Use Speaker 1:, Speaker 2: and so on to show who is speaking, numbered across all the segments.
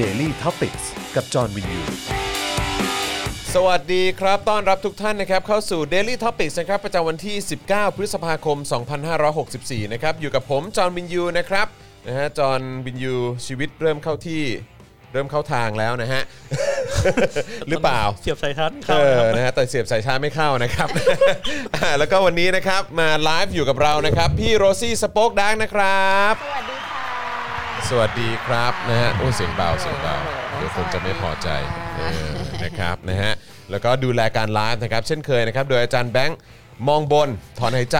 Speaker 1: Daily t o p i c กกับจอห์นวินยู
Speaker 2: สวัสดีครับ ต้อนรับทุกท่านนะครับ เข้าสู่ Daily Topics นะครับประจำวันที่ 19 พฤษภาคม 2564 นะครับ อยู่กับผม จอห์นวินยูนะครับนะฮะจอห์นวินยูชีวิตเริ่มเข้าที่เริ่มเข้าทางแล้วนะฮ ะ หรือเปล่า
Speaker 3: เสียบสายชาร์จไม่เข้า
Speaker 2: เออ
Speaker 3: นะครับ
Speaker 2: นะฮะแต่เสียบสายชาร์จไม่เข้านะครับ อ่าแล้วก็วันนี้นะครับ มาไลฟ์อยู่กับเรานะครับ พี่โรซี่สป็อกดังนะครับ
Speaker 4: สวัสดีค่ะ
Speaker 2: สวัสดีครับนะฮะโอ้เสียงเบาเสียงเบาเดี๋ยวคนจะไม่พอใจเออนะครับนะฮะแล้วก็ดูแลการไลฟ์นะครับ เช่นเคยนะครับ โดยอาจารย์แบงค์มองบนถอนหายใจ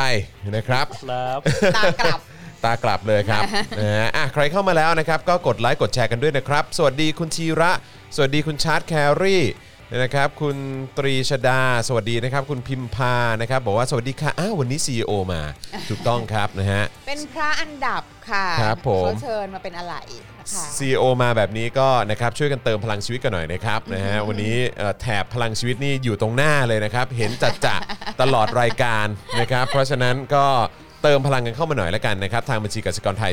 Speaker 2: นะครับ
Speaker 3: ครับ
Speaker 4: ตามกลับ
Speaker 2: ตากลับเลยครับ นะฮะอ่ะใครเข้ามาแล้วนะครับ ก็กดไลค์กดแชร์กันด้วยนะครับ สวัสดีคุณชีระ สวัสดีคุณชาร์ตแครี่นะครับ คุณตรีชดา สวัสดีนะครับ คุณพิมพานะครับ บอกว่าสวัสดีค่ะอ้าววันนี้ CEO มาถูกต้องครับนะฮะ
Speaker 4: เป็นพระอันดับค่ะ
Speaker 2: ครับผม
Speaker 4: เขาเชิญมาเป็นอะไรนะคะ
Speaker 2: ซีโอมาแบบนี้ก็นะครับช่วยกันเติมพลังชีวิตกันหน่อยนะครับนะฮะวันนี้เอ่อแถบพลังชีวิตนี่อยู่ตรงหน้าเลยนะครับ เห็นจัดจะตลอดรายการนะครับ เพราะฉะนั้นก็เติมพลังกันเข้ามาหน่อยละกันนะครับ ทางบัญชีกสิกรไทย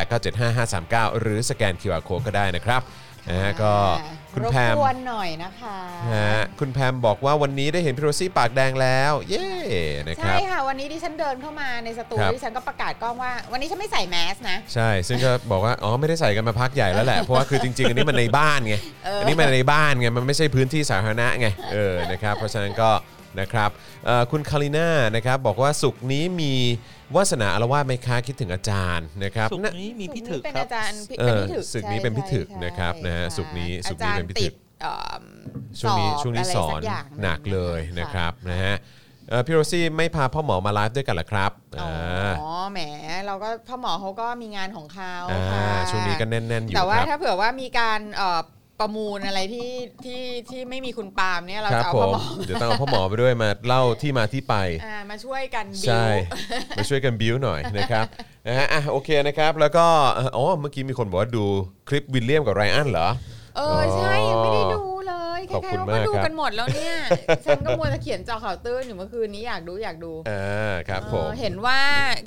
Speaker 2: 0698975539 หรือสแกน QR Code ก็ได้นะครับนะฮะก็คุณแพม
Speaker 4: รบกวนหน่อยนะคะ
Speaker 2: ฮะคุณแพมบอกว่าวันนี้ได้เห็นพี่โรซี่ปากแดงแล้ว เย้นะค
Speaker 4: ใช่
Speaker 2: รับ
Speaker 4: ค่ะ วันนี้ดิฉันเดินเข้ามาในสตู
Speaker 2: ครับ
Speaker 4: ดิฉันก็ประกาศกล้องว่า วันนี้ฉันไม่ใส่แมสนะ
Speaker 2: ใช่ ซึ่งก็บอกว่า อ๋อ ไม่ได้ใส่กันมาพักใหญ่แล้วแหละ เพราะว่าคือจริง ๆ อันนี้มันในบ้านไง อันนี้มันในบ้านไง มันไม่ใช่พื้นที่สาธารณะไง เออ นะครับ เพราะฉะนั้นก็นะครับเอ่อคุณคาริน่านะครับ บอกว่าสุกร์นี้มีวาสนาอารวาสไหมคะคิดถึงอาจารย์นะครับ
Speaker 3: สุก
Speaker 2: นะ
Speaker 3: ร์นี้มีพี่ถึก
Speaker 4: เป็น
Speaker 3: ครับ
Speaker 4: อาจารย์
Speaker 2: เอ
Speaker 4: เป็น
Speaker 2: อ
Speaker 4: พี่ถึก
Speaker 2: ศึกนี้
Speaker 4: ใช่
Speaker 2: เป็นพี่ถึก
Speaker 4: ใช่
Speaker 2: นะครับนะฮะ
Speaker 4: ใช่
Speaker 2: ศุกร์นี้ศุกร์นี้
Speaker 4: อาจาร
Speaker 2: เป็น
Speaker 4: ย์
Speaker 2: พี่ถึก
Speaker 4: ติดเอิ่ม
Speaker 2: ช่วงนี้
Speaker 4: สอบ
Speaker 2: ช่วงนี้
Speaker 4: ะไร
Speaker 2: ส
Speaker 4: ก
Speaker 2: อน
Speaker 4: ย่าง
Speaker 2: หนักเลยนะครับนะฮะเอ่อพี่โรซี่ไม่พาพ่อหมอมาไลฟ์ด้วยกันเหรอครับ
Speaker 4: อ๋
Speaker 2: อ่
Speaker 4: อา แหม เราก็พ่อหมอเขาก็มีงานของเขา
Speaker 2: อ่า
Speaker 4: ค่ะ
Speaker 2: ช่วงนี้ก็แน่นๆอยู่
Speaker 4: แต่ว่า
Speaker 2: ครั
Speaker 4: ถ้า
Speaker 2: บ
Speaker 4: เผื่อว่ามีการเอ่อประมูลอะไรที่ที่ที่ไม่มีคุณปาล์มเนี่ยเรา
Speaker 2: ครับ
Speaker 4: จะ
Speaker 2: ผ
Speaker 4: เอาพ่อ
Speaker 2: ม
Speaker 4: หมอ
Speaker 2: เดี๋ยวต้องเอาพ่อหมอไปด้วยมาเล่าที่มาที่ไป
Speaker 4: อ่ามาช่วยกันบิว
Speaker 2: ใช่ มาช่วยกันบิวหน่อยนะครับ นะฮะอ่ะโอเคนะครับ แล้วก็เอ่ออ๋อเมื่อกี้มีคนบอกว่าดูคลิปวิลเลียมกับไรอันเหรอ
Speaker 4: เออใช่ยังไม่ได้ดูเลย
Speaker 2: ขอบคุณ
Speaker 4: ใรๆเข
Speaker 2: มาก
Speaker 4: ดู
Speaker 2: ครับ
Speaker 4: กันหมดแล้วเนี่ย ฉันก็มัวแต่เขียนจอข่าวตื้นอยู่เมื่อคืนนี้อยากดูอยากดู
Speaker 2: อ่าครับผม
Speaker 4: เออเห็นว่า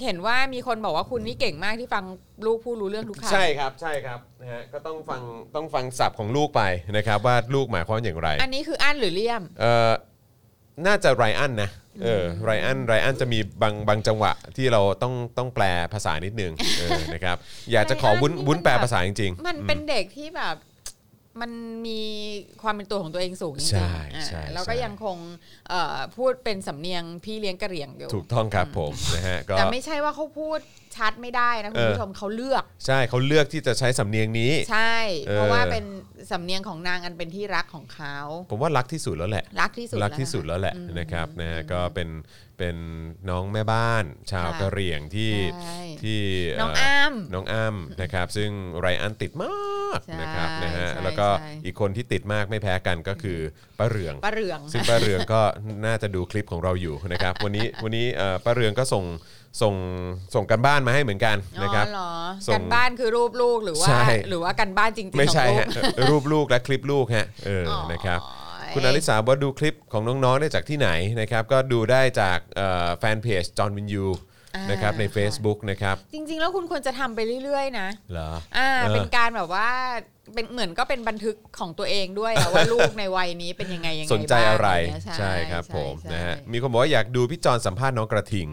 Speaker 4: เห็นว่ามีคนบอกว่าคุณนี่เก่งมากที่ฟังลูกผู้รู้เรื่องทุกคำ
Speaker 2: ใช่ครับใช่ครับนะฮะก็ต้องฟังต้องฟังศัพท์ของลูกไปนะครับ ว่าลูกหมายความอย่างไร
Speaker 4: อันนี้คืออั้นหรือเลี่ยม
Speaker 2: เอ่อน่าจะไรอันนะเออไรอันไรอันจะมีบางบางจังหวะที่เราต้องต้องแปลภาษานิดนึงเออ นะครับอยากจะขอวุ้น
Speaker 4: Ryan นี่มัน
Speaker 2: วุ้นแปล
Speaker 4: แบบ
Speaker 2: ภาษาจริงๆ
Speaker 4: มัน
Speaker 2: อื
Speaker 4: เป็นเด็กที่แบบมันมีความเป็นตัวของตัวเองสูงจริงๆ
Speaker 2: ใช่
Speaker 4: อ่า
Speaker 2: ใช่
Speaker 4: แล้วก็
Speaker 2: ใช่
Speaker 4: ยังคงเอ่อพูดเป็นสำเนียงพี่เลี้ยงกะเหรี่ยงอยู่
Speaker 2: ถูกต้องครับผมนะฮะก็
Speaker 4: แต่ไม่ใช่ว่าเขาพูดชัดไม่ได้นะคุณผู้ชมเขาเลือก
Speaker 2: ใช่เขาเลือกที่จะใช้สำเนียงนี้
Speaker 4: ใช่
Speaker 2: เออ
Speaker 4: เพราะว่าเป็นสำเนียงของนางอันเป็นที่รักของเขา
Speaker 2: ผมว่ารักที่สุดแล้วแหละ
Speaker 4: รักที่สุด
Speaker 2: รักที่สุด
Speaker 4: นะคะ
Speaker 2: แล้วแหละ
Speaker 4: อืม
Speaker 2: นะครับนะฮะก็เป็นเป็นน้องแม่บ้าน ชาว
Speaker 4: ค่ะ
Speaker 2: กะเหรี่ยงที่
Speaker 4: ใช่
Speaker 2: ที่
Speaker 4: น้อง
Speaker 2: เ
Speaker 4: อ้ำ
Speaker 2: น้องอ้ำนะครับ ซึ่งไรอันติดมาก
Speaker 4: ใช่
Speaker 2: นะครับนะฮะ
Speaker 4: ใช่
Speaker 2: แล้วก็
Speaker 4: ใช่
Speaker 2: อีกคนที่ติดมากไม่แพ้กันก็คือป้าเรือง
Speaker 4: ปะเหลือง
Speaker 2: ซึ่งป้าเรืองก็ น่าจะดูคลิปของเราอยู่นะครับ วันนี้วันนี้เอ่อป้าเรืองก็ส่งส่งส่งกันบ้านมาให้เหมือนกัน
Speaker 4: อ๋
Speaker 2: นะครับ
Speaker 4: อเหรอ
Speaker 2: ส่ง
Speaker 4: กันบ้านคือรูปลูกหรือว่า
Speaker 2: ใช่
Speaker 4: หรือว่ากันบ้านจริงๆ
Speaker 2: ไม่ใช่
Speaker 4: ของลูก
Speaker 2: ฮะรูปลูกและคลิปลูกฮะเอออนะครับ คุณอลิสาบอกว่าดูคลิปของน้องๆได้จากที่ไหนนะครับ ก็ดูได้จากเอ่อแฟนเพจจอห์นวินยู
Speaker 4: อ่า
Speaker 2: นะครับใน Facebook นะครับ
Speaker 4: จริง ๆ แล้วคุณควรจะทำไปเรื่อยๆนะ
Speaker 2: เหรอ
Speaker 4: อ่า
Speaker 2: เออ
Speaker 4: เป็นการแบบว่าเป็นเหมือนก็เป็นบันทึกของตัวเองด้วยอะ ว่าลูกในวัยนี้เป็นยังไงยังไง
Speaker 2: สนใจอะไร
Speaker 4: บ้างย่างเงี้ย
Speaker 2: ใช่ครับผม
Speaker 4: ใช่
Speaker 2: นะฮะ
Speaker 4: ใช่
Speaker 2: มีคนบอกว่าอยากดูพี่จอห์นสัมภาษณ์น้องกระทิง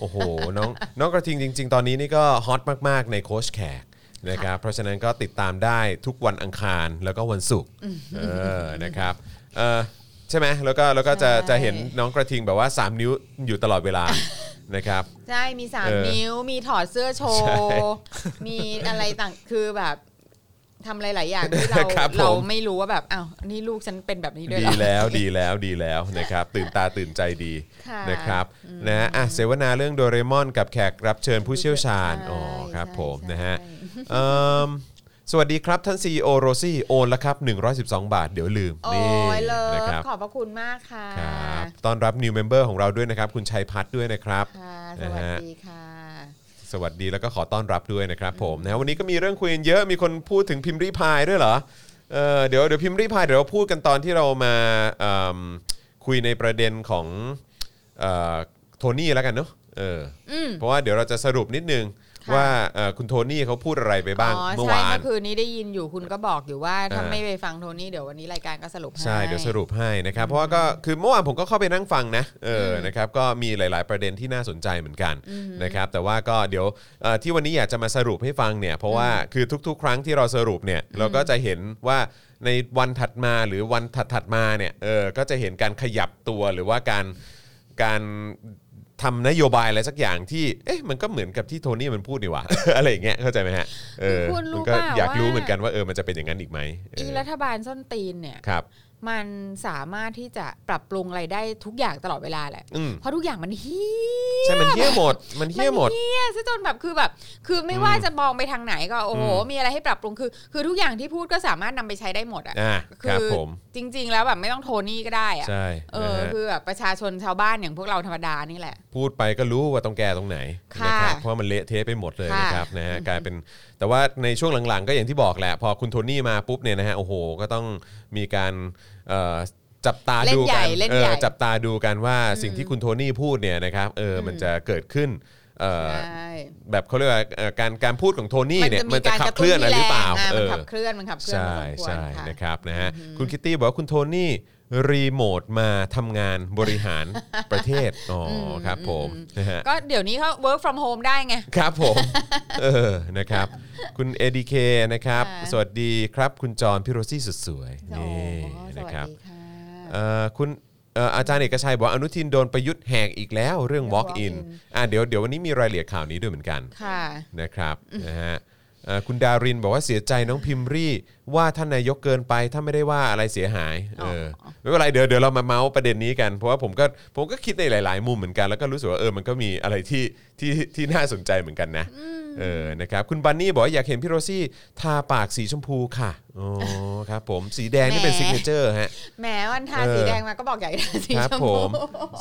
Speaker 2: โอ้โห น้องน้องกระทิงจริง ๆ ตอนนี้นี่ก็ฮอตมากๆในโค้ชแขกนะครับเพราะฉะนั้นก็ติดตามได้ทุกวันอังคารแล้วก็วันศุกร์เออนะครับเออใช่ไหมแล้วก็แล้วก็จะจะเห็นน้องกระทิงแบบว่า 3 นิ้วอยู่ตลอดเวลานะครับ
Speaker 4: ใช่มีสาม
Speaker 2: เออ
Speaker 4: นิ้ว มีถอดเสื้อโช
Speaker 2: ใช่
Speaker 4: ว์ มีอะไรต่างคือแบบทำหลาย ๆอย่างที่เรา
Speaker 2: ครับผม
Speaker 4: เราไม่รู้ว่าแบบอ้าวนี่ลูกฉันเป็นแบบนี้ด้วย
Speaker 2: ดี
Speaker 4: เหรอ
Speaker 2: แล้วดีแล้วดีแล้วนะครับ ตื่นตาตื่นใจดี
Speaker 4: ค่ะ
Speaker 2: นะครับนะฮะอ่ะเสวนาเรื่องโดเรมอนกับแขกรับเชิญผู้เชี่ยวชาญ
Speaker 4: ใช่
Speaker 2: อ๋อครับ
Speaker 4: ใช่
Speaker 2: ผม
Speaker 4: ใช่
Speaker 2: นะฮะเอิ่มสวัสดีครับท่าน CEO โรซี่โอนแล้วครับ 112 บาทเดี๋ยวลืม
Speaker 4: โอ้
Speaker 2: นี่
Speaker 4: ยเลิ
Speaker 2: นะ
Speaker 4: ฟ
Speaker 2: ครับ
Speaker 4: ขอบพระคุณมากค่ะ
Speaker 2: ครับต้อนรับ new member ของเราด้วยนะครับ คุณชัยพัฒน์ด้วยนะครับ
Speaker 4: ค่ะสวัสดีค่ะ
Speaker 2: สวัสดีแล้วก็ขอต้อนรับด้วยนะครับผมนะวันนี้ก็มีเรื่องคุยกันเยอะมีคนพูดถึงพิมพ์รีพายด้วยเหรอเออเดี๋ยวเดี๋ยวพิมพ์รีพายเดี๋ยวเราพูดกันตอนที่เรามาเอิ่มคุยในประเด็นของเอ่อโทนี่แล้วกันเนาะเอออเพราะว่าเดี๋ยวเราจะสรุปนิดนึง
Speaker 4: ค่ะ
Speaker 2: ว่าเอ่อคุณโทนี่เขาพูดอะไรไปบ้าง
Speaker 4: อ๋อ
Speaker 2: เมื่อ
Speaker 4: ใช่
Speaker 2: วาน
Speaker 4: เมื่อคืนนี้ได้ยินอยู่คุณก็บอกอยู่ว่าถ้า
Speaker 2: อ่า
Speaker 4: ไม่ไปฟังโทนี่เดี๋ยววันนี้รายการก็สรุปให้
Speaker 2: ใช่เดี๋ยวสรุปให้นะครับ เพราะว่าก็คือเมื่อวานผมก็เข้าไปนั่งฟังนะเอออ
Speaker 4: ม
Speaker 2: นะครับก็มีหลาย ๆ ประเด็นที่น่าสนใจเหมือนกัน
Speaker 4: อือหือ
Speaker 2: นะครับแต่ว่าก็เดี๋ยวเอ่อที่วันนี้อยากจะมาสรุปให้ฟังเนี่ยเพราะว่าคือทุก ๆ ครั้งที่เราสรุปเนี่ยเราก็จะเห็นว่าในวันถัดมาหรือวันถัดๆมาเนี่ยเออก็จะเห็นการขยับตัวหรือว่าการการทำนโยบายอะไรสักอย่างที่เอ๊ะมันก็เหมือนกับที่โทนี่มันพูดนี่หว่า อะไรอย่างเงี้ยเข้าใจไหมฮะเออ
Speaker 4: คุณ
Speaker 2: มั
Speaker 4: รู้
Speaker 2: นก็
Speaker 4: เปล่า
Speaker 2: อยากรู้
Speaker 4: ว่า
Speaker 2: เหมือนกันว่าเออมันจะเป็นอย่างนั้นอีกไหมเอ
Speaker 4: อี
Speaker 2: อ
Speaker 4: รัฐบาลส้นตีนเนี่ย
Speaker 2: ครับ
Speaker 4: มันสามารถที่จะปรับปรุงอะไรได้ทุกอย่างตลอดเวลาแหละ
Speaker 2: อืม
Speaker 4: เพราะทุกอย่างมันเฮีย
Speaker 2: ใช่ มันเฮี้ยหมด มันเฮี้ยหมด
Speaker 4: นเฮียซะจนแบบคือแบบ คือไม่ว่าจะมองไปทางไหนก็โอ้โห
Speaker 2: อืม
Speaker 4: มีอะไรให้ปรับปรุงคือ คือทุกอย่างที่พูดก็สามารถนำไปใช้ได้หมดอ่ะ
Speaker 2: อ่า
Speaker 4: คื
Speaker 2: ครับ
Speaker 4: อ
Speaker 2: ผม
Speaker 4: จริง ๆ แล้วแบบไม่ต้องโทนี่ก็ได้อ่ะ
Speaker 2: ใช่
Speaker 4: เออ
Speaker 2: นะฮะ
Speaker 4: คือแบบประชาชนชาวบ้านอย่างพวกเราธรรมดานี่แหละ
Speaker 2: พูดไปก็รู้ว่าต้องแก้ตรงไหน
Speaker 4: ค่ะ
Speaker 2: นะครับเพราะมันเละเทะไปหมดเลย
Speaker 4: ค่ะ
Speaker 2: นะครับนะฮะกลายเป็นแต่ว่าในช่วงหลังๆ ก็อย่างที่บอกแหละ พอคุณโทนี่มาปุ๊บเนี่ยนะฮะโอ้โห ก็ต้องมีการเอ่อจับตา
Speaker 4: เล่
Speaker 2: ดู
Speaker 4: นใหญ่
Speaker 2: กัน
Speaker 4: เล่นใหญ่
Speaker 2: ออจับตาดูกันว่าสิ่งที่คุณโทนี่พูดเนี่ยนะครับเอออ
Speaker 4: ม
Speaker 2: มันจะเกิดขึ้นเอ่อ
Speaker 4: ใช่
Speaker 2: แบบเขาเรียกว่าเอ่อการการพูดของโทนี่เนี่ย
Speaker 4: มั
Speaker 2: มัน น
Speaker 4: จะ
Speaker 2: จะ
Speaker 4: มีการ
Speaker 2: ขั
Speaker 4: ก
Speaker 2: บ
Speaker 4: ระ
Speaker 2: เค
Speaker 4: ตุ้
Speaker 2: ลื่อน อนอะไรหรือเปล่า
Speaker 4: แรง
Speaker 2: เอ
Speaker 4: มัน
Speaker 2: อ
Speaker 4: ขับเคลื่อนมันขับเคลื่อน
Speaker 2: ใช่
Speaker 4: พอสมควร
Speaker 2: ใช่
Speaker 4: ค่ะ
Speaker 2: นะครับนะฮะคุณคิตตี้บอกว่าคุณโทนี่รีโมทมาทำงานบริ หาร ประเทศ อ๋ออ
Speaker 4: ม
Speaker 2: ครับผม
Speaker 4: อืม
Speaker 2: นะฮะ
Speaker 4: ก็เดี๋ยวนี้เขา work from home ได้ไง
Speaker 2: ครับผม เออนะครับ คุณ ADK นะครับ
Speaker 4: ค่ะ
Speaker 2: สวัสดีครับคุณจอนพิโรซี่สุดสวยนี่
Speaker 4: โอ้โหส
Speaker 2: นะ
Speaker 4: วัส
Speaker 2: ครับ
Speaker 4: ดีค่ะ
Speaker 2: เอ่อคุณเอ่ออาจารย์เอกชัยบอกว่าอนุทินโดนประยุทธ์แหกอีกแล้วเรื่อง walk in
Speaker 4: walk-in
Speaker 2: อ่ะเดี๋ยวเดี๋ยววันนี้มีรายละเอียดข่าวนี้ด้วยเหมือนกัน
Speaker 4: ค่ะ
Speaker 2: นะครับนะฮะเอ่อคุณดารินบอกว่าเสียใจน้องพิมรี่ ว่าท่านนายกเกินไปถ้าไม่ได้ว่าอะไรเสียหายเอออไม่เป็นไรเดี๋ยวเดี๋ยวเรามาเมาส์ประเด็นนี้กัน เพราะว่าผมก็ผมก็คิดในหลาย ๆ มุมเหมือนกันแล้วก็รู้สึกว่าเออมันก็มีอะไรที่ที่ที่น่าสนใจเหมือนกันนะเออนะครับคุณบันนี่บอกว่าอยากเห็นพี่โรซี่ทาปากสีชมพูค่ะอ๋อครับผมสีแดงนี่เป็น
Speaker 4: แหม
Speaker 2: ซิกเนเจอร์ฮะ
Speaker 4: แหมวันทา
Speaker 2: เออ
Speaker 4: สีแดงมาก็บอกอยากได้สี
Speaker 2: ครับ
Speaker 4: ชม
Speaker 2: ผ
Speaker 4: พู
Speaker 2: ม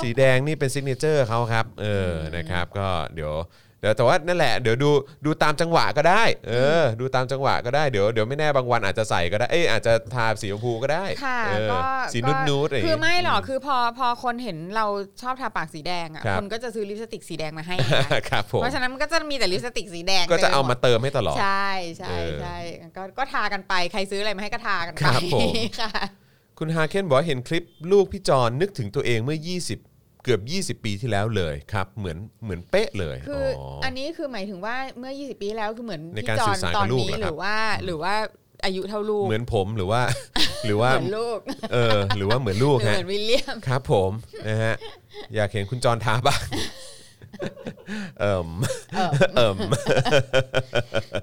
Speaker 2: สีแดงนี่เป็นซิกเนเจอร์เขาครับเอออนะครับก็เดี๋ยวเดี๋ยวแต่ว่านั่นแหละเดี๋ยวดูดูตามจังหวะก็ได้เอออดูตามจังหวะก็ได้เดี๋ยวเดี๋ยวไม่แน่บางวันอาจจะใส่ก็ได้เอยอาจจะทาสีชมพูก็ได้
Speaker 4: ค่ะ
Speaker 2: เออ
Speaker 4: ก็
Speaker 2: สีนูดนูด
Speaker 4: คือไม่หรอกคือพอพอคนเห็นเราชอบทาปากสีแดงอ่ะ
Speaker 2: ครับ
Speaker 4: คนก็จะซื้อลิปสติกสีแดงมาให้นะคะ
Speaker 2: ครับผม
Speaker 4: เพราะฉะนั้นมันก็จะมีแต่ลิปสติกสีแดง
Speaker 2: ก็จะเอามา
Speaker 4: ต็
Speaker 2: เติมให้ตล
Speaker 4: ไปหม
Speaker 2: อ
Speaker 4: ด
Speaker 2: ด
Speaker 4: ใช่ใช่
Speaker 2: เออ
Speaker 4: ใช่ก็ก็ทากันไปใครซื้ออะไรมาให้ก็ทากันไป
Speaker 2: ครับผม
Speaker 4: ค่ะ
Speaker 2: คุณฮาเคนบอกว่าเห็นคลิปลูกพี่จอนนึกถึงตัวเองเมื่อ 20 เกือบ 20 ปีที่แล้วเลยครับเหมือนเหมือนเป๊ะเลย
Speaker 4: คืออ
Speaker 2: อ
Speaker 4: อันนี้คือหมายถึงว่าเมื่อ 20 ปีที่แล้วคือเหมือน
Speaker 2: ใน
Speaker 4: พี่
Speaker 2: การ
Speaker 4: จอ
Speaker 2: สื่
Speaker 4: น
Speaker 2: อสาร
Speaker 4: ต
Speaker 2: กั
Speaker 4: อน
Speaker 2: บลูก
Speaker 4: นี้
Speaker 2: เหรอค
Speaker 4: ห
Speaker 2: รับ
Speaker 4: รือว่าหรือว่าอายุเท่าลูก
Speaker 2: เหมือนผมหรือว่า หรือว่า
Speaker 4: เหมือนลูก
Speaker 2: เออหรือว่าเหมือนลูก
Speaker 4: หรือ
Speaker 2: ฮะ
Speaker 4: เหมือนวิลเลียม
Speaker 2: ครับผม นะฮะ อยากเห็นคุณจรทา บ้างเอิ่ม
Speaker 4: เออ
Speaker 2: เอิ่ม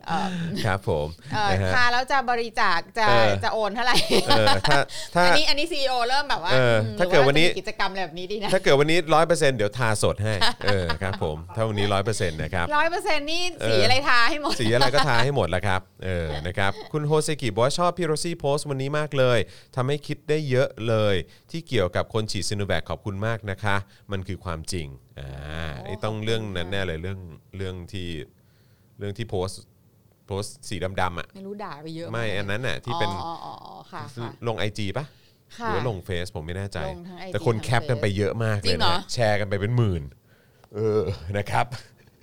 Speaker 4: เออ
Speaker 2: ครับผม
Speaker 4: เออ
Speaker 2: นะฮะ
Speaker 4: ทาแล้วจะบริจาคจะ
Speaker 2: เออ
Speaker 4: จะโอนเท่าไหร่
Speaker 2: เออถ้าถ้า
Speaker 4: อันนี้อันนี้ซีอเริ่มแบบว่า
Speaker 2: เออ
Speaker 4: อืม
Speaker 2: ถ้าเกิดวันนี้
Speaker 4: หรือจะมีกิจกรรมอะไรแบบนี้ดีนะ
Speaker 2: ถ้าเกิดวันนี้ร้อยเปอร์เซ็นต์เดี๋ยวทาสดให้ เออครับผม ถ้าวันนี้ร้อยเปอร์เซ็นต์นะครับ
Speaker 4: ร้อยเปอร์เซ็นต์นี่
Speaker 2: เออ
Speaker 4: สีอะไรทาให้หมด
Speaker 2: สีอะไรก็ทาให้หมดละครับ เออ นะครับ คุณโฮเซกิบอกว่าชอบพี่โรซี่โพสต์วันนี้มากเลย ทำให้คิดได้เยอะเลย ที่เกี่ยวกับคนฉีดซิโนแวคขอบคุณมากนะคะ มันคือความจริง อ่าไอ้ต้องเรื่องนั้นแน่เลยเรื่อง เรื่องที่ เรื่องที่โพสต์ โพสต์สีดำๆอ่ะ
Speaker 4: ไม่รู้ด่าไปเยอะ
Speaker 2: ไม่ อันนั้นน่ะที่เป็น
Speaker 4: อ๋ออ๋ออ๋อค่ะค่ะ
Speaker 2: ลงไอจีปะห
Speaker 4: ค่ะ
Speaker 2: รือว่าลงเฟซผมไม่แน่ใจ
Speaker 4: ลงทั้ง IG
Speaker 2: แต่คนแคปกันไปเยอะมากเล
Speaker 4: จริ
Speaker 2: ย
Speaker 4: งเหร
Speaker 2: นะ
Speaker 4: อ
Speaker 2: แชร์กันไปเป็นหมื่น เออนะครับ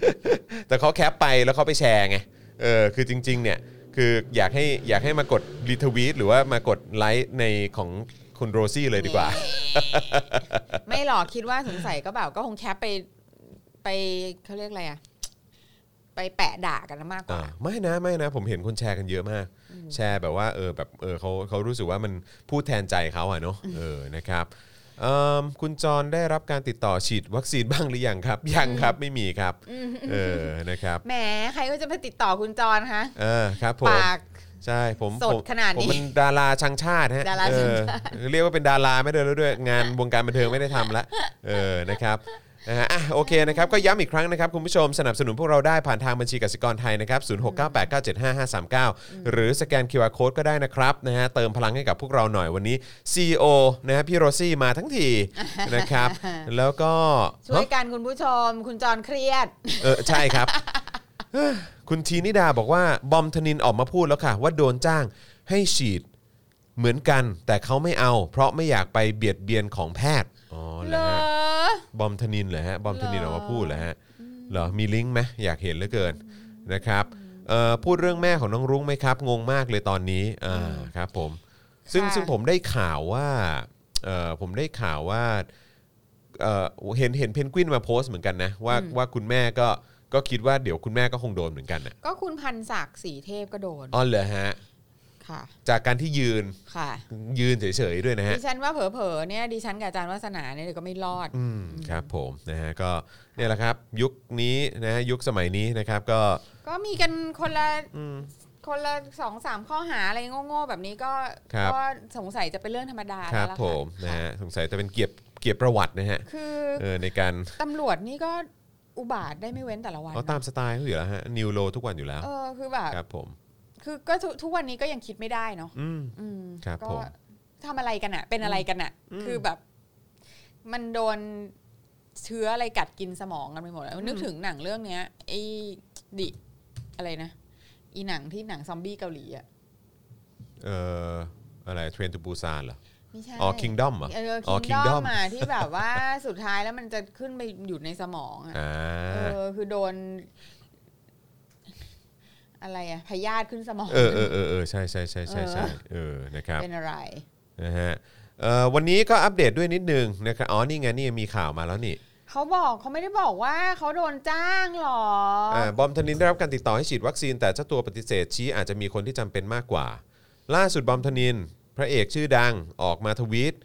Speaker 2: แต่เขาแคปไปแล้วเขาไปแชร์ไงเออคือจริง ๆ เนี่ย คืออยากให้อยากให้มากดรีทวีตหรือว่ามากดไลค์ในของคุณโรซี่เลยดีกว่า
Speaker 4: ไม่หรอกคิดว่าสงสัยก็แบบก็คงแคปไปไปเขาเรียกอะไรอะไปแปะด่ากันมากก
Speaker 2: อ่า
Speaker 4: ว่า
Speaker 2: ไม่นะไม่นะ ผมเห็นคนแชร์กันเยอะมาก แชร์แบบว่าเออแบบเออเขาเขารู้สึกว่ามันพูดแทนใจเขาอะเนาะเออนะครับเอิ่มคุณจรได้รับการติดต่อฉีดวัคซีนบ้างหรือยังครับ ยังครับไม่มีครับเออนะครับ
Speaker 4: แหมใครก็จะไปติดต่อคุณจรคะ
Speaker 2: เออครับผม
Speaker 4: ปาก
Speaker 2: ใช่ผม
Speaker 4: สด
Speaker 2: ผม
Speaker 4: ขนาดนี้
Speaker 2: ผมเป็นดาราชังชาติฮะ
Speaker 4: ดารา
Speaker 2: เอ
Speaker 4: ชัง
Speaker 2: อ
Speaker 4: ชาติ
Speaker 2: เรียกว่าเป็นดาราไม่ได้แล้วด้วยงานวงการบันเทิงไม่ได้ทำละเออนะครับนะฮะอ่ะโอเคนะครับก็ย้ำอีกครั้งนะครับคุณผู้ชมสนับสนุนพวกเราได้ผ่านทางบัญชีกสิกรไทยนะครับ0698975539 หรือสแกน QR Code ก็ได้นะครับนะฮะเติมพลังให้กับพวกเราหน่อยวันนี้ CEO นะฮะพี่โรซี่มาทั้งทีนะครับ แล้วก็
Speaker 4: ช่วยกันคุณผู้ชม คุณจรเครียด
Speaker 2: เออใช่ครับ คุณทีนิดาบอกว่าบอมธนินออกมาพูดแล้วค่ะ ว่าโดนจ้างให้ฉีดเหมือนกัน แต่เขาไม่เอา เพราะไม่อยากไปเบียดเบียนของแพทย์อ๋อ
Speaker 4: เห
Speaker 2: เห
Speaker 4: ร
Speaker 2: รอ
Speaker 4: อ
Speaker 2: ฮะบอมธนินเหรอฮะบอมธนินออกมาพูดเหรอฮะเหรอมีลิงก์ไหมอยากเห็นเหลือเกิน นะครับเอ่อพูดเรื่องแม่ของน้องรุ้งไหมครับ งงมากเลยตอนนี้อ่าครับผมซึ่ง
Speaker 4: ค่ะ
Speaker 2: ซึ่งผมได้ข่าวว่าเอ่อผมได้ข่าวว่าเอ่อเห็นเห็นเพนกวินมาโพสต์เหมือนกันนะว่าว่าคุณแม่ก็ก็คิดว่าเดี๋ยวคุณแม่ก็คงโดนเหมือนกันน่ะ
Speaker 4: ก็คุณพันศักดิ์สีเทพก็โดน
Speaker 2: อ๋อเหรอฮะ
Speaker 4: ค่ะ
Speaker 2: จากการที่ยืน
Speaker 4: ค่ะ
Speaker 2: ยืนเฉยๆด้วยนะฮะ
Speaker 4: ดิฉันว่าเผลอๆเนี่ยดิฉันกับอาจารย์วัฒนาเนี่ยเดี๋ยวก็ไม่รอด
Speaker 2: อืมครับผมนะฮะก็เนี่ยแหละครับ ยุคนี้นะฮะยุคสมัยนี้นะครับก็
Speaker 4: ก็มีกันคนละ
Speaker 2: อืม
Speaker 4: คนละสองสามข้อหาอะไรโง่ๆแบบนี้ก็
Speaker 2: ครับ
Speaker 4: ก็สงสัยจะเป็นเรื่องธรรมดา
Speaker 2: ค
Speaker 4: แล้ว
Speaker 2: รับ
Speaker 4: ล่ะ
Speaker 2: ผ
Speaker 4: ค่ะ
Speaker 2: มนะ
Speaker 4: ค่ะ
Speaker 2: ฮะสงสัยจะเป็นเกียบเกียบประวัตินะฮะ
Speaker 4: คือ
Speaker 2: เออในการ
Speaker 4: ตำรวจนี่ก็อุบาทได้ไม่เว้นแต่ละวัน
Speaker 2: เอาตามสไตล์เขาอยู่แล้วฮะนิวโลทุกวันอยู่แล้ว
Speaker 4: เออคือแบบ
Speaker 2: ครับผม
Speaker 4: คือก็ทุกทุกวันนี้ก็ยังคิดไม่ได้เนาะ
Speaker 2: อืม
Speaker 4: อืม
Speaker 2: ครับ
Speaker 4: ก็
Speaker 2: ผม
Speaker 4: ทำอะไรกันอะเป็นอะไรกันอะ
Speaker 2: อืม
Speaker 4: คือแบบ มันโดนเชื้ออะไรกัดกินสมองกันไปหมดแล้วนึกถึงหนังเรื่องเนี้ยไอ้ดิอะไรนะอีหนังที่หนังซอมบี้เกาหลีอะ
Speaker 2: เอ่ออะไรเทรนทูบูซานเหรอ
Speaker 4: ไม่ใช่
Speaker 2: อ๋อคิงดอมเหรอ
Speaker 4: เออ
Speaker 2: อ๋อ
Speaker 4: คิงดอ
Speaker 2: Kingdom
Speaker 4: มมาที่แบบว่าสุดท้ายแล้วมันจะขึ้นไปอยู่ในสมองอ่ะ
Speaker 2: อ่า
Speaker 4: เออคือโดน อะไรอ่ะพยาธิขึ้นสมอง
Speaker 2: เออเออเออเออใช่ใช่ใช่ใช่ใช่เออนะครับ
Speaker 4: เป็นอะไร
Speaker 2: นะฮะเอ่อวันนี้ก็อัปเดตด้วยนิดนึงนะครับอ๋อนี่ไงนี่มีข่าวมาแล้วนี่
Speaker 4: เขาบอกเขาไม่ได้บอกว่าเขาโดนจ้างหรอ
Speaker 2: าบอมธนินได้รับการติดต่อให้ฉีดวัคซีนแต่เจ้าตัวปฏิเสธชี้อาจจะมีคนที่จำเป็นมากกว่า ล่าสุดบอมธนิน พระเอกชื่อดังออกมาทวีต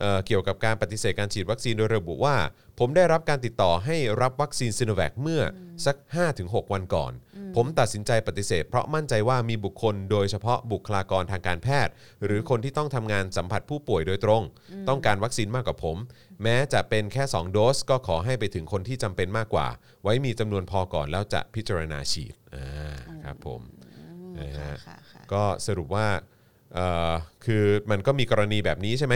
Speaker 2: เอ่อเกี่ยวกับการปฏิเสธการฉีดวัคซีนโดยระบุว่า ผมได้รับการติดต่อให้รับวัคซีนซิโนแวคเมื่อสัก 5-6 วันก่อน ผมตัดสินใจปฏิเสธ เพราะมั่นใจว่ามีบุคคลโดยเฉพาะบุคลากรทางการแพทย์ หรือคนที่ต้องทำงานสัมผัสผู้ป่วยโดยตรง ต้องการวัคซีนมากกว่าผม แม้จะเป็นแค่ 2 โดสก็ขอให้ไปถึงคนที่จำเป็นมากกว่า ไว้มีจำนวนพอก่อนแล้วจะพิจารณาฉีดอ่าครับผม นะฮะ
Speaker 4: ค่ะค่ะ
Speaker 2: ก็สรุปว่าเอ่อคือมันก็มีกรณีแบบนี้ใช่ไหม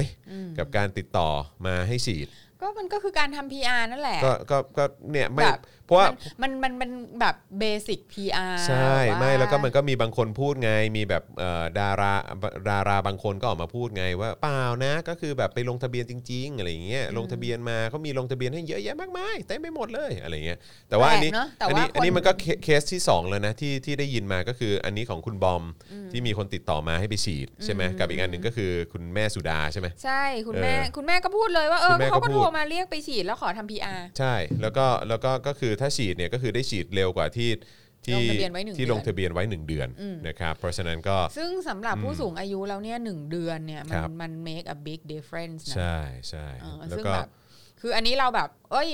Speaker 2: กับการติดต่อมาให้ฉีด
Speaker 4: ก็มันก็คือการทำ PR นั่นแหละ
Speaker 2: ก็ก็ก็เนี่ยไม่
Speaker 4: แบบ
Speaker 2: เพราะว่า
Speaker 4: มันมันมันมันแบบเบสิก PR
Speaker 2: ใช่
Speaker 4: า
Speaker 2: ไม่แล้วก็มันก็มีบางคนพูดไง มีแบบเอ่อดาราดาราบางคนก็ออกมาพูดไง ว่าเปล่านะก็คือแบบไปลงทะเบียนจริง ๆ อะไรอย่างเงี้ยลงทะเบียนมาเขามีลงทะเบียนให้เยอะแยะมากมายเต็มไปหมดเลยอะไรอย่างเงี้ยแต่ว่าอันนี้
Speaker 4: แปลกเนอะแต่
Speaker 2: อัน
Speaker 4: ว่า
Speaker 2: นี้
Speaker 4: คน
Speaker 2: อันนี้มันก็เคเคสที่สองแล้วนะที่ที่ได้ยินมาก็คืออันนี้ของคุณบอมที่มีคนติดต่อมาให้ไปฉีดใช่ไหมกับอีกอันหนึ่งก็คือคุณแม่สุดาใช่ไหม
Speaker 4: ใช่คุณแม่
Speaker 2: เออ
Speaker 4: คุณแม่ก็พูดเลยว่าเอ
Speaker 2: คุ
Speaker 4: อ
Speaker 2: ณแม่ก็
Speaker 4: เขาก็
Speaker 2: พูด
Speaker 4: โทรมาเรียกไปฉีดแล้วขอทำ PR
Speaker 2: ใช่แล้วก็แล้วก็ก็คือถ้าฉีดเนี่ยก็คือได้ฉีดเร็วกว่าที่ที่
Speaker 4: ลงทะเบียนไว้หนึ่ง
Speaker 2: ที่
Speaker 4: เดือน
Speaker 2: ลงทะเบียนไว้หนึ่งเดือน
Speaker 4: อืม
Speaker 2: นะครับเพราะฉะนั้นก็
Speaker 4: ซึ่งสำหรับ
Speaker 2: อืม
Speaker 4: ผู้สูงอายุแล้วเนี่ยหนึ่งเดือนเนี่ย มั
Speaker 2: คน รับ
Speaker 4: มัน make a big difference นะ
Speaker 2: ใช่ใช่
Speaker 4: เออ
Speaker 2: แล้ว
Speaker 4: ซึ่ง
Speaker 2: ก็
Speaker 4: แบบ คืออันนี้เราแบบ เอ้ย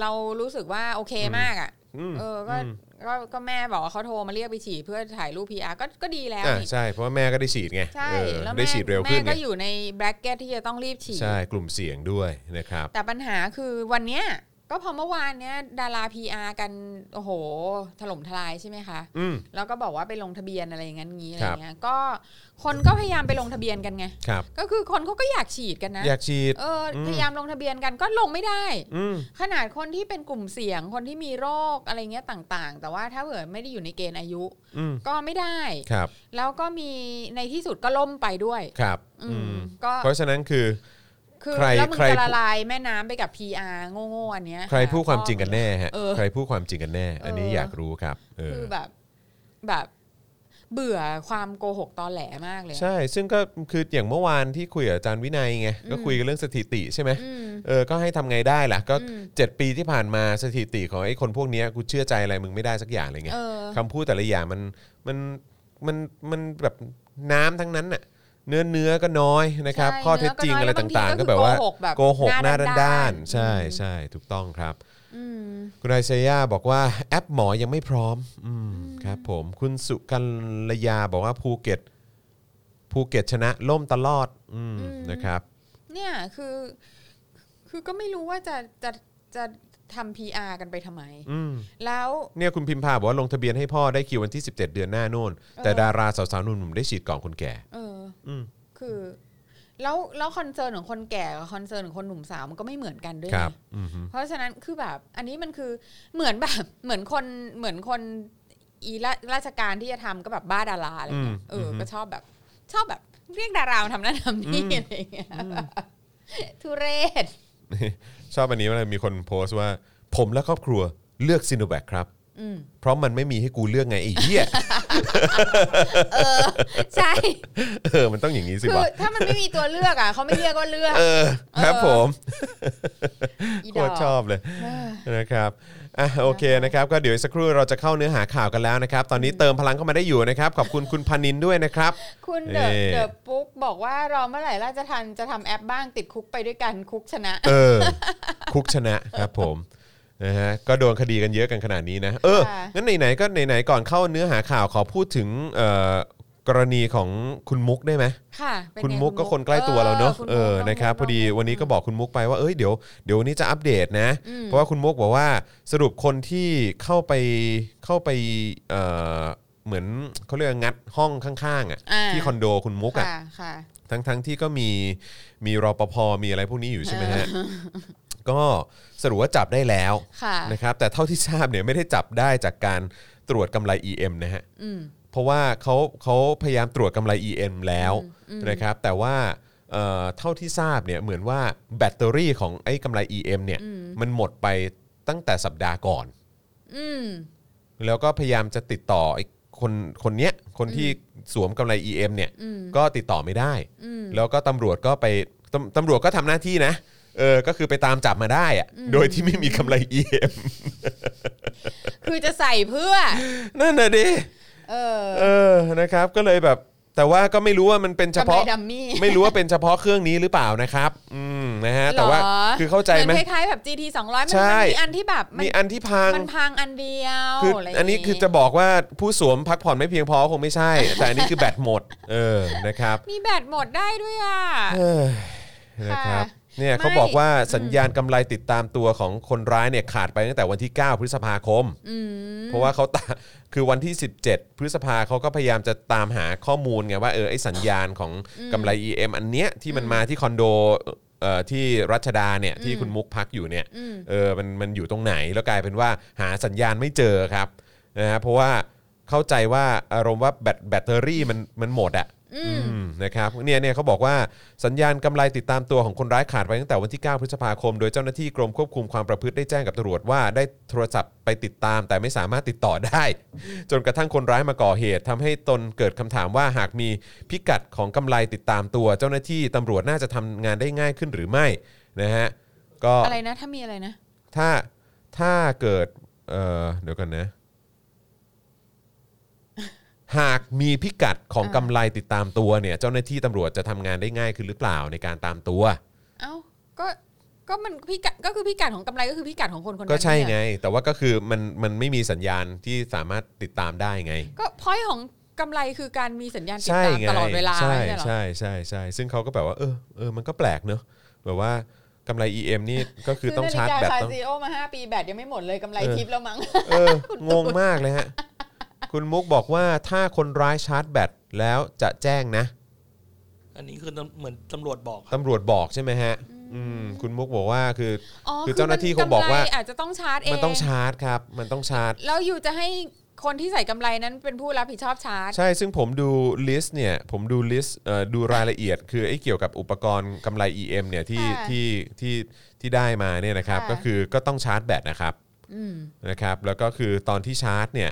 Speaker 4: เรารู้สึกว่าโอเคมากอ่ะ
Speaker 2: อืม
Speaker 4: เออก็
Speaker 2: อืม
Speaker 4: ก็ก็แม่บอกว่าเขาโทรมาเรียกไปฉีดเพื่อถ่ายรูป PR ก็ก็ดีแล้ว
Speaker 2: อ่า
Speaker 4: นี่
Speaker 2: ใช่เพราะว่าแม่ก็ได้ฉีดไง
Speaker 4: ใช่
Speaker 2: เออ
Speaker 4: แล้ว
Speaker 2: ได้
Speaker 4: แม่
Speaker 2: ฉีดเร็ว
Speaker 4: แม่
Speaker 2: ขึ้นไง
Speaker 4: ก็อยู่ในแบล็กเก็ตที่จะต้องรีบฉีด
Speaker 2: ใช่กลุ่มเสี่ยงด้วยนะครับ
Speaker 4: แต่ปัญหาคือวันเนี้ยก็พอเมื่อวานเนี้ยดารา PR กัน โอ้โห ถล่มทลายใช่ไหมคะ
Speaker 2: อืม
Speaker 4: แล้วก็บอกว่าไปลงทะเบียนอะไรอย่างนั้นงี้อะไร
Speaker 2: ครับ
Speaker 4: เงี้ยก็คนก็พยายามไปลงทะเบียนกันไง
Speaker 2: ครับ
Speaker 4: ก็คือคนเขาก็อยากฉีดกันนะ
Speaker 2: อยากฉีด
Speaker 4: เอออ
Speaker 2: ม
Speaker 4: พยายามลงทะเบียนกันก็ลงไม่ได้
Speaker 2: อืม
Speaker 4: ขนาดคนที่เป็นกลุ่มเสี่ยงคนที่มีโรคอะไรเงี้ยต่างๆ แต่ว่าถ้าเผื่อไม่ได้อยู่ในเกณฑ์อายุ
Speaker 2: อืม
Speaker 4: ก็ไม่ได้
Speaker 2: ครับ
Speaker 4: แล้วก็มีในที่สุดก็ล่มไปด้วย
Speaker 2: ครับ
Speaker 4: อื
Speaker 2: อื
Speaker 4: ม
Speaker 2: ม
Speaker 4: ก็
Speaker 2: เพราะฉะนั้นคือ
Speaker 4: คือ
Speaker 2: ใคร
Speaker 4: แล้วมึง
Speaker 2: ใคร
Speaker 4: จะละลายแม่น้ำไปกับ PR โง่ๆอันเนี้ย
Speaker 2: ใคระ พูดความจริงกันแน่ฮะ
Speaker 4: เออ
Speaker 2: ใครพูดความจริงกันแน่ อันนี้
Speaker 4: เออ
Speaker 2: อ
Speaker 4: อ
Speaker 2: ยากรู้ครับเออ
Speaker 4: คือแบบแบบเบื่อความโกหกตอแหลมากเลยอะ
Speaker 2: ใช่ซึ่งก็คืออย่างเมื่อวานที่คุยกับอาจารย์วินัยไงก็คุยกันเรื่องสถิติใช่ไหม
Speaker 4: อืม
Speaker 2: เออ ก็ให้ทำไงได้ล่ะ ก็
Speaker 4: อืม
Speaker 2: 7 ปีที่ผ่านมาสถิติของไอ้คนพวกเนี้ยกูเชื่อใจอะไรมึงไม่ได้สักอย่างเลยไง
Speaker 4: เออ
Speaker 2: คำพูดแต่ละอย่างมันมันมันมันแบบน้ำทั้งนั้นน่ะเนื้อเนื้อก็น้อยนะครับ
Speaker 4: ใช่
Speaker 2: ข้อเท็จจริงอะไร
Speaker 4: เนื้อก็น้อย
Speaker 2: ต่างๆ
Speaker 4: แล้วบางที
Speaker 2: ก็แบบว่า
Speaker 4: ก็โกหกแบบ
Speaker 2: โกหกห
Speaker 4: ห
Speaker 2: น้า
Speaker 4: น้าด้า
Speaker 2: ด้าน น
Speaker 4: ๆ
Speaker 2: ๆ ใช่ใช่ถูกต้องครับ
Speaker 4: อืม
Speaker 2: คุณไอเซย่าบอกว่าแอปหมอยังไม่พร้อมอืมครับผมคุณสุกัลยาบอกว่าภูเก็ตภูเก็ตชนะล่มตลอดอืม
Speaker 4: อืม
Speaker 2: นะครับ
Speaker 4: เนี่ยคือคือก็ไม่รู้ว่าจะจะจะทำ PR กันไปทำไม
Speaker 2: อืม
Speaker 4: แล้ว
Speaker 2: เนี่ยคุณพิมพาบอกว่าลงทะเบียนให้พ่อได้คิววันที่ 17 เดือนหน้าโน่น แต่ดาราสาวๆหนุ่มๆได้ฉีดก่อนคนแก่
Speaker 4: เอออ
Speaker 2: ม
Speaker 4: คือ แล้วแล้วคอนเซิร์นของคนแก่กับคอนเซิร์นของคนหนุ่มสาวมันก็ไม่เหมือนกันด้วย
Speaker 2: ครับ
Speaker 4: นะเพราะฉะนั้นคือแบบ อันนี้มันคือเหมือนแบบ เหมือนคนเหมือนคนอีราราชการที่จะทำก็แบบบ้าดาราอะไรเงี้ย
Speaker 2: อืม
Speaker 4: เอออ
Speaker 2: ม
Speaker 4: ก็ชอบแบบ ชอบแบบ เรียกดารามาทำนั่นทำนี่อะไรเงี้ย ทุเรศ
Speaker 2: ชอบอันนี้ว่ามีคนโพสต์ว่า ผมและครอบครัวเลือกซิโนแวคครับ
Speaker 4: อืม
Speaker 2: เพราะมันไม่มีให้กูเลือกไงไอ้เหี้ย
Speaker 4: เออ ใช่
Speaker 2: เออมันต้องอย่างนี้ สิ
Speaker 4: คือ
Speaker 2: วะ
Speaker 4: ถ้ามันไม่มีตัวเลือกอ่ะเขาไม่เลือกก็เลือก
Speaker 2: เออครับผม
Speaker 4: อี
Speaker 2: โค
Speaker 4: ดอ
Speaker 2: ตร
Speaker 4: ก
Speaker 2: ชอบเลย
Speaker 4: เออ
Speaker 2: นะครับอ่ะโอเคนะครับ ก็เดี๋ยวอีกสักครู่เราจะเข้าเนื้อหาข่าวกันแล้วนะครับ ตอนนี้เติมพลังเข้ามาได้อยู่นะครับ ขอบคุณคุณพนินด้วยนะครับ
Speaker 4: คุณเดอะ
Speaker 2: เอ่อ
Speaker 4: เดอะปุ๊กบอกว่ารอเมื่อไหร่ราชทันจะทำแอปบ้างติดคุกไปด้วยกันคุกชนะ
Speaker 2: เออ คุกชนะครับผมนะฮะก็โดนคดีกันเยอะกันขนาดนี้นะ เออ
Speaker 4: ค่ะ
Speaker 2: งั้นไหนๆก็ไหนๆก่อนเข้าเนื้อหาข่าวขอพูดถึงเอ่อกรณีของคุณมุกได้ไหม
Speaker 4: ค่ะเป็นไง
Speaker 2: คุณมุกก็คนใกล้ตัวเราเนอะ
Speaker 4: คุณมุก
Speaker 2: เออนะครับ
Speaker 4: ง
Speaker 2: พอดี
Speaker 4: งมุ
Speaker 2: วันนี้ก็บอกคุณมุกไปว่าเอ้ยเดี๋ยวเดี๋ยววันนี้จะอัปเดตนะ
Speaker 4: อืม
Speaker 2: เพราะว่าคุณมุกบอกว่าสรุปคนที่เข้าไปเข้าไปเอ่อเหมือนเขาเรียกว่างัดห้องข้างๆอ่ะ
Speaker 4: อ่า
Speaker 2: ที่คอนโดคุณมุกอ่ะ
Speaker 4: ค่ะค่ะ
Speaker 2: ทั้งทั้งที่ก็มีมีรปภมีอะไรพวกนี้อยู่ใช่ไหมฮะ ก็สรุปว่าจับได้แล้ว
Speaker 4: ค่ะ
Speaker 2: นะครับแต่เท่าที่ทราบเนี่ยไม่ได้จับได้จากการตรวจกำไร EM นะฮะ
Speaker 4: อืม
Speaker 2: เพราะว่าเขาเขาพยายามตรวจกำไร EM แล้วนะครับแต่ว่าเอ่อเท่าที่ทราบเนี่ยเหมือนว่าแบตเตอรี่ของไอ้กำไร EM เนี่ยมันหมดไปตั้งแต่สัปดาห์ก่อน
Speaker 4: อืม
Speaker 2: แล้วก็พยายามจะติดต่อไอ้คนคนเนี้ยคนที่สวมกำไร EM เนี่ย
Speaker 4: อืม
Speaker 2: ก็ติดต่อไม่ได้
Speaker 4: อืม
Speaker 2: แล้วก็ตำรวจก็ไปตำตำรวจก็ทำหน้าที่นะเออก็คือไปตามจับมาได้อะโดยที่ไม่มีกำไร EM
Speaker 4: คือจะใส่เพื่อ
Speaker 2: นั่นน่ะดิ
Speaker 4: เออ
Speaker 2: เออนะครับก็เลยแบบแต่ว่าก็ไม่รู้ว่ามันเป็นเฉ
Speaker 4: กำไร
Speaker 2: พาะ
Speaker 4: ดัมมี่
Speaker 2: ไม่รู้ว่าเป็นเฉพาะเครื่องนี้หรือเปล่านะครับ อืมนะฮะ แต่ว่า
Speaker 4: หร
Speaker 2: คือเข้าใจไหม
Speaker 4: นคล้ายๆแบบ GT 200 มัน
Speaker 2: ใช่
Speaker 4: มันมีอันที่แบบมัน
Speaker 2: มีอันที่พัง
Speaker 4: มันพังอันเดียว
Speaker 2: คือ
Speaker 4: อะไร
Speaker 2: อันนี้คือจะบอกว่าผู้สวมพักผ่อนไม่เพียงพอคงไม่ใช่ แต่อันนี้คือแบตหมด เออนะครับ
Speaker 4: มีแบตหมดได้ด้วยอ่ะ
Speaker 2: เอ้ยนะครับเนี่ย
Speaker 4: ไม่
Speaker 2: เขาบอกว่าสัญญาณกำไรติดตามตัวของคนร้ายเนี่ยขาดไปตั้งแต่วันที่ 9 พฤษภาคม
Speaker 4: อืม
Speaker 2: เพราะว่าเขาตาคือวันที่ 17 พฤษภาเขาก็พยายามจะตามหาข้อมูลไงว่าเออไอสัญญาณของกำไร EM อันเนี้ยที่มันมาที่คอนโดเอ่อที่รัชดาเนี่ยที่คุณมุกพักอยู่เนี่ย
Speaker 4: อืม
Speaker 2: เออมันมันอยู่ตรงไหนแล้วกลายเป็นว่าหาสัญญาณไม่เจอครับนะฮะเพราะว่าเข้าใจว่าอารมณ์ว่าแบตแบตเตอรี่มันมันหมดอะ
Speaker 4: อื
Speaker 2: อื
Speaker 4: ม
Speaker 2: มนะครับเนี่ยเนี่ยเขาบอกว่าสัญญาณกำไรติดตามตัวของคนร้ายขาดไปตั้งแต่วันที่ 9 พฤษภาคม โดยเจ้าหน้าที่กรมควบคุมความประพฤติได้แจ้งกับตำรวจว่าได้โทรศัพท์ไปติดตาม แต่ไม่สามารถติดต่อได้ จนกระทั่งคนร้ายมาก่อเหตุทำให้ตนเกิดคำถามว่าหากมีพิกัดของกำไรติดตามตัว เจ้าหน้าที่ตำรวจน่าจะทำงานได้ง่ายขึ้นหรือไม่นะฮะก็
Speaker 4: อะไรนะ ถ้ามีอะไรนะ
Speaker 2: ถ้าถ้าเกิดเอ่อเดี๋ยวกันนะ หากมีพิกัดของกำไรติดตามตัวเนี่ย เจ้าหน้าที่ตำรวจจะทำงานได้ง่ายขึ้นหรือเปล่าในการตามตัว
Speaker 4: เอ้า ก็ ก็มันพิกัด ก็คือพิกัดของกำไรก็คือพิกัดของคนคนนั้น
Speaker 2: ก็ใช่ไง
Speaker 4: เนี่ย
Speaker 2: แต่ว่าก็คือมันมันไม่มีสัญญาณที่สามารถติดตามได้ไง
Speaker 4: ก็พอยของกำไรคือการมีสัญญาณติด
Speaker 2: ใช่
Speaker 4: ตาม
Speaker 2: ไง
Speaker 4: ตลอดเวลา
Speaker 2: ใช่
Speaker 4: ไม่เหรอ
Speaker 2: ใช่ใช่ใช่ซึ่งเขาก็แบบว่าเออเออมันก็แปลกเนอะแบบว่ากำไร EM นี่ก็คือต้องชาร์จแบตต้
Speaker 4: ซื้นฬิก
Speaker 2: อง
Speaker 4: คซีโอมาห้าปีแบตยังไม่หมดเลยกำไร
Speaker 2: เออ
Speaker 4: ทิปแล้วมั้ง
Speaker 2: เอองงมากเลยฮะ คุณมุกบอกว่าถ้าคนร้ายชาร์จแบตแล้วจะแจ้งนะ
Speaker 3: อันนี้คือตำเหมือนตำรวจบอกครับ
Speaker 2: ตำรวจบอกใช่ไหมฮะ อืม คุณมุกบอกว่าคือ
Speaker 4: อ๋อ
Speaker 2: คือเจ้าหน้าที่คงบอกว่า
Speaker 4: ำไรอาจจะต้องชาร์จเอง
Speaker 2: มันต้องชาร์จครับ มันต้องชาร์จ
Speaker 4: แล้วอยู่จะให้คนที่ใส่กำไรนั้นเป็นผู้รับผิดชอบชาร์จ
Speaker 2: ใช่ ซึ่งผมดูลิสต์เนี่ย ผมดูลิสต์เอ่อดูรายละเอียด คือไอ้เกี่ยวกับอุปกรณ์กำไร EM เนี่ยที่
Speaker 4: ค่ะ
Speaker 2: ที่ที่ที่ได้มาเนี่ยนะครับ
Speaker 4: ค่ะ
Speaker 2: ก็คือก็ต้องชาร์จแบตนะครับ
Speaker 4: อืม
Speaker 2: นะครับแล้วก็คือตอนที่ชาร์จเนี่ย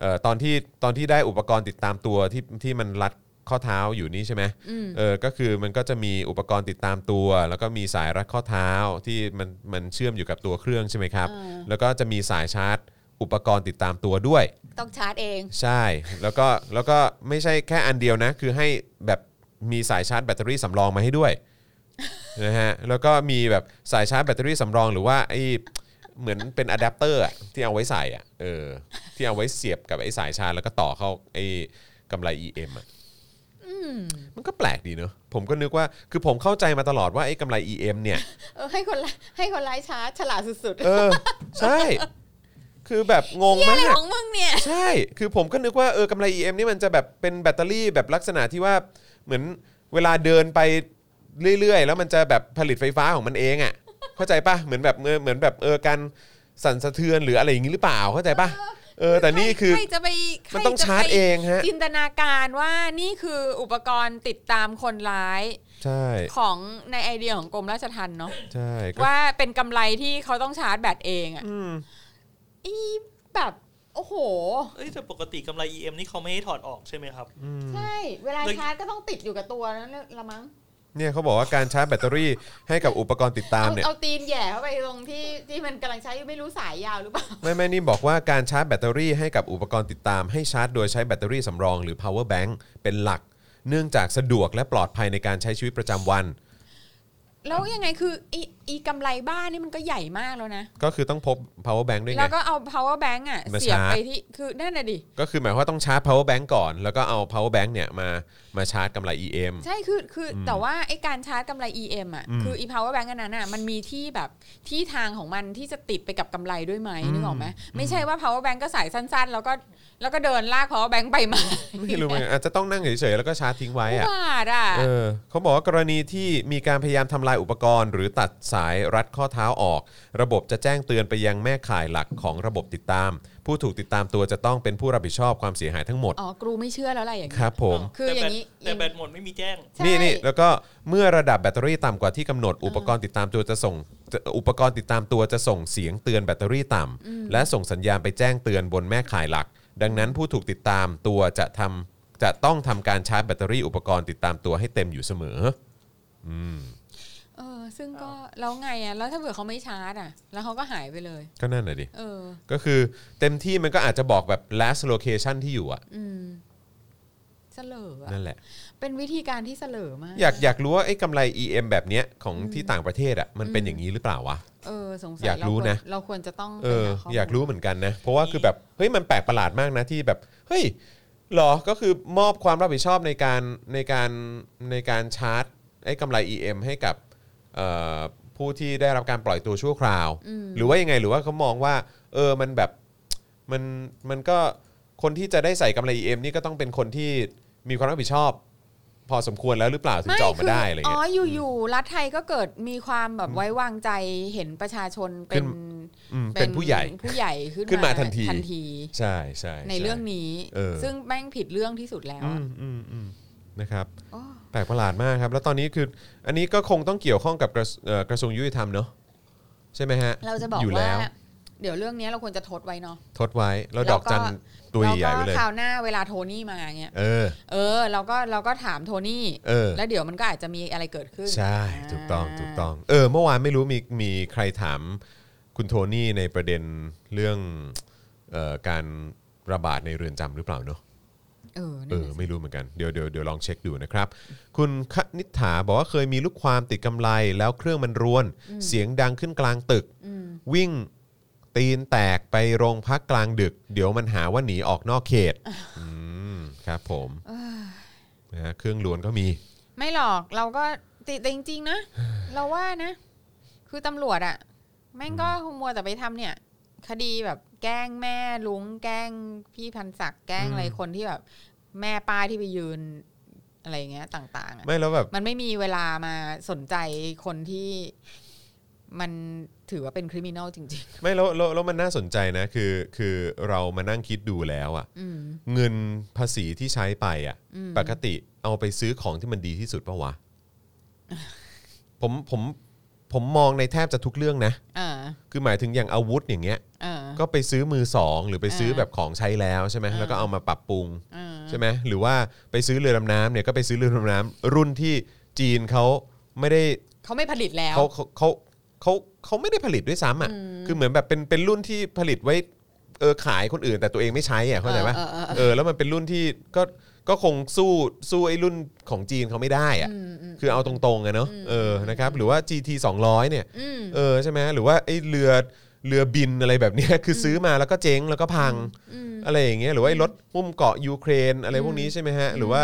Speaker 2: เอ่อตอนที่ตอนที่ได้อุปกรณ์ติดตามตัวที่ที่มันรัดข้อเท้าอยู่นี่ใช่ไหม
Speaker 4: อืม
Speaker 2: เออก็คือมันก็จะมีอุปกรณ์ติดตามตัว แล้วก็มีสายรัดข้อเท้าที่มันมันเชื่อมอยู่กับตัวเครื่องใช่ไหมครับแล้วก็จะมีสายชาร์จ อุปกรณ์ติดตามตัวด้วย
Speaker 4: ต้องชาร์จเอง
Speaker 2: ใช่แล้วก็แล้วก็ไม่ใช่แค่อันเดียวนะ คือให้แบบมีสายชาร์จแบตเตอรี่สำรองมาให้ด้วย นะฮะแล้วก็มีแบบสายชาร์จแบตเตอรี่สำรองหรือว่าไอ้เหมือนเป็นอะแดปเตอร์อะที่เอาไว้ใส่อ่ะเออที่เอาไว้เสียบกับไอ้สายชาร์จแล้วก็ต่อเข้าไอ้กำไร EM อ่ะมันก็แปลกดีเนอะผมก็นึกว่าคือผมเข้าใจมาตลอดว่าไอ้กำไร EM เนี่ย
Speaker 4: เออให้คนร้ายให้คนร้ายชาร์จฉลาดสุดๆ
Speaker 2: เออ ใช่ คือแบบงง
Speaker 4: อะไร
Speaker 2: มาก
Speaker 4: ของมึงเนี่ย
Speaker 2: ใช่ คือผมก็นึกว่าเออกำไร EM นี่มันจะแบบเป็นแบตเตอรี่แบบลักษณะที่ว่าเหมือนเวลาเดินไปเรื่อยๆ แล้วมันจะแบบผลิตไฟฟ้าของมันเองอะ่ะ เข้าใจปะเหมือนแบบเออเหมือนแบบเออการสั่นสะเทือนหรืออะไรอย่างนี้หรือเปล่าเข้าใจปะเออ แต่นี่คือ
Speaker 4: ใครจะไปใค
Speaker 2: มั
Speaker 4: ร
Speaker 2: น
Speaker 4: จะไป
Speaker 2: ต้องชาร์จเองฮะ
Speaker 4: จินตนาการว่านี่คืออุปกรณ์ติดตามคนร้าย
Speaker 2: ใช่
Speaker 4: ของในไอเดียของกรมราชทัณฑ์เนาะ
Speaker 2: ใช่ก็
Speaker 4: ว่าเป็นกำไรที่เขาต้องชาร์จแบตเองอะ
Speaker 2: อืม
Speaker 4: อีแบบ โอ้โห
Speaker 3: เอ้ยแต่ปกติกำไร EM นี่เขาไม่ให้ถอดออกใช่ไหมครับ
Speaker 4: ใช่ เวลา
Speaker 3: เลย
Speaker 4: ชาร์จก็ต้องติดอยู่กับตัวนั่นละมั้ง
Speaker 2: เนี่ยเขาบอกว่าการชาร์จแบตเตอรี่ให้กับอุปกรณ์ติดตาม
Speaker 4: เอา
Speaker 2: เนี่ย
Speaker 4: เอาตีนแหย่เข้าไปตรงที่ที่มันกำลังใช้อยู่ไม่รู้สายยาวหรือเปล่า
Speaker 2: ไม่ไม่นี่บอกว่าการชาร์จแบตเตอรี่ให้กับอุปกรณ์ติดตามให้ชาร์จโดยใช้แบตเตอรี่สำรองหรือ power bank เป็นหลัก เนื่องจากสะดวกและปลอดภัยในการใช้ชีวิตประจำวัน
Speaker 4: แล้วยังไงคืออีอีกำไรบ้านนี่มันก็ใหญ่มากแล้วนะ
Speaker 2: ก็คือต้องพบ power bank ด้วยไง
Speaker 4: แล้วก็เอา power bank อ่ะ
Speaker 2: มา
Speaker 4: เสียบ
Speaker 2: ชาร์จ
Speaker 4: ไปที่คือนั่นน่ะดิ
Speaker 2: ก็คือหมายความว่าต้องชาร์จ power bank ก่อน แล้วก็เอา power bank เนี่ยมามาชาร์จกำไร EM
Speaker 4: ใช่คือคืออแต่ว่าไอ้การชาร์จกำไร EM อ่ะ
Speaker 2: อืม
Speaker 4: คืออี power bank อันนั้นอ่ะมันมีที่แบบที่ทางของมันที่จะติดไปกับกำไรด้วยไหมนึกออกไหมไม่ใช่ว่า power bank ก็สายสั้น ๆ แล้วก็แล้วก็เดินลาก power bank ไปมา
Speaker 2: ไม่รู้เหมือนกันอาจจะต้องนั่งเฉยๆแล้วก็ชาร์จทิ้งไว้อะ
Speaker 4: บาทอ่ะ
Speaker 2: เออเขาบอกว่ากรณีที่มีการพยายามทำลายอุปกรณ์ หรือตัดสายรัดข้อเท้าออก ระบบจะแจ้งเตือนไปยังแม่ข่ายหลักของระบบติดตาม ผู้ถูกติดตามตัวจะต้องเป็นผู้รับผิดชอบความเสียหายทั้งหมด
Speaker 4: อ๋อกรูไม่เชื่อแล้วอะไรอย่า
Speaker 2: ค
Speaker 4: งเงี้ย
Speaker 2: รับผม
Speaker 4: คือ
Speaker 3: แต่
Speaker 4: อ
Speaker 3: แบต
Speaker 4: ย่างนี้
Speaker 3: แต่แบตหมดไม่มีแจ้ง
Speaker 4: ใช่
Speaker 2: นี่นี่แล้วก็เมื่อระดับแบตเตอรี่ต่ำกว่าที่กำหนดอุปกรณ์ติดตามตัวจะส่งจะอุปกรณ์ติดตามตัวจะส่งเสียงเตือนแบตเตอรี่ต่ำและส่งสัญญาณไปแจ้งเตือนบนแม่ข่ายหลัก ดังนั้นผู้ถูกติดตามตัวจะทำจะต้องทำการชาร์จแบตเตอรี่อุปกรณ์ติดตามตัวให้เต็มอยู่เสมอ
Speaker 4: เออซึ่งก็แล้วไงอ่ะแล้วถ้าเผื่อเขาไม่ชาร์จอ่ะ แล้วเขาก็หายไปเลย
Speaker 2: ก็นั่นแหละดิ
Speaker 4: เออ
Speaker 2: ก็คือเต็มที่มันก็อาจจะบอกแบบ last location ที่อยู่อะ
Speaker 4: อืมเสลออ่ะ
Speaker 2: นั่นแหละ
Speaker 4: เป็นวิธีการที่เสลอมาก
Speaker 2: อยากอยากรู้ว่าไอ้กำไร EM แบบเนี้ยของที่ต่างประเทศอะมันเป็นอย่างนี้หรือเปล่าวะ
Speaker 4: เออสงสัย
Speaker 2: อยากรู้นะ
Speaker 4: เราควรเราควรจะต้อง
Speaker 2: เออ
Speaker 4: ไปหข้มูล
Speaker 2: อยากรู้เหมือนกันนะ เพราะว่าคือแบบเฮ้ยมันแปลกประหลาดมากนะที่แบบเฮ้ยเหรอก็คือมอบความรับผิดชอบในการในการในการชาร์จไอ้กำไร EM ให้กับเอ่อผู้ที่ได้รับการปล่อยตัวชั่วคราว หรือว่ายังไงหรือว่าเขามองว่าเออมันแบบมันมันก็คนที่จะได้ใส่กำไร EM นี่ก็ต้องเป็นคนที่มีความรับผิดชอบ พอสมควรแล้วหรือเปล่าถึง
Speaker 4: ไม่
Speaker 2: จะออกมา
Speaker 4: คือ
Speaker 2: ได้อะไร
Speaker 4: อ๋
Speaker 2: เงี้
Speaker 4: อย อยู่ๆรัฐไทยก็เกิดมีความแบบไว้วางใจเห็นประชาชนเป็น
Speaker 2: ขึ้น อืมเป็นผู้ใหญ่
Speaker 4: ผู้ใหญ่
Speaker 2: ขึ้นมาทันที
Speaker 4: ทันที
Speaker 2: ใช่ใช่ช่
Speaker 4: ในเรื่องนี้
Speaker 2: เออ
Speaker 4: ซึ่งแม่งผิดเรื่องที่สุดแล้ว
Speaker 2: อื
Speaker 4: อะ
Speaker 2: มอืมอืมนะครับ
Speaker 4: โอ้
Speaker 2: แปลกประหลาดมากครับ แล้วตอนนี้คืออันนี้ก็คงต้องเกี่ยวข้องกับกระเอ่อกระทรวงยุติธรรมเนอะใช่ไหมฮะ
Speaker 4: เราจะบอก
Speaker 2: ยู่
Speaker 4: ว่า
Speaker 2: แล้ว
Speaker 4: เดี๋ยวเรื่องนี้เราควรจะทดไว้เนาะ
Speaker 2: ทดไว้แล้ว
Speaker 4: แล้
Speaker 2: ดอ
Speaker 4: วก็
Speaker 2: กจันตัว
Speaker 4: แล้ว
Speaker 2: ให
Speaker 4: ก็
Speaker 2: ญ่ๆไปเลย
Speaker 4: คราวหน้าเวลาโทนี่มาเงี้ย
Speaker 2: เออ
Speaker 4: เออเราก็เราก็ถามโทนี่
Speaker 2: เออ
Speaker 4: แล้วเดี๋ยวมันก็อาจจะมีอะไรเกิดขึ้น
Speaker 2: ใช่ถูกต้องถูกต้อง เออ เมื่อวานไม่รู้มีมีใครถามคุณโทนี่ในประเด็นเรื่องเอ่อการระบาดในเรือนจำหรือเปล่าเนอะ
Speaker 4: เออ
Speaker 2: เอ
Speaker 4: นั่น
Speaker 2: อ
Speaker 4: น่ะสิ
Speaker 2: ไม่รู้เหมือนกันเดี๋ยวเดี๋ยวเดี๋ยวลองเช็คดูนะครับ คุณคณิษฐาบอกว่าเคยมีลูกความติดกำไรแล้วเครื่องมันรวน เสียงดังขึ้นกลางตึก วิ่งตีนแตกไปโรงพักกลางดึก เดี๋ยวมันหาว่าหนีออกนอกเขตอืมครับผมนะฮะเครื่องรวนก็มี
Speaker 4: ไม่หรอกเราก็ติดแต่จริงๆนะ เราว่านะ คือตำรวจอะแม่งก็คงมัวแต่ไปทำเนี่ย คดีแบบแกล้งแม่ลุงแกล้งพี่พันศักดิ์แกล้ง
Speaker 2: อืม
Speaker 4: อะไรคนที่แบบ แม่ป้าที่ไปยืนอะไรอย่างเงี้ยต่าง ๆอะ
Speaker 2: ไม่แล้วแบบ
Speaker 4: มันไม่มีเวลามาสนใจคนที่มันถือว่าเป็นคริมินอลจริง
Speaker 2: ไม่แล้วแล้วแล้วมันน่าสนใจนะคือคือเรามานั่งคิดดูแล้วอะ
Speaker 4: ๆ อืม
Speaker 2: เงินภาษีที่ใช้ไปอะ
Speaker 4: อืม
Speaker 2: ปกติเอาไปซื้อของที่มันดีที่สุดปะวะ ผมผมผมมองในแทบจะทุกเรื่องนะ
Speaker 4: เออ
Speaker 2: คือหมายถึงอย่างอาวุธอย่างเงี้ย
Speaker 4: เออ
Speaker 2: ก็ไปซื้อมือสอง หรือไปซื้อ
Speaker 4: เออ
Speaker 2: แบบของใช้แล้วใช่ไหม
Speaker 4: เออ
Speaker 2: แล้วก็เอามาปรับปรุง
Speaker 4: เออ
Speaker 2: ใช่ไหมหรือว่าไปซื้อเรือดำน้ำเนี่ยก็ไปซื้อเรือดำน้ำรุ่นที่จีนเขาไม่ได้
Speaker 4: เขาไม่ผลิตแล้ว
Speaker 2: เขาเขาเขาเขาเขาไม่ได้ผลิตด้วยซ้ำอ่ะ
Speaker 4: อืม
Speaker 2: คือเหมือนแบบเป็นเป็นรุ่นที่ผลิตไว้เออขายคนอื่น แต่ตัวเองไม่ใช้อ่ะเข้าใจปะ
Speaker 4: เออเออเออ
Speaker 2: เออแล้วมันเป็นรุ่นที่ก็ก็คงสู้สู้ไอ้รุ่นของจีนเขาไม่ได้อ่ะ
Speaker 4: อืมอืม
Speaker 2: คือเอาตรงๆอะเนอะเออนะครับหรือว่า GT 200เนี่ย
Speaker 4: อืม
Speaker 2: เออใช่ไหมหรือว่าไอ้เรือเรือบินอะไรแบบเนี้ย คือซื้อมาแล้วก็เจ๊งแล้วก็พัง
Speaker 4: อืม
Speaker 2: อะไรอย่างเงี้ยหรือว่าไอ้รถหุ้มเกาะยูเครนอะไรพวกนี้ใช่ไหมฮะหรือว่า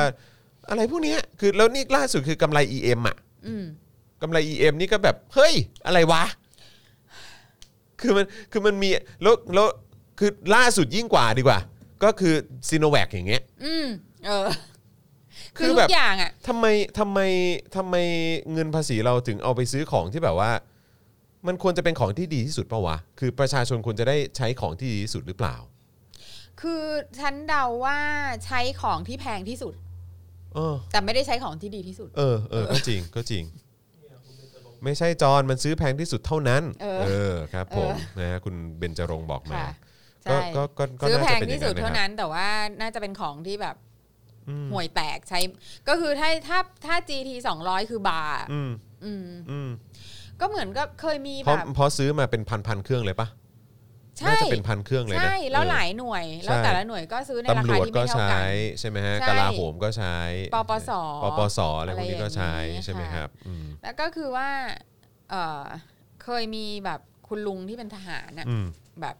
Speaker 2: อะไรพวกเนี้ยคือแล้วนี่ล่าสุดคือกำไร EM อ่ะ
Speaker 4: อืม
Speaker 2: กำไร EM นี่ก็แบบเฮ้ยอะไรวะ คือมันคือมันมีแล้วแล้วคือล่าสุดยิ่งกว่าดีกว่า ก็คือซีโนแวคอย่างเงี้ย
Speaker 4: อืม เออ
Speaker 2: คื
Speaker 4: คือ
Speaker 2: อ
Speaker 4: ทุ
Speaker 2: แบ
Speaker 4: ก
Speaker 2: บ
Speaker 4: อย่างอ่ะ
Speaker 2: ทำไมทำไมทำไมเงินภาษีเราถึงเอาไปซื้อของที่แบบว่า มันควรจะเป็นของที่ดีที่สุดปะวะ คือประชาชนควรจะได้ใช้ของที่ดีที่สุดหรือเปล่า
Speaker 4: คือฉันเดาว่าใช้ของที่แพงที่สุด
Speaker 2: เออ
Speaker 4: แต่ไม่ได้ใช้ของที่ดีที่สุด
Speaker 2: เออเออก็จริงก็จริง ไม่ใช่จอนมันซื้อแพงที่สุดเท่านั้น
Speaker 4: เออ
Speaker 2: ครับผมนะฮะคุณเบญจรงค์บอกมา
Speaker 4: ค่ะ ใช่
Speaker 2: ก็ก็ก็ก็
Speaker 4: ซื้อ
Speaker 2: น่า
Speaker 4: แพ
Speaker 2: จะ
Speaker 4: ง
Speaker 2: เป็นอย่า
Speaker 4: ที่
Speaker 2: ง
Speaker 4: สุ
Speaker 2: นั้
Speaker 4: ด
Speaker 2: นนะ
Speaker 4: เท่า
Speaker 2: ครับ
Speaker 4: นั้นแต่ว่าน่าจะเป็นของที่แบบ
Speaker 2: อืม
Speaker 4: ห่วยแตกใช้ ก็คือถ้าถ้าถ้า GT 200 คือบาร์
Speaker 2: อืม
Speaker 4: อืม
Speaker 2: อืม
Speaker 4: ก็เหมือนก็เคยมี
Speaker 2: เพ
Speaker 4: แบ
Speaker 2: ราะ
Speaker 4: บ
Speaker 2: เพราะซื้อมาเป็นพันพันๆเครื่องเลยปะ
Speaker 4: ใช่
Speaker 2: น่าจะเป็นพันเครื่องเลยนะ
Speaker 4: ใช่แล้ว
Speaker 2: เออ
Speaker 4: หลายหน่วย
Speaker 2: ใช่
Speaker 4: แล้วแต่ละหน่วยก็ซื้อในรา
Speaker 2: ตำร
Speaker 4: คาว
Speaker 2: จ
Speaker 4: ที่
Speaker 2: ก็
Speaker 4: ไม่เท่า
Speaker 2: ใช้
Speaker 4: กัน
Speaker 2: ใช่ไหมฮะ
Speaker 4: ใช่
Speaker 2: กลาโหมก็ใช้
Speaker 4: ปปส
Speaker 2: ปปสอะไรพวกนี้ก็ใช้
Speaker 4: อะไรอย่างนี้
Speaker 2: ใช่ไหมค
Speaker 4: ค่ะ
Speaker 2: รับอืม
Speaker 4: แล้วก็คือว่าเออเคยมีแบบคุณลุงที่เป็นทหารน่ะ
Speaker 2: อืม
Speaker 4: แบบ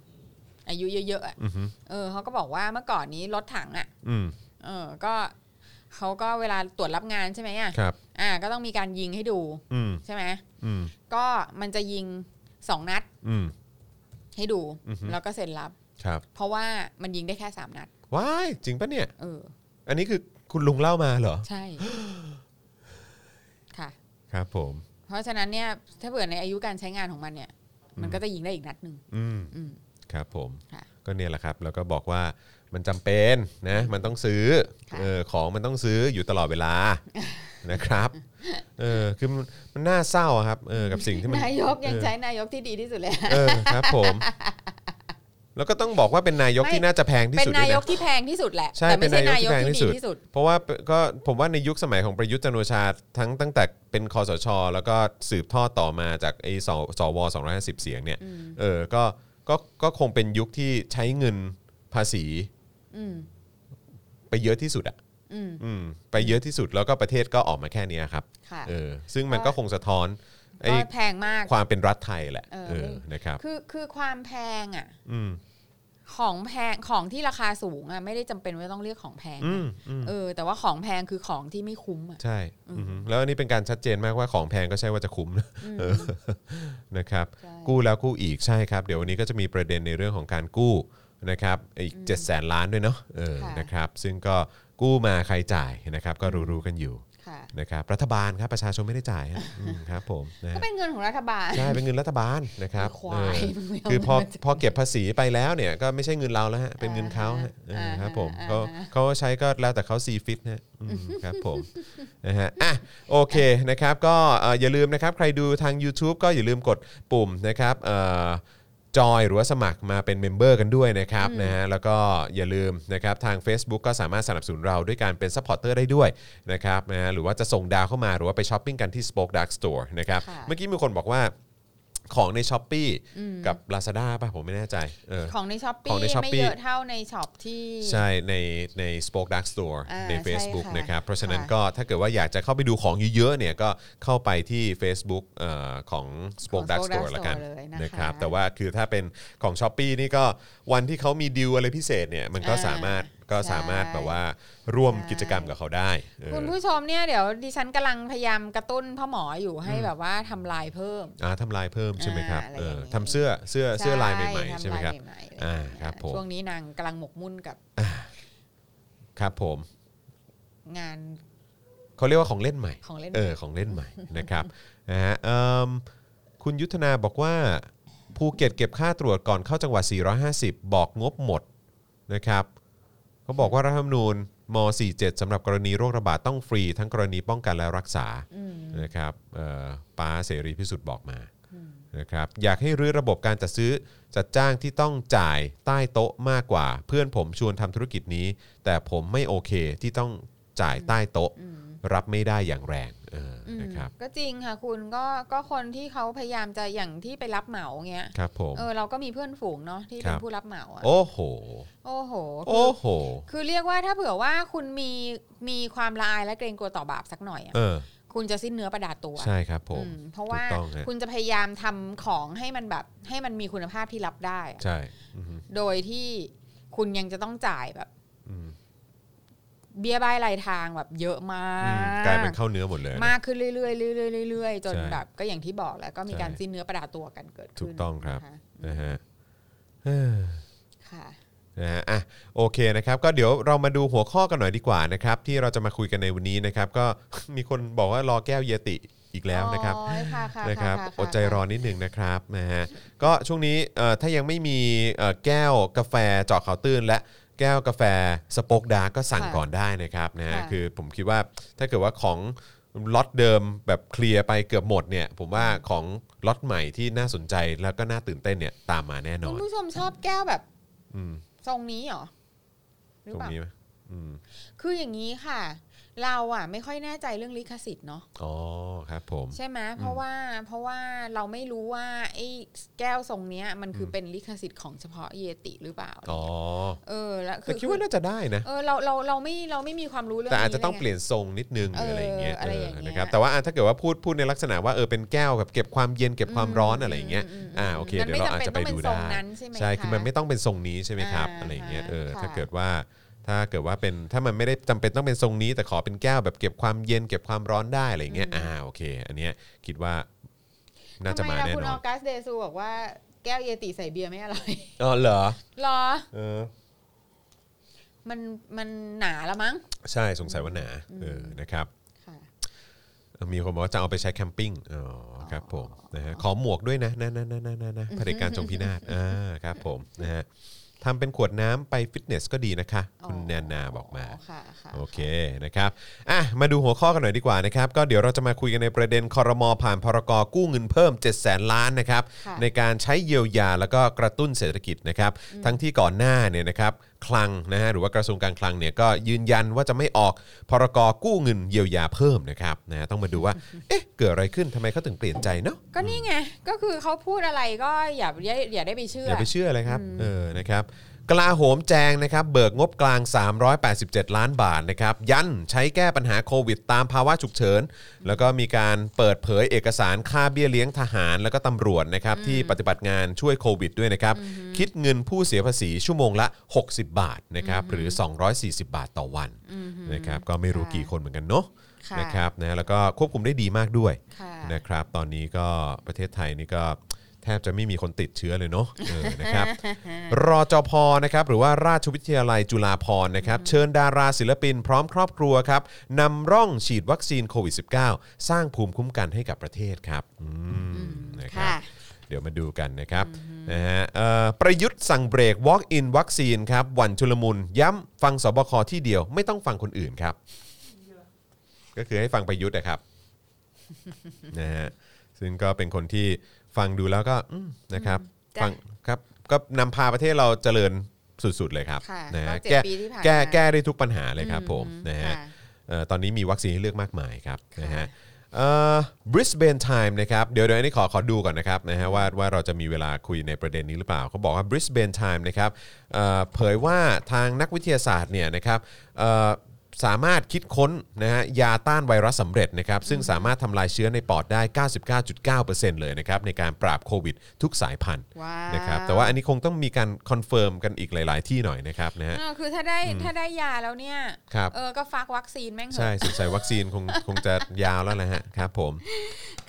Speaker 4: อายุเยอะๆอะ
Speaker 2: อืมอืม
Speaker 4: เออเขาก็บอกว่าเมื่อก่อนนี้รถถังอ่ะ
Speaker 2: อืม
Speaker 4: เออก็เขาก็เวลาตรวจรับงานใช่ไหมอ่ะ
Speaker 2: ครับ
Speaker 4: อ่า ก็ต้องมีการยิงให้ดู
Speaker 2: อืม
Speaker 4: ใช่ไหม
Speaker 2: อืม
Speaker 4: ก็มันจะยิงสองนัด
Speaker 2: อืม
Speaker 4: ให้ดู
Speaker 2: อือฮึ
Speaker 4: แล้วก็เซ็นรับ
Speaker 2: ครับ
Speaker 4: เพราะว่ามันยิงได้แค่สามนัด
Speaker 2: ว้ายจริงปะเนี่ย
Speaker 4: เออ
Speaker 2: อันนี้คือคุณลุงเล่ามาเหรอ
Speaker 4: ใช่ ค่ะ
Speaker 2: ครับ ผม
Speaker 4: เพราะฉะนั้นเนี่ย ถ้าเผื่อในอายุการใช้งานของมันเนี่ย มันก็จะยิงได้อีกนัดหนึ่ง
Speaker 2: อืม
Speaker 4: อืม
Speaker 2: ครับผม
Speaker 4: ค่ะ
Speaker 2: ก็เนี่ยแหละครับ แล้วก็บอกว่ามันจำเป็นนะมันต้องซื้อ
Speaker 4: ค่ะ
Speaker 2: เออของมันต้องซื้ออยู่ตลอดเว ลานะครับเออคือมันมันน่าเศร้าอะครับเออกับสิ่งที่มัน
Speaker 4: นายกยังใช้นายกที่ดีที่สุดเลย
Speaker 2: เออครับผม แล้วก็ต้องบอกว่าเป็นนายก
Speaker 4: ไม่
Speaker 2: ที่น่าจะแพงที่
Speaker 4: เป็น
Speaker 2: สุดด้
Speaker 4: นา
Speaker 2: วย
Speaker 4: ย
Speaker 2: นะ
Speaker 4: กที่แพงที่สุดแหละ
Speaker 2: ใช่
Speaker 4: แต่ไม่
Speaker 2: เป็นนาน
Speaker 4: ใช่าย ย
Speaker 2: ก
Speaker 4: ก
Speaker 2: ที่แพงที่
Speaker 4: ที่
Speaker 2: สุ
Speaker 4: ดี
Speaker 2: ด
Speaker 4: ที่สุด
Speaker 2: เพราะว่าก็ผมว่าในยุคสมัยของประยุทธ์จันทร์โอชาทั้งตั้งแต่เป็นคอสช แล้วก็สืบทอดต่อมาจากไอ้สสวสองร้อยห้าสิบเสียงเนี่ย
Speaker 4: อืม
Speaker 2: เออก็ก็ก็คงเป็นยุคที่ใช้เงินภาษี
Speaker 4: อืม
Speaker 2: ไปเยอะที่สุดอ่ะ
Speaker 4: อืม
Speaker 2: อืมไปเยอะที่สุดแล้วก็ประเทศก็ออกมาแค่เนี้ยครับ
Speaker 4: ค่ะ
Speaker 2: เออซึ่งมันก็คงสะท้อนไอ้
Speaker 4: ก็แพงมาก
Speaker 2: ความเป็นรัฐไทยแหละ
Speaker 4: เออ
Speaker 2: เออนะครับ
Speaker 4: คือคือความแพงอ่ะ
Speaker 2: อืม
Speaker 4: ของแพงของที่ราคาสูงอ่ะไม่ได้จำเป็นว่าต้องเลือกของแพง
Speaker 2: อืม
Speaker 4: นะ
Speaker 2: อืม
Speaker 4: เออ แต่ว่าของแพงคือของที่ไม่คุ้มอ่ะ
Speaker 2: ใช่อือฮึแล้วอันนี้เป็นการชัดเจนมากว่าของแพงก็ใช่ว่าจะคุ้มนะเออนะครับ
Speaker 4: ใช่
Speaker 2: กู้แล้วกู้อีกใช่ครับ เดี๋ยววันนี้ก็จะมีประเด็นในเรื่องของการกู้นะครับอีก7จ็ดแสนล้านด้วยเนาะเออ
Speaker 4: ค่ะ
Speaker 2: นะครับ ซึ่งก็กู้มาใครจ่ายนะครับ ก็รู้ๆกันอยู่
Speaker 4: ค่ะ
Speaker 2: นะครับรัฐบาลครับประชาชนไม่ได้จ่ายฮะอืมครับผมนะ
Speaker 4: ก็
Speaker 2: ฮะ
Speaker 4: เป็นเงินของรัฐบาล
Speaker 2: ใช่เป็นเงินรัฐบาลนะครับ
Speaker 4: ไอ้ควาย
Speaker 2: เออ
Speaker 4: มึงไม่เอา
Speaker 2: คือพอ
Speaker 4: เงินมาจาก
Speaker 2: พอเก็บภาษีไปแล้วเนี่ยก็ไม่ใช่เงินเราแล้วฮะเป็นเงินเขาฮะเอ
Speaker 4: อ่า
Speaker 2: อ
Speaker 4: ฮะ
Speaker 2: ครับผม
Speaker 4: อ่าฮะ
Speaker 2: เขาเขาใช้ก็แล้วแต่เขาซีฟิตฮะอื มครับผม นะฮะอ่ะโอเคนะครับก็เอ่ออย่าลืมนะครับใครดูทาง YouTube ก็อย่าลืมกดปุ่มนะครับเอ่อจอยหรือว่าสมัครมาเป็นเมมเบอร์กันด้วยนะครับนะฮะแล้วก็อย่าลืมนะครับทาง Facebook ก็สามารถสนับสนุนเราด้วยการเป็นซัพพอร์เตอร์ได้ด้วยนะครับนะฮะหรือว่าจะส่งดาวเข้ามาหรือว่าไปช้อปปิ้งกันที่ Spoke Dark Store นะครับ
Speaker 4: ค่ะ
Speaker 2: เมื่อกี้มีคนบอกว่าของใน s h อ p e e กับ Lazada ป่ะผมไม่แน่ใจเออ
Speaker 4: ของในช้อป
Speaker 2: ขอ
Speaker 4: ปี้
Speaker 2: งใน Shopee
Speaker 4: ไม่เยอะเท่าในช็อปที่
Speaker 2: ใช่ในใน Spoke Dark Store
Speaker 4: อ่า
Speaker 2: ใน Facebook
Speaker 4: ใช่ค่ะ
Speaker 2: นะครับ เพราะฉะนั้น
Speaker 4: ค่ะ
Speaker 2: ก็ถ้าเกิดว่าอยากจะเข้าไปดูของเยอะๆเนี่ยก็เข้าไปที่ Facebook เอ่อของ Spoke
Speaker 4: ของ
Speaker 2: Dark
Speaker 4: Spoke Dark
Speaker 2: Store ละกัน
Speaker 4: Store เลยนะคะ
Speaker 2: นะครับ แต่ว่าคือถ้าเป็นของ s h อ p e e นี่ก็วันที่เขามีดีลอะไรพิเศษเนี่ยมันก็
Speaker 4: อ่า
Speaker 2: สามารถก็สามารถ
Speaker 4: ใช่
Speaker 2: แบบว่าร่วม
Speaker 4: ใช่
Speaker 2: กิจกรรมกับเขาได้เออ
Speaker 4: คุณผู้ชมเนี่ยเดี๋ยวดิฉันกำลังพยายามกระตุ้นพ่อหมออยู่ให้แบบว่าทำลายเพิ่ม
Speaker 2: อ่าทำลายเพิ่มใช่ไหมครับ
Speaker 4: อ่าอะไร
Speaker 2: เอออย่าง
Speaker 4: นี้
Speaker 2: ทำเสื้อเสื้อเสื้อลายใหม่
Speaker 4: ทำลา
Speaker 2: ๆใช่ไหมครับ
Speaker 4: ใหม่ๆอะไรอย่างเงี้ย
Speaker 2: อ่าครับผม
Speaker 4: ช่วงนี้นางกำลังหมกมุ่นกับ
Speaker 2: ครับผม
Speaker 4: งาน
Speaker 2: เขาเรียกว่าของเล่นใหม่
Speaker 4: ของเล่น
Speaker 2: เออของเล่นใหม่ นะครับนะฮะเอิ่มคุณยุทธนาบอกว่าภูเก็ตเก็บค่าตรวจก่อนเข้าจังหวัด 450 บอกงบหมดนะครับเขาบอกว่ารัฐธรรมนูญม 47สำหรับกรณีโรคระบาดต้องฟรี ทั้งกรณีป้องกันและรักษานะครับเอ่อป้าเสรีพิสุทธิ์บอกมานะครับอยากให้รื้อระบบการจัดซื้อจัดจ้างที่ต้องจ่ายใต้โต๊ะมากกว่า เพื่อนผมชวนทำธุรกิจนี้ แต่ผมไม่โอเคที่ต้องจ่ายใต้โต๊ะ รับไม่ได้อย่างแรงเอออ
Speaker 4: อืม
Speaker 2: นะครับ
Speaker 4: ก็จริงค่ะคุณก็ก็คนที่เขาพยายามจะอย่างที่ไปรับเหมาเงี้ย
Speaker 2: ครับผม
Speaker 4: เออเราก็มีเพื่อนฝูงเนาะที่เป็
Speaker 2: ครั
Speaker 4: น
Speaker 2: บ
Speaker 4: ผู้รับเหมาอะ
Speaker 2: โอ้โห
Speaker 4: โอ้โห
Speaker 2: โอ้
Speaker 4: คือ
Speaker 2: โห
Speaker 4: คือเรียกว่าถ้าเผื่อว่าคุณมีมีความละอายและเกรงกลัวต่อบาปสักหน่อยอะ
Speaker 2: เออ
Speaker 4: คุณจะสิ้นเนื้อประดาตัว
Speaker 2: ใช่ครับผม
Speaker 4: อืมเพราะว่า
Speaker 2: ถูกต้องฮะ
Speaker 4: คุณจะพยายามทำของให้มันแบบ ให้มันมีคุณภาพที่รับได้อะ
Speaker 2: ใช่อือฮึ
Speaker 4: โดยที่คุณยังจะต้องจ่ายแบบ
Speaker 2: อืม
Speaker 4: เบี้ยบ้ายรายทางแบบเยอะมา
Speaker 2: อืม
Speaker 4: ก
Speaker 2: กลายเป็นเข้าเนื้อหมดเลยนะ
Speaker 4: มากขึ้นเรื่อยๆเรื่อยๆเรื่อยๆจน
Speaker 2: ใช่
Speaker 4: แบบก็อย่างที่บอกแล้วก็มี
Speaker 2: ใช่
Speaker 4: การสิ้นเนื้อประดาตัวกันเกิดขึ้น
Speaker 2: ถูกต้องครับ
Speaker 4: นะะ
Speaker 2: นะฮะเอ้อ
Speaker 4: ค่ะ
Speaker 2: นะฮะอ่ะโอเคนะครับก็เดี๋ยวเรามาดูหัวข้อกันหน่อยดีกว่านะครับที่เราจะมาคุยกันในวันนี้นะครับก็ มีคนบอกว่ารอแก้วเยติอีกแล้วนะครับ
Speaker 4: โอ้ยค่ะค่ะ
Speaker 2: นะครับ
Speaker 4: ค่ะค่ะ
Speaker 2: อดใจรอนิดหนึ่งนะครับนะฮะก็ช่วงนี้เอ่อถ้ายังไม่มีเอ่อแก้วกาแฟเจาะข่าวตื้น และแก้วกาแฟสป็อกดาร์กก็สั่ง
Speaker 4: ค่ะ
Speaker 2: ก่อนได้นะครับนะฮะ
Speaker 4: ค่ะ
Speaker 2: คือผมคิดว่าถ้าเกิดว่าของล็อตเดิมแบบเคลียร์ไปเกือบหมดเนี่ยผมว่าของล็อตใหม่ที่น่าสนใจแล้วก็น่าตื่นเต้นเนี่ยตามมาแน่น
Speaker 4: คุ
Speaker 2: อ
Speaker 4: ณ
Speaker 2: น
Speaker 4: ผู้ชมชอบแก้วแบบ
Speaker 2: อืม
Speaker 4: ทรงนี้เหรอหรือ
Speaker 2: ตรง
Speaker 4: เปล่า
Speaker 2: นี้ไหมอืม
Speaker 4: คืออย่างนี้ค่ะ เราอ่ะ ไม่ค่อยแน่ใจเรื่องลิขสิทธิ์เนาะ
Speaker 2: อ๋อครับผม
Speaker 4: ใช่ไหมเพราะว่าเพราะว่าเราไม่รู้ว่าไอ้แก้วทรงเนี้ย มันคืออเป็นลิขสิทธิ์ของเฉพาะเยติหรือเปล่า
Speaker 2: อ๋อ
Speaker 4: เออแล้วคื
Speaker 2: แต่
Speaker 4: อ
Speaker 2: คิดว่าน่าจะได้นะ
Speaker 4: เออเราเราเราไม่เราไม่มีความรู้เรื่อง
Speaker 2: แต่อาจจะ
Speaker 4: นี้
Speaker 2: ต้อง
Speaker 4: ไ
Speaker 2: เปลี่ยนทรงนิดนึงห
Speaker 4: เอ
Speaker 2: รือ
Speaker 4: อ
Speaker 2: อะไรอย่างเงี้ย
Speaker 4: อะไรอย่างเงี้ย
Speaker 2: นะครับแต่ว่าอ่ะถ้าเกิดว่าพูดพูดในลักษณะว่าเออเป็นแก้วกับเก็บความเย็นเก็บความร้อน
Speaker 4: อืม
Speaker 2: อะไรอย่างเงี้ย
Speaker 4: อืม
Speaker 2: อ่าโอเค
Speaker 4: มัน
Speaker 2: เดี๋ย
Speaker 4: ไม่
Speaker 2: วเราอาจจะไปดูได้
Speaker 4: จำเป็นต้องเป็นทรงนั้นใช่ไหมคะ
Speaker 2: คือมันไม่ต้องเป็นทรงนี้ใช่ไหมครับ
Speaker 4: อ่า
Speaker 2: อะไรอย่างเงี้ยเออ
Speaker 4: ค่ะ
Speaker 2: ถ้าเกิดว่าถ้าเกิดว่าเป็นถ้ามันไม่ได้จำเป็นต้องเป็นทรงนี้ แต่ขอเป็นแก้วแบบเก็บความเย็นเก็บความร้อนได้อะไรอย่างเงี้ยอ่าโอเค อันเนี้ยคิดว่าน่าจะมา
Speaker 4: ทำไล่
Speaker 2: แน่
Speaker 4: คุณ
Speaker 2: น
Speaker 4: อ
Speaker 2: อ
Speaker 4: อน กัสเดซูบอกว่าแก้วเยติใส่เบียร์ไม่อร่อย
Speaker 2: อ๋อเหรอ
Speaker 4: เหรอ
Speaker 2: เออ
Speaker 4: มันมันหนาละมั้ง
Speaker 2: ใช่สงสัยว่าหนาเออนะครับ
Speaker 4: ค่ะ
Speaker 2: มีคนบอกว่าจะเอาไปใช้แคมปิ้ง อ๋อครับผมนะฮะขอหมวกด้วยนะนะนะนะนะนะนะเผด็จการจงพินาศ อ่าครับผมนะฮะทำเป็นขวดน้ำไปฟิตเนสก็ดีนะคะ คุณแนนนาบอกมา
Speaker 4: ค่ะค่ะ
Speaker 2: โอเคนะครับอ่ะมาดูหัวข้อกันหน่อยดีกว่านะครับ ก็เดี๋ยวเราจะมาคุยกันในประเด็นคอรมอผ่านพรกกู้เงินเพิ่ม 7 0 0แสนล้านนะครับ
Speaker 4: ะ
Speaker 2: ในการใช้เยียวยาแล้วก็กระตุ้นเศรษฐกิจนะครับ ทั้งที่ก่อนหน้าเนี่ยนะครับคลังนะฮะหรือว่ากระทรวงการคลังเนี่ยก็ยืนยันว่าจะไม่ออกพรกกู้เงินเยียวยาเพิ่มนะครับนะฮะต้องมาดูว่า เอ๊ะเกิดอะไรขึ้นทำไมเขาถึงเปลี่ยนใจเนาะ
Speaker 4: ก็นี่ไง ก็คือเขาพูดอะไรก็อย่าอย่าอย่าได้ไปเชื่อ
Speaker 2: อย่าไปเชื่อเลยครับ เออ นะครับ กลาโหมแจงนะครับ เบิกงบกลาง 387 ล้านบาทนะครับ ยันใช้แก้ปัญหาโควิดตามภาวะฉุกเฉิน แล้วก็มีการเปิดเผยเอกสารค่าเบี้ยเลี้ยงทหาร แล้วก็ตำรวจนะครับ ที่ปฏิบัติงานช่วยโควิดด้วยนะครับ คิดเงินผู้เสียภาษีชั่วโมงละ 60 บาทนะครับ หรือ 240 บาทต่อวันนะครับ ก็ไม่รู้
Speaker 4: ค่ะ
Speaker 2: กี่คนเหมือนกันเนาะ
Speaker 4: ค่ะ
Speaker 2: นะครับ นะ แล้วก็ควบคุมได้ดีมากด้วย
Speaker 4: ค่ะ
Speaker 2: นะครับ ตอนนี้ก็ประเทศไทยนี่ก็แทบจะไม่มีคนติดเชื้อเลย เนาะเออนะครับ รอจอพอนะครับหรือว่าราชวิทยาลัยจุฬาพรณ์นะครับ เชิญดาราศิลปินพร้อมครอบครัวครับนำร่องฉีดวัคซีนโควิด -19 สร้างภูมิคุ้มกันให้กับประเทศครับอืมนะครับ
Speaker 4: ค่ะ
Speaker 2: เดี๋ยวมาดูกันนะครับนะฮะเอ่อประยุทธ์สั่งเบรก Walk-in วัคซีนครับหวันชุลมุนย้ำฟังสบคที่เดียวไม่ต้องฟังคนอื่นครับ ก็คือให้ฟังประยุทธ์ นะครับ นะฮะซึ่งก็เป็นคนที่ฟังดูแล้วก็อืมนะครับ
Speaker 4: จ้ะ
Speaker 2: ฟังครับก็นำพาประเทศเราเจริญสุดๆเลยครับ
Speaker 4: ค่ะ
Speaker 2: นะฮะ
Speaker 4: ก็เจ็ด
Speaker 2: แก้
Speaker 4: ปีที่ผ่าน
Speaker 2: แก้
Speaker 4: มา
Speaker 2: แก้ได้ทุกปัญหาเลยครับผมนะฮะ
Speaker 4: ค่ะ
Speaker 2: เอ่อตอนนี้มีวัคซีนให้เลือกมากมายครับ
Speaker 4: ค่ะ
Speaker 2: นะฮะบริสเบนไทม์นะครับเดี๋ยวเดี๋ยวอันนี้ขอขอดูก่อนนะครับนะฮะว่าว่าเราจะมีเวลาคุยในประเด็นนี้หรือเปล่าเขาบอกว่าบริสเบนไทม์นะครับเอ่อเผยว่าทางนักวิทยาศาสตร์เนี่ยนะครับเอ่อสามารถคิดค้นนะฮะยาต้านไวรัสสำเร็จนะครับซึ่งสามารถทำลายเชื้อในปอดได้ 99.9%เลยนะครับในการปราบโควิดทุกสายพันธุ์
Speaker 4: ว้าว
Speaker 2: นะครับแต่ว่าอันนี้คงต้องมีการคอนเฟิร์มกันอีกหลาย ๆ ที่หน่อยนะครับนะฮะ
Speaker 4: อ่าคือถ้าได้ถ้าได้ยาแล้วเนี่ย
Speaker 2: ครับ
Speaker 4: เออ ก็ฟักวัคซีนแม่งเถ
Speaker 2: ใช่
Speaker 4: อะ
Speaker 2: สงสัยวัคซีนคงคงจะยาวแล้วนะฮะครับผม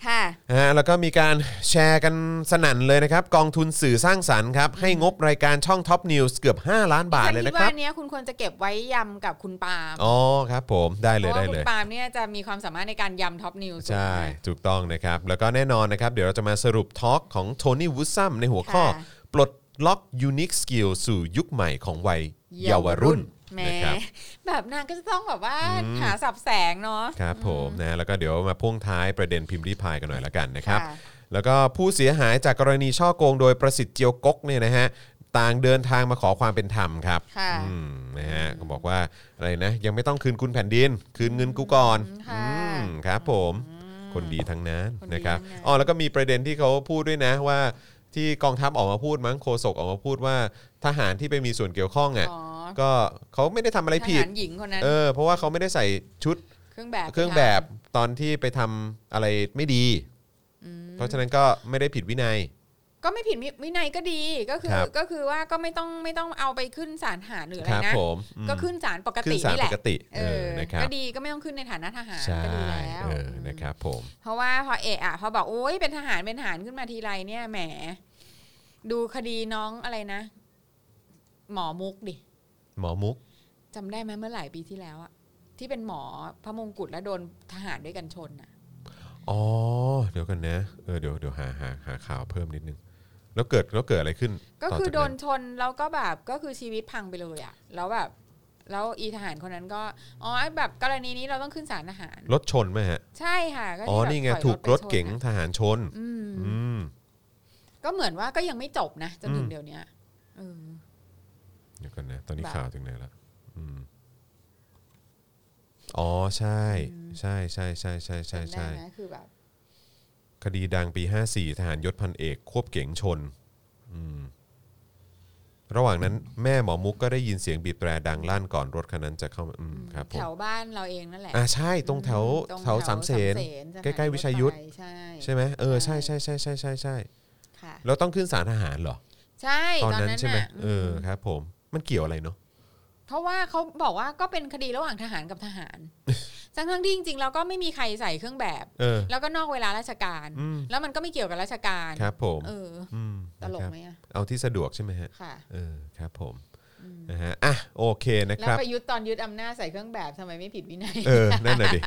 Speaker 4: ค่ะ
Speaker 2: ฮะแล้วก็มีการแชร์กันสนั่นเลยนะครับ กองทุนสื่อสร้างสรรค์ครับ ให้งบรายการช่องท็อปนิวส์เกือบ 5 ล้านบาท
Speaker 4: ฉัน
Speaker 2: เลย
Speaker 4: คิ
Speaker 2: นะ
Speaker 4: ด
Speaker 2: ครั
Speaker 4: ว่า
Speaker 2: บ
Speaker 4: อันเนี้ยคุณควรจะเก็บไว้ยำกับคุณปาล์ม
Speaker 2: อ๋อครับผมได้เลย
Speaker 4: ราะ
Speaker 2: ได้
Speaker 4: ว่าคุ
Speaker 2: เล
Speaker 4: ณ
Speaker 2: ย
Speaker 4: ปาล์มเนี่ยจะมีความสามารถในการยำท็อปนิวส์
Speaker 2: ใช่ ถูกต้องนะครับ แล้วก็แน่นอนนะครับ เดี๋ยวเราจะมาสรุปทอล์กของโทนี่วูดซัมในหัวข้อ
Speaker 4: ค่ะ
Speaker 2: ปลดล็อกยูนิคสกิลสู่ยุคใหม่ของวัยเยาวรุ่น
Speaker 4: แหม
Speaker 2: นะครับ
Speaker 4: แบบนางก็จะต้องแบบว่าหาสับแสงเนาะ
Speaker 2: ครับผมนะแล้วก็เดี๋ยวมาพ่วงท้ายประเด็นพิมพ์รีพายกันหน่อยละกันนะครับ
Speaker 4: ค่ะ
Speaker 2: แล้วก็ผู้เสียหายจากกรณีช่อโกงโดยประสิทธิ์เจียวกกเนี่ยนะฮะต่างเดินทางมาขอความเป็นธรรมครับ
Speaker 4: ค่ะ
Speaker 2: อืมนะฮะก็บอกว่าอะไรนะ ยังไม่ต้องคืนคุณแผ่นดิน คืนเงินกูก่อน
Speaker 4: ค่ะ
Speaker 2: อืมครับผมคนดีทั้งนั้น
Speaker 4: คนดี
Speaker 2: นะครับ
Speaker 4: ทั้งนั้น
Speaker 2: อ๋อแล้วก็มีประเด็นที่เขาพูดด้วยนะว่าที่กองทัพออกมาพูดมั้งโคศกออกมาพูดว่าทหารที่ไปมีส่วนเกี่ยวข้องอ่ะ
Speaker 4: อ๋อ
Speaker 2: ก็เขาไม่ได้ทำอะไร
Speaker 4: ท
Speaker 2: ผิด
Speaker 4: หารหญิงคนนั้น
Speaker 2: เออเพราะว่าเขาไม่ได้ใส่ชุด
Speaker 4: เครื่องแบบ
Speaker 2: เครื่องแบบตอนที่ไปทำอะไรไม่ดี เพราะฉะนั้นก็ไม่ได้ผิดวินัย
Speaker 4: ก็ไม่ผิดวิวินัยก็ดีก็คือ
Speaker 2: ครับ
Speaker 4: ก็คือว่าก็ไม่ต้องไม่ต้องเอาไปขึ้นศาลทหารหรืออะ
Speaker 2: ค
Speaker 4: ไร
Speaker 2: รับ
Speaker 4: นะ
Speaker 2: ผมอืม
Speaker 4: ก็ขึ้นศาลปก
Speaker 2: ขึ้น
Speaker 4: ติ
Speaker 2: ศาล
Speaker 4: นี่แห
Speaker 2: ป
Speaker 4: ละ
Speaker 2: กติ
Speaker 4: เอ
Speaker 2: เออ
Speaker 4: อ
Speaker 2: นะครับ
Speaker 4: ก็ดีก็ไม่ต้องขึ้นในฐานะทหาร
Speaker 2: ใช่
Speaker 4: ก็ดีแล้ว
Speaker 2: เออนะครับผม
Speaker 4: เพราะว่าพอเอะอะพอบอกโอ้ยเป็นทหารเป็นทหารขึ้นมาทีไรเนี่ยแหมดูคดีน้องอะไรนะ หมอมุกดิ
Speaker 2: หมอมุก
Speaker 4: จำได้ไหมเมื่อหลายปีที่แล้วอะที่เป็นหมอพระมงกุฎแล้วโดนทหารด้วยกันชนอะ
Speaker 2: อ๋อเดี๋ยวกันนะเออเดี๋ยวเดี๋ยวหาหาหาข่าวเพิ่มนิดนึง แล้วเกิดแล้วเกิดอะไรขึ้น
Speaker 4: ก็
Speaker 2: ต่
Speaker 4: คือ
Speaker 2: จาก
Speaker 4: โดนชนแล้วก็แบบก็คือชีวิตพังไปเลยอะแล้วแบบแล้วอีทหารคนนั้นก็อ๋อแบบกรณีนี้เราต้องขึ้นศาลทหาร
Speaker 2: รถชนไหมฮะ
Speaker 4: ใช่ค่ะก็ที่
Speaker 2: อ๋อ
Speaker 4: แบบ
Speaker 2: นี่ไง
Speaker 4: ถอย
Speaker 2: ถูก
Speaker 4: ไป
Speaker 2: รถเก๋ง
Speaker 4: ชนอะ
Speaker 2: ทหารชน
Speaker 4: อืม
Speaker 2: อืม
Speaker 4: ก็เหมือนว่าก็ยังไม่จบนะจนถึ
Speaker 2: อื
Speaker 4: ง
Speaker 2: ม
Speaker 4: เดี๋ยวเนี้ยเออ
Speaker 2: เดี๋ยวกันนะ ตอนนี้
Speaker 4: แบบ
Speaker 2: ข่าวถึงไหนละอืมอ๋อใช่ใช่ใช่ใช่ใช่ใช่
Speaker 4: จำได้
Speaker 2: ใช่
Speaker 4: นะคือแบบ
Speaker 2: คดีดังปี 54 ทหารยศพันเอก ควบเก๋งชน อืมระหว่างนั้นแม่หมอมุกก็ได้ยินเสียงบีบแตรดังลั่นก่อนรถคันนั้นจะเข้ามาอืมครับผม
Speaker 4: แถวบ้านเราเองนั่นแหละ
Speaker 2: อ่าใช่ตรงแถว
Speaker 4: ตรง
Speaker 2: แถวสามเสน
Speaker 4: สถานี
Speaker 2: ใกล้ๆวิชัยยุทธ
Speaker 4: รถไฟใช่
Speaker 2: ใช่ไหมเออ
Speaker 4: ใช่
Speaker 2: ใช่ใช่ใช่ใช่ใช่ใช่
Speaker 4: ค่ะ
Speaker 2: แล้วต้องขึ้นศาลทหารเหรอ
Speaker 4: ใช่
Speaker 2: ต
Speaker 4: ต
Speaker 2: อ
Speaker 4: อน น
Speaker 2: นั้น
Speaker 4: นั้น
Speaker 2: ใช่ไหม
Speaker 4: น่ะ
Speaker 2: เออครับ ผมมันเกี่ยวอะไรเนาะ
Speaker 4: เพราะว่าเขาบอกว่าก็เป็นคดีระหว่างทหารกับท หารทั้งทั้งๆที่จริงๆแล้วก็ไม่มีใครใส่เครื่องแบบ
Speaker 2: เออ
Speaker 4: แล้วก็นอกเวลาราชการ
Speaker 2: อืม
Speaker 4: แล้วมันก็ไม่เกี่ยวกับราชการ
Speaker 2: ครับผม
Speaker 4: เออ
Speaker 2: ม
Speaker 4: ตลก
Speaker 2: นะครับ
Speaker 4: ไหมอะ
Speaker 2: เอาที่สะดวกใช่ไหมฮะ
Speaker 4: ค่ะ
Speaker 2: เออครับผมนะฮะอ่ะโอเคนะ
Speaker 4: แล้
Speaker 2: คว รับ
Speaker 4: ประยุทธ์ตอนยึดอำนาจใส่เครื่องแบบทำไมไม่ผิดวินัย
Speaker 2: เออนั่นน่ะดิ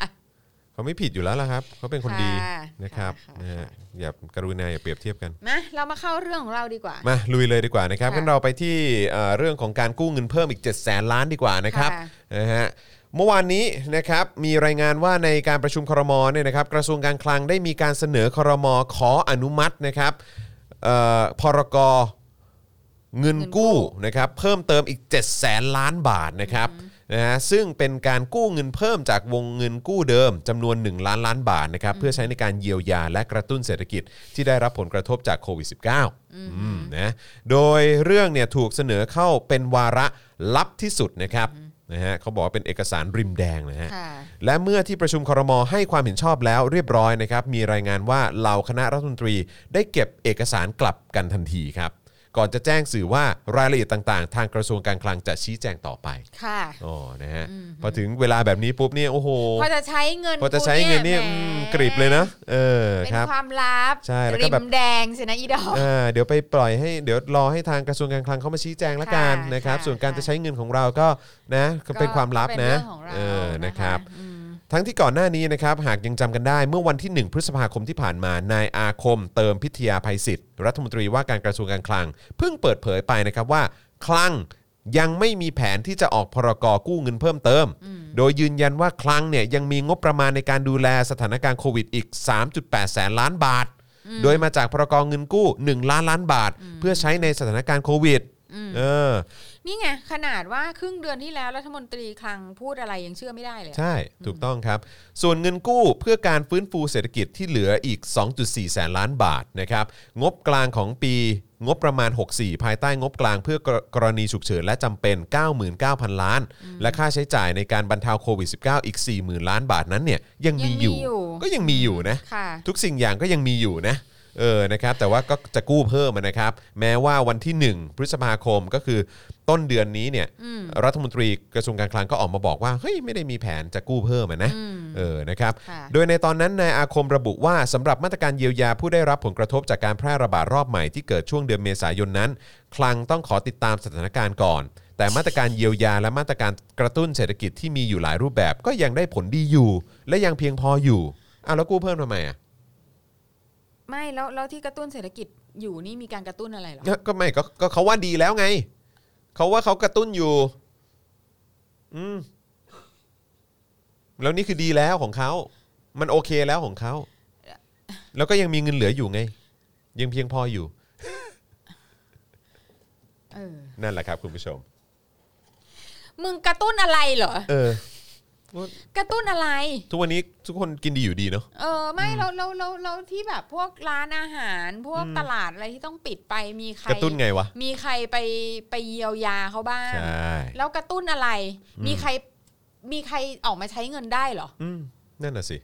Speaker 2: เขาไม่ผิดอยู่แล้วล่ะครับเขาเป็นคนดี
Speaker 4: ค่ะ
Speaker 2: นะครับ
Speaker 4: ค่ะ
Speaker 2: นะฮะอย่ากรุณาอย่าเปรียบเทียบกัน
Speaker 4: มาเรามาเข้าเรื่องของเราดีกว่า
Speaker 2: มาลุยเลยดีกว่านะครับ
Speaker 4: ค่ะ
Speaker 2: งั้นเราไปที่เอ่อเรื่องของการกู้เงินเพิ่มอีก 7 0 0แสนล้านดีกว่านะครับ
Speaker 4: ค่ะ
Speaker 2: นะฮะเมื่อวานนี้นะครับมีรายงานว่าในการประชุมครมเนี่ยนะครับกระทรวงการคลังได้มีการเสนอครมขออนุมัตินะครับเอ่อพรกเงินกู้นะครับเพิ่มเติมอีก 7 0 0แสนล้านบาทนะครับนะฮะซึ่งเป็นการกู้เงินเพิ่มจากวงเงินกู้เดิมจำนวน 1 ล้านล้านบาทนะครับเพื่อใช้ในการเยียวยาและกระตุ้นเศรษฐกิจที่ได้รับผลกระทบจากโควิด -19 อืมนะโดยเรื่องเนี่ยถูกเสนอเข้าเป็นวาระลับที่สุดนะครับนะฮะเขาบอกว่าเป็นเอกสารริมแดงนะฮะ
Speaker 4: ค่ะ
Speaker 2: และเมื่อที่ประชุมครมให้ความเห็นชอบแล้วเรียบร้อยนะครับ มีรายงานว่าเหล่าคณะรัฐมนตรีได้เก็บเอกสารกลับกันทันทีครับ ก่อนจะแจ้งสื่อว่ารายละเอียดต่างๆ ทางกระทรวงการคลังจะชี้แจงต่อไป
Speaker 4: ค่ะ
Speaker 2: อ๋อนะฮะพอถึงเวลาแบบนี้ปุ๊บเนี่ยโอ้โห
Speaker 4: พอจะใช้เงิน
Speaker 2: พอจะใช้เงินเนี่ย
Speaker 4: กู
Speaker 2: อืม
Speaker 4: แหม
Speaker 2: กริบเลยนะเออ
Speaker 4: เป็น
Speaker 2: ครับ
Speaker 4: ความลับ
Speaker 2: ใช่แล้วก็
Speaker 4: ริ
Speaker 2: แบบ
Speaker 4: มแดงสินะอีดอก
Speaker 2: อ่าเดี๋ยวไปปล่อยให้เดี๋ยวรอให้ทางกระทรวงการคลังเข้ามาชี้แจงละกัน
Speaker 4: ค่ะ
Speaker 2: นะครับ
Speaker 4: ค่ะ
Speaker 2: ส่วนการ
Speaker 4: ค่ะ
Speaker 2: จะใช้เงินของเราก็นะก็เป็นความลับ
Speaker 4: เป็น
Speaker 2: นะ
Speaker 4: เรื่องของเรา
Speaker 2: เออนะ
Speaker 4: นะคะ
Speaker 2: ครับ ทั้งที่ก่อนหน้านี้นะครับหากยังจำกันได้เมื่อวันที่ 1 พฤษภาคมที่ผ่านมานายอาคม เติมพิทยาภัยศิษย์รัฐมนตรีว่าการกระทรวงการคลัง เพิ่งเปิดเผยไปนะครับว่า คลังยังไม่มีแผนที่จะออกพรกกู้เงินเพิ่มเติม โดยยืนยันว่าคลังเนี่ยยังมีงบประมาณในการดูแลสถานการณ์โควิดอีก 3.8 แสนล้านบาท โดยมาจากพรกเงินกู้ 1 ล้านล้านบาท เพื่อใช้ในสถานการณ์โควิดเออ
Speaker 4: นี่ไงขนาดว่าครึ่งเดือนที่แล้วรัฐมนตรีคลังพูดอะไรยังเชื่อไม่ได้เลยอะ
Speaker 2: ใช่ถูกต้องครับ ส่วนเงินกู้เพื่อการฟื้นฟูเศรษฐกิจที่เหลืออีก 2.4 แสนล้านบาทนะครับงบกลางของปีงบประมาณ 64 ภายใต้งบกลางเพื่อกรกรณีฉุกเฉินและจำเป็น 99,000 ล้าน และค่าใช้จ่ายในการบรรเทาโควิด -19 อีก 40,000 ล้านบาทนั้นเนี่ยยังมีอยู่ ก็ยังมีอยู่นะ
Speaker 4: ค่ะ
Speaker 2: ทุกสิ่งอย่างก็ยังมีอยู่นะ เออ นะครับ แต่ว่าก็จะกู้เพิ่มอะนะครับ แม้ว่าวันที่ 1 พฤษภาคมก็คือต้นเดือนนี้เนี่ย รัฐมนตรีกระทรวงการคลังก็ออกมาบอกว่า เฮ้ย ไม่ได้มีแผนจะกู้เพิ่มอะนะ เออ นะครับ
Speaker 4: ค่ะ
Speaker 2: โดยในตอนนั้นนายอาคมระบุว่าสำหรับมาตรการเยียวยาผู้ได้รับผลกระทบจากการแพร่ระบาดรอบใหม่ที่เกิดช่วงเดือนเมษายนนั้น คลังต้องขอติดตามสถานการณ์ก่อน แต่มาตรการเยียวยาและมาตรการกระตุ้นเศรษฐกิจที่มีอยู่หลายรูปแบบ ก็ยังได้ผลดีอยู่ และยังเพียงพออยู่อ้าวแล้วกู้เพิ่มทำไมอะ
Speaker 4: ไม่แล้วแล้วที่กระตุ้นเศรษฐกิจอยู่นี่มีการกระตุ้นอะไรเหรอ
Speaker 2: ก็ไม่ก็ก็เขาว่าดีแล้วไง เขาว่าเขากระตุ้นอยู่ อืม แล้วนี่คือดีแล้วของเขา มันโอเคแล้วของเขา แล้วก็ยังมีเงินเหลืออยู่ไง ยังเพียงพออยู่
Speaker 4: เออ
Speaker 2: นั่นแหละครับคุณผู้ชม
Speaker 4: มึงกระตุ้นอะไรเหรอ
Speaker 2: เออ
Speaker 4: กระตุ้นอะไร
Speaker 2: ทุกวันนี้ทุกคนกินดีอยู่ดีเนาะ
Speaker 4: เออไม่เราเราเราเราที่แบบพวกร้านอาหาร พวกตลาดอะไรที่ต้องปิดไปมีใคร
Speaker 2: กระตุ้นไงวะ
Speaker 4: มีใครไปไปเยียวยาเขาบ้าง
Speaker 2: ใช่
Speaker 4: แล้วกระตุ้นอะไร มีใครมีใครออกมาใช้เงินได้เหรอ
Speaker 2: อืม นั่นน่ะสิ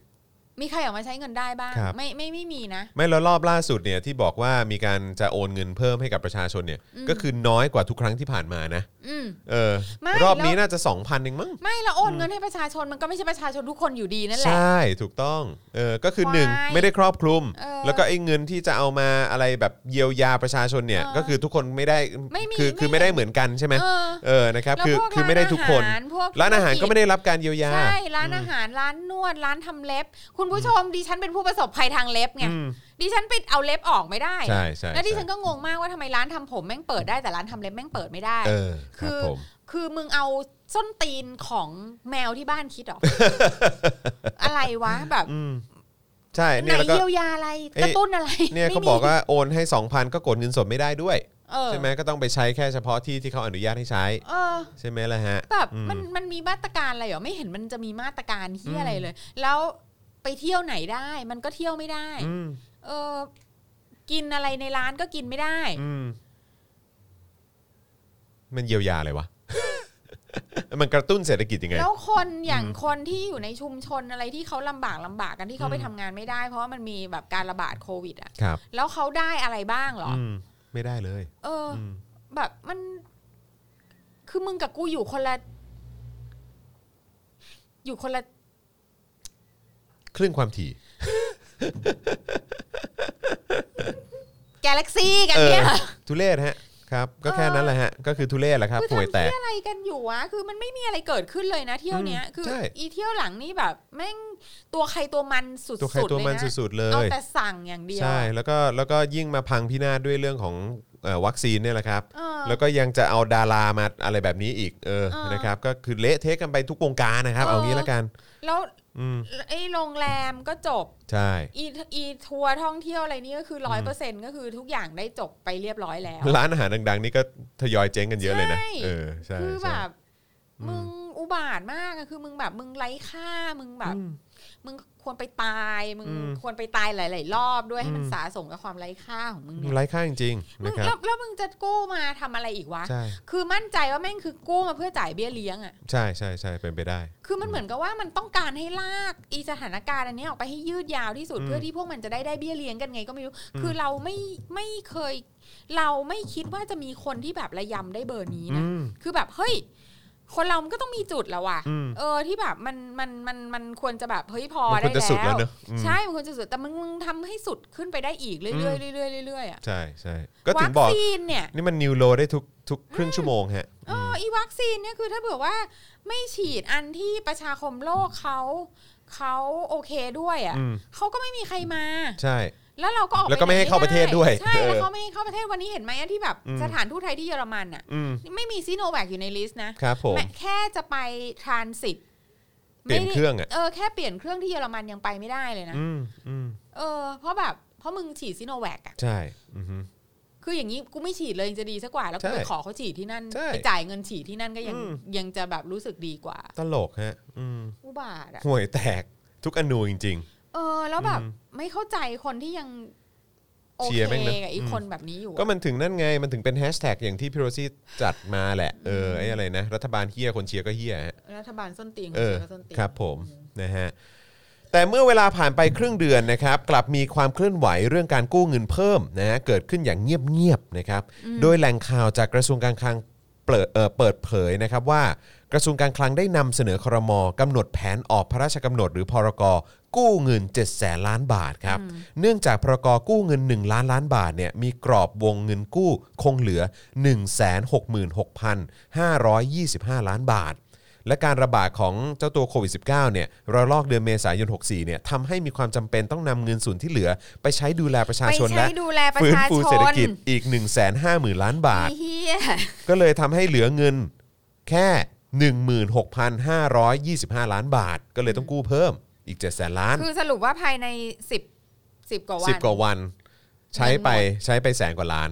Speaker 4: มีใครออกมาใช้เงินได้บ้าง
Speaker 2: ครับ
Speaker 4: ไม่ไม่ไม่มีนะ
Speaker 2: ไม่แล้วรอบล่าสุดเนี่ยที่บอกว่ามีการจะโอนเงินเพิ่มให้กับประชาชนเนี่ย ก็คือน้อยกว่าทุกครั้งที่ผ่านมานะ
Speaker 4: อืม
Speaker 2: เออ
Speaker 4: ไม่
Speaker 2: รอบนี้
Speaker 4: แล้ว
Speaker 2: น่าจะสองพันเองมั้ง
Speaker 4: ไม่เราโอนเงินให้ประชาชนมันก็ไม่ใช่ประชาชนทุกคนอยู่ดีนั่นแห
Speaker 2: ใช
Speaker 4: ละ
Speaker 2: ่ถูกต้องเออก็คือ
Speaker 4: Why?
Speaker 2: 1 ไม่ได้ครอบคลุม
Speaker 4: เออ
Speaker 2: แล้วก็ไอ้เงินที่จะเอามาอะไรแบบเยียวยาประชาชนเนี่ย
Speaker 4: เออ
Speaker 2: ก็คือทุกคนไม่ได้
Speaker 4: ไม่มี
Speaker 2: คือคือ
Speaker 4: ไม่
Speaker 2: ไม่
Speaker 4: ได้
Speaker 2: ได้เหมือนกันใช่ไหม
Speaker 4: เออ
Speaker 2: เออนะครับ
Speaker 4: แล้ว
Speaker 2: คือ
Speaker 4: พวก
Speaker 2: คือไม่ได้ทุกคน
Speaker 4: ร้านอาหารพวก
Speaker 2: ร้านอาหารก็ไม่ได้รับการเยียวยา
Speaker 4: ใช่ร้านอาหารร้านนวดร้านทำเล็บ คุณผู้ชมดิฉันเป็นผู้ประสบภัยทางเล็บไง
Speaker 2: อืม
Speaker 4: ดิฉันไปเอาเล็บออกไม่ได้
Speaker 2: ใช่ใช่
Speaker 4: แล้วดิฉั
Speaker 2: ใช่
Speaker 4: นก็งงมากว่าทำไมร้านทำผมแม่งเปิดได้แต่ร้านทำเล็บแม่งเปิดไม่ได้
Speaker 2: เออค
Speaker 4: คื
Speaker 2: รับผ
Speaker 4: อ
Speaker 2: ม
Speaker 4: คือมึงเอาส้นตีนของแมวที่บ้านคิ ดเหรอ อะไรวะแบบ
Speaker 2: อืมใช่
Speaker 4: ไห
Speaker 2: เนี่ย
Speaker 4: น
Speaker 2: แล้วก็
Speaker 4: เยียวยาอะไร
Speaker 2: เอ้ย
Speaker 4: กระตุ้นอะไร
Speaker 2: เนี่ยเขา
Speaker 4: ไม่มี
Speaker 2: บอกว่าโอนให้ 2,000 ก็กดเงินสดไม่ได้ด้วย
Speaker 4: เ เออ
Speaker 2: ใช่ไหมก็ต้องไปใช้แค่เฉพาะที่ที่เขาอนุญาตให้ใช้
Speaker 4: เออ
Speaker 2: ใช่ไหมล่ะฮะ
Speaker 4: แบบ
Speaker 2: อืม
Speaker 4: มันมันมีมาตรการอะไรเหรอไม่เห็นมันจะมีมาตรการที่อะไรเลย แล้วไปเที่ยวไหนได้ มันก็เที่ยวไม่ได้
Speaker 2: อืม
Speaker 4: เออ กินอะไรในร้านก็กินไม่ได้
Speaker 2: อืมมันเยียวยาอะไร วะ มันกระตุ้นเศรษฐกิจยังไง
Speaker 4: แล้วคนอย่าง
Speaker 2: อืม
Speaker 4: คนที่อยู่ในชุมชนอะไรที่เขาลำบากลำบากกันที่เขาไป
Speaker 2: อืม
Speaker 4: ทำงานไม่ได้ เพราะว่ามันมีแบบการระบาดโควิดอ่ะ
Speaker 2: ครับ
Speaker 4: แล้วเขาได้อะไรบ้างเหรอ
Speaker 2: อืมไม่ได้เลย
Speaker 4: เอออ
Speaker 2: อืม
Speaker 4: แบบมัน คือมึงกับกูอยู่คนละ อยู่คนละ
Speaker 2: คลื่นความถี่
Speaker 4: กาแล็กซี่กันเนี่ย
Speaker 2: เอ อ ทุเรศฮะครับ ก็แค่นั้นแหละฮะ ก็คือทุเรศแหละครับ
Speaker 4: คือ
Speaker 2: ห่วย
Speaker 4: ทำ
Speaker 2: แตก
Speaker 4: เที่ยอะไรกันอยู่วะ คือมันไม่มีอะไรเกิดขึ้นเลยนะเที่ยวเนี้ย
Speaker 2: อืม
Speaker 4: คือ
Speaker 2: ใช่
Speaker 4: อีเที่ยวหลังนี่แบบ แม่งตัวใครตัวมันสุดๆ
Speaker 2: ตัวใครตัวมัน
Speaker 4: เลยนะ
Speaker 2: สุดๆเล
Speaker 4: เอา
Speaker 2: ย
Speaker 4: แต่สั่งอย่างเดียว
Speaker 2: ใช่แล้วก็แล้วก็ยิ่งมาพังพินาศด้วยเรื่องของเอ่อวัคซีนเนี่ยแหละครับ
Speaker 4: เออ
Speaker 2: แล้วก็ยังจะเอาดารามาอะไรแบบนี้อีกเออ
Speaker 4: เออ
Speaker 2: นะครับ ก็คือเละเทะกันไปทุกวงการนะครับ
Speaker 4: เออ
Speaker 2: เอางี้ละกัน
Speaker 4: แล้ว
Speaker 2: อืม
Speaker 4: ไอ้โรงแรมก็จบ
Speaker 2: ใช่
Speaker 4: อีอีทัวร์ท่องเที่ยวอะไรนี่ก็คือร้อยเปอร์เซ็นต์ก็คือทุกอย่างได้จบไปเรียบร้อยแล้ว
Speaker 2: ร้านอาหารดัง ๆ นี่ก็ทยอยเจ๊งกันเยอะเลยนะ
Speaker 4: ใช่
Speaker 2: เออใช่
Speaker 4: คือแบ
Speaker 2: ใช่
Speaker 4: บ มึงอุบาทมากอะคือมึงแบบมึงไร้ค่ามึงแบบ
Speaker 2: อืม
Speaker 4: มึงควรไปตาย มึง
Speaker 2: อืม
Speaker 4: ควรไปตายหลาย ๆ รอบด้วยให้มัน
Speaker 2: อืม
Speaker 4: สะสมกับความไร้ค่าของมึง
Speaker 2: มั
Speaker 4: เนี่
Speaker 2: น
Speaker 4: ย
Speaker 2: ไร้ค่าจริงๆ
Speaker 4: มึ
Speaker 2: นะ
Speaker 4: ง
Speaker 2: ครับ
Speaker 4: แล้วแล้วมึงจะกู้มาทำอะไรอีกวะ
Speaker 2: ใช่
Speaker 4: คือมั่นใจว่าแม่งคือกู้มาเพื่อจ่ายเบี้ยเลี้ยงอะ
Speaker 2: ใช่ใช่ใช่เป็นไปได้
Speaker 4: คือมันเหมือนกับว่ามันต้องการให้ลากอีสถานการณ์อันเนี้ยออกไปให้ยืดยาวที่สุด
Speaker 2: อืม
Speaker 4: เพื่อที่พวกมันจะได้ได้เบี้ยเลี้ยงกันไงก็ไม่รู้
Speaker 2: อืม
Speaker 4: คือเราไม่ไม่เคย เราไม่คิดว่าจะมีคนที่แบบระยำได้เบอร์นี้นะ
Speaker 2: อืม
Speaker 4: คือแบบเฮ้ย คนเรามันก็ต้องมีจุดแล้วว่ะ
Speaker 2: อืม
Speaker 4: เออที่แบบมันมันมันมันควรจะแบบเฮ้ยพอ
Speaker 2: มันคว
Speaker 4: ได้
Speaker 2: รจะสุดแล้ว
Speaker 4: แล้ว
Speaker 2: เนอะอืม
Speaker 4: ใช่มันควรจะสุดแต่มึงมึงทำให้สุดขึ้นไปได้อีกเรื่อยๆเรื่อยๆเรื่อยๆอ่ะ
Speaker 2: ใช่ใช่ก็ถึ
Speaker 4: วั
Speaker 2: ง
Speaker 4: ค
Speaker 2: บอก
Speaker 4: ซีนเนี่ย
Speaker 2: นี่มันนิวโลได้ทุกทุกครึ่งชั่วโมงฮะ
Speaker 4: เอออีวัคซีนเนี่ยคือถ้าเผื่อว่าไม่ฉีดอันที่ประชาคมโลกเขาเขาโอเคด้วยอ่ะ
Speaker 2: อืม
Speaker 4: เขาก็ไม่มีใครมา
Speaker 2: ใช่
Speaker 4: แล้วเราก็ออกป
Speaker 2: แล้วก็ไม่ให้เข้าประเทศด้วย
Speaker 4: ใช่แล้ว
Speaker 2: เออ
Speaker 4: เขาไม่ให้เข้าประเทศวันนี้เห็นไหมอะที่แบบ
Speaker 2: อืม
Speaker 4: สถานทูตไทยที่เยอรมันอ่ะ
Speaker 2: อืม
Speaker 4: ไม่มีซีโนแวคอยู่ในลิสต์นะ
Speaker 2: ครับผม
Speaker 4: แม้แค่จะไปทรานสิต
Speaker 2: เปลี่ยนเครื่องอะ
Speaker 4: เออแค่เปลี่ยนเครื่องที่เยอรมันยังไปไม่ได้เลยนะ
Speaker 2: อืมอืม
Speaker 4: เออเพราะแบบเพราะมึงฉีดซิโนแวคอะ
Speaker 2: ใช่อือฮึ
Speaker 4: คืออย่างนี้กูไม่ฉีดเลยยังจะดีสักกว่าแล้วกู
Speaker 2: ใช่
Speaker 4: ไปขอเขาฉีดที่นั่น
Speaker 2: ใช่
Speaker 4: ไปจ่ายเงินฉีดที่นั่นก็ยัง
Speaker 2: อืม
Speaker 4: ยังจะแบบรู้สึกดีกว่า
Speaker 2: ตลกฮะอืม
Speaker 4: อุบาทอะ
Speaker 2: ห่วยแตกทุกอนูจริง
Speaker 4: เออ แล้วแบบ
Speaker 2: อืม
Speaker 4: ไม่เข้าใจคนที่ยังโอ
Speaker 2: เชี
Speaker 4: เค
Speaker 2: ยร์แม่งนะ
Speaker 4: กับไอี
Speaker 2: อืม
Speaker 4: คนแบบนี้อยู่
Speaker 2: ๆ
Speaker 4: อะ
Speaker 2: ก็มันถึงนั่นไง มันถึงเป็นแฮชแท็กอย่างที่พี่โรซี่จัดมาแหละ เออไอ้อะไรนะ รัฐบาลเฮียคนเชียร์ก็เฮียฮะ
Speaker 4: รัฐบาลส้นตีน
Speaker 2: เออ
Speaker 4: คนส้นตีน
Speaker 2: ครับผมนะฮะแต่เมื่อเวลาผ่านไปครึ่งเดือนนะครับ กลับมีความเคลื่อนไหวเรื่องการกู้เงินเพิ่มนะฮะเกิดขึ้นอย่างเงียบๆนะครับโดยแหล่งข่าวจากกระทรวงการคลังเปิดเอ่อเปิดเผยนะครับว่ากระทรวงการคลังได้นำเสนอครมกำหนดแผนออกพระราชกำหนดหรือพรกกู้เงิน 7 0 0แสนล้านบาทครับเนื่องจากพรกกู้เงิน 1 ล้านล้านบาทเนี่ยมีกรอบวงเงินกู้คงเหลือ 166,525 ล้านบาท และการระบาดของเจ้าตัวโควิด -19 เนี่ยระลอกเดือนเมษายน 64 เนี่ยทำให้มีความจำเป็นต้องนำเงินส่วนที่เหลือ ไปใช้ดูแลประชา
Speaker 4: ไป
Speaker 2: ชนและ
Speaker 4: ใช้ดูแลประ
Speaker 2: ฟื้น
Speaker 4: ชา
Speaker 2: ฟู
Speaker 4: ช
Speaker 2: เศรษฐ
Speaker 4: น
Speaker 2: กิจอีก 1 5 0 0 0 0 ล้านบาท
Speaker 4: ไอ้เฮีย
Speaker 2: ก็เลยทำให้เหลือเงินแค่ 16,525 ล้านบาท ก็เลยต้องกู้เพิ่มอีก 7 0 0 0 0 0 ล้าน
Speaker 4: คือสรุปว่าภายในสิบสิบกว่าวัน
Speaker 2: 10 กว่าวัน ใช้ไปใช้ไปแสนกว่าล้าน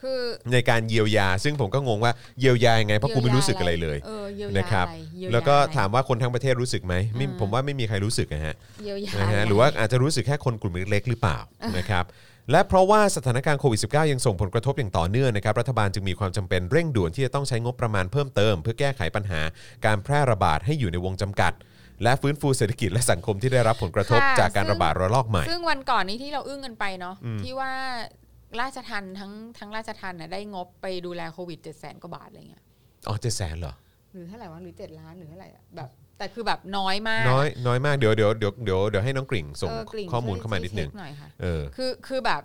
Speaker 4: คือ
Speaker 2: ในการเยียวยา ซึ่งผมก็งงว่าเยียวยายังไงเพราะกูไม่รู้สึกอะไรเลย
Speaker 4: เออเยียวยา
Speaker 2: นะครับ
Speaker 4: อไเยียย
Speaker 2: แล้วก็
Speaker 4: อะไร
Speaker 2: ถามว่าคนทั้งประเทศรู้สึกไหมไม่ผมว่าไม่มีใครรู้สึกนะฮะ
Speaker 4: เยียวยา
Speaker 2: นะฮะ
Speaker 4: ไ
Speaker 2: หรือว่าอาจจะรู้สึกแค่คนกลุ่มเล็กๆหรือเปล่านะครับและเพราะว่าสถานการณ์โควิด -19 ยังส่งผลกระทบอย่างต่อเนื่องนะครับรัฐบาลจึงมีความจำเป็นเร่งด่วนที่จะต้องใช้งบประมาณเพิ่มเติม เพื่อแก้ไขปัญหาการแพร่ระบาดให้อยู่ในวงจำกัด และฟื้นฟูเศรษฐกิจและสังคมที่ได้รับผลกระทบ
Speaker 4: ค่ะ
Speaker 2: จากการระบาดระลอกใหม่
Speaker 4: ซึ่งวันก่อนนี้ที่เราอึ้งกันไปเนาะที่ว่าราชทันทั้งทั้งราชทันน่ะได้งบไปดูแลโควิดเจ็ดแสนกว่าบาทอะไรเงี้ย
Speaker 2: อ๋อเจ็ดแสนเหรอ
Speaker 4: หรือเท่าไหร่วะหรือเจ็ดล้านหรือเท่าไหร่อะแบบ แต่คือแบบน้อยมาก
Speaker 2: น้อยน้อยมากเดี๋ยวเดี๋ยวเดี๋ยวเดี๋ยวเดี๋ยวให้น้องกริ่งส่ง
Speaker 4: เกริ่ง
Speaker 2: ข้อมูลเข้ามา
Speaker 4: ช่วย
Speaker 2: นิดนึง
Speaker 4: ช่วยเช็คหน่อยค่ะ
Speaker 2: เออ
Speaker 4: คือคือแบบ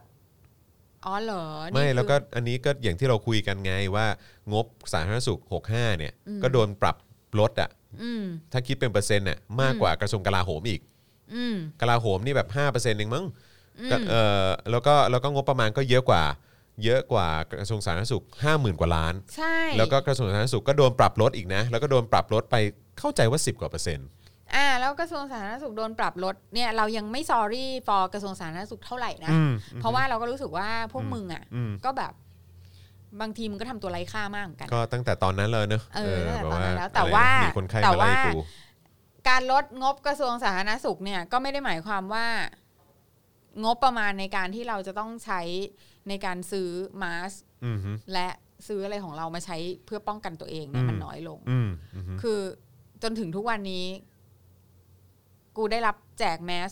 Speaker 4: อ๋อเหรอนี่
Speaker 2: ไม่
Speaker 4: คือ
Speaker 2: แล้วก็อันนี้ก็อย่างที่เราคุยกันไงว่างบสาธารณสุข 65เนี่ย
Speaker 4: อืม
Speaker 2: ก็โดนปรับลดอ่ะ
Speaker 4: อืม
Speaker 2: ถ้าคิดเป็นเปอร์เซ็นต์น่ะมากกว่ากระทรวงกลาโหมอีก
Speaker 4: อืม
Speaker 2: กลาโหมนี่แบบ5%เองมั้ง
Speaker 4: อื
Speaker 2: ก็
Speaker 4: ม
Speaker 2: เออแล้วก็แล้วก็งบประมาณก็เยอะกว่า เยอะกว่ากระทรวงสาธารณสุข 50,000 กว่าล้าน
Speaker 4: ใช่
Speaker 2: แล้วก็กระทรวงสาธารณสุขก็โดนปรับลดอีกนะ แล้วก็โดนปรับลดไปเข้าใจว่า 10 กว่าเปอร์เซ็นต์
Speaker 4: อ่าแล้วกระทรวงสาธารณสุขโดนปรับลดเนี่ยเรายังไม่ sorry for กระทรวงสาธารณสุขเท่าไหร่นะ
Speaker 2: อืม
Speaker 4: เพราะว่าเราก็รู้สึกว่าพวกมึงอ่ะ
Speaker 2: อืม
Speaker 4: ก็แบบ บางทีมันก็ทำตัวไร้ค่ามากเหมือนกัน
Speaker 2: ก็ตั้งแต่ตอนนั้นเลยเนอะ
Speaker 4: เออตั้งแต่ตอนนั้นแล้ว
Speaker 2: บบ
Speaker 4: แต่ว่า
Speaker 2: อะไรนะมีคนไข้
Speaker 4: แต่
Speaker 2: มาไล่
Speaker 4: ว่า
Speaker 2: กู
Speaker 4: การลดงบกระทรวงสาธารณสุขเนี่ยก็ไม่ได้หมายความว่า งบประมาณในการที่เราจะต้องใช้ในการซื้อมาสก์
Speaker 2: อืมฮึ
Speaker 4: และซื้ออะไรของเรามาใช้เพื่อป้องกันตัวเองเนี่ย
Speaker 2: อืม
Speaker 4: มันน้อยลง
Speaker 2: อืมอืมฮึ
Speaker 4: คือจนถึงทุกวันนี้ กูได้รับแจกแมส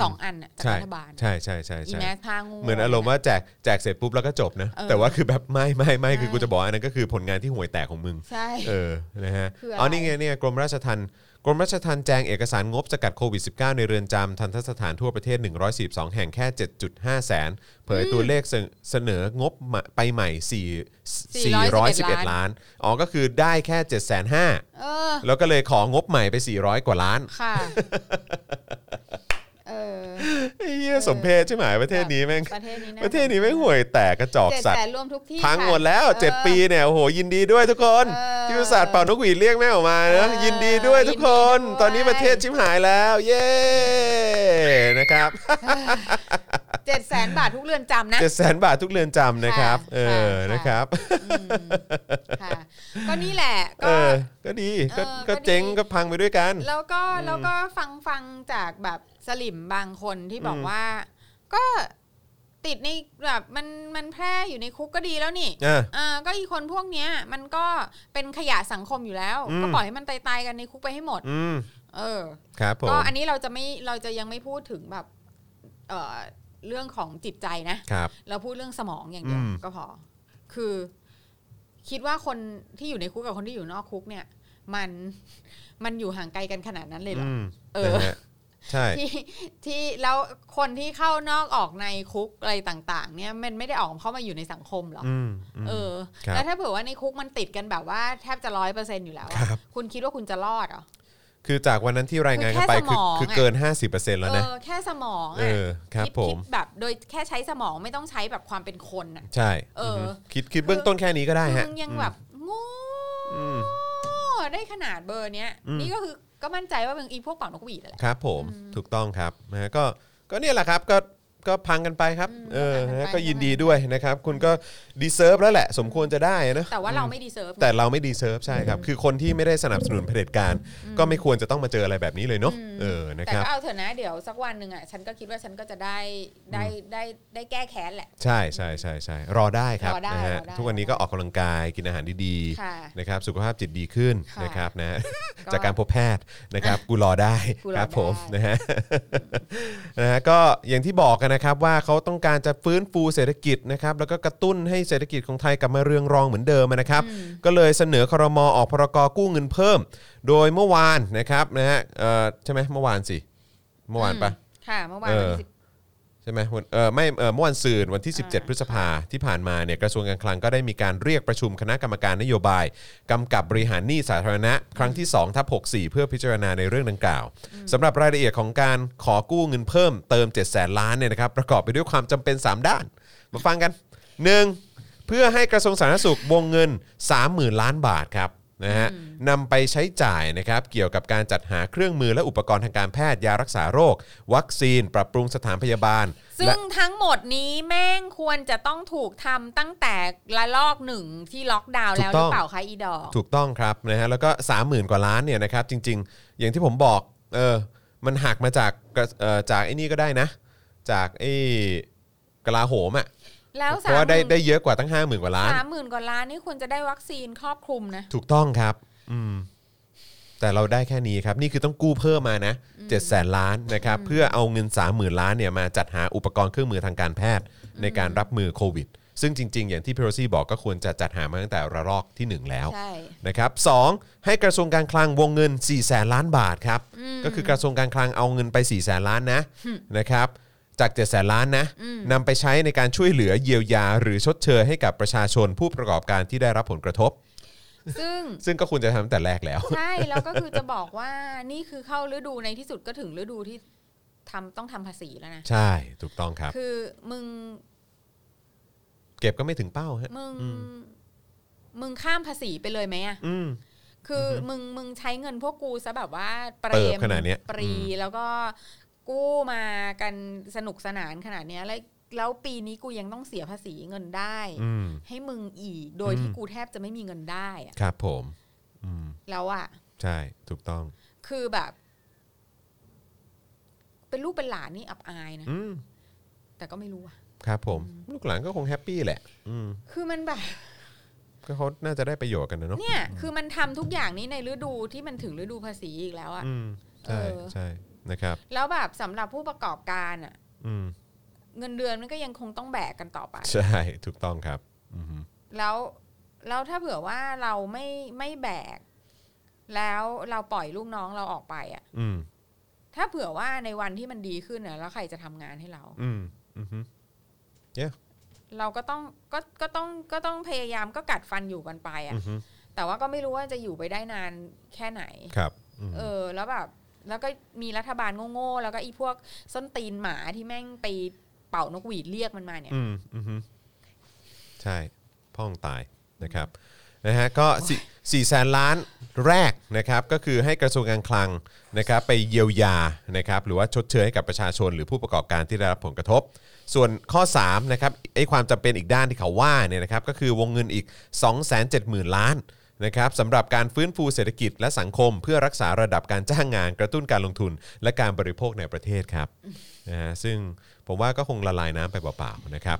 Speaker 4: สองอันน่ะจาก
Speaker 2: ใช่
Speaker 4: รัฐบาล
Speaker 2: ใช่ใช่ใช่
Speaker 4: อี
Speaker 2: ใช่
Speaker 4: แมสผ้างู
Speaker 2: เหมือนอารมณ์ว่าแจกแจกเสร็จปุ๊บแล้วก็จบนะ
Speaker 4: เออ
Speaker 2: แต่ว่าคือแบบไม่ไม่ไม่คือ
Speaker 4: ใช่
Speaker 2: กูจะบอกอันนั้นก็คือผลงานที่ห่วยแตกของมึง
Speaker 4: ใช่
Speaker 2: เออ นะฮะ
Speaker 4: คืออะไร
Speaker 2: อ๋อนี่ไงเนี่ยกรมราชทัณฑ์กรมราชทัณฑ์แจงเอกสารงบสกัดโควิด -19 ในเรือนจำทันทสถานทั่วประเทศ 142 แห่งแค่ 7.5 แสน เผยตัวเลขเสนเสนองบมาไปใหม่4 411 ล้าน อ๋อ ก็คือได้แค่ 7 5 0 0
Speaker 4: เออ
Speaker 2: แล้วก็เลยของบใหม่ไป 400 กว่าล้าน
Speaker 4: ค่ะ เออ
Speaker 2: ไอ้เหี้ยสมเพชใช่ไหมประเทศนี้แม่ง
Speaker 4: ประเทศนี้นะ
Speaker 2: ประเทศนี้แม่งห่วยแตกกระจอก
Speaker 4: เจ็ด
Speaker 2: สัต
Speaker 4: แส
Speaker 2: ว์
Speaker 4: นรวมทุกที่
Speaker 2: พัง
Speaker 4: ค่ะ
Speaker 2: หมดแล้ว
Speaker 4: ออ
Speaker 2: 7 ปีเนี่ยโอ้โหยินดีด้วยทุกคน
Speaker 4: เออ
Speaker 2: ที่อุตส่าห์เป่านกหวีดเรียกแม่ออกมานะ
Speaker 4: เออ
Speaker 2: ยินดีด้วยทุกคน
Speaker 4: ยินดีด้วย
Speaker 2: ตอนนี้ประเทศชิมหายแล้ว เย้ นะครับ
Speaker 4: เจ็ดแสนบาททุกเรือนจำนะ
Speaker 2: เจ็ดแสนบาททุกเรือนจำนะครับ
Speaker 4: ค่ะ
Speaker 2: เออ
Speaker 4: ค่ะ
Speaker 2: นะครับ
Speaker 4: อืมค่ะ ก็นี่แหละ
Speaker 2: เออ
Speaker 4: ก็
Speaker 2: ก็ดีก็
Speaker 4: เออ
Speaker 2: ก็
Speaker 4: ก็ดี
Speaker 2: เจ๊งก็พังไปด้วยกัน
Speaker 4: แล้วก็แล้วก็ฟังฟังจากแบบสลิมบางคนที่บอก
Speaker 2: อืม
Speaker 4: ว่า ก็ติดในแบบมันมันแพร่อยู่ในคุกก็ดีแล้วนี่
Speaker 2: อ่ะ
Speaker 4: อ่าก็อีคนพวกเนี้ย มันก็เป็นขยะสังคมอยู่แล้ว
Speaker 2: อืม
Speaker 4: ก็ปล่อยให้มันตายตายๆกันในคุกไปให้หมด
Speaker 2: อืม
Speaker 4: เออ
Speaker 2: ครับผม
Speaker 4: ก็อันนี้เราจะไม่เราจะยังไม่พูดถึงแบบเอ่อเรื่องของจิตใจนะ
Speaker 2: ครับ
Speaker 4: เราพูดเรื่องสมองอย่างเดียว
Speaker 2: อืม
Speaker 4: ก็พอ คือ คิดว่าคนที่อยู่ในคุกกับคนที่อยู่นอกคุกเนี่ย มัน มันอยู่ห่างไกลกันขนาดนั้นเลยเหรอ
Speaker 2: อืม
Speaker 4: เออ
Speaker 2: นะฮะใช่
Speaker 4: ที่ ที่แล้วคนที่เข้านอกออกในคุกอะไรต่าง ๆ เนี่ยมันไม่ได้ออกเข้ามาอยู่ในสังคมเหรออ
Speaker 2: อืมอืม
Speaker 4: เออ
Speaker 2: ครับ
Speaker 4: แล้วถ้าเผื่อว่าในคุกมันติดกันแบบว่าแทบจะร้อยเปอร์เซ็นอยู่แล้วอะ
Speaker 2: ครับ
Speaker 4: คุณคิดว่าคุณจะรอดเหรอ
Speaker 2: คือจากวันนั้นที่รายงานกันไป
Speaker 4: คือ
Speaker 2: คือ
Speaker 4: แค่สมอง
Speaker 2: คือ
Speaker 4: อะ
Speaker 2: เกิน 50%แล้ว
Speaker 4: เอ
Speaker 2: นะ
Speaker 4: อแค่สมอง
Speaker 2: เออ
Speaker 4: อะ
Speaker 2: ครับ
Speaker 4: ด
Speaker 2: ผ
Speaker 4: คิ
Speaker 2: ม
Speaker 4: ดแบบ โดยแค่ใช้สมองไม่ต้องใช้แบบความเป็นคนอะ
Speaker 2: ใช่
Speaker 4: เออ
Speaker 2: ม
Speaker 4: อื
Speaker 2: คิดคิดเบื้องต้นแค่นี้ก็ได้ฮะ
Speaker 4: มึงยังแบบโง่
Speaker 2: อืม
Speaker 4: ได้ขนาดเบอร์เนี้ย
Speaker 2: อืม
Speaker 4: นี่ก็คือก็มั่นใจว่ามึงอีพวกเป่านกหวีดนั่นแหละ
Speaker 2: ครับผมถูกต้องครับนะฮะก็ก็เนี่ยแหละครับก็ก็พังกันไปครับ
Speaker 4: อืม
Speaker 2: เออ
Speaker 4: ก็พังกันไป
Speaker 2: นะก็ยินดีด้วยนะครับ คุณก็ดีเซิร์ฟแล้วแหละ สมควรจะได้นะ
Speaker 4: แต่ว่าเรา
Speaker 2: อื
Speaker 4: ไม่ดีเซิร์ฟ
Speaker 2: แต่เราไม่ดีเซิร์ฟใช่ครับ คือคนที่ไม่ได้สนับสนุนเผด็จการ ก็ไม่ควรจะต้องมาเจออะไรแบบนี้เลยเนาะเออนะ
Speaker 4: แต่
Speaker 2: ครับ
Speaker 4: ก็เอาเถอะนะเดี๋ยวสักวันหนึ่งอ่ะฉันก็คิดว่าฉันก็จะได้ได้ได้ได้แก้แค้นแหละ
Speaker 2: ใช่ใช่ใช่ใช่รอได้ครับ
Speaker 4: รอได้
Speaker 2: นะฮะ
Speaker 4: รอได้
Speaker 2: ทุกวันนี้ก็ออกกำลังกายกินอาหารดี
Speaker 4: ค่ะ
Speaker 2: ๆนะครับสุขภาพจิตดีขึ้น
Speaker 4: ค่ะ
Speaker 2: นะครับนะ
Speaker 4: ก็
Speaker 2: จากการพบแพทย์ นะครับ กูรอได้
Speaker 4: กูรอ
Speaker 2: ครับผม
Speaker 4: ได้
Speaker 2: นะฮะ นะฮะก็อย่างที่บอกกันนะครับว่าเขาต้องการจะฟื้นฟูเศรษฐกิจนะครับแล้วก็กระตุ้นให้เศรษฐกิจของไทยกลับมาเรืองรองเหมือนเดิมนะครับก็เลยเสนอครมออกพรกกู้เงินเพิ่ม โดยเมื่อวานนะครับนะฮะเอ่อใช่ไหมเมื่อวานสิเมื่อวานปะ
Speaker 4: ค่ะเมื่อวาน
Speaker 2: เออ
Speaker 4: วันที่สิบ
Speaker 2: ใช่ไหมวันเออไม่เออเมื่อวันสื่นวันที่ 17 พฤษภาที่ผ่านมาเนี่ยกระทรวงการคลังก็ได้มีการเรียกประชุมคณะกรรมการนโยบายกำกับบริหารหนี้สาธารณะ ครั้งที่2ทับ64 เพื่อพิจารณาในเรื่องดังกล่าวสำหรับรายละเอียดของการขอกู้เงินเพิ่มเติม 7 0 0 0 0ล้านเนี่ยนะครับประกอบไปด้วยความจำเป็น 3 ด้าน มาฟังกัน 1. เพื่อให้กระทรวงสาธารณสุขวงเงิน 30,000 ล้านบาทครับนะฮะนำไปใช้จ่ายนะครับเกี่ยวกับการจัดหาเครื่องมือและอุปกรณ์ทางการแพทย์ยารักษาโรค วัคซีน ปรับปรุงสถานพยาบาล
Speaker 4: ซึ่
Speaker 2: และ
Speaker 4: งทั้งหมดนี้แม่งควรจะต้องถูกทำตั้งแต่ละลอกหนึ่งที่ล็อกดาวน์แล้ว
Speaker 2: ถูกต้
Speaker 4: หรือ
Speaker 2: อง
Speaker 4: เปล่าคะอีดอก
Speaker 2: ถูกต้องครับนะฮะแล้วก็ 30,000 กว่าล้านเนี่ยนะครับจริง ๆ อย่างที่ผมบอกเออมันหักมาจากกระเอ่อจากไอ้นี่ก็ได้นะ จากไอ้กลาโหมอ่ะ
Speaker 4: แล้ว
Speaker 2: เพ
Speaker 4: สาม
Speaker 2: ราะว่า
Speaker 4: ห
Speaker 2: ได้
Speaker 4: มื่น
Speaker 2: ได้เยอะกว่าตั้ง 50,000 กว่าล้าน
Speaker 4: สามหมื่นกว่าล้านนี่ควรจะได้วัคซีนครอบคลุมนะ
Speaker 2: ถูกต้องครับ อืม แต่เราได้แค่นี้ครับ นี่คือต้องกู้เพิ่มมานะเจ็ดแสนล้านนะครับ เพื่อเอาเงิน 3 0,000 ล้านเนี่ยมาจัดหาอุปกรณ์เครื่องมือทางการแพทย์ ในการรับมือโควิด ซึ่งจริง ๆ อย่างที่พี่โรซี่บอกก็ควรจะจัดหามาตั้งแต่ระลอกทีหนึ่1 แล้ว
Speaker 4: ใช่
Speaker 2: นะครับสองให้กระทรวงการคลังวงเงิน4ี่แสนล้านบาทครับ ก็คือกระทรวงการคลังเอาเงินไป4ี่แสนล้านนะนะครับ จาก7จ็ดแสนล้านนะนำไปใช้ในการช่วยเหลือเยียวยา หรือชดเชยให้กับประชาชนผู้ประกอบการที่ได้รับผลกระทบ
Speaker 4: ซึ่ง
Speaker 2: ซึ่งก็ควรจะทำตั้งแต่แรกแล้ว
Speaker 4: ใช่แล้วก็คือจะบอกว่านี่คือเข้าฤดูในที่สุดก็ถึงฤดูที่ทำต้องทำภาษีแล้วนะ
Speaker 2: ใช่ถูกต้องครับ
Speaker 4: คือมึง
Speaker 2: เก็บก็ไม่ถึงเป้าฮะ
Speaker 4: มึงมึงข้ามภาษีไปเลยไหมอะ
Speaker 2: อืม
Speaker 4: คืออมึงมึงใช้เงินพวกกูซะแบบว่าเปร
Speaker 2: เติ
Speaker 4: ม
Speaker 2: บขนาดเนี้ย
Speaker 4: ปรี
Speaker 2: อืม
Speaker 4: แล้วก็กู้มากันสนุกสนานขนาดเนี้ยแล้ว แล้วปีนี้กูยังต้องเสียภาษีเงินได้
Speaker 2: อืม
Speaker 4: ให้มึงอีกโดยที่
Speaker 2: อืม
Speaker 4: กูแทบจะไม่มีเงินได้อะ
Speaker 2: ครับผมอืม
Speaker 4: แล้วอะ
Speaker 2: ใช่ถูกต้อง
Speaker 4: คือแบบ เป็นลูกเป็นหลานนี่อับอายนะ
Speaker 2: อืม
Speaker 4: แต่ก็ไม่รู้อะ
Speaker 2: ครับผม ลูกหลานก็คงแฮปปี้แหละ อืม
Speaker 4: คือมันแบบ
Speaker 2: ก็เขาน่าจะได้ประโยชน์กันนะเนาะ
Speaker 4: เนี่ย คือมันทำทุกอย่างนี้ในฤดูที่มันถึงฤดูภาษีอีกแล้วอะ
Speaker 2: อืมใช่
Speaker 4: เออ
Speaker 2: ใช่นะครับ
Speaker 4: แล้วแบบสำหรับผู้ประกอบการอะ
Speaker 2: อืม
Speaker 4: เงินเดือนมันก็ยังคงต้องแบกกันต่อไป
Speaker 2: ใช่ถูกต้องครับ อืม
Speaker 4: แล้วแล้วถ้าเผื่อว่าเราไม่ไม่แบก แล้วเราปล่อยลูกน้องเราออกไปอะ
Speaker 2: อืม
Speaker 4: ถ้าเผื่อว่าในวันที่มันดีขึ้นอะแล้วใครจะทำงานให้เรา
Speaker 2: อืมอืมฮึ
Speaker 4: เราก็ต้องก็ก็ต้องก็ต้องพยายามก็กัดฟันอยู่กันไปอะ
Speaker 2: อือฮึ
Speaker 4: แต่ว่าก็ไม่รู้ว่าจะอยู่ไปได้นานแค่ไหน
Speaker 2: ครับอืม
Speaker 4: เออ แล้วแบบ แล้วก็มีรัฐบาลโง่ๆแล้วก็อีพวกส้นตีนหมาที่แม่งไปเป่านกหวีดเรียกมันมาเนี่ย
Speaker 2: อืมอืมฮึใช่พ่องตายนะครับนะฮะก็สี่แสนล้านแรกนะครับก็คือให้กระทรวงการคลังนะครับไปเยียวยานะครับหรือว่าชดเชยให้กับประชาชนหรือผู้ประกอบการที่ได้รับผลกระทบ ส่วนข้อ3นะครับไอ้ความจำเป็นอีกด้านที่เขาว่าเนี่ยนะครับก็คือวงเงินอีก 270,000 ล้านนะครับสำหรับการฟื้นฟูเศรษฐกิจและสังคม เพื่อรักษาระดับการจ้างงานกระตุ้นการลงทุน และการบริโภคในประเทศครับ นะฮะซึ่งผมว่าก็คงละลายน้ำไปเปล่าๆนะครับ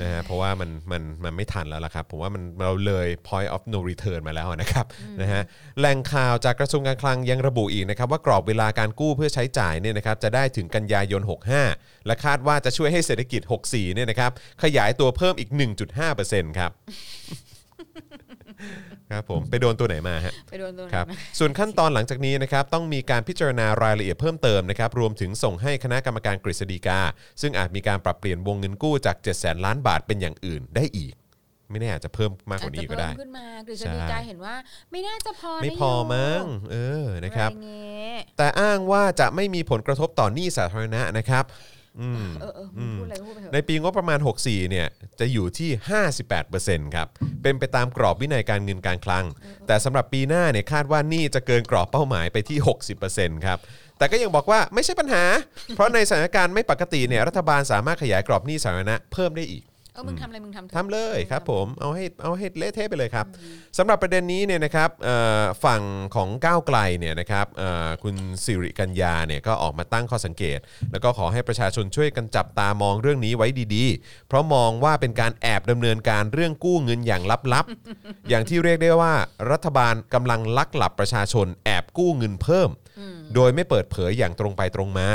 Speaker 2: นะฮะเพราะว่ามันมันมันไม่ทันแล้วล่ะครับ ผมว่ามันเราเลย point of no return มาแล้วนะครับนะฮะแหล่งข่าวจากกระทรวงการคลังยังระบุอีกนะครับ ว่ากรอบเวลาการกู้เพื่อใช้จ่ายเนี่ยนะครับจะได้ถึงกันยายน 65 และคาดว่าจะช่วยให้เศรษฐกิจ 64เนี่ยนะครับขยายตัวเพิ่มอีก 1.5%ครับ ครับผมไปโดนตัวไหนมาฮะ
Speaker 4: ไปโดนตัวนั้
Speaker 2: ครับ
Speaker 4: นนะ
Speaker 2: ส่วนขั้นตอนหลังจากนี้นะครับต้องมีการพิจารณารายละเอียดเพิ่มเติมนะครับรวมถึงส่งให้คณะกรรมการกฤษฎีกา ซึ่งอาจมีการปรับเปลี่ยนวงเงินกู้จาก 7 0 0 0 0 ล้านบาทเป็นอย่างอื่นได้อีก ไม่แน่อาจจะเพิ่มมากก
Speaker 4: อา
Speaker 2: ว่า
Speaker 4: จจะ
Speaker 2: นี้ก็
Speaker 4: เพิ่
Speaker 2: ได้
Speaker 4: มขึ้นมากฤษฎีกา
Speaker 2: ใช่
Speaker 4: เห็นว่า ไม่น่าจะพอนะ
Speaker 2: ไม่พอมั้งเออ
Speaker 4: โย
Speaker 2: นะครับ
Speaker 4: อไเงี้ย
Speaker 2: แต่อ้างว่าจะไม่มีผลกระทบต่อหนี้สาธารณะนะครับอืม
Speaker 4: เออเออมึงพูดอะไรก็พูดไปเถ
Speaker 2: ใน
Speaker 4: อะ
Speaker 2: ปีงบประมาณ 64 เนี่ย จะอยู่ที่ 58%ครับ เป็นไปตามกรอบวินัยการเงินการคลัง แต่สำหรับปีหน้าเนี่ยคาดว่าหนี่จะเกินกรอบเป้าหมายไปที่ 60%ครับ แต่ก็ยังบอกว่าไม่ใช่ปัญหา เพราะในสถานการณ์ไม่ปกติเนี่ย รัฐบาลสามารถขยายกรอบหนี้สาธารณะเพิ่มได้อีก
Speaker 4: เออมึงทำอะไรมึงทำถอะ
Speaker 2: ทำเลยครับผมเอาให้เอาให้เละเทะไปเลยครับสำหรับประเด็นนี้เนี่ยนะครับเอ่อฝั่งของก้าวไกลเนี่ยนะครับเอ่อคุณสิริกัญญาเนี่ยก็ออกมาตั้งข้อสังเกต แล้วก็ขอให้ประชาชนช่วยกันจับตามองเรื่องนี้ไว้ดีๆ เพราะมองว่าเป็นการแอบดำเนินการเรื่องกู้เงินอย่างลับๆ อย่างที่เรียกได้ว่ารัฐบาลกำลังลักหลับประชาชนแอบกู้เงินเพิ่ม โดยไม่เปิดเผยอย่างตรงไปตรงมา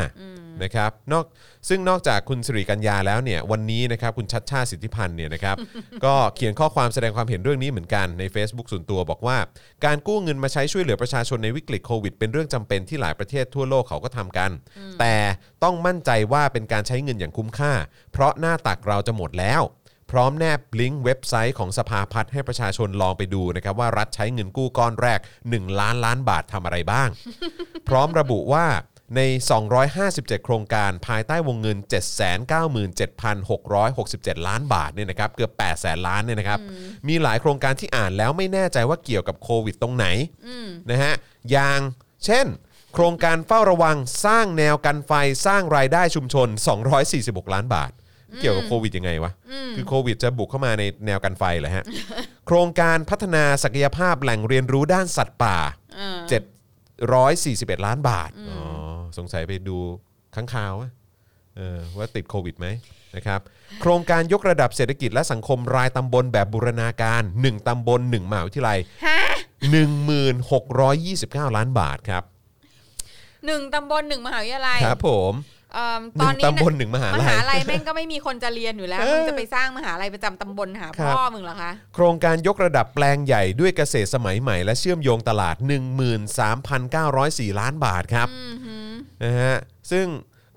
Speaker 2: นะครับนอกซึ่งนอกจากคุณสิริกัญญาแล้วเนี่ยวันนี้นะครับคุณชัดชาติสิทธิพันธ์เนี่ย นะครับ ก็เขียนข้อความแสดงความเห็นเรื่องนี้เหมือนกันใน Facebook ส่วนตัวบอกว่า การกู้เงินมาใช้ช่วยเหลือประชาชนในวิกฤตโควิด เป็นเรื่องจำเป็นที่หลายประเทศทั่วโลกเขาก็ทำกัน แต่ต้องมั่นใจว่าเป็นการใช้เงินอย่างคุ้มค่า เพราะหน้าตักเราจะหมดแล้ว พร้อมแนบลิงก์เว็บไซต์ของสภาพัฒน์ให้ประชาชนลองไปดูนะครับว่ารัฐใช้เงินกู้ก้อนแรก 1 ล้านล้านบาททำอะไรบ้าง พร้อมระบุว่าใน 257 โครงการภายใต้วงเงิน 797,667 ล้านบาทเนี่ยนะครับเกือบ 8 แสนล้านเนี่ยนะครับ มีหลายโครงการที่อ่านแล้วไม่แน่ใจว่าเกี่ยวกับโควิดตรงไหนนะฮะอย่างเช่น โครงการเฝ้าระวังสร้างแนวกันไฟสร้างรายได้ชุมชน 246 ล้านบาท เกี่ยวกับโควิดยังไงวะ คือโควิดจะบุกเข้ามาในแนวกันไฟเหรอฮะ โครงการพัฒนาศักยภาพแหล่งเรียนรู้ด้านสัตว์ป่า
Speaker 4: เออ
Speaker 2: 741 ล้านบาท อ๋อ สงสัยไปดูข้างข่าวอะเออว่าติดโควิดไหมนะครับ โครงการยกระดับเศรษฐกิจและสังคมรายตำบลแบบบูรณาการ 1 ตำบล 1หมหาวิทยาลัย 1629 ล้านบาทครับ
Speaker 4: หนึ่งตำบลหนึ่งมหาวิทยาลัย
Speaker 2: ครับผม
Speaker 4: เอิ่ม
Speaker 2: ห
Speaker 4: ต
Speaker 2: นึ่ง
Speaker 4: อนนี้
Speaker 2: ตำบลหนึ่งมหา
Speaker 4: นะม
Speaker 2: ลัย
Speaker 4: หาลัยแม่ งก็ไม่มีคนจะเรียนอยู่แล้ว
Speaker 2: เออ
Speaker 4: มึงจะไปสร้างมหาลัยประจำตำบลหา
Speaker 2: ครับ
Speaker 4: พ่อมึงเหรอคะ
Speaker 2: โครงการยกระดับแปลงใหญ่ด้วยเกษตรสมัยใหม่และเชื่อมโยงตลาด 13,904 ล้านบาทครับนะฮะซึ่ง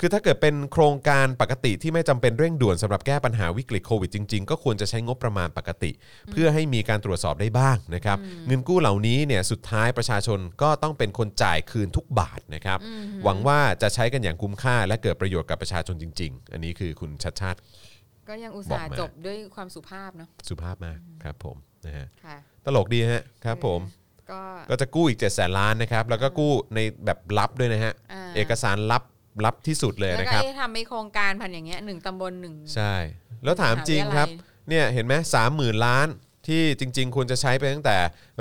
Speaker 2: คือถ้าเกิดเป็นโครงการปกติที่ไม่จำเป็นเร่งด่วนสำหรับแก้ปัญหาวิกฤตโควิดจริงๆ ก็ควรจะใช้งบประมาณปกติ เพื่อให้มีการตรวจสอบได้บ้างนะครับ เงินกู้เหล่านี้เนี่ยสุดท้ายประชาชนก็ต้องเป็นคนจ่ายคืนทุกบาทนะครับ หวังว่าจะใช้กันอย่างคุ้มค่า และเกิดประโยชน์กับประชาชนจริง ๆ อันนี้คือคุณชัดชาติ
Speaker 4: ก็ยังอุตส่าห์
Speaker 2: บอกมา
Speaker 4: จบด้วยความสุภาพเนาะ
Speaker 2: สุภาพมากครับผมนะฮะ
Speaker 4: ค่ะ
Speaker 2: ตลกดีฮะครับผม
Speaker 4: ก็
Speaker 2: ก็จะกู้อีก7จ็ดแสนล้านนะครับ แล้วก็กู้ในแบบลับด้วยนะฮะ
Speaker 4: อ่า
Speaker 2: เอกสารลับ ลับที่สุดเลย
Speaker 4: แล้
Speaker 2: นะ
Speaker 4: วก็
Speaker 2: ครับ
Speaker 4: ไอ้ทำไอ้โครงการพันอย่างเงี้ยหนึ่งตำบลหนึ่ง
Speaker 2: ใช่ แล้วถามจริงครับ
Speaker 4: มหาวิทยาลั
Speaker 2: เนี่ยเห็นไหมสามหมื่นล้านที่จริง ๆ ควรจะใช้ไปตั้งแต่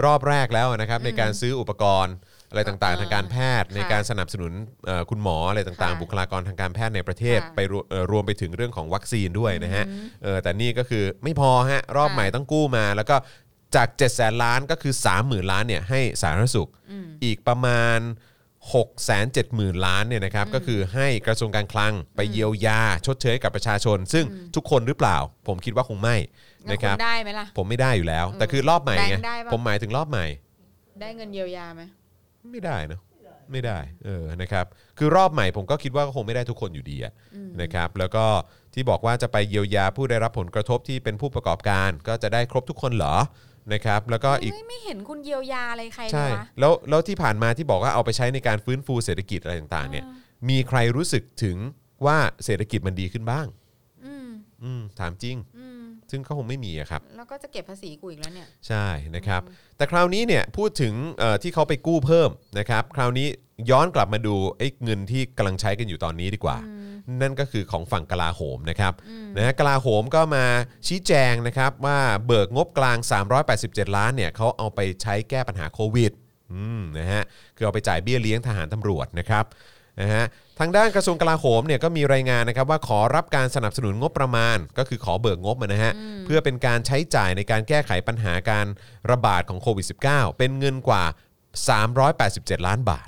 Speaker 2: รอบแรกแล้วนะครับ ในการซื้ออุปกรณ์อะไรต่างๆ
Speaker 4: อ่า
Speaker 2: ทางการแพทย์
Speaker 4: ค่ะ
Speaker 2: ในการสนับสนุนเอ่อคุณหมออะไรต่างๆ
Speaker 4: ค่ะ
Speaker 2: บุคลากรทางการแพทย์ในประเทศ
Speaker 4: ค่ะ
Speaker 2: ไปรวเอ่อรวมไปถึงเรื่องของวัคซีนด้วยนะฮะเอ่อแต่นี่ก็คือไม่พอฮะรอบ
Speaker 4: ค่ะ
Speaker 2: ใหม่ต้องกู้มา แล้วก็จาก7จ็ดแสนล้านก็คือ 3 0,000 ล้านเนี่ยให้สาธารณสุข อีกประมาณ 6 7 0 0 0 0 ล้านเนี่ยนะครับก็คือให้กระทรวงการคลังไปเยียวยา ชดเชยให้กับประชาชน ซึ่งทุกคนหรือเปล่า ผมคิดว่าคงไม่
Speaker 4: งั้
Speaker 2: นะ
Speaker 4: นค
Speaker 2: ครับ
Speaker 4: ณได้ไหมล่ะ
Speaker 2: ผมไม่ได้อยู่แล้ว แต่คือรอบใหม่ไง
Speaker 4: แบงค์ได้ปะ
Speaker 2: ผมหมายถึงรอบใหม่
Speaker 4: ได้เงินเยียวยาไหม
Speaker 2: ไม่ได้เนอะไม่ได้เออนะครับคือรอบใหม่ผมก็คิดว่าก็คงไม่ได้ทุกคนอยู่ดีอะนะครับแล้วก็ที่บอกว่าจะไปเยียวยาผู้ได้รับผลกระทบที่เป็นผู้ประกอบการ ก็จะได้ครบทุกคนเหรอนะครับแล้วก็อีก
Speaker 4: เฮ้ยไม่เห็นคุณเยียวยาอะไรใครเล
Speaker 2: ใช่
Speaker 4: ยวะ
Speaker 2: แล้วแล้วที่ผ่านมาที่บอกว่าเอาไปใช้ในการฟื้นฟูเศรษฐกิจอะไรต่างๆเนี่ยมีใครรู้สึกถึงว่าเศรษฐกิจมันดีขึ้นบ้าง
Speaker 4: อืม
Speaker 2: อืมถามจริง
Speaker 4: อืม
Speaker 2: ซึ่งก็คงไม่มีอะครับ
Speaker 4: แล้วก็จะเก็บภาษีกูอีกแล้วเนี่ย
Speaker 2: ใช่นะครับ แต่คราวนี้เนี่ยพูดถึงเอ่อที่เขาไปกู้เพิ่มนะครับคราวนี้ย้อนกลับมาดูไอ้เงินที่กำลังใช้กันอยู่ตอนนี้ดีกว่า นั่นก็คือของฝั่งกลาโหมนะครับนะฮะกลาโหมก็มาชี้แจงนะครับว่าเบิกงบกลาง 387 ล้านเนี่ยเขาเอาไปใช้แก้ปัญหาโควิด อืมนะฮะคือเอาไปจ่ายเบี้ยเลี้ยงทหารตำรวจนะครับนะฮะทางด้านกระทรวงกลาโหมเนี่ยก็มีรายงานนะครับว่าขอรับการสนับสนุนงบประมาณ ก็คือขอเบิกงบอะนะฮะเพื่อเป็นการใช้จ่ายในการแก้ไขปัญหาการระบาดของโควิด -19 เป็นเงินกว่า 387 ล้านบาท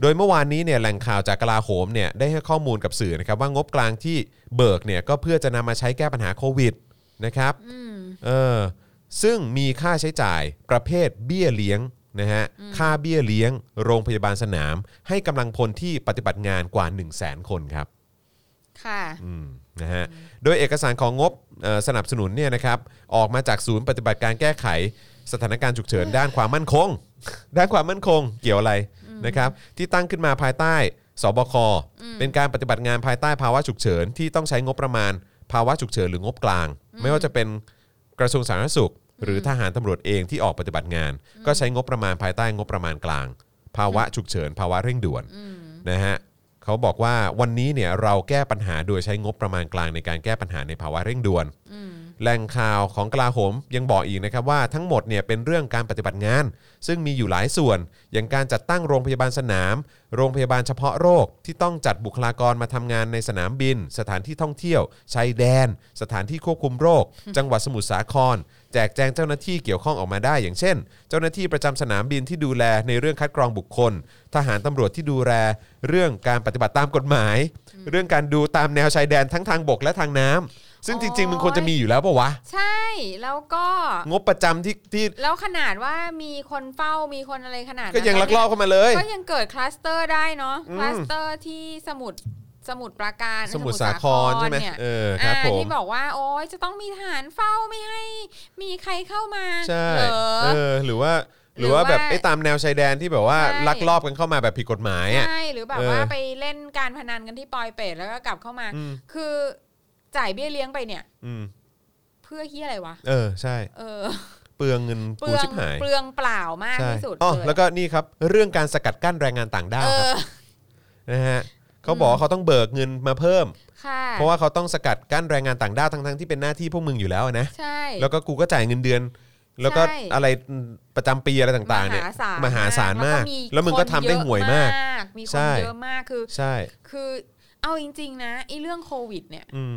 Speaker 2: โดยเมื่อวานนี้เนี่ยแหล่งข่าวจากกลาโหมเนี่ยได้ให้ข้อมูลกับสื่อนะครับว่างบกลางที่เบิกเนี่ยก็เพื่อจะนำมาใช้แก้ปัญหาโควิดนะครับเออซึ่งมีค่าใช้จ่ายประเภทเบี้ยเลี้ยงนะฮะค่าเบี้ยเลี้ยง โรงพยาบาลสนาม ให้กำลังพลที่ปฏิบัติงานกว่า 1 0 0 0 0แคนครับ
Speaker 4: ค่ะ
Speaker 2: อืมนะฮะโดยเอกสารของงบเอ่อสนับสนุนเนี่ยนะครับออกมาจากศูนย์ปฏิบัติการแก้ไขสถานการณ์ฉุกเฉิน ด้านความมั่นคง ด้านความมั่นคงเกี่ยวอะไรนะครับที่ตั้งขึ้นมาภายใต้สบค เป็นการปฏิบัติงานภายใต้ภาวะฉุกเฉิน ที่ต้องใช้งบประมาณ ภาวะฉุกเฉินหรืองบกลาง ไม่ว่าจะเป็นกระทรวงสาธารณสุข หรือทหารตำรวจเองที่ออกปฏิบัติงาน ก็ใช้งบประมาณภายใต้งบประมาณกลาง ภาวะฉุกเฉิน ภาวะเร่งด่วนนะฮะเขาบอกว่าวันนี้เนี่ยเราแก้ปัญหาโดยใช้งบประมาณกลางในการแก้ปัญหาในภาวะเร่งด่วน แหล่งข่าวของกลาโหมยังบอกอีกนะครับว่าทั้งหมดเนี่ยเป็นเรื่องการปฏิบัติงาน ซึ่งมีอยู่หลายส่วน อย่างการจัดตั้งโรงพยาบาลสนาม โรงพยาบาลเฉพาะโรคที่ต้องจัดบุคลากรมาทำงานในสนามบิน สถานที่ท่องเที่ยวชายแดน สถานที่ควบคุมโรค จังหวัดสมุทรสาคร แจกแจงเจ้าหน้าที่เกี่ยวข้องออกมาได้ อย่างเช่น เจ้าหน้าที่ประจำสนามบินที่ดูแลในเรื่องคัดกรองบุคคล ทหารตำรวจที่ดูแลเรื่องการปฏิบัติตามกฎหมาย เรื่องการดูตามแนวชายแดนทั้งทางบกและทางน้ำซึ่งจริง ๆมันควรจะมีอยู่แล้วปะวะ
Speaker 4: ใช่แล้วก็
Speaker 2: งบประจำที่ที่
Speaker 4: แล้วขนาดว่ามีคนเฝ้ามีคนอะไรขนาดนั้น
Speaker 2: ก็ยังลักลอบเข้ามาเลย
Speaker 4: ก็ยังเกิดคลัสเตอร์ได้เนาะ
Speaker 2: อืม
Speaker 4: คลัสเตอร์ที่สมุทรสมุทรปราการ
Speaker 2: สมุทรสาครใช่ไหม
Speaker 4: เนี่ย
Speaker 2: เออครับ
Speaker 4: อ่า
Speaker 2: ผม
Speaker 4: ที่บอกว่าโอ้ยจะต้องมีทหารเฝ้าไม่ให้ มีใครเข้ามา
Speaker 2: ใช่
Speaker 4: เหร
Speaker 2: เอ
Speaker 4: อ
Speaker 2: อหรือว่าห
Speaker 4: หรื
Speaker 2: รือ
Speaker 4: อ
Speaker 2: ว่า
Speaker 4: ว่า
Speaker 2: แบบไอ้ตามแนวชายแดนที่แบบว่า
Speaker 4: ใช่
Speaker 2: ลักลอบกันเข้ามาแบบผิดกฎหมายอ่ะ
Speaker 4: ใช่หรือแบบ
Speaker 2: เออ
Speaker 4: ว่าไปเล่นการพนันกันที่ปอยเป็ดแล้วก็กลับเข้ามา
Speaker 2: อืม
Speaker 4: คือจ่ายเบี้ยเลี้ยงไปเนี่ย
Speaker 2: อืม
Speaker 4: เพื่อเฮียอะไรวะ
Speaker 2: เออใช่
Speaker 4: เออ
Speaker 2: เปลืองเงิน
Speaker 4: เป
Speaker 2: กู
Speaker 4: ลือง
Speaker 2: ชิบหาย
Speaker 4: เปลืองเปล่ามาก
Speaker 2: ใช่
Speaker 4: ที่สุด
Speaker 2: อ๋อ
Speaker 4: เลย
Speaker 2: แล้วก็นี่ครับ เรื่องการสกัดกั้นแรงงานต่างด้า
Speaker 4: เอ
Speaker 2: วครับ
Speaker 4: อ
Speaker 2: นะฮะเขาบอกว่าเขาต้องเบิกเงินมาเพิ่ม
Speaker 4: ค่ะ
Speaker 2: เพราะว่าเขาต้องสกัดกั้นแรงงานต่างด้าวทั้งๆที่เป็นหน้าที่พวกมึงอยู่แล้วนะ
Speaker 4: ใช่
Speaker 2: แล้วก็กูก็จ่ายเงินเดือน แล้วก็
Speaker 4: ใช่
Speaker 2: อะไรประจำปีอะไรต่าง ๆ เนี่ย
Speaker 4: มหา
Speaker 2: หา
Speaker 4: ศาล
Speaker 2: ศาลมาก แล้วมึงก็ทำได้ห่วยมาก
Speaker 4: มีค
Speaker 2: ใช่
Speaker 4: นเยอะมากคือ
Speaker 2: ใช่
Speaker 4: คือเอาจริง ๆ นะไอ้เรื่องโควิดเนี่ย
Speaker 2: อืม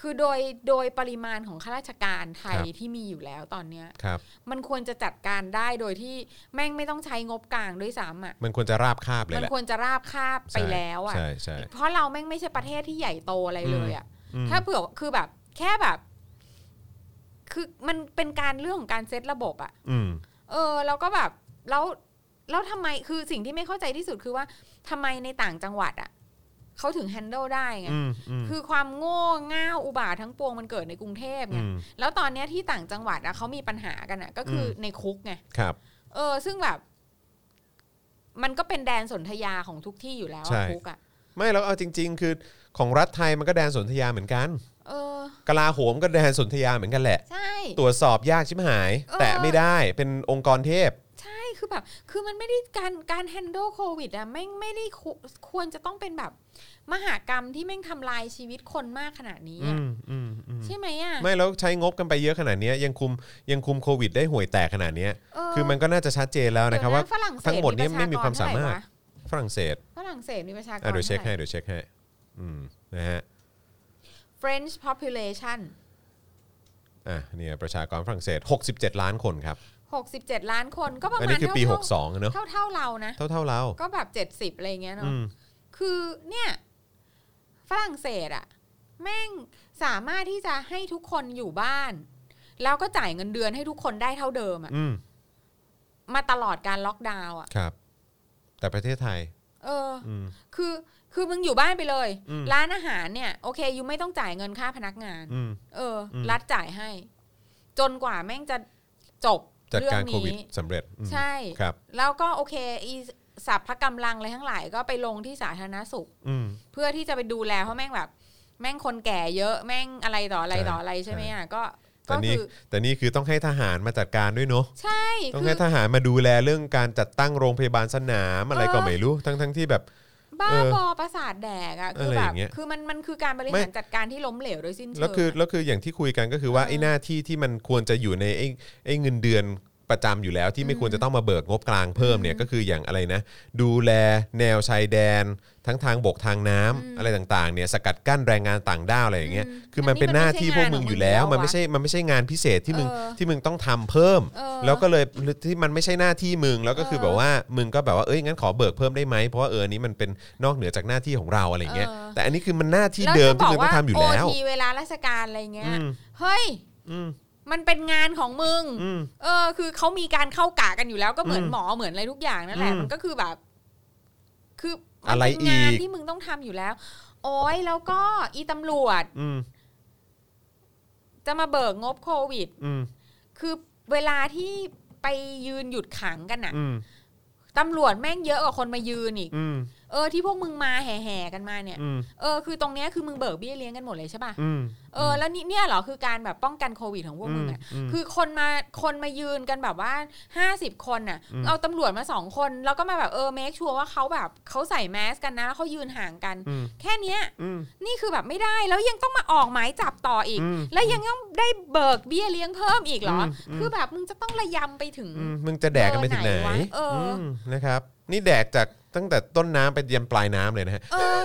Speaker 4: คือโดยโดยปริมาณของข้าราชการไทย
Speaker 2: ครับ
Speaker 4: ที่มีอยู่แล้วตอนเนี้ย
Speaker 2: ครับ
Speaker 4: มันควรจะจัดการได้โดยที่แม่งไม่ต้องใช้งบกลางด้วยซ้ำอ่ะ
Speaker 2: มันควรจะราบคาบเลย
Speaker 4: มัน
Speaker 2: แหละ
Speaker 4: ควรจะราบคาบไปแล้วอ่ะ
Speaker 2: ใช่ใช่
Speaker 4: เพราะเราแม่งไม่ใช่ประเทศที่ใหญ่โตอะไรเลยอ่ะ
Speaker 2: อืม
Speaker 4: ถ้าเผื่อคือแบบ แค่แบบ คือมันเป็นการเรื่องของการเซตระบบอ่ะ
Speaker 2: อืม
Speaker 4: เออ แล้วก็แบบ แล้วแล้วทำไมคือสิ่งที่ไม่เข้าใจที่สุดคือว่าทำไมในต่างจังหวัดอ่ะเขาถึงแฮนเดิลได้ไง
Speaker 2: อืมอืม
Speaker 4: คือความโง่ง่าวอุบาททั้งปวงมันเกิดในกรุงเทพไง
Speaker 2: อืม
Speaker 4: แล้วตอนเนี้ยที่ต่างจังหวัดอ่ะเขามีปัญหากันอ่ะ ก็คืออ
Speaker 2: ม
Speaker 4: ในคุกไง
Speaker 2: ครับ
Speaker 4: เออ ซึ่งแบบ มันก็เป็นแดนสนธยาของทุกที่อยู่แล้ว
Speaker 2: ใช่
Speaker 4: อะคุกอ่ะ
Speaker 2: ไม่แล้วเอาจริง ๆ คือของรัฐไทยมันก็แดนสนธยาเหมือนกัน
Speaker 4: เออ
Speaker 2: กลาโหมก็แดนสนธยาเหมือนกันแหละ
Speaker 4: ใช่
Speaker 2: ตรวจสอบยากชิบหาย
Speaker 4: เออ
Speaker 2: แตะไม่ได้เป็นองค์กรเทพ
Speaker 4: ใช่คือแบบคือมันไม่ได้การการ handle โควิดอะไม่งไม่ได้คุควรจะต้องเป็นแบบ มหากรรมที่แม่งทำลายชีวิตคนมากขนาดนี้
Speaker 2: อื
Speaker 4: อะ
Speaker 2: มอืมอืม
Speaker 4: ใช่ไหมอะ
Speaker 2: ไม่แล้วใช้งบกันไปเยอะขนาดเนี้ยยังคุมยังคุมโควิดได้ห่วยแตกขนาดเนี้ย
Speaker 4: เ
Speaker 2: คือมันก็น่าจะชัดเจนแล้ว
Speaker 4: เดี๋ย
Speaker 2: นะครับว่า
Speaker 4: ฝรั่งเศส
Speaker 2: ทั้งหมดเนี่ย
Speaker 4: ประช
Speaker 2: ไม่มีความสามารถ
Speaker 4: เท่ไหวะ
Speaker 2: ฝรั่งเศส
Speaker 4: ฝรั่งเศสมีประชากร
Speaker 2: อ่ะเดี๋ยวเช็คให้
Speaker 4: ท่าไหร่
Speaker 2: เดี๋ยวเช็คให้อืมนะฮะ
Speaker 4: French population
Speaker 2: อ่ะเนี่ยประชากรฝรั่งเศส 67 ล้านคนครับ
Speaker 4: 67 ล้านคนก็ประ
Speaker 2: อัน
Speaker 4: มา
Speaker 2: นี้
Speaker 4: ณ
Speaker 2: คือปี
Speaker 4: เท่า
Speaker 2: 62อะเนอะ
Speaker 4: เท่าเท่าเรานะ
Speaker 2: เท่าเท่าๆเรา
Speaker 4: ก็แบบ 70 อะไรอย่างเงี้ยเนาะ
Speaker 2: อืม
Speaker 4: คือเนี่ยฝรั่งเศสอะแม่งสามารถที่จะให้ทุกคนอยู่บ้าน แล้วก็จ่ายเงินเดือนให้ทุกคนได้เท่าเดิมอะ
Speaker 2: อืม
Speaker 4: มาตลอดการล็อกดาวน์อะ
Speaker 2: ครับ แต่ประเทศไทย
Speaker 4: เออ
Speaker 2: อืม
Speaker 4: คือคือมึงอยู่บ้านไปเลย
Speaker 2: อืม
Speaker 4: ร้านอาหารเนี่ยโอเคยูไม่ต้องจ่ายเงินค่าพนักงาน
Speaker 2: อืม
Speaker 4: เอออ
Speaker 2: ม
Speaker 4: รัฐจ่ายให้ จนกว่าแม่งจะจบ
Speaker 2: จั
Speaker 4: เรื่อก
Speaker 2: ดาง รโค
Speaker 4: นี้
Speaker 2: วิดสำเร็จอืม
Speaker 4: ใช่
Speaker 2: ครับ
Speaker 4: แล้วก็โอเคอีสัพพกำลังอะไรทั้งหลายก็ไปลงที่สาธารณสุข
Speaker 2: อืม
Speaker 4: เพื่อที่จะไปดูแลเพราะแม่งแบบ แม่งคนแก่เยอะแม่งอะไรต่ออะไร
Speaker 2: ใช่
Speaker 4: ต่ออะไรใช่ไหม
Speaker 2: ใช่
Speaker 4: อ่ะก็
Speaker 2: แต่
Speaker 4: ก็
Speaker 2: นี่
Speaker 4: คือ
Speaker 2: แต่นี่คือต้องให้ทหารมาจัดการด้วยเนาะ
Speaker 4: ใช่
Speaker 2: ต้อง
Speaker 4: คื
Speaker 2: ให้
Speaker 4: อ
Speaker 2: ทหารมาดูแลเรื่องการจัดตั้งโรงพยาบาลสนามอะไรก็ไม่รู้ทั้งทั้งๆที่แบบ
Speaker 4: บ้า
Speaker 2: เออบ
Speaker 4: อประสาทแดกอ่ะคืออะไร แบ
Speaker 2: อบ ย่างเงี้ย
Speaker 4: คือมันมันคือการบริ
Speaker 2: ไม่
Speaker 4: หารจัดการที่ล้มเหลวโดยสิ้นเชิง
Speaker 2: แล้วคือแล้วคืออย่างที่คุยกันก็คือว่าไอ้หน้าที่ที่มันควรจะอยู่ในไอ้ไอ้เงินเดือนประจำอยู่แล้วที่ไม่ควรจะต้องมาเบิกงบกลางเพิ่มเนี่ยก็คืออย่างอะไรนะ ดูแลแนวชายแดน ทั้งทางบกทางน้ำอะไรต่างๆเนี่ยสกัดกั้นแรงงานต่างด้าวอะไรอย่างเงี้ยคือมันเป็นหน้าที่พวกมึงอยู่แล้ว มันไม่ใช่มันไม่ใช่งานพิเศษที่มึงที่มึงต้องทำเพิ่ม
Speaker 4: เออ
Speaker 2: แล้วก็เลยที่มันไม่ใช่หน้าที่มึงแล้วก็คือ
Speaker 4: เออ
Speaker 2: แบบว่ามึงก็แบบว่าเอ้ยงั้นขอเบิกเพิ่มได้ไหมเพราะว่าเอออนนี้มันเป็นนอกเหนือจากหน้าที่ของเราอะไรอย่างเงี้ย
Speaker 4: เออ
Speaker 2: แต่อันนี้คือมันหน้าที่
Speaker 4: แล้ว
Speaker 2: เดิม
Speaker 4: จะบ
Speaker 2: ที่
Speaker 4: ก
Speaker 2: มึงต้องทำอยู่แล้ว
Speaker 4: โทีเวลาราชการอะไรเงี้ย
Speaker 2: อืม
Speaker 4: เฮ้ย
Speaker 2: อืม
Speaker 4: มันเป็นงานของมึง
Speaker 2: อืม
Speaker 4: เออ คือเขามีการเข้ากะกันอยู่แล้วก็เหมือน
Speaker 2: อืม
Speaker 4: หมอเหมือนอะไรทุกอย่างนั่นแหละ
Speaker 2: อืม
Speaker 4: มันก็คือแบบ คือมั
Speaker 2: อะไร
Speaker 4: เป็นงาน
Speaker 2: อีก
Speaker 4: ที่มึงต้องทำอยู่แล้ว โอ้ยแล้วก็อีตำรวจ
Speaker 2: อืม
Speaker 4: จะมาเบิกงบโควิด
Speaker 2: อืม
Speaker 4: คือเวลาที่ไปยืนหยุดขังกันน่ะ
Speaker 2: อืม
Speaker 4: ตำรวจแม่งเยอะกว่าคนมายืนอีก
Speaker 2: อืม
Speaker 4: เออที่พวกมึงมาแห่ๆกันมาเนี่ย
Speaker 2: อืม
Speaker 4: เออคือตรงเนี้ยคือมึงเบิกเบี้ยเลี้ยงกันหมดเลยใช่ป่ะ
Speaker 2: อืม
Speaker 4: เออแล้วนี่เนี่ยเหรอคือการแบบป้องกันโควิดของพวกมึงอ่ะ
Speaker 2: ม
Speaker 4: คือคนมาคนมายืนกันแบบว่าห้าสิบคนน่ะ
Speaker 2: อืม
Speaker 4: เอาตำรวจมาสองคน แล้วก็มาแบบเออเมคชัวร์ว่าเขาแบบเขาใส่แมสกันนะแล้วเขายืนห่างกัน
Speaker 2: อืม
Speaker 4: แค่เนี้ย
Speaker 2: อืม
Speaker 4: นี่คือแบบไม่ได้แล้วยังต้องมาออกหมายจับต่ออีก
Speaker 2: อืม
Speaker 4: แล้วยังต้องได้เบิกเบี้ยเลี้ยงเพิ่มอีกเหรอ
Speaker 2: อืมอืม
Speaker 4: คือแบบมึงจะต้องระยำไปถึง
Speaker 2: อืมมึงจะแดกกันไปถึงไหน
Speaker 4: เบอร์ไหนวะเอออื
Speaker 2: มนะครับ นี่แดกจากตั้งแต่ต้นน้ำไปยันปลายน้ำเลยนะฮะ
Speaker 4: เออ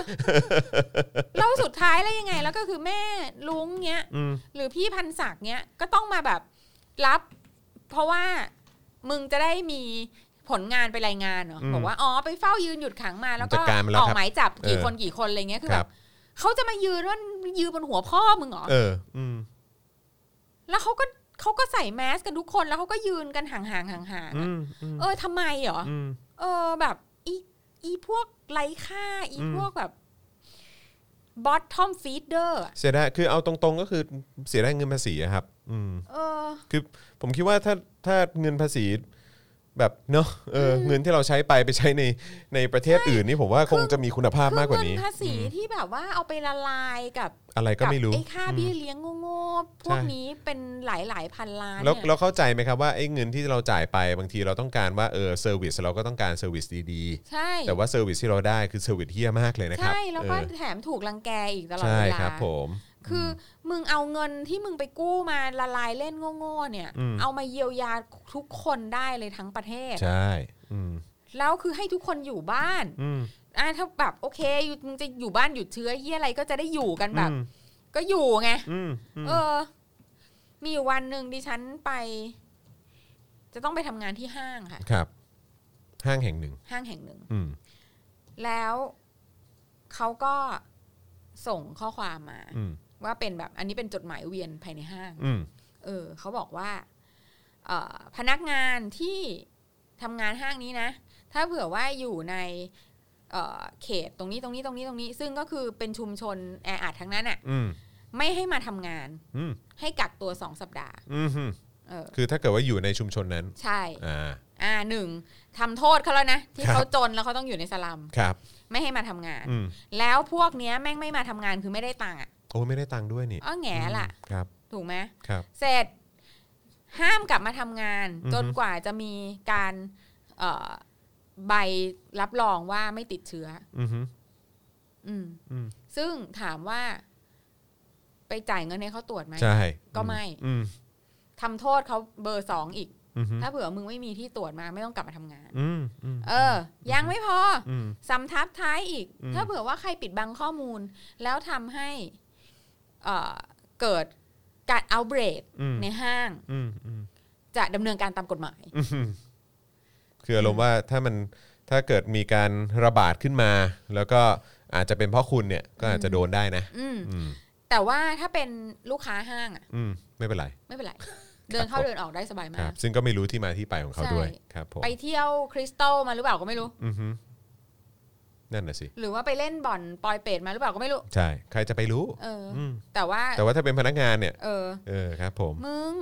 Speaker 4: แล้วสุดท้ายแล้วยังไง แล้วก็คือแม่ลุงเนี้ย
Speaker 2: อืม
Speaker 4: หรือพี่พันศักดิ์เนี้ยก็ต้องมาแบบรับ เพราะว่ามึงจะได้มีผลงานไปรายงานเหรอบอกว่าอ๋อไปเฝ้ายืนหยุดขังมาแล้วก็ออกหมายจับกี่คนกี่คนอะไรเงี้ยคือ
Speaker 2: ค
Speaker 4: แบ
Speaker 2: รับบ
Speaker 4: เขาจะมายืนว่ายืนบนหัวพ่อมึงเหรอ
Speaker 2: เอออืม
Speaker 4: แล้วเขาก็เขาก็ใส่แมสกันทุกคนแล้วเขาก็ยืนกันห่างๆห่างๆ
Speaker 2: อื
Speaker 4: อะ
Speaker 2: มอืม
Speaker 4: เออทำไมเหรอ
Speaker 2: อืม
Speaker 4: เออแบบอีอีพวกไร้ค่า อี
Speaker 2: อืม
Speaker 4: พวกแบบ bottom feeder อะ
Speaker 2: เสียดายคือเอาตรงๆก็คือเสียดายเงินภาษีอะครับ อืม
Speaker 4: เออ
Speaker 2: คือผมคิดว่าถ้าถ้าเงินภาษีแบบเนาะเออเงินที่เราใช้ไปไปใช้ในในประเทศอื่นนี่ผมว่าคงจะมีคุณภาพ
Speaker 4: คือ
Speaker 2: มากกว่า
Speaker 4: เงิน
Speaker 2: นี้
Speaker 4: ภาษีที่แบบว่าเอาไปละลายกับ
Speaker 2: อะไรก็
Speaker 4: กับ
Speaker 2: ไม่รู้
Speaker 4: ไอ้ค่า
Speaker 2: อืม
Speaker 4: เบี้ยเลี้ยงโง่ๆพวก
Speaker 2: ใช่
Speaker 4: นี้เป็นหลายหลายๆพันล้าน
Speaker 2: แล้ว
Speaker 4: เนี่ย
Speaker 2: เราเข้าใจไหมครับว่าไอ้เงินที่เราจ่ายไปบางทีเราต้องการว่าเออเซอร์วิสเราก็ต้องการเซอร์วิสดี
Speaker 4: ใช่
Speaker 2: ๆ แต่ว่าเซอร์วิสที่เราได้คือเซอร์วิสเฮี้ยมากเลยนะครับ
Speaker 4: ใช่แล้วก็
Speaker 2: เออ
Speaker 4: แถมถูกลังแกอีกตลอด
Speaker 2: ใช่
Speaker 4: เวลา
Speaker 2: ครับผม
Speaker 4: คืออมึงเอาเงินที่มึงไปกู้มาละลายเล่นโง่ๆเนี่ย เอามาเยียวยาทุกคนได้เลยทั้งประเทศ
Speaker 2: ใช่อืม
Speaker 4: แล้วคือให้ทุกคนอยู่บ้าน
Speaker 2: อืม
Speaker 4: อ่ะถ้าแบบโอเคอยู่มึงจะอยู่บ้านหยุดเชื้อเยี่ยอะไรก็จะได้อยู่กันแบบ
Speaker 2: อืม
Speaker 4: ก็อยู่ไง
Speaker 2: อืมอืม
Speaker 4: เออ มีอยู่วันหนึ่งดิฉันไป จะต้องไปทำงานที่ห้างค่ะ
Speaker 2: ครับ ห้างแห่งหนึ่ง
Speaker 4: ห้างแห่งหนึ่ง
Speaker 2: อืม
Speaker 4: แล้วเขาก็ส่งข้อความมา
Speaker 2: อืม
Speaker 4: ว่าเป็นแบบ อันนี้เป็นจดหมายเวียนภายในห้าง
Speaker 2: อืม
Speaker 4: เออเขาบอกว่า เออพนักงานที่ทำงานห้างนี้นะ ถ้าเผื่อว่าอยู่ใน เอ่อเขตตรงนี้ตรงนี้ตรงนี้ตรงนี้ ซึ่งก็คือเป็นชุมชนแออัดทั้งนั้นอ่ะ
Speaker 2: อืม
Speaker 4: ไม่ให้มาทำงาน
Speaker 2: อืม
Speaker 4: ให้กักตัวสองสัปดาห์
Speaker 2: อืม
Speaker 4: เออ
Speaker 2: คือถ้าเกิดว่าอยู่ในชุมชนนั้น
Speaker 4: ใช่
Speaker 2: อ่า
Speaker 4: อ่าหนึ่งทำโทษเขาแล้วนะ ที่
Speaker 2: ครับ
Speaker 4: เขาจนแล้วเขาต้องอยู่ในสลัม
Speaker 2: ครับ
Speaker 4: ไม่ให้มาทำงาน
Speaker 2: อืม
Speaker 4: แล้วพวกเนี้ยแม่งไม่มาทำงานคือไม่ได้ตังค์อ่ะ
Speaker 2: โอ้ไม่ได้ตังค์ด้วยนี่
Speaker 4: อ้อแงล่ะ
Speaker 2: ครับ
Speaker 4: ถูกไหม
Speaker 2: ครับ
Speaker 4: เสร็จ ห้ามกลับมาทำงาน
Speaker 2: อือฮึ
Speaker 4: จนกว่าจะมีการเอ่อใบรับรองว่าไม่ติดเชื้อ
Speaker 2: อือฮึ
Speaker 4: อืม
Speaker 2: อืม
Speaker 4: ซึ่งถามว่า ไปจ่ายเงินให้เขาตรวจไหม
Speaker 2: ใช่
Speaker 4: ก็ไม่
Speaker 2: อืม
Speaker 4: ทำโทษเขาเบอร์สองอีก
Speaker 2: อืม
Speaker 4: ถ้าเผื่อมึงไม่มีที่ตรวจมาไม่ต้องกลับมาทำงาน
Speaker 2: อืมอืม
Speaker 4: เออ ยังไม่พอ
Speaker 2: อืม
Speaker 4: สำทับท้ายอีก
Speaker 2: อืม
Speaker 4: ถ้าเผื่อว่าใครปิดบังข้อมูล แล้วทำให้เอ่อเกิดการเอาเบรก
Speaker 2: อืม
Speaker 4: ในห้าง
Speaker 2: อืมอืม
Speaker 4: จะดำเนินการตามกฎหมาย
Speaker 2: อืมคืออารมณ์ว่าถ้ามันถ้าเกิดมีการระบาดขึ้นมา แล้วก็อาจจะเป็นเพราะคุณเนี่ยก็อาจจะโดนได้นะ
Speaker 4: อืม
Speaker 2: อืม
Speaker 4: แต่ว่าถ้าเป็นลูกค้าห้างอ่ะ
Speaker 2: อืมไม่เป็นไร
Speaker 4: ไม่เป็นไร เดินเข้าเดินออกได้สบาย
Speaker 2: ค
Speaker 4: มา
Speaker 2: รับ
Speaker 4: ก
Speaker 2: ซึ่งก็ไม่รู้ที่มาที่ไปของเขา
Speaker 4: ใช่
Speaker 2: ด้วยครับผม
Speaker 4: ไปเที่ยวคริสตัลมาหรือเปล่าก็ไม่รู้
Speaker 2: อือฮึนั่นน่ะสิ
Speaker 4: หรือว่าไปเล่นบ่อนปอยเปตมาหรือเปล่าก็ไม่รู้
Speaker 2: ใช่ ใครจะไปรู้
Speaker 4: เอออ
Speaker 2: อืม
Speaker 4: แต่ว่า
Speaker 2: แต่ว่าถ้าเป็นพนักงานเนี่ย
Speaker 4: เออ
Speaker 2: เออครับ ผม
Speaker 4: มึง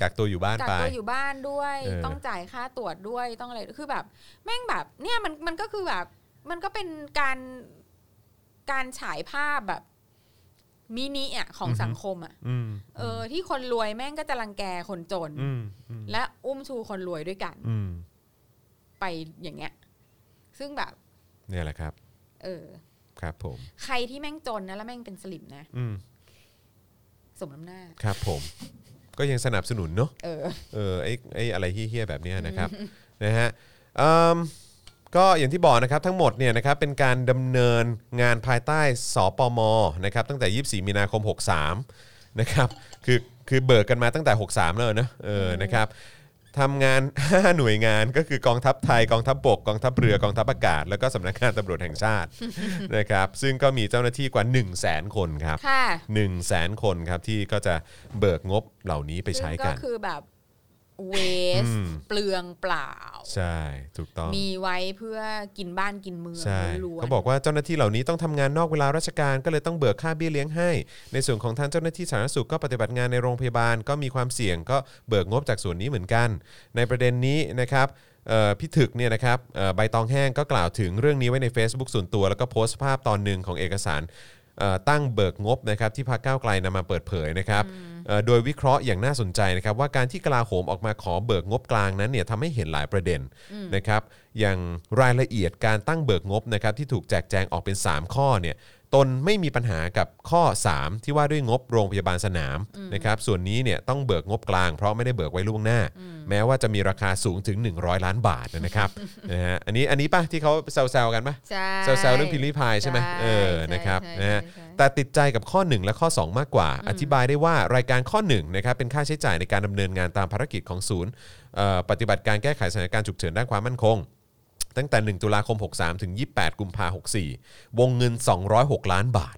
Speaker 2: กักตัวอยู่บ้าน
Speaker 4: กัก
Speaker 2: ไป
Speaker 4: ตัวอยู่บ้านด้วย
Speaker 2: เออ
Speaker 4: ต้องจ่ายค่าตรวจด้วยต้องอะไรคือแบบ แม่งแบบเนี่ยมันมันก็คือแบบ มันก็เป็นการการฉายภาพแบบมินิอ่ะของสังคมอ่ะ
Speaker 2: อืม
Speaker 4: เออ ที่คนรวยแม่งก็จะรังแกคนจน
Speaker 2: อืมอืม
Speaker 4: และอุ้มชูคนรวยด้วยกัน
Speaker 2: อืม
Speaker 4: ไปอย่างเงี้ย ซึ่งแบบ
Speaker 2: เนี่ยแหละครับ
Speaker 4: เออ
Speaker 2: ครับ ผม
Speaker 4: ใครที่แม่งจนนะแล้วแม่งเป็นสลิมนะ
Speaker 2: อืม
Speaker 4: สมน้ำหน้า
Speaker 2: ครับผม ก็ยังสนับสนุนเนาะ
Speaker 4: เออ
Speaker 2: เออไอ้ไอ้อะไรเฮี้ยๆแบบเนี้ยนะครับนะฮะเอิ่มก็อย่างที่บอกนะครับทั้งหมดเนี่ยนะครับเป็นการดำเนินงานภายใต้สปมนะครับตั้งแต่ 24 มีนาคม 63 นะครับคือคือเบิกกันมาตั้งแต่ 63 เลยนะเออนะครับทำงาน 5 หน่วยงานก็คือกองทัพไทยกองทัพบกกองทัพเรือกองทัพอากาศ แล้วก็สำนักงานตำรวจแห่งชาติ นะครับซึ่งก็มีเจ้าหน้าที่กว่า 1 0 0 0 0แคนครับ
Speaker 4: ค่ะ
Speaker 2: 1 0 0 0 0 0 คนครับที่ก็จะเบิกงบเหล่านี้ไปใช้
Speaker 4: ซึ่
Speaker 2: กั
Speaker 4: งก็
Speaker 2: น
Speaker 4: คือแบบเวส
Speaker 2: อืม
Speaker 4: เปลืองเปล่า
Speaker 2: ใช่ ถูกต้อง
Speaker 4: มีไว้เพื่อกินบ้านกินเมือง
Speaker 2: ใช่
Speaker 4: ล้วนๆ
Speaker 2: เขาบอกว่าเจ้าหน้าที่เหล่านี้ต้องทำงานนอกเวลาราชการก็เลยต้องเบิกค่าเบี้ยเลี้ยงให้ ในส่วนของทางเจ้าหน้าที่สาธารณสุขก็ปฏิบัติงานในโรงพยาบาลก็มีความเสี่ยงก็เบิกงบจากส่วนนี้เหมือนกัน ในประเด็นนี้นะครับเอ่อพี่ถึกเนี่ยนะครับเอ่อใบตองแห้งก็กล่าวถึงเรื่องนี้ไว้ใน Facebook ส่วนตัว แล้วก็โพสต์ภาพตอนหนึ่งของเอกสารเอ่อตั้งเบิกงบนะครับที่พรรคก้าวไกลนำมาเปิดเผยนะครับเอ่อโดยวิเคราะห์อย่างน่าสนใจนะครับว่าการที่กลาโหมออกมาขอเบิกงบกลางนั้นเนี่ยทำให้เห็นหลายประเด็น นะครับอย่างรายละเอียดการตั้งเบิกงบนะครับที่ถูกแจกแจงออกเป็น 3 ข้อเนี่ยตนไม่มีปัญหากับข้อ 3 ที่ว่าด้วยงบโรงพยาบาลสนามนะครับส่วนนี้เนี่ยต้องเบิกงบกลางเพราะไม่ได้เบิกไว้ล่วงหน้า แม้ว่าจะมีราคาสูงถึง 100 ล้านบาทนะครับ นะฮะอันนี้อันนี้ป่ะที่เขาแซวๆกันป่ะ
Speaker 4: ใช่
Speaker 2: แซวๆเรื่องพิมพ์ริพายใช่ไหมเออ
Speaker 4: ใช่
Speaker 2: นะครับ
Speaker 4: ใช่
Speaker 2: นะฮะ
Speaker 4: ใช่ใช่
Speaker 2: แต่ติดใจกับข้อ 1 และข้อ 2 มากกว่า อธิบายได้ว่ารายการข้อ1นะครับเป็นค่าใช้จ่ายในการดำเนินงานตามภารกิจของศูนย์เอ่อปฏิบัติการแก้ไขสถานการณ์ฉุกเฉินด้านความมั่นคง ตั้งแต่ 1 ตุลาคม 63 ถึง 28 กุมภา64 วงเงิน 206 ล้านบาท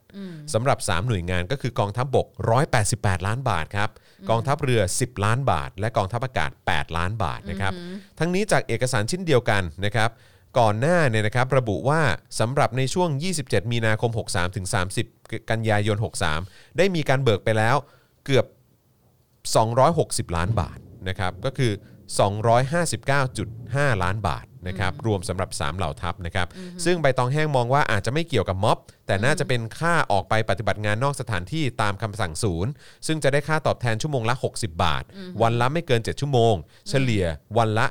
Speaker 2: สำหรับ 3 หน่วยงานก็คือกองทัพบบก 188 ล้านบาทครับกองทัพเรือ 10 ล้านบาท และกองทัพอากาศ 8 ล้านบาทนะครับทั้งนี้จากเอกสารชิ้นเดียวกันนะครับก่อนหน้าเนี่ยนะครับระบุว่าสำหรับในช่วง 27 มีนาคม 63 ถึง 30 กันยายน 63 ได้มีการเบิกไปแล้วเกือบ 260 ล้านบาทนะครับก็คือ 259.5 ล้านบาทนะครับรวมสำหรับ 3 เหล่าทัพนะครับซึ่งใบตองแห้งมองว่าอาจจะไม่เกี่ยวกับม็อบ แต่น่าจะเป็นค่าออกไปปฏิบัติงานนอกสถานที่ตามคำสั่งศูนย์ ซึ่งจะได้ค่าตอบแทนชั่วโมงละ 60 บาท วันละไม่เกิน 7 ชั่วโมง เฉลี่ยวันละ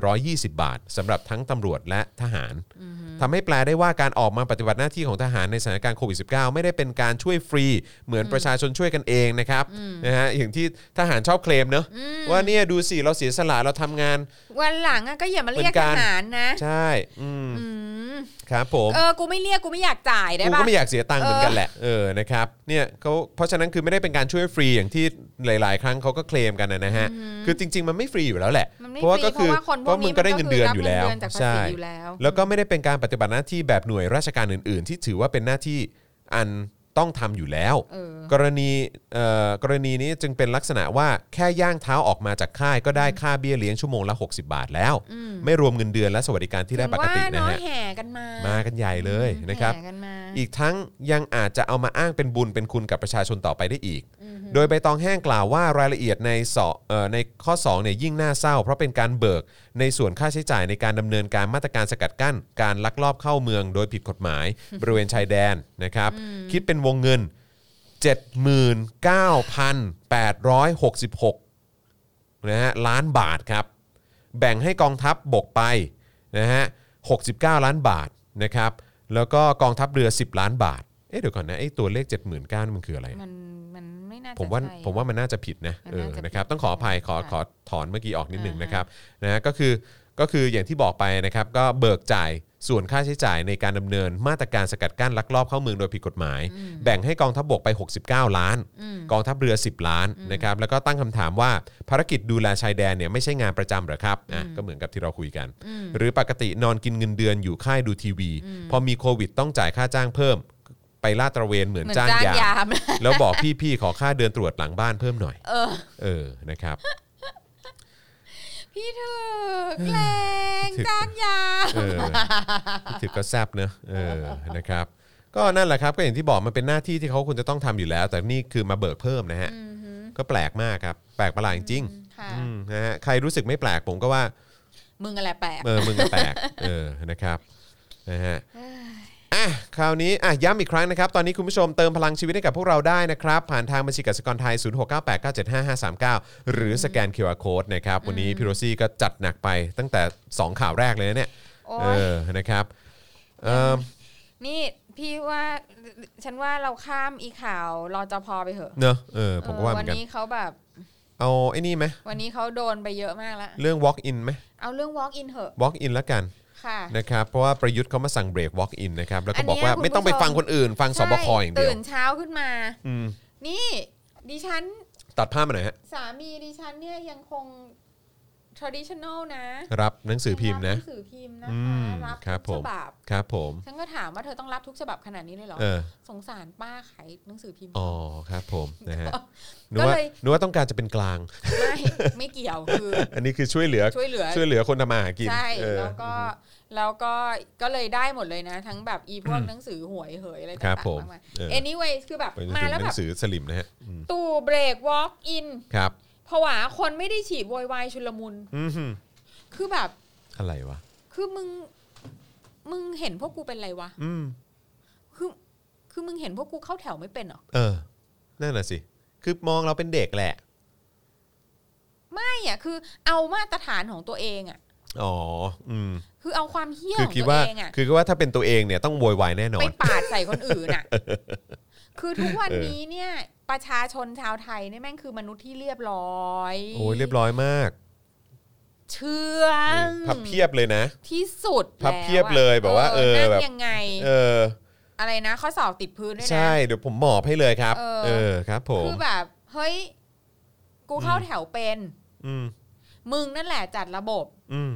Speaker 2: 420 บาทสำหรับทั้งตำรวจและทหาร ทำให้แปลได้ว่าการออกมาปฏิบัติหน้าที่ของทหารในสถานการณ์โควิด -19 ไม่ได้เป็นการช่วยฟรีเหมือนประชาชนช่วยกันเองนะครับนะฮะอย่างที่ทหารชอบเคลมเนอะว่าเนี่ยดูสิ เราเสียสละเราทำงาน
Speaker 4: วันหลังอะก็อย่ามาเรียก
Speaker 2: เหมือนกั
Speaker 4: ท
Speaker 2: น
Speaker 4: หารนะ
Speaker 2: ใช่ อืม
Speaker 4: อืม
Speaker 2: ครับผม
Speaker 4: เออ กูไม่เรียกกูไม่อยากจ่ายได้
Speaker 2: กู
Speaker 4: ปะ
Speaker 2: ก็ไม่อยากเสียตังค์เหมือนกันแหละเออนะครับเนี่ยเขาเพราะฉะนั้นคือไม่ได้เป็นการช่วยฟรีอย่างที่หลาย ๆ ครั้งเขาก็เคลมกันนะนะฮะคือจริง ๆ มันไม่ฟรีอยู่แล้วแหละ
Speaker 4: มันไม่
Speaker 2: เพราะว่า
Speaker 4: ฟรี
Speaker 2: ก็คือ
Speaker 4: เพราะว่าคนพวกนี้
Speaker 2: มึงก็ได้เงินเดือน
Speaker 4: มันก็คืออ
Speaker 2: อยู่แล้ว
Speaker 4: รับเงินเดือนจากภาษี
Speaker 2: ใช่
Speaker 4: อยู่แล้ว
Speaker 2: แล้วก็ไม่ได้เป็นการปฏิบัติหน้าที่แบบหน่วยราชการอื่น ๆ ที่ถือว่าเป็นหน้าที่อันต้องทำอยู่แล้ว
Speaker 4: เออ
Speaker 2: กรณีเอ่อกรณีนี้จึงเป็นลักษณะว่าแค่ย่างเท้าออกมาจากค่ายก็ได้ค่าเบี้ยเลี้ยงชั่วโมงละ 60 บาทแล้ว
Speaker 4: อืม
Speaker 2: ไม่รวมเงินเดือนและสวัสดิการที่ได้ปกติ
Speaker 4: ถึง
Speaker 2: นะ
Speaker 4: ว่าเนาะ
Speaker 2: ฮะ
Speaker 4: แห่กันมา
Speaker 2: มากันใหญ่เลยนะครับ
Speaker 4: แห่กันมา
Speaker 2: อีกทั้งยังอาจจะเอามาอ้างเป็นบุญเป็นคุณกับประชาชนต่อไปได้อีก โดยใบตองแห้งกล่าวว่ารายละเอียดในสอเอ่อในข้อ2เนี่ยยิ่งน่าเศร้า เพราะเป็นการเบิกในส่วนค่าใช้จ่ายในการดำเนินการมาตรการสกัดกั้น การลักลอบเข้าเมืองโดยผิดกฎหมาย บริเวณชายแดนนะครับ คิดเป็นวงเงิน 79,866 นะฮะล้านบาทครับ แบ่งให้กองทัพบบกไปนะฮะ69 ล้านบาทนะครับแล้วก็กองทัพเรือ 10 ล้านบาทเอ๊ะเดี๋ยวก่อนนะไอ้ตัวเลข 79นี่มันคืออะไร
Speaker 4: มันมันไม่น่าจะ
Speaker 2: ผมว่า
Speaker 4: ใช่
Speaker 2: ผมว่ามันน่าจะผิดนะ
Speaker 4: มัน
Speaker 2: เออ
Speaker 4: น่าจะ
Speaker 2: นะครับ
Speaker 4: ผิด
Speaker 2: ต้องขออภัยขอ
Speaker 4: ค่ะ
Speaker 2: ขอถอนเมื่อกี้ออกนิดหนึ่งนะ
Speaker 4: อ่าฮะ
Speaker 2: ครับนะฮะก็คือก็คืออย่างที่บอกไปนะครับ ก็เบิกจ่ายส่วนค่าใช้จ่ายในการดำเนินมาตรการสกัดกั้นลักลอบเข้าเมืองโดยผิดกฎหมาย
Speaker 4: อืม
Speaker 2: แบ่งให้กองทัพบกไป 69 ล้าน
Speaker 4: อืม
Speaker 2: กองทัพเรือ 10 ล้าน
Speaker 4: อืม
Speaker 2: นะครับแล้วก็ตั้งคำถามว่าภารกิจดูแลชายแดนเนี่ยไม่ใช่งานประจำเหรอครับอ่ะ
Speaker 4: อืม
Speaker 2: ก็เหมือนกับที่เราคุยกัน
Speaker 4: อืม
Speaker 2: หรือปกตินอนกินเงินเดือนอยู่ค่ายดูทีวี
Speaker 4: อืม
Speaker 2: พอมีโควิดต้องจ่ายค่าจ้างเพิ่ม ไปลาดตระเวนเหมือน
Speaker 4: เหมือน
Speaker 2: จ้าง
Speaker 4: จ้าง
Speaker 2: ยาม
Speaker 4: ยาม
Speaker 2: แล้วบอกพี่พี่ขอค่าเดินตรวจหลังบ้านเพิ่มหน่อย
Speaker 4: เออ
Speaker 2: เออนะครับ
Speaker 4: พี่ถึกแรง
Speaker 2: ถึก
Speaker 4: จ้างยาม
Speaker 2: เออพี่ถึกก็แซบเนอะเออนะครับ ก็นั่นแหละครับก็อย่างที่บอกมันเป็นหน้าที่ที่เขาควรจะต้องทำอยู่แล้ว แต่นี่คือมาเบิกเพิ่มนะฮะ
Speaker 4: อืมฮึ
Speaker 2: ก็แปลกมากครับ แปลกประหลาดจริง
Speaker 4: ค่ะ
Speaker 2: ๆอืมนะฮะใครรู้สึกไม่แปลกผมก็ว่า
Speaker 4: มึงอะไรแปลก
Speaker 2: เอ อมึงก็แปลกเออนะครับนะฮะอ่ะคราวนี้อ่ะย้ำอีกครั้งนะครับ ตอนนี้คุณผู้ชมเติมพลังชีวิตให้กับพวกเราได้นะครับ ผ่านทางบัญชีกสิกรไทย 0698975539 หรือสแกน QR Code นะครับวันนี้พี่โรซี่ก็จัดหนักไปตั้งแต่ 2 ข่าวแรกเลยนะเนี่ย
Speaker 4: โอ้
Speaker 2: เอยอ นะครับเอิ่ม
Speaker 4: นี่พี่ว่าฉันว่าเราข้ามอีข่าวรอจพอไปเถอะ
Speaker 2: เนอะเออ ผมก็ว่าเหมื
Speaker 4: วั
Speaker 2: อนกัน
Speaker 4: นี้เขาแบบ
Speaker 2: เอาไอ้นี่ไหม
Speaker 4: วันนี้เขาโดนไปเยอะมากแล้ว
Speaker 2: เรื่อง walk in ไหม
Speaker 4: เอาเรื่อง walk in เถอะ
Speaker 2: walk in ละกัน
Speaker 4: ค่ะ
Speaker 2: นะครับ เพราะว่าประยุทธ์เขามาสั่งเบรก walk in นะครับ แล้วก็บอกว่า
Speaker 4: อันเนี้ยคุณ
Speaker 2: ไม่ต้องไป
Speaker 4: ผู้ชม
Speaker 2: ฟังคนอื่น ฟังสบค
Speaker 4: ใช่
Speaker 2: อย่างเดียว
Speaker 4: ตื่นเช้าขึ้นมา
Speaker 2: อืม
Speaker 4: นี่ดิฉัน
Speaker 2: ตัดภาพมาหน่อยฮะ
Speaker 4: สามีดิฉันเนี่ยยังคง traditional นะ
Speaker 2: รับหนังสือพิมพ์นะ
Speaker 4: รับหนังสือพิมพ์นะ
Speaker 2: อื
Speaker 4: คะ
Speaker 2: ม
Speaker 4: รับ
Speaker 2: ครับผ
Speaker 4: ทุก
Speaker 2: ม
Speaker 4: ฉบับ
Speaker 2: ครับผม
Speaker 4: ฉันก็ถามว่าเธอต้องรับทุกฉบับขนาดนี้เลยเหรอ
Speaker 2: เออ
Speaker 4: สงสารป้าขายหนังสือพิมพ์
Speaker 2: อ๋อ ครับผม นะ ฮะนึก
Speaker 4: ก็
Speaker 2: ว่า
Speaker 4: เลย
Speaker 2: นึกว่าต้องการจะเป็นกลาง
Speaker 4: ไม่ไม่เกี่ยวคือ
Speaker 2: อันนี้คือช่วยเหลือ
Speaker 4: ช่วยเหลือ
Speaker 2: ช่วยเหลือคนทำมาหากิน
Speaker 4: ใช่
Speaker 2: เออ
Speaker 4: แล้วก็แล้วก็ก็เลยได้หมดเลยนะ ทั้งแบบอีพวกหนังสือหวยเหยอะไร
Speaker 2: ครั
Speaker 4: ต่า
Speaker 2: บ
Speaker 4: ง
Speaker 2: ผม
Speaker 4: ๆมากมาย
Speaker 2: เออ
Speaker 4: anyway คือแบบ
Speaker 2: ไปจน
Speaker 4: มา
Speaker 2: ถึง
Speaker 4: แล้ว
Speaker 2: ห
Speaker 4: แบ
Speaker 2: นั
Speaker 4: บ
Speaker 2: งสือสลิมนะฮะอืม
Speaker 4: ตู่เบรก walk in
Speaker 2: ครับ
Speaker 4: ผวาคนไม่ได้ฉีดโวยวายชุลมุน
Speaker 2: อือหือ
Speaker 4: คือแบบ
Speaker 2: อะไรวะ
Speaker 4: คือมึง มึงเห็นพวกกูเป็นไรวะ
Speaker 2: อืม
Speaker 4: คือ คือมึงเห็นพวกกูเข้าแถวไม่เป็นเหรอ
Speaker 2: เออ นั่นน่ะสิ คือมองเราเป็นเด็กแหละ
Speaker 4: ไม่อ่ะคือเอามาตรฐานของตัวเองอ่ะ
Speaker 2: อ๋อ อืม
Speaker 4: คือเอาความเฮี้ย
Speaker 2: คื
Speaker 4: ข
Speaker 2: อ
Speaker 4: อง
Speaker 2: คิด
Speaker 4: ตัว
Speaker 2: ว่า
Speaker 4: เองอ่ะ
Speaker 2: คือคิดว่าถ้าเป็นตัวเองเนี่ยต้องโวยวายแน่นอ
Speaker 4: ไป
Speaker 2: น
Speaker 4: ปาดใส่คนอื่นอ่ะ คือทุกวันนี้เนี่ย ประชาชนชาวไทยเนี่ยแม่งคือมนุษย์ที่เรียบร้อย
Speaker 2: โอ้ยเรียบร้อยมาก
Speaker 4: เชื่อง
Speaker 2: พับเพียบเลยนะ
Speaker 4: ที่สุด
Speaker 2: พับเพียบเลยแบบว่าเออ
Speaker 4: นั่ง
Speaker 2: แบบ
Speaker 4: ยังไง
Speaker 2: เออ
Speaker 4: อะไรนะข้อสอบติดพื้นด้วยนะ
Speaker 2: ใช่ เดี๋ยวผมหมอบให้เลยครับ
Speaker 4: เออ
Speaker 2: เออ ครับผม
Speaker 4: คือแบบ เฮ้ย กูเข้าแถวเป็น
Speaker 2: อืม
Speaker 4: มึงนั่นแหละจัดระบบ
Speaker 2: อืม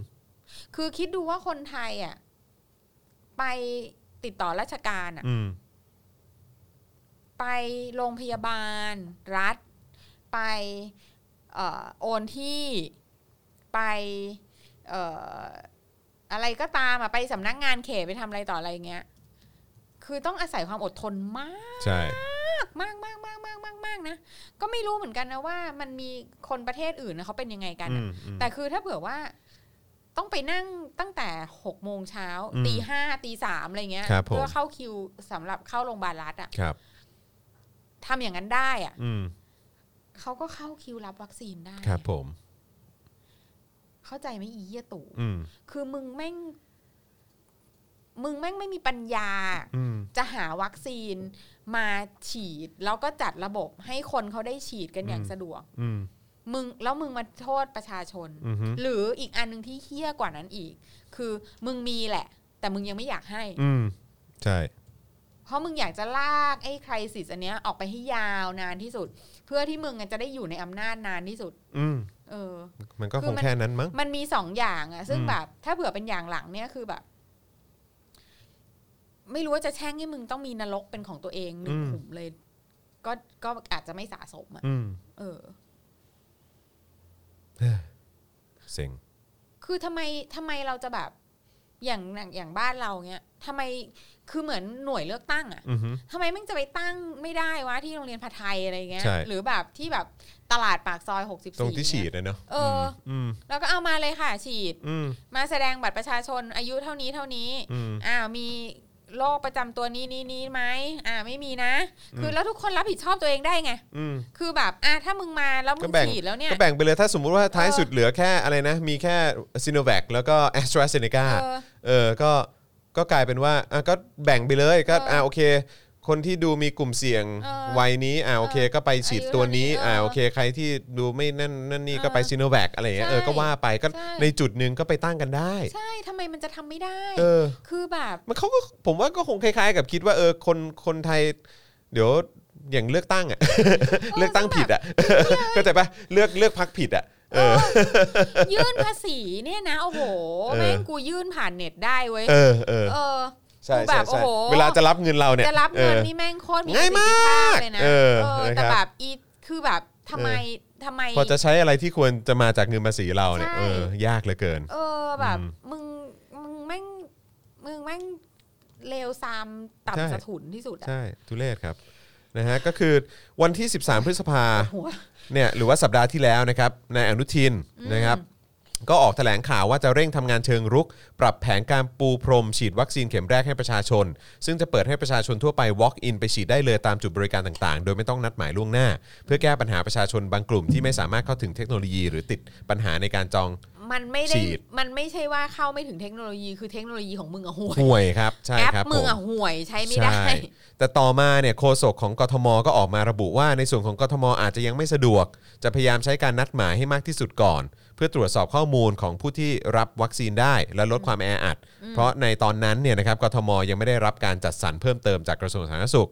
Speaker 4: คือคิดดูว่าคนไทยอ่ะ ไปติดต่อราชการอ่ะ
Speaker 2: อืม
Speaker 4: ไปโรงพยาบาล รัฐ ไปเอ่อโอนที่ไปเอ่ออะไรก็ตามอะไปสำนักงานเขตไปทำอะไรต่ออะไรอย่างเงี้ยคือต้องอาศัยความอดทนมาก
Speaker 2: ใช่
Speaker 4: มากมากมากมากมากมากนะก็ไม่รู้เหมือนกันนะว่ามันมีคนประเทศอื่นนะเขาเป็นยังไงกัน
Speaker 2: อื
Speaker 4: อะ
Speaker 2: มอืม
Speaker 4: แต่คือถ้าเผื่อว่าต้องไปนั่งตั้งแต่หกโมงเช้า
Speaker 2: อืม
Speaker 4: ตีห้าตีสามอะไรเงี้ย
Speaker 2: ครับผม
Speaker 4: เพื่อเข้าคิวสำหรับเข้าโรงพยาบาลรัฐอะ
Speaker 2: ครับ
Speaker 4: ทำอย่างนั้นได้อะ
Speaker 2: อืม
Speaker 4: เขาก็เข้าคิวรับวัคซีนได้
Speaker 2: ครับผม
Speaker 4: เข้าใจไหมอีเยี่ยตู่
Speaker 2: อืม
Speaker 4: คือมึงแม่ง มึงแม่งไม่มีปัญญา
Speaker 2: อืม
Speaker 4: จะหาวัคซีนมาฉีด แล้วก็จัดระบบให้คนเขาได้ฉีดกันอย่าง
Speaker 2: อืม
Speaker 4: สะดวก
Speaker 2: อืม
Speaker 4: มึงแล้วมึงมาโทษประชาชน
Speaker 2: อืมฮึ
Speaker 4: หรืออีกอันหนึ่งที่เฮี้ยกว่านั้นอีก คือมึงมีแหละ แต่มึงยังไม่อยากให้
Speaker 2: อืม ใช่
Speaker 4: เพราะมึงอยากจะลากไอ้ใครสิสอันเนี้ยออกไปให้ยาวนานที่สุด เพื่อที่มึงอะจะได้อยู่ในอำนาจนานที่สุด
Speaker 2: อืม
Speaker 4: เออ
Speaker 2: มันก็
Speaker 4: คื
Speaker 2: ค
Speaker 4: อง มัน
Speaker 2: แค่นั้นมั้ง
Speaker 4: มันมีสองอย่างอะซึ่ง
Speaker 2: อืม
Speaker 4: แบบ ถ้าเผื่อเป็นอย่างหลังเนี่ยคือแบบ ไม่รู้ว่าจะแช่งให้มึงต้องมีนรกเป็นของตัวเองหนึ่งขุมเลย ก็ก็อาจจะไม่สะสมอะ
Speaker 2: อืม
Speaker 4: เออ
Speaker 2: เซ็ง
Speaker 4: คือทำไมทำไมเราจะแบบ อย่างอย่างบ้านเราเนี่ยทำไมคือเหมือนหน่วยเลือกตั้งอะ
Speaker 2: อือฮึ
Speaker 4: ทำไมมึงจะไปตั้งไม่ได้วะที่โรงเรียนพาไทยอะไรเงี้ย
Speaker 2: ใช่
Speaker 4: หรือแบบที่แบบตลาดปากซอยหกสิบสี่
Speaker 2: ตรงที่ฉีดนะเนอะ
Speaker 4: เออ
Speaker 2: อืม
Speaker 4: แล้วก็เอามาเลยค่ะฉีด
Speaker 2: อืม
Speaker 4: มาแสดงบัตรประชาชนอายุเท่านี้เท่านี้
Speaker 2: อืม
Speaker 4: อ่ามี โรคประจำตัวนี้นี้นี้ไหมอ่าไม่มีนะ คือแล้วทุกคนรับผิดชอบตัวเองได้ไง
Speaker 2: อืม
Speaker 4: คือแบบอ่ะถ้ามึงมาแล้วมึ
Speaker 2: ก็
Speaker 4: ง
Speaker 2: แบ่ง
Speaker 4: ฉีดแล้วเนี่ย
Speaker 2: ก็แบ่งไปเลยถ้าสมมุติว่าท้าย
Speaker 4: เออ
Speaker 2: สุดเหลือแค่อะไรนะ มีแค่ซีโนแวคแล้วก็แอสตราเซเนกา
Speaker 4: เออ
Speaker 2: เออก็ก็กลายเป็นว่าอ่ะก็แบ่งไปเลยก็
Speaker 4: เอออ่
Speaker 2: อ่ะโอเค คนที่ดูมีกลุ่มเสี่ยง
Speaker 4: เออ
Speaker 2: วัยนี้อ่ะโอเค ก็ไปฉีด
Speaker 4: อายุ
Speaker 2: ตัวนี้
Speaker 4: เท่านี้
Speaker 2: อ่ะ
Speaker 4: เออ
Speaker 2: โอเค ใครที่ดูไม่นั่นนั่นนี่ก็ไป
Speaker 4: เออ
Speaker 2: ซีโนแวคอะไรอย่างเงี้ยเออ
Speaker 4: ใช่
Speaker 2: ก็ว่าไปก็
Speaker 4: ใช่
Speaker 2: ในจุดหนึ่งก็ไปตั้งกันได้
Speaker 4: ใช่ทำไมมันจะทำไม่ได้
Speaker 2: เออ
Speaker 4: คือแบบ
Speaker 2: มันเขาก็ผมว่าก็คงคล้ายๆ กับคิดว่าเออคนคนไทย เดี๋ยวอย่างเลือกตั้งอ่ะ เลือกตั้งผิดอ่ะ ก็จะปะเลือกเลือกพักผิดอ่ะ เออ
Speaker 4: ยื่นภาษีเนี่ยนะ โอ้โห
Speaker 2: เออ
Speaker 4: แม่งกูยื่นผ่านเน็ตได้เว้ย
Speaker 2: เออเออ
Speaker 4: เออ
Speaker 2: ใช่
Speaker 4: กูแบ
Speaker 2: ใช่
Speaker 4: บโอ้
Speaker 2: ใช่
Speaker 4: โห
Speaker 2: เวลาจะรับเงินเราเนี่ย
Speaker 4: จะรับเงิน
Speaker 2: ออ
Speaker 4: นี่แม่งโคตรมี
Speaker 2: ง่ายมาก
Speaker 4: ประสิทธิภพเลยนะ
Speaker 2: เออ
Speaker 4: เออ
Speaker 2: นะครับ
Speaker 4: แต่แบบอีคือแบบทำไมทำไม
Speaker 2: พอจะใช้อะไรที่ควรจะมาจากเงินภาษีเราเนี่ย
Speaker 4: ใช่
Speaker 2: เออยากเหลือเกิน
Speaker 4: เออแบบ
Speaker 2: อืม
Speaker 4: มึงมึงแม่งมึงแม่งเลวซาม
Speaker 2: ใช่
Speaker 4: ต่ำสะถุนที่สุดอะ
Speaker 2: ใช่ทุเรศครับนะฮะก็คือวันที่ 13 พฤษภา
Speaker 4: หัว
Speaker 2: เนี่ยหรือว่าสัปดาห์ที่แล้วนะครับนายอนุทินนะครับ ก็ออกแถลงข่าวว่าจะเร่งทำงานเชิงรุก ปรับแผนการปูพรม ฉีดวัคซีนเข็มแรกให้ประชาชน ซึ่งจะเปิดให้ประชาชนทั่วไป walk in ไปฉีดได้เลยตามจุดบริการต่างๆ โดยไม่ต้องนัดหมายล่วงหน้า เพื่อแก้ปัญหาประชาชนบางกลุ่มที่ไม่สามารถเข้าถึงเทคโนโลยี หรือติดปัญหาในการจอง
Speaker 4: มันไม่ได้
Speaker 2: ฉีด
Speaker 4: มันไม่ใช่ว่าเข้าไม่ถึงเทคโนโลยีคือเทคโนโลยีของมึงอะห่วย
Speaker 2: ห่วยครับใช่
Speaker 4: แอป
Speaker 2: ครับ
Speaker 4: มึ
Speaker 2: ผ
Speaker 4: ง
Speaker 2: ม
Speaker 4: อะห่วยใช้ไม่ได้
Speaker 2: ใช่แต่ต่อมาเนี่ยโฆษกของกทม ก็ออกมาระบุว่าในส่วนของกทม อาจจะยังไม่สะดวก จะพยายามใช้การนัดหมายให้มากที่สุดก่อน เพื่อตรวจสอบข้อมูลของผู้ที่รับวัคซีนได้ และลดความแออัด เพราะในตอนนั้นเนี่ยนะครับกทม ยังไม่ได้รับการจัดสรรเพิ่มเติมจากกระทรวงสาธารณสุข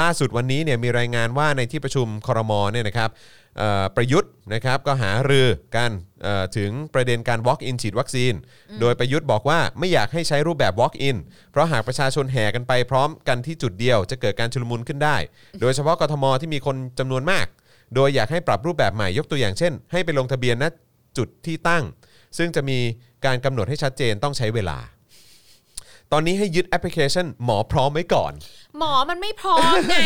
Speaker 2: ล่าสุดวันนี้เนี่ยมีรายงานว่าในที่ประชุมครมเนี่ยนะครับเอ่อประยุทธ์นะครับก็หารือกันเอ่อถึงประเด็นการ walk in ฉีดวัคซีน โดยประยุทธ์บอกว่าไม่อยากให้ใช้รูปแบบ walk in เพราะหากประชาชนแห่กันไปพร้อมกันที่จุดเดียว จะเกิดการชุลมุนขึ้นได้ โดยเฉพาะกทมที่มีคนจำนวนมาก โดยอยากให้ปรับรูปแบบใหม่ยกตัวอย่างเช่น ให้ไปลงทะเบียนณจุดที่ตั้ง ซึ่งจะมีการกำหนดให้ชัดเจนต้องใช้เวลา ตอนนี้ให้ยึดแอปพลิเคชันหมอพร้อมไว้ก่อน
Speaker 4: หมอมันไม่พร้อมไง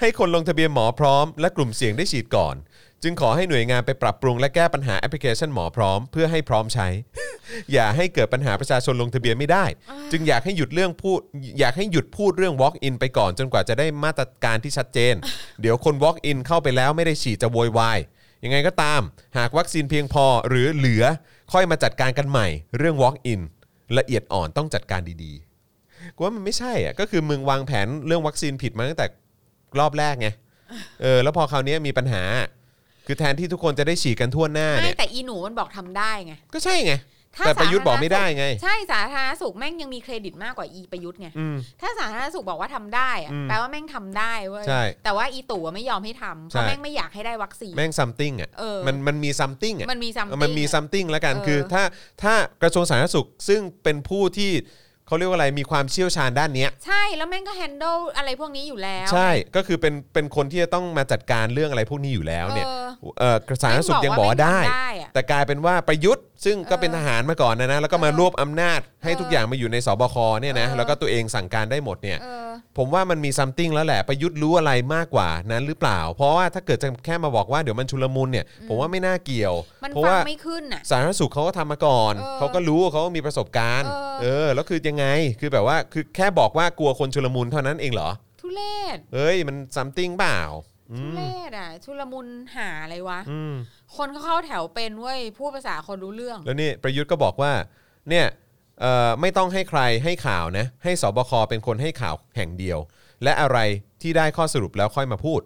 Speaker 2: ให้คนลงทะเบียนหมอพร้อมและกลุ่มเสี่ยงได้ฉีดก่อน จึงขอให้หน่วยงานไปปรับปรุงและแก้ปัญหาแอปพลิเคชันหมอพร้อมเพื่อให้พร้อมใช้ อย่าให้เกิดปัญหาประชาชนลงทะเบียนไม่ได้ จึงอยากให้หยุดเรื่องพูดอยากให้หยุดพูดเรื่อง walk in ไปก่อน จนกว่าจะได้มาตรการที่ชัดเจน เดี๋ยวคน walk in เข้าไปแล้วไม่ได้ฉีดจะโวยวายยังไงก็ตาม หากวัคซีนเพียงพอหรือเหลือค่อยมาจัดการกันใหม่ เรื่อง walk in ละเอียดอ่อนต้องจัดการดีๆ กูว่ามันไม่ใช่อ่ะก็คือมึงวางแผนเรื่องวัคซีนผิดมาตั้งแต่รอบแรกไงเออ แล้วพอคราวเนี้ยมีปัญหา คือแทนที่ทุกคนจะได้ฉีดกันทั่วหน้า
Speaker 4: ไม่
Speaker 2: เนี่ย
Speaker 4: แต่อีหนูมันบอกทำได้ไง
Speaker 2: ก็ใช่ไง
Speaker 4: ถ้า
Speaker 2: แต่ประยุทธ์บอกไม่ได้ไง
Speaker 4: ใช่สาธารณสุขแม่งยังมีเครดิตมากกว่าอีประยุทธ์ไง
Speaker 2: อืม
Speaker 4: ถ้าสาธารณสุขบอกว่าทำได้อะ
Speaker 2: อืม
Speaker 4: แปลว่าแม่งทำได้เว้ย
Speaker 2: ใช่
Speaker 4: แต่ว่าอีตู่อะไม่ยอมให้ทำเพ
Speaker 2: ใช่
Speaker 4: ราะแม่งไม่อยากให้ได้วัคซีน
Speaker 2: แม่งซัมติงอ่ะ
Speaker 4: เออ
Speaker 2: มันมันมีซัมติงอ่ะ
Speaker 4: มันมีซัม
Speaker 2: มันมีซัมติงแล้วกัน
Speaker 4: เออ
Speaker 2: คือถ้าถ้ากระทรวงสาธารณสุขซึ่งเป็นผู้ที่เขาเรียกว่าอะไรมีความเชี่ยวชาญด้านเนี้ย
Speaker 4: ใช่แล้วแม่งก็แฮนด์ลอะไรพวกนี้อยู่แล้ว
Speaker 2: ใช่ก็คือเป็นเป็นคนที่จะต้องมาจัดการเรื่องอะไรพวกนี้อยู่แล้วเนี่ย
Speaker 4: เออ
Speaker 2: เอ่อกระทรวงสาธารณสุขยังบอกว่าได้
Speaker 4: แม่งทำได้อะ
Speaker 2: แต่กลายเป็นว่าประยุทธ์ซึ่งก็เป็นทหารมาก่อนนะนะแล้วก็มา
Speaker 4: เออ
Speaker 2: รวบอำนาจให้ทุก
Speaker 4: เออ
Speaker 2: อย่างมาอยู่ในสบคเนี่ยนะ
Speaker 4: เออ
Speaker 2: แล้วก็ตัวเองสั่งการได้หมดเนี่ย
Speaker 4: เออ
Speaker 2: ผมว่ามันมีซัมติงแล้วแหละประยุทธ์รู้อะไรมากกว่านั้นหรือเปล่า เพราะว่าถ้าเกิดจะแค่มาบอกว่าเดี๋ยวมันชุลมุนเนี่ยผมว่าไม่น่าเกี่ยว
Speaker 4: มัน
Speaker 2: เพราะ
Speaker 4: ฟัง
Speaker 2: ว่า
Speaker 4: ไม่ขึ้นอ่ะ
Speaker 2: สาธารณสุขเขาก็ทำมาก่อน
Speaker 4: เออ
Speaker 2: เขาก็รู้เขาก็มีประสบการณ์
Speaker 4: เออ
Speaker 2: เออแล้วคือยังไงคือแบบว่าคือแค่บอกว่ากลัวคนชุลมุนเท่านั้นเองเหรอ
Speaker 4: ทุเลศ
Speaker 2: เอ้ยมันซัมติงเปล่าอื
Speaker 4: ทุ
Speaker 2: ม
Speaker 4: เลศอ่ะชุลมุนหาอะไรวะ
Speaker 2: อืม
Speaker 4: คนเขาเข้าแถวเป็นเว้ยพูดภาษาคนรู้เรื่อง
Speaker 2: แล้วนี่ประยุทธ์ก็บอกว่าเนี่ยเอ่อไม่ต้องให้ใครให้ข่าวนะให้สบคเป็นคนให้ข่าวแห่งเดียว และอะไรที่ได้ข้อสรุปแล้วค่อยมาพูด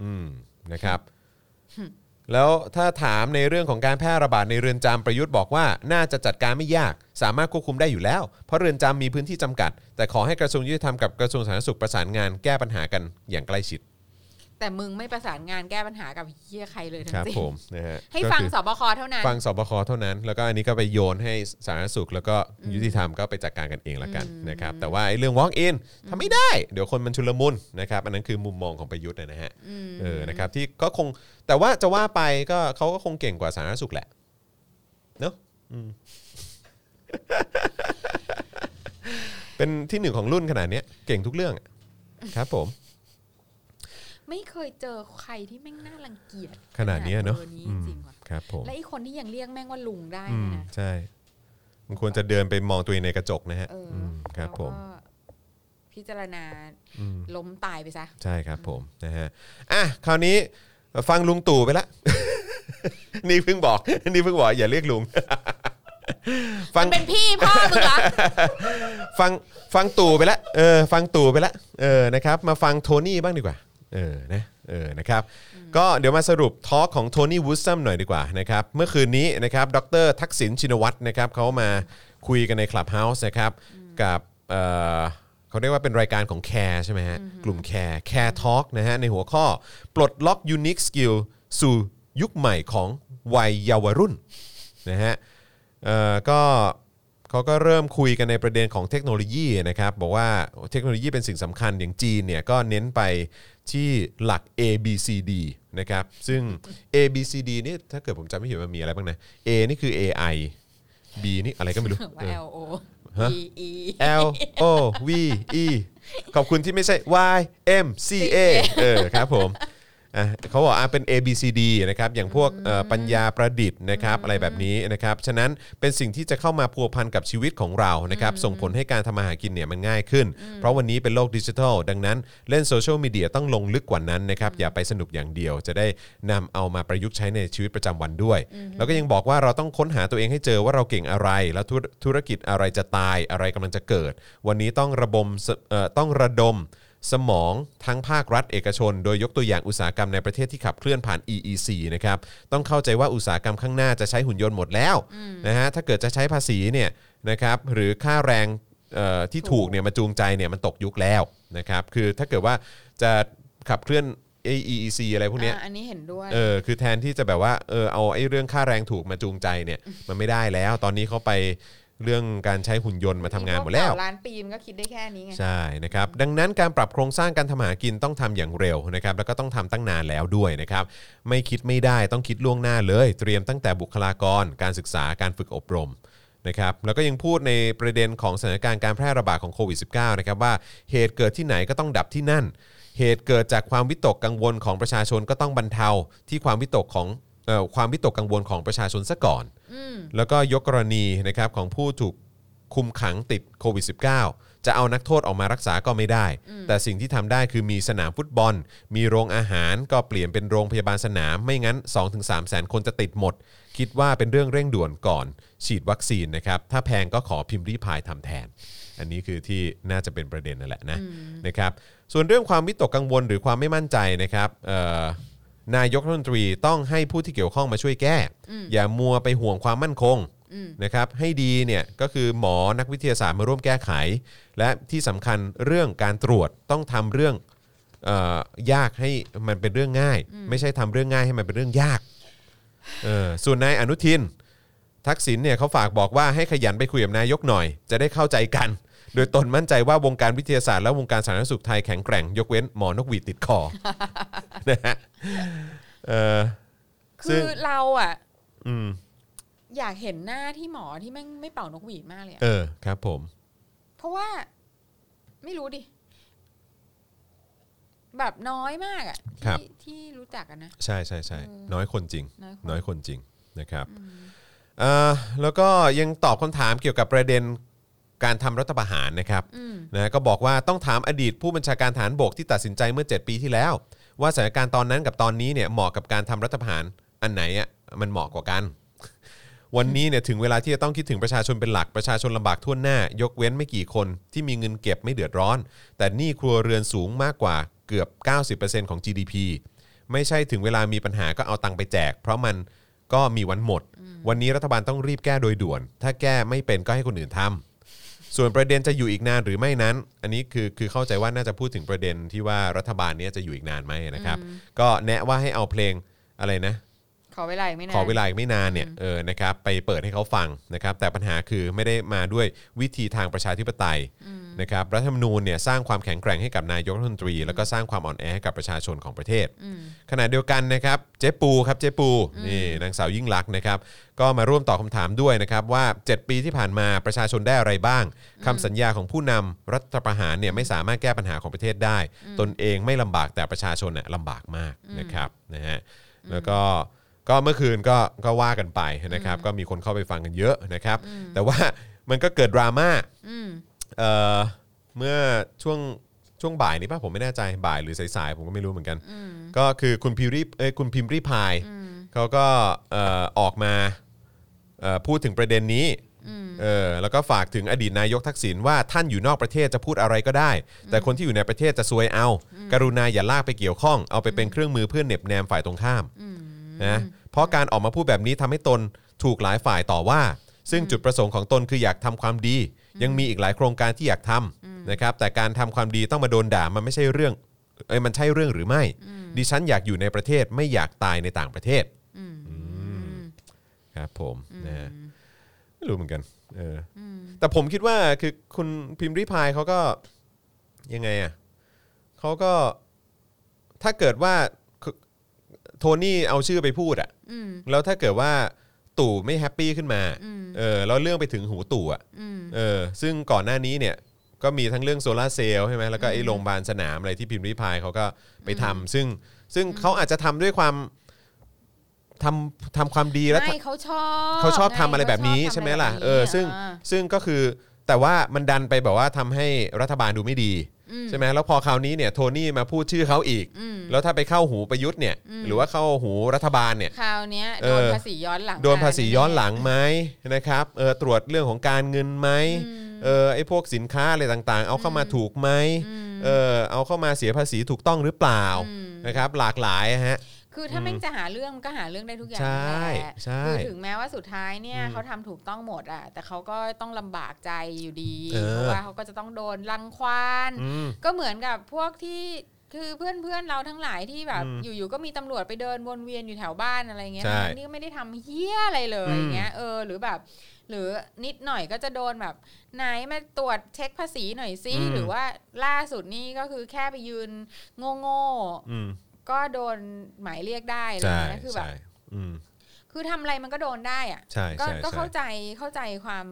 Speaker 2: อืมนะครับ แล้วถ้าถามในเรื่องของการแพร่ระบาดในเรือนจำประยุทธ์บอกว่า น่าจะจัดการไม่ยาก สามารถควบคุมได้อยู่แล้ว เพราะเรือนจำมีพื้นที่จำกัด แต่ขอให้กระทรวงยุติธรรมกับกระทรวงสาธารณสุขประสานงานแก้ปัญหากันอย่างใกล้ชิด
Speaker 4: แต่มึงไม่ประสานงานแก้ปัญหากับเฮียใครเลยทั้
Speaker 2: ค
Speaker 4: ง
Speaker 2: รับ
Speaker 4: สิ้น
Speaker 2: ผมนะฮะ
Speaker 4: ให้
Speaker 2: ก็
Speaker 4: ฟัง
Speaker 2: คือ
Speaker 4: สบคเท่านั้น
Speaker 2: ฟังสบคเท่านั้น แล้วก็อันนี้ก็ไปโยนให้สาธารณสุข แล้วก็ยุติธรรมก็ไปจัดการกันเองละกันนะครับ แต่ว่าไอ้เรื่อง walk in ทำไม่ได้ เดี๋ยวคนมันชุลมุนนะครับ อันนั้นคือมุมมองของประยุทธ์นะฮะ เออ นะครับ ที่ก็คง แต่ว่าจะว่าไปก็เขาก็คงเก่งกว่าสาธารณสุขแหละ เนอะอืม เป็นที่หนึ่งของรุ่นขนาดเนี้ยเก่งทุกเรื่องอะครับผม
Speaker 4: ไม่เคยเจอใครที่แม่งน่ารังเกียจ
Speaker 2: ขนาดเนี้ยเนอะ
Speaker 4: บอร์
Speaker 2: อืม
Speaker 4: จริงว่ะ
Speaker 2: ครับผม
Speaker 4: และไอคนที่ยังเรียกแม่งว่าลุงได้
Speaker 2: อืม
Speaker 4: เนี่ยนะ
Speaker 2: ใช่ มันควรจะเดินไปมองตัวเองในกระจกนะฮะ
Speaker 4: เอออ
Speaker 2: มครับผม
Speaker 4: แล้วก็ พิจารณา
Speaker 2: อืม
Speaker 4: ล้มตายไปซะ
Speaker 2: ใช่ครับผมนะฮะอ่ะคราวนี้ฟังลุงตู่ไปละ นี่เพิ่งบอก นี่เพิ่งบอกอย่าเรียกลุง ฟั
Speaker 4: มั
Speaker 2: ง
Speaker 4: นเป็นพี่พ่อมึงเหรอ
Speaker 2: ฟังฟังตู่ไปละเออฟังตู่ไปละเออนะครับ มาฟังโทนี่บ้างดีกว่าเออนะเออนะครับ ก็เดี๋ยวมาสรุปทอล์กของโทนี่วูดซัมหน่อยดีกว่านะครับ เมื่อคืนนี้นะครับดรทักษิณชินวัตรนะครับเขามาคุยกันในคลับเฮาส์นะครับ กับเอ่อ เขาเรียกว่าเป็นรายการของแคร์ใช่ไหมฮะ กลุ่มแคร์แคร์ทอล์กนะฮะ ในหัวข้อ ปลดล็อกยูนิคสกิลสู่ยุคใหม่ของวัยเยาวรุ่นนะฮะเอ่อก็เขาก็เริ่มคุยกันในประเด็นของเทคโนโลยีนะครับ บอกว่าเทคโนโลยีเป็นสิ่งสำคัญอย่างจีนเนี่ยก็เน้นไปที่หลัก A B C D นะครับ ซึ่ง A B C D นี่ถ้าเกิดผมจำไม่ผิดมันมีอะไรบ้างนะ A นี่คือ AI B นี่อะไรก็ไม่รู้
Speaker 4: ว่า L O
Speaker 2: ฮะ
Speaker 4: E E
Speaker 2: L O V E ขอบคุณที่ไม่ใช่ Y M C A เออครับผมอ่ะเขาบอกอ่ะเป็น A B C D นะครับอย่างพวกเอ่อปัญญาประดิษฐ์นะครับอะไรแบบนี้นะครับ ฉะนั้นเป็นสิ่งที่จะเข้ามาพัวพันกับชีวิตของเรานะครับส่งผลให้การทำมาหากินเนี่ยมันง่ายขึ้น เพราะวันนี้เป็นโลกดิจิทัล ดังนั้นเล่นโซเชียลมีเดียต้องลงลึกกว่านั้นนะครับอย่าไปสนุกอย่างเดียว จะได้นำเอามาประยุกต์ใช้ในชีวิตประจำวันด้วย แล้วก็ยังบอกว่าเราต้องค้นหาตัวเองให้เจอว่าเราเก่งอะไร แล้วธุรธุรกิจอะไรจะตายอะไรกำลังจะเกิด วันนี้ต้องระบมสเอ่อต้องระดม สมองทั้งภาครัฐเอกชน โดยยกตัวอย่างอุตสาหกรรมในประเทศที่ขับเคลื่อนผ่าน EEC นะครับต้องเข้าใจว่าอุตสาหกรรมข้างหน้าจะใช้หุ่นยนต์หมดแล้วนะฮะถ้าเกิดจะใช้ภาษีเนี่ยนะครับหรือค่าแรงเอ่อที่ถูกเนี่ยมาจูงใจเนี่ยมันตกยุคแล้วนะครับคือถ้าเกิดว่าจะขับเคลื่อน EEC อะไรพวกเนี้ย
Speaker 4: อ่ะอันนี้เห็นด้วย
Speaker 2: เออคือแทนที่จะแบบว่าเออเอาไอ้เรื่องค่าแรงถูกมาจูงใจเนี่ยมันไม่ได้แล้ว ตอนนี้เขาไปเรื่องการใช้หุ่นยนต์มาทำงานหมดแล้ว
Speaker 4: ร้านปีมก็คิดได้แค่นี้ไง
Speaker 2: ใช่นะครับดังนั้นการปรับโครงสร้างการทำหากินต้องทำอย่างเร็วนะครับแล้วก็ต้องทำตั้งนานแล้วด้วยนะครับไม่คิดไม่ได้ต้องคิดล่วงหน้าเลย เตรียมตั้งแต่บุคลากร การศึกษาการฝึกอบรมนะครับแล้วก็ยังพูดในประเด็นของสถานการณ์การแพร่ระบาดของโควิด -19 นะครับว่าเหตุเกิดที่ไหนก็ต้องดับที่นั่น เหตุเกิดจากความวิตกกังวลของประชาชนก็ต้องบรรเทาที่ความวิตกของเอ่อความวิตกกังวลของประชาชนซะก่อน
Speaker 4: อืม
Speaker 2: แล้วก็ยกกรณีนะครับของผู้ถูกคุมขังติดโควิด -19 จะเอานักโทษออกมารักษาก็ไม่ได้ แต่สิ่งที่ทำได้คือมีสนามฟุตบอล มีโรงอาหารก็เปลี่ยนเป็นโรงพยาบาลสนาม ไม่งั้น 2-3แสนคนจะติดหมด คิดว่าเป็นเรื่องเร่งด่วนก่อน ฉีดวัคซีนนะครับ ถ้าแพงก็ขอพิมพ์รีพายทำแทน อันนี้คือที่น่าจะเป็นประเด็นนั่นแหละนะนะครับส่วนเรื่องความวิตกกังวลหรือความไม่มั่นใจนะครับเอ่อนายกรัฐมนตรีต้องให้ผู้ที่เกี่ยวข้องมาช่วยแก้ อย่ามัวไปห่วงความมั่นคง
Speaker 4: อืม
Speaker 2: นะครับให้ดีเนี่ยก็คือหมอนักวิทยาศาสตร์มาร่วมแก้ไข และที่สำคัญเรื่องการตรวจต้องทำเรื่องเออยากให้มันเป็นเรื่องง่าย ไม่ใช่ทำเรื่องง่ายให้มันเป็นเรื่องยากเออส่วนนายอนุทิน ทักษิณเนี่ยเขาฝากบอกว่าให้ขยันไปคุยกับนายกหน่อย จะได้เข้าใจกัน โดยตนมั่นใจว่าวงการวิทยาศาสตร์และวงการสาธารณสุขไทยแข็งแกร่ง ยกเว้นหมอนกหวีดติดคอ นะฮะเออ ซึ่
Speaker 4: คื
Speaker 2: ง
Speaker 4: อเราอ่ะ
Speaker 2: อืม
Speaker 4: อยากเห็นหน้าที่หมอที่แม่งไม่เป่านกหวีดมากเลยอะ
Speaker 2: เออครับผม
Speaker 4: เพราะว่า ไม่รู้ดิ แบบน้อยมากอ่ะ
Speaker 2: ครับ
Speaker 4: ที่ที่รู้จักกันนะ
Speaker 2: ใช่ใช่ใช่
Speaker 4: เออ
Speaker 2: น้อยคนจริง
Speaker 4: น้อยคน
Speaker 2: น้อยคนจริงนะครับเอ่อแล้วก็ยังตอบคำถามเกี่ยวกับประเด็นการทำรัฐประหารนะครับ
Speaker 4: อืม
Speaker 2: นะก็บอกว่าต้องถามอดีตผู้บัญชาการฐานบกที่ตัดสินใจเมื่อ 7 ปีที่แล้ว ว่าสถานการณ์ตอนนั้นกับตอนนี้เนี่ยเหมาะกับการทำรัฐประหารอันไหนอ่ะมันเหมาะกว่ากัน วันนี้เนี่ยถึงเวลาที่จะต้องคิดถึงประชาชนเป็นหลักประชาชนลำบากทั่วหน้า ยกเว้นไม่กี่คนที่มีเงินเก็บไม่เดือดร้อน แต่หนี้ครัวเรือนสูงมากกว่าเกือบ 90%ของ GDP ไม่ใช่ถึงเวลามีปัญหาก็เอาตังค์ไปแจก เพราะมันก็มีวันหมด วันนี้รัฐบาลต้องรีบแก้โดยด่วน ถ้าแก้ไม่เป็นก็ให้คนอื่นทำ ส่วนประเด็นจะอยู่อีกนานหรือไม่นั้น อันนี้คือคือเข้าใจว่าน่าจะพูดถึงประเด็นที่ว่ารัฐบาลเนี้ยจะอยู่อีกนานไหมนะครับ ก็แนะว่าให้เอาเพลงอะไรนะ
Speaker 4: ขอเวลาอีกไม่นาน
Speaker 2: ขอเวลาอีกไม่นานเนี่ยเออนะครับไปเปิดให้เขาฟังนะครับ แต่ปัญหาคือไม่ได้มาด้วยวิธีทางประชาธิปไตยนะครับรัฐธรรมนูญเนี่ยสร้างความแข็งแกร่งให้กับนายกรัฐมนตรี แล้วก็สร้างความอ่อนแอให้กับประชาชนของประเทศ ขณะเดียวกันนะครับเจ๊ปูครับเจ๊ปูนี่นางสาวยิ่งลักษณ์นะครับ ก็มาร่วมตอบคำถามด้วยนะครับว่า 7 ปีที่ผ่านมาประชาชนได้อะไรบ้างคำสัญญาของผู้นำรัฐประหารเนี่ยไม่สามารถแก้ปัญหาของประเทศได้ ตนเองไม่ลำบากแต่ประชาชนน่ะลำบากมากนะครับนะฮะแล้วก็ ก็เมื่อคืนก็ก็ว่ากันไปนะครับ ก็มีคนเข้าไปฟังกันเยอะนะครับ แต่ว่ามันก็เกิดดราม่า
Speaker 4: อืม
Speaker 2: เอ่อ เมื่อช่วงช่วงบ่ายนี้ป่ะผมไม่แน่ใจบ่ายหรือสายๆผมก็ไม่รู้เหมือนกัน
Speaker 4: อืม
Speaker 2: ก็คือคุณพิมรีเอ้ยคุณพิมพ์รีพาย
Speaker 4: อืม
Speaker 2: เขาก็เอ่อออกมาเอ่อพูดถึงประเด็นนี้
Speaker 4: อืม
Speaker 2: เออแล้วก็ฝากถึงอดีตนายกทักษิณว่าท่านอยู่นอกประเทศจะพูดอะไรก็ได้ แต่คนที่อยู่ในประเทศจะซวยเอา กรุณาอย่าลากไปเกี่ยวข้องเอาไปเป็นเครื่องมือเพื่อเหน็บแนมฝ่ายตรงข้าม
Speaker 4: อืม
Speaker 2: นะเพราะการออกมาพูดแบบนี้ทำให้ตนถูกหลายฝ่ายต่อว่า ซึ่งจุดประสงค์ของตนคืออยากทำความดี ยังมีอีกหลายโครงการที่อยากทำนะครับแต่การทำความดีต้องมาโดนด่ามันไม่ใช่เรื่องเอ้ยมันใช่เรื่องหรือไม่
Speaker 4: อืม
Speaker 2: ดิฉันอยากอยู่ในประเทศไม่อยากตายในต่างประเทศ
Speaker 4: อืม
Speaker 2: ครับผมนะฮะไม่รู้เหมือนกันเออ
Speaker 4: อืม
Speaker 2: แต่ผมคิดว่าคือคุณพิมพ์ริพายเขาก็ยังไงอ่ะเขาก็ถ้าเกิดว่าคือโทนี่เอาชื่อไปพูดอ่ะ
Speaker 4: อืม
Speaker 2: แล้วถ้าเกิดว่าตู่ไม่แฮปปี้ขึ้นมา
Speaker 4: อืม
Speaker 2: เออแล้วเรื่องไปถึงหูตู่อ่ะ
Speaker 4: อืม
Speaker 2: เออซึ่งก่อนหน้านี้เนี่ยก็มีทั้งเรื่องโซลาร์เซลล์ใช่ไหมแล้วก็ไอ้โรงพยาบาลสนามอะไรที่พิมพ์ริพายเขาก็ไปทำซึ่งซึ่งเขาอาจจะทำด้วยความทำทำความดีและ
Speaker 4: ไม่เขาชอบ
Speaker 2: เขาชอบ
Speaker 4: ไง
Speaker 2: ทำอะไรแบบนี้
Speaker 4: เขา
Speaker 2: ใช่
Speaker 4: อ
Speaker 2: ไห
Speaker 4: บ
Speaker 2: ม
Speaker 4: ทำร
Speaker 2: ล่ะ
Speaker 4: แบบนี้
Speaker 2: เออซึ่งซึ่งก็คือแต่ว่ามันดันไปแบบว่าทำให้รัฐบาลดูไม่ดี
Speaker 4: อืม
Speaker 2: ใช่ไหมแล้วพอคราวนี้เนี่ยโทนี่มาพูดชื่อเขาอีก
Speaker 4: อืม
Speaker 2: แล้วถ้าไปเข้าหูประยุทธ์เนี่ย
Speaker 4: อืม
Speaker 2: หรือว่าเข้าหูรัฐบาลเนี่ย
Speaker 4: คราวเนี้ย
Speaker 2: เอ
Speaker 4: โด
Speaker 2: อ
Speaker 4: นภาษีย้อนหลัง
Speaker 2: โดนภาษีย้อนห
Speaker 4: ม
Speaker 2: ลังไหมนะครับเออตรวจเรื่องของการเงินไหม
Speaker 4: อืม
Speaker 2: เออไอ้พวกสินค้าอะไรต่างๆ เอาเข้ามาถูกไหม
Speaker 4: อืม
Speaker 2: เออเอาเข้ามาเสียภาษีถูกต้องหรือเปล่า
Speaker 4: อืม
Speaker 2: นะครับหลากหลายฮะ
Speaker 4: คือถ้าแม่งจะหาเรื่องมันก็หาเรื่องได้ทุกอย่าง
Speaker 2: ใช่
Speaker 4: แหละ
Speaker 2: ใช่
Speaker 4: คือถึงแม้ว่าสุดท้ายเนี่ย
Speaker 2: อืม
Speaker 4: เขาทำถูกต้องหมดอ่ะ แต่เขาก็ต้องลำบากใจอยู่ดี
Speaker 2: เออ
Speaker 4: เพราะว่าเขาก็จะต้องโดนรังควาน
Speaker 2: อืม
Speaker 4: ก็เหมือนกับพวกที่คือเพื่อนเพื่อนๆเราทั้งหลายที่แบบ
Speaker 2: อืม
Speaker 4: อยู่ๆก็มีตำรวจไปเดินวนเวียนอยู่แถวบ้านอะไรเงี้ย
Speaker 2: ใช่
Speaker 4: ทั้งๆที่ไม่ได้ทำเฮี้ยอะไรเลย
Speaker 2: อืม
Speaker 4: เงี้ยเออหรือแบบ หรือนิดหน่อยก็จะโดนแบบไหนมาตรวจเช็คภาษีหน่อยซิหรือว่าล่าสุดนี่ก็คือแค่ไปยืนโง่
Speaker 2: อืม
Speaker 4: ๆก็โดนหมายเรียกได้อะไร
Speaker 2: ใช่
Speaker 4: เงี้ยคือแบบ
Speaker 2: ใช่อืม
Speaker 4: คือทำอะไรมันก็โดนได้อะ
Speaker 2: ใช่
Speaker 4: ก็
Speaker 2: ใช่
Speaker 4: ก็
Speaker 2: ใช่
Speaker 4: เข้าใจเข้าใจความ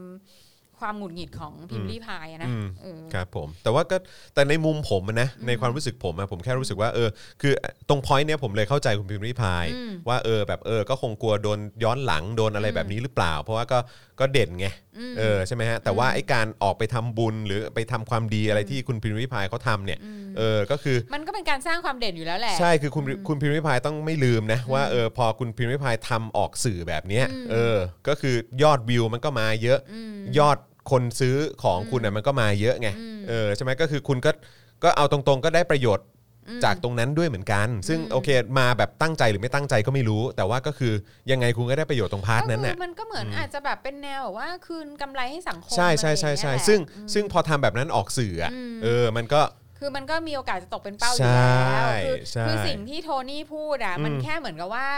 Speaker 4: ความหงุดหงิดของพิมพ์รีพายอะนะ
Speaker 2: อืม
Speaker 4: เออ
Speaker 2: ครับผมแต่ว่าก็แต่ในมุมผมอะนะในความรู้สึกผมอะผมแค่รู้สึกว่าเออคือตรงพอยต์เนี้ยผมเลยเข้าใจคุณพิมพ์ริพาย
Speaker 4: อืม
Speaker 2: ว่าเออแบบเออก็คงกลัวโดนย้อนหลังโดนอะไร
Speaker 4: อืม
Speaker 2: แบบนี้หรือเปล่า เพราะว่าก็ก็เด่นไง
Speaker 4: ม
Speaker 2: เออใช่ไหมฮะแต่ว่าไอ้การออกไปทำบุญหรือไปทำความดีอะไรที่คุณพิมพ์ริพายเขาทำเนี่ย
Speaker 4: ม
Speaker 2: เออก็คือ
Speaker 4: มันก็เป็นการสร้างความเด่นอยู่แล้วแหละ
Speaker 2: ใช่คือคุณคุณพิมพ์ริพายต้องไม่ลืมนะว่าเออพอคุณพิมพ์ริพายทำออกสื่อแบบเนี้ย
Speaker 4: อืม
Speaker 2: เออก็คือยอดวิวมันก็มาเยอะ
Speaker 4: อืม
Speaker 2: ยอดคนซื้อของคุณน่ะมันก็มาเยอะไง
Speaker 4: อืม
Speaker 2: เออใช่ไหมก็คือคุณก็ก็เอาตรงๆ ก็ได้ประโยชน์
Speaker 4: อืม
Speaker 2: จากตรงนั้นด้วยเหมือนกัน ซึ่งโอเคมาแบบตั้งใจหรือไม่ตั้งใจก็ไม่รู้ แต่ว่าก็คือยังไงคุณก็ได้ประโยชน์ตรงพาร์ทนั้น
Speaker 4: ก็
Speaker 2: น่ะ
Speaker 4: คือมันก็เหมือนอาจจะแบบเป็นแนวแบบว่าคืนกำไรให้สังคม
Speaker 2: ใช่ใช่ใช่ใช่
Speaker 4: อะไรอย่าเยแหละ
Speaker 2: ซึ่ง
Speaker 4: อืม
Speaker 2: ซึ่งพอทำแบบนั้นออกสื่ออะ
Speaker 4: อืม
Speaker 2: เออมันก็
Speaker 4: คือมันก็มีโอกาสจะตกเป็นเป้าอยู่แล้ว
Speaker 2: ใช่
Speaker 4: คือ
Speaker 2: ใช่
Speaker 4: คือสิ่งที่โทนี่พูดอ่ะ
Speaker 2: อืม
Speaker 4: มันแค่เหมือนกับว่า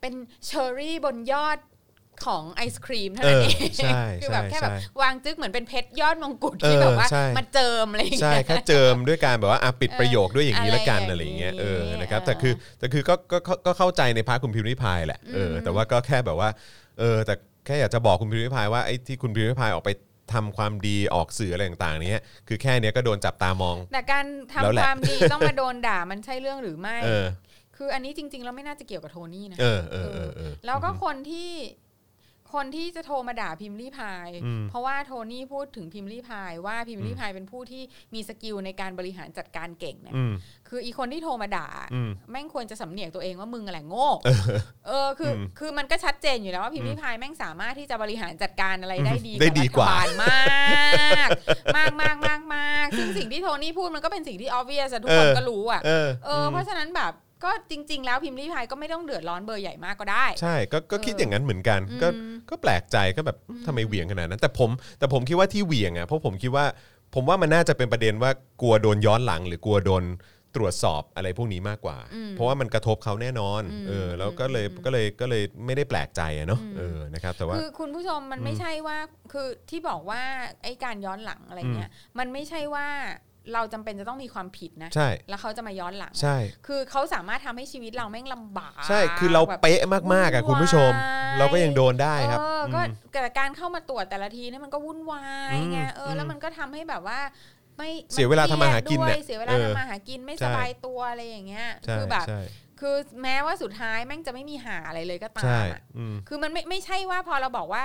Speaker 4: เป็นเชอร์รี่บนยอดของไอศครีมเท่า
Speaker 2: เอ
Speaker 4: นั้น
Speaker 2: อ
Speaker 4: เอง
Speaker 2: ใช่
Speaker 4: คือแบ
Speaker 2: ใช่
Speaker 4: บแค่แบบ
Speaker 2: ใช่
Speaker 4: วางจึ๊กเหมือนเป็นเพชรยอดมงกุฎ
Speaker 2: เออ
Speaker 4: ที่แบบว่า
Speaker 2: ใช่
Speaker 4: มาเจิมอะไร อย่าง
Speaker 2: ใช่
Speaker 4: เงี้ย
Speaker 2: แค่เจิมด้วยการแบบว่าอ่ะปิด
Speaker 4: เออ
Speaker 2: ประโยคด้วยอย่างนี้ละกันอะ
Speaker 4: อะไร ไรอ
Speaker 2: อา
Speaker 4: ย่ย่าง งนี้
Speaker 2: เงี้ยเออนะครับ
Speaker 4: เออ
Speaker 2: แต่คือแต่คือก็ก็ก็ก็เข้าใจในพาร์ทคุณพิมพ์ริพายแหละเออ
Speaker 4: อืม
Speaker 2: แต่ว่าก็แค่แบบว่าเออแต่แค่อยากจะบอกคุณพิมพ์ริพายว่าไอ้ที่คุณพิมพ์ริพายออกไปทำความดีออกสื่ออะไรต่างๆเนี้ยคือแค่เนี้ยก็โดนจับตามอง
Speaker 4: แต่การ
Speaker 2: แล้ว
Speaker 4: ทำ
Speaker 2: แหละ
Speaker 4: ความ ดีต้องมาโดนด่ามันใช่เรื่องหรือไม่
Speaker 2: เออ
Speaker 4: คืออันนี้จริงๆแล้วไม่น่าจะเกี่ยวกับโทนี่นะ
Speaker 2: เออเออเออเออ
Speaker 4: แล้วก็คนที่คนที่จะโทรมาด่าพิมพ์ลี่พาย
Speaker 2: อืม
Speaker 4: เพราะว่าโทนี่พูดถึงพิมพ์ลี่พายว่าพิมพ์ลี่พายเป็นผู้ที่มีสกิลในการบริหารจัดการเก่งเนี่ย
Speaker 2: อืม
Speaker 4: คืออีคนที่โทรมาด่า
Speaker 2: อืม
Speaker 4: แม่งควรจะสำเนียกตัวเองว่ามึงอะไรโง่ เออคืออ
Speaker 2: ม
Speaker 4: คือมันก็ชัดเจนอยู่แล้วว่าพิมพ์ริพายแม่งสามารถที่จะบริหารจัดการอะไรได้ดี
Speaker 2: ได้ดีกว่า
Speaker 4: รัฐบลมาก มากมากมากมากซึ่งสิ่งที่โทนี่พูดมันก็เป็นสิ่งที่ obvious อะทุกคนก็รู้อ่ะ
Speaker 2: เออ
Speaker 4: เออเพราะฉะนั้นแบบก็จริง ๆ แล้วพิมพ์ริพายก็ไม่ต้องเดือดร้อนเบอร์ใหญ่มากก็ได้
Speaker 2: ใช่ก็ก็คิดอย่างนั้นเหมือนกัน
Speaker 4: อืม
Speaker 2: ก็ก็แปลกใจก็แบบทำไมเหวี่ยงขนาดนั้น แต่ผมแต่ผมคิดว่าที่เหวี่ยงอ่ะเพราะผมคิดว่าผมว่ามันน่าจะเป็นประเด็นว่ากลัวโดนย้อนหลัง หรือกลัวโดนตรวจสอบอะไรพวกนี้มากกว่า
Speaker 4: อืม
Speaker 2: เพราะว่ามันกระทบเขาแน่นอน
Speaker 4: อืม
Speaker 2: เออแล้วก็เลย
Speaker 4: อืม
Speaker 2: ก็เลยก็เลยไม่ได้แปลกใจอะเนาะ
Speaker 4: อืม
Speaker 2: เออนะครับแต่ว่า
Speaker 4: คือคุณผู้ชมมันไม่ใช่ว่าคือที่บอกว่าไอ้การย้อนหลังอะไรเงี้ยมันไม่ใช่ว่าเราจำเป็นจะต้องมีความผิดนะ
Speaker 2: ใช่
Speaker 4: แล้วเขาจะมาย้อนหลัง
Speaker 2: ใช่
Speaker 4: คือเขาสามารถทำให้ชีวิตเราแม่งลำบาก
Speaker 2: ใช่คือเรา
Speaker 4: แบบ
Speaker 2: เป๊ะมากๆอ่ะคุณผู้ชม
Speaker 4: วุ่นว
Speaker 2: เราก็ยังโดนได้ครับ
Speaker 4: เออก็
Speaker 2: อืม
Speaker 4: แต่การเข้ามาตรวจแต่ละทีเนี่ยมันก็วุ่นวายไง
Speaker 2: อืม
Speaker 4: เออแล้วมันก็ทำให้แบบว่า ไม่
Speaker 2: เสียเวลาทำมาหากิน
Speaker 4: เค
Speaker 2: เนี่
Speaker 4: รีย
Speaker 2: ย
Speaker 4: ดด้วยเสียเวลา
Speaker 2: เออ
Speaker 4: ทำมาหากินไม่
Speaker 2: ใช่
Speaker 4: สบายตัวอะไรอย่างเงี้ย
Speaker 2: ใช่
Speaker 4: คือแบบ
Speaker 2: ใช่
Speaker 4: คือแม้ว่าสุดท้ายแม่งจะไม่มีหาอะไรเลยก็ตาม
Speaker 2: ใช่
Speaker 4: อะ
Speaker 2: อืม
Speaker 4: คือมันไม่ไม่ใช่ว่าพอเราบอกว่า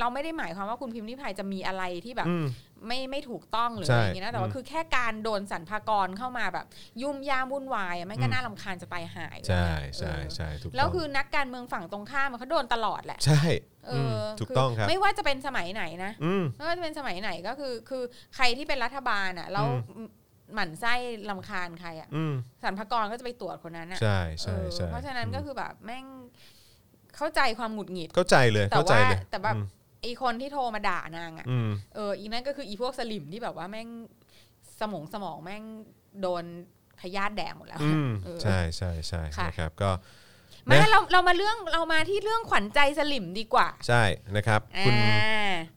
Speaker 4: เราไม่ได้หมายความว่าคุณพิมพ์ริพายจะมีอะไรที่แบบ
Speaker 2: อืม
Speaker 4: ไม่ไม่ถูกต้องหรือ
Speaker 2: ใช่
Speaker 4: อะไรอย่างเงี้ยนะแต่
Speaker 2: อื
Speaker 4: ว่าม คือแค่การโดนสรรพากรเข้ามาแบบ ยุ่มย่ามวุ่นวายอะไม่ก็
Speaker 2: อืม
Speaker 4: น่าลำคาญจะไปหาย
Speaker 2: ใช่
Speaker 4: เอ
Speaker 2: ใช่
Speaker 4: อ
Speaker 2: ใช่ถูกต้อง
Speaker 4: แล้วคือนักการเมืองฝั่งตรงข้ามอะเขาโดนตลอดแหละ
Speaker 2: ใช่
Speaker 4: เออ
Speaker 2: มถูกต้องครับ
Speaker 4: ไม่ว่าจะเป็นสมัยไหนนะ
Speaker 2: อืม
Speaker 4: ไม่ว่าจะเป็นสมัยไหนก็คือ คือใครที่เป็นรัฐบาลอ่ะแล้ว
Speaker 2: อื
Speaker 4: หมั่นไส้ลำคาญใครอ่ะ
Speaker 2: อืม
Speaker 4: สรรพากรก็จะไปตรวจคนนั้นอ่ะ
Speaker 2: ใช่ใช่
Speaker 4: เออ
Speaker 2: ใช่
Speaker 4: เพราะฉะนั้นก็คือแบบแม่งเข้าใจความหงุดหงิด
Speaker 2: เข้าใจเลย
Speaker 4: แต่
Speaker 2: เข้าใจเลย
Speaker 4: ว่าแต่แบบ
Speaker 2: อืม
Speaker 4: ไอีคนที่โทรมาด่านางอ่ะ
Speaker 2: อืม
Speaker 4: เอออีนั่นก็คืออีพวกสลิมที่แบบว่าแม่งสมองสมองแม่งโดนพยาธิแดงหมดแล้ว
Speaker 2: อืม
Speaker 4: เออ
Speaker 2: ใช่ใช่ใช่
Speaker 4: ค่ะ
Speaker 2: นะครับก็
Speaker 4: มา
Speaker 2: นะ
Speaker 4: เราเรามาเรื่องเรามาที่เรื่องขวัญใจสลิมดีกว่า
Speaker 2: ใช่นะครับ
Speaker 4: อ่
Speaker 2: คุณ
Speaker 4: า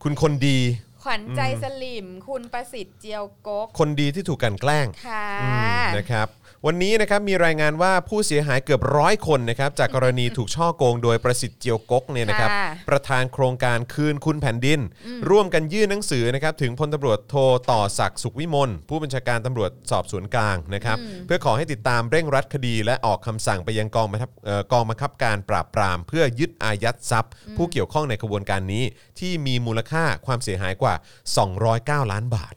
Speaker 2: คุณคนดี
Speaker 4: ขวัญใจสลิม คุณประสิทธิ์เจียวกก
Speaker 2: คนดีที่ถูกกลันแกล้ง
Speaker 4: ค่ะ
Speaker 2: อืมนะครับวันนี้นะครับมีรายงานว่าผู้เสียหายเกือบร้อยคนนะครับจากกรณีถูกช่อโกงโดยประสิทธิ์เจียวกกเนี่ยนะครับ
Speaker 4: ค่ะ
Speaker 2: ประธานโครงการคืนคุณแผ่นดิน ร่วมกันยื่นหนังสือนะครับถึงพลตำรวจโทต่อศักดิ์สุขวิมลผู้บัญชาการตำรวจสอบสวนกลางนะครับ
Speaker 4: อืม
Speaker 2: เพื่อขอให้ติดตามเร่งรัดคดี และออกคำสั่งไปยังกองบังคับเอ่อกองบังคับการปราบปราม เพื่อยึดอายัดทรัพย์ ผู้เกี่ยวข้องในกระบวนการนี้ที่มีมูลค่าความเสียหายกว่า 209 ล้านบาท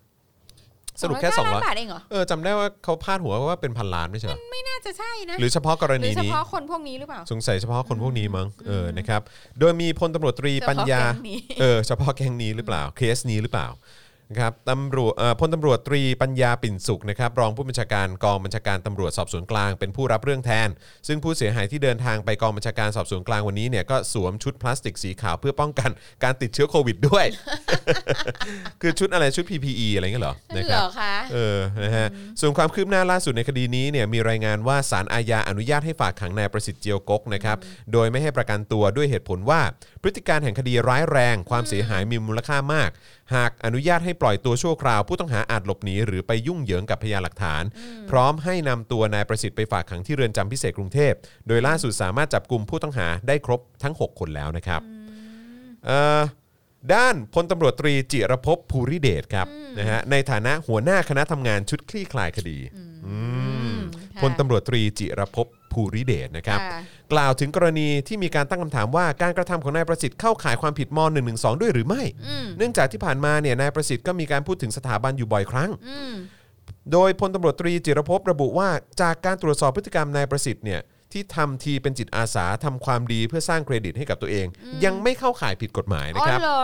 Speaker 2: สรุปแค่
Speaker 4: 200
Speaker 2: 200
Speaker 4: บาทเองเหรอ
Speaker 2: เออจำได้ว่าเขาพาดหัวว่าเป็นพันล้านไม่ใช่เหรอ
Speaker 4: น่าจะใช่นะ
Speaker 2: หรือเฉพาะกร
Speaker 4: หรื
Speaker 2: ณี
Speaker 4: อเฉ
Speaker 2: นี้
Speaker 4: พาะคนพวกนี้หรือเปล่า
Speaker 2: สงสัยเฉพาะคนพวกนี้มั้งเออนะครับโดยมีพลตำรวจตรี
Speaker 4: เฉพาะ
Speaker 2: ปัญญา
Speaker 4: แก๊งนี้
Speaker 2: เออเฉพาะแก๊งนี้หรือเปล่าเคสนี้หรือเปล่านะครับตำรวจเอ่อพลตำรวจตรีปัญญาปิ่นสุขนะครับรองผู้บัญชาการกองบัญชาการตำรวจสอบสวนกลางเป็นผู้รับเรื่องแทน ซึ่งผู้เสียหายที่เดินทางไปกองบัญชาการสอบสวนกลางวันนี้เนี่ยก็สวมชุดพลาสติกสีขาวเพื่อป้องกันการติดเชื้อโควิดด้วย คือชุดอะไรชุด PPE อะไรเงี้ยเหรอนะค
Speaker 4: เหร
Speaker 2: รับ
Speaker 4: อคะ
Speaker 2: เออ นะฮะ ส่วนความคืบหน้าล่าสุดในคดีนี้เนี่ยมีรายงานว่าสารอาญาอนุญาตให้ฝากขังนายประสิทธิ์เจียวกกนะครับ โดยไม่ให้ประกันตัวด้วยเหตุผลว่า พฤติการแห่งคดีร้ายแรง ความเสียหายมีมูลค่ามาก หากอนุญาตให้ปล่อยตัวชั่วคราว ผู้ต้องหาอาจหลบหนีหรือไปยุ่งเหยิงกับพยานหลักฐาน พร้อมให้นำตัวนายประสิทธิ์ไปฝากขังที่เรือนจำพิเศษกรุงเทพ โดยล่าสุดสามารถจับกลุ่มผู้ต้องหาได้ครบทั้งหกคนแล้วนะครับ เอ่อด้านพลตำรวจตรีจิรภพภูริเดชครับนะฮะในฐานะหัวหน้าคณะทำงานชุดคลี่คลายคดีอืม
Speaker 4: ค่ะ
Speaker 2: พลตำรวจตรีจิรภพภูริเดชนะครับ
Speaker 4: ค่ะ
Speaker 2: กล่าวถึงกรณีที่มีการตั้งคำถามว่าการกระทำของนายประสิทธิ์เข้าข่ายความผิดม .112 ด้วยหรือไม่
Speaker 4: อืม
Speaker 2: เนื่องจากที่ผ่านมาเนี่ยนายประสิทธิ์ก็มีการพูดถึงสถาบันอยู่บ่อยครั้ง
Speaker 4: อืม
Speaker 2: โดยพลตำรวจตรีจิรภพระบุว่าจากการตรวจสอบพฤติกรรมนายประสิทธิ์เนี่ยที่ทำทีเป็นจิตอาสาทำความดีเพื่อสร้างเครดิตให้กับตัวเอง ยังไม่เข้าข่ายผิดกฎหมายนะ
Speaker 4: อ๋อ
Speaker 2: ครับ
Speaker 4: เหรอ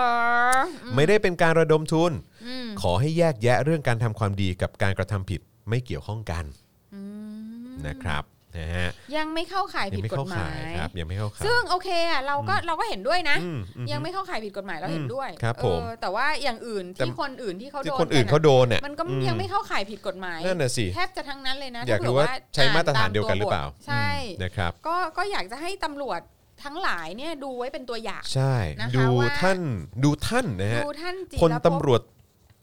Speaker 2: ไม่ได้เป็นการระดมทุน
Speaker 4: อืม
Speaker 2: ขอให้แยกแยะเรื่องการทำความดีกับการกระทำผิดไม่เกี่ยวข้องกัน
Speaker 4: อืม
Speaker 2: นะครับนะฮะ
Speaker 4: ยังไม่เข้าข่าย
Speaker 2: ยั
Speaker 4: ผิด
Speaker 2: งไม่
Speaker 4: ก
Speaker 2: เข้า
Speaker 4: ฎหมา
Speaker 2: ข่าย
Speaker 4: ย
Speaker 2: ครับยังไม่เข้าข่าย
Speaker 4: ซึ่งโอเคอ่ะเราก็เราก็เห็นด้วยนะ
Speaker 2: อืมอืม
Speaker 4: ยังไม่เข้าข่ายผิดกฎหมายเราเห็นด้วย
Speaker 2: อืมครับ
Speaker 4: เอ
Speaker 2: ผม
Speaker 4: อแต่ว่าอย่างอื่น
Speaker 2: แต่
Speaker 4: ที่คนอื่นที่เขาโด
Speaker 2: ที่
Speaker 4: น
Speaker 2: คนอื่นเขาโดนเนี่ย
Speaker 4: มันก็
Speaker 2: อืม
Speaker 4: ยังไม่เข้าข่ายผิดกฎหมาย
Speaker 2: นั่นน่ะสิ
Speaker 4: แทบจะทั้งนั้นเลยนะ
Speaker 2: อยาก
Speaker 4: ถ้เผื่
Speaker 2: รู้ว่าใช้มาตรฐาน
Speaker 4: อ่
Speaker 2: เดียวกันหรือเปล่า
Speaker 4: ตมตัวบทใช่
Speaker 2: อืมนะครับ
Speaker 4: ก็ก็อยากจะให้ตำรวจทั้งหลายเนี่ยดูไว้เป็นตัวอย่าง
Speaker 2: ใช่
Speaker 4: นะคะ
Speaker 2: ดู
Speaker 4: ว่า
Speaker 2: ท่านดูท่านนะฮะ
Speaker 4: ดูท่านจิ
Speaker 2: พล
Speaker 4: รภพ
Speaker 2: ตำรวจ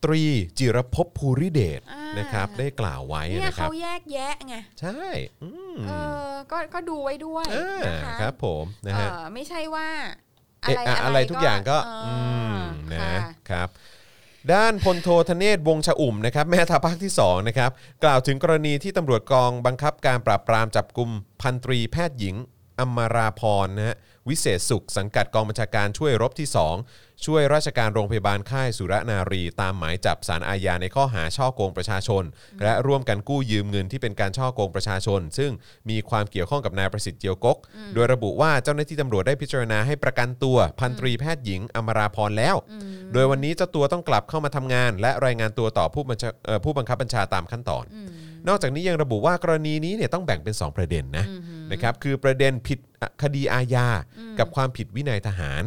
Speaker 2: ตรีจิรภพภูริเดช
Speaker 4: อ่าน
Speaker 2: นะครับ ได้กล่าวไว้
Speaker 4: เนี่ย
Speaker 2: นะครั
Speaker 4: เขา
Speaker 2: บ
Speaker 4: แยกแยะไง
Speaker 2: ใช่อืม
Speaker 4: เออ ก็ก็ดูไว้ด้วย
Speaker 2: อ่า
Speaker 4: นะคะ
Speaker 2: ครับผมนะฮะ
Speaker 4: เอ่อไม่ใช่ว่า อะ
Speaker 2: เอ๊ะ
Speaker 4: ไร
Speaker 2: อะอะไรทุกอย่างก็อืมนะ
Speaker 4: ค่
Speaker 2: ครับ ด้านพลโทธเนศวงศ์ชอุ่มนะครับแม่ทัพภาคที่ 2 นะครับ กล่าวถึงกรณีที่ตำรวจกองบังคับการปราบปรามจับกลุ่มพันตรีแพทย์หญิงอมราพรนะฮะวิเศษสุข สังกัดกองบัญชาการช่วยรบที่ 2 ช่วยราชการโรงพยาบาลค่ายสุรนารี ตามหมายจับสารอาญาในข้อหาช่อโกงประชาชน และร่วมกันกู้ยืมเงินที่เป็นการช่อโกงประชาชน ซึ่งมีความเกี่ยวข้องกับนายประสิทธิ์เจียวกก โดยระบุว่าเจ้าหน้าที่ตำรวจได้พิจารณาให้ประกันตัวพันตรีแพทย์หญิงอมราพรแล้ว โดยวันนี้เจ้าตัวต้องกลับเข้ามาทำงาน และรายงานตัวต่อผู้บัญชาเอ่อผู้บังคับบัญชาตามขั้นตอน นอกจากนี้ยังระบุว่ากรณีนี้เนี่ยต้องแบ่งเป็น 2 ประเด็นนะนะครับคือประเด็นผิดอ่ะคดีอาญากับความผิดวินัยทหาร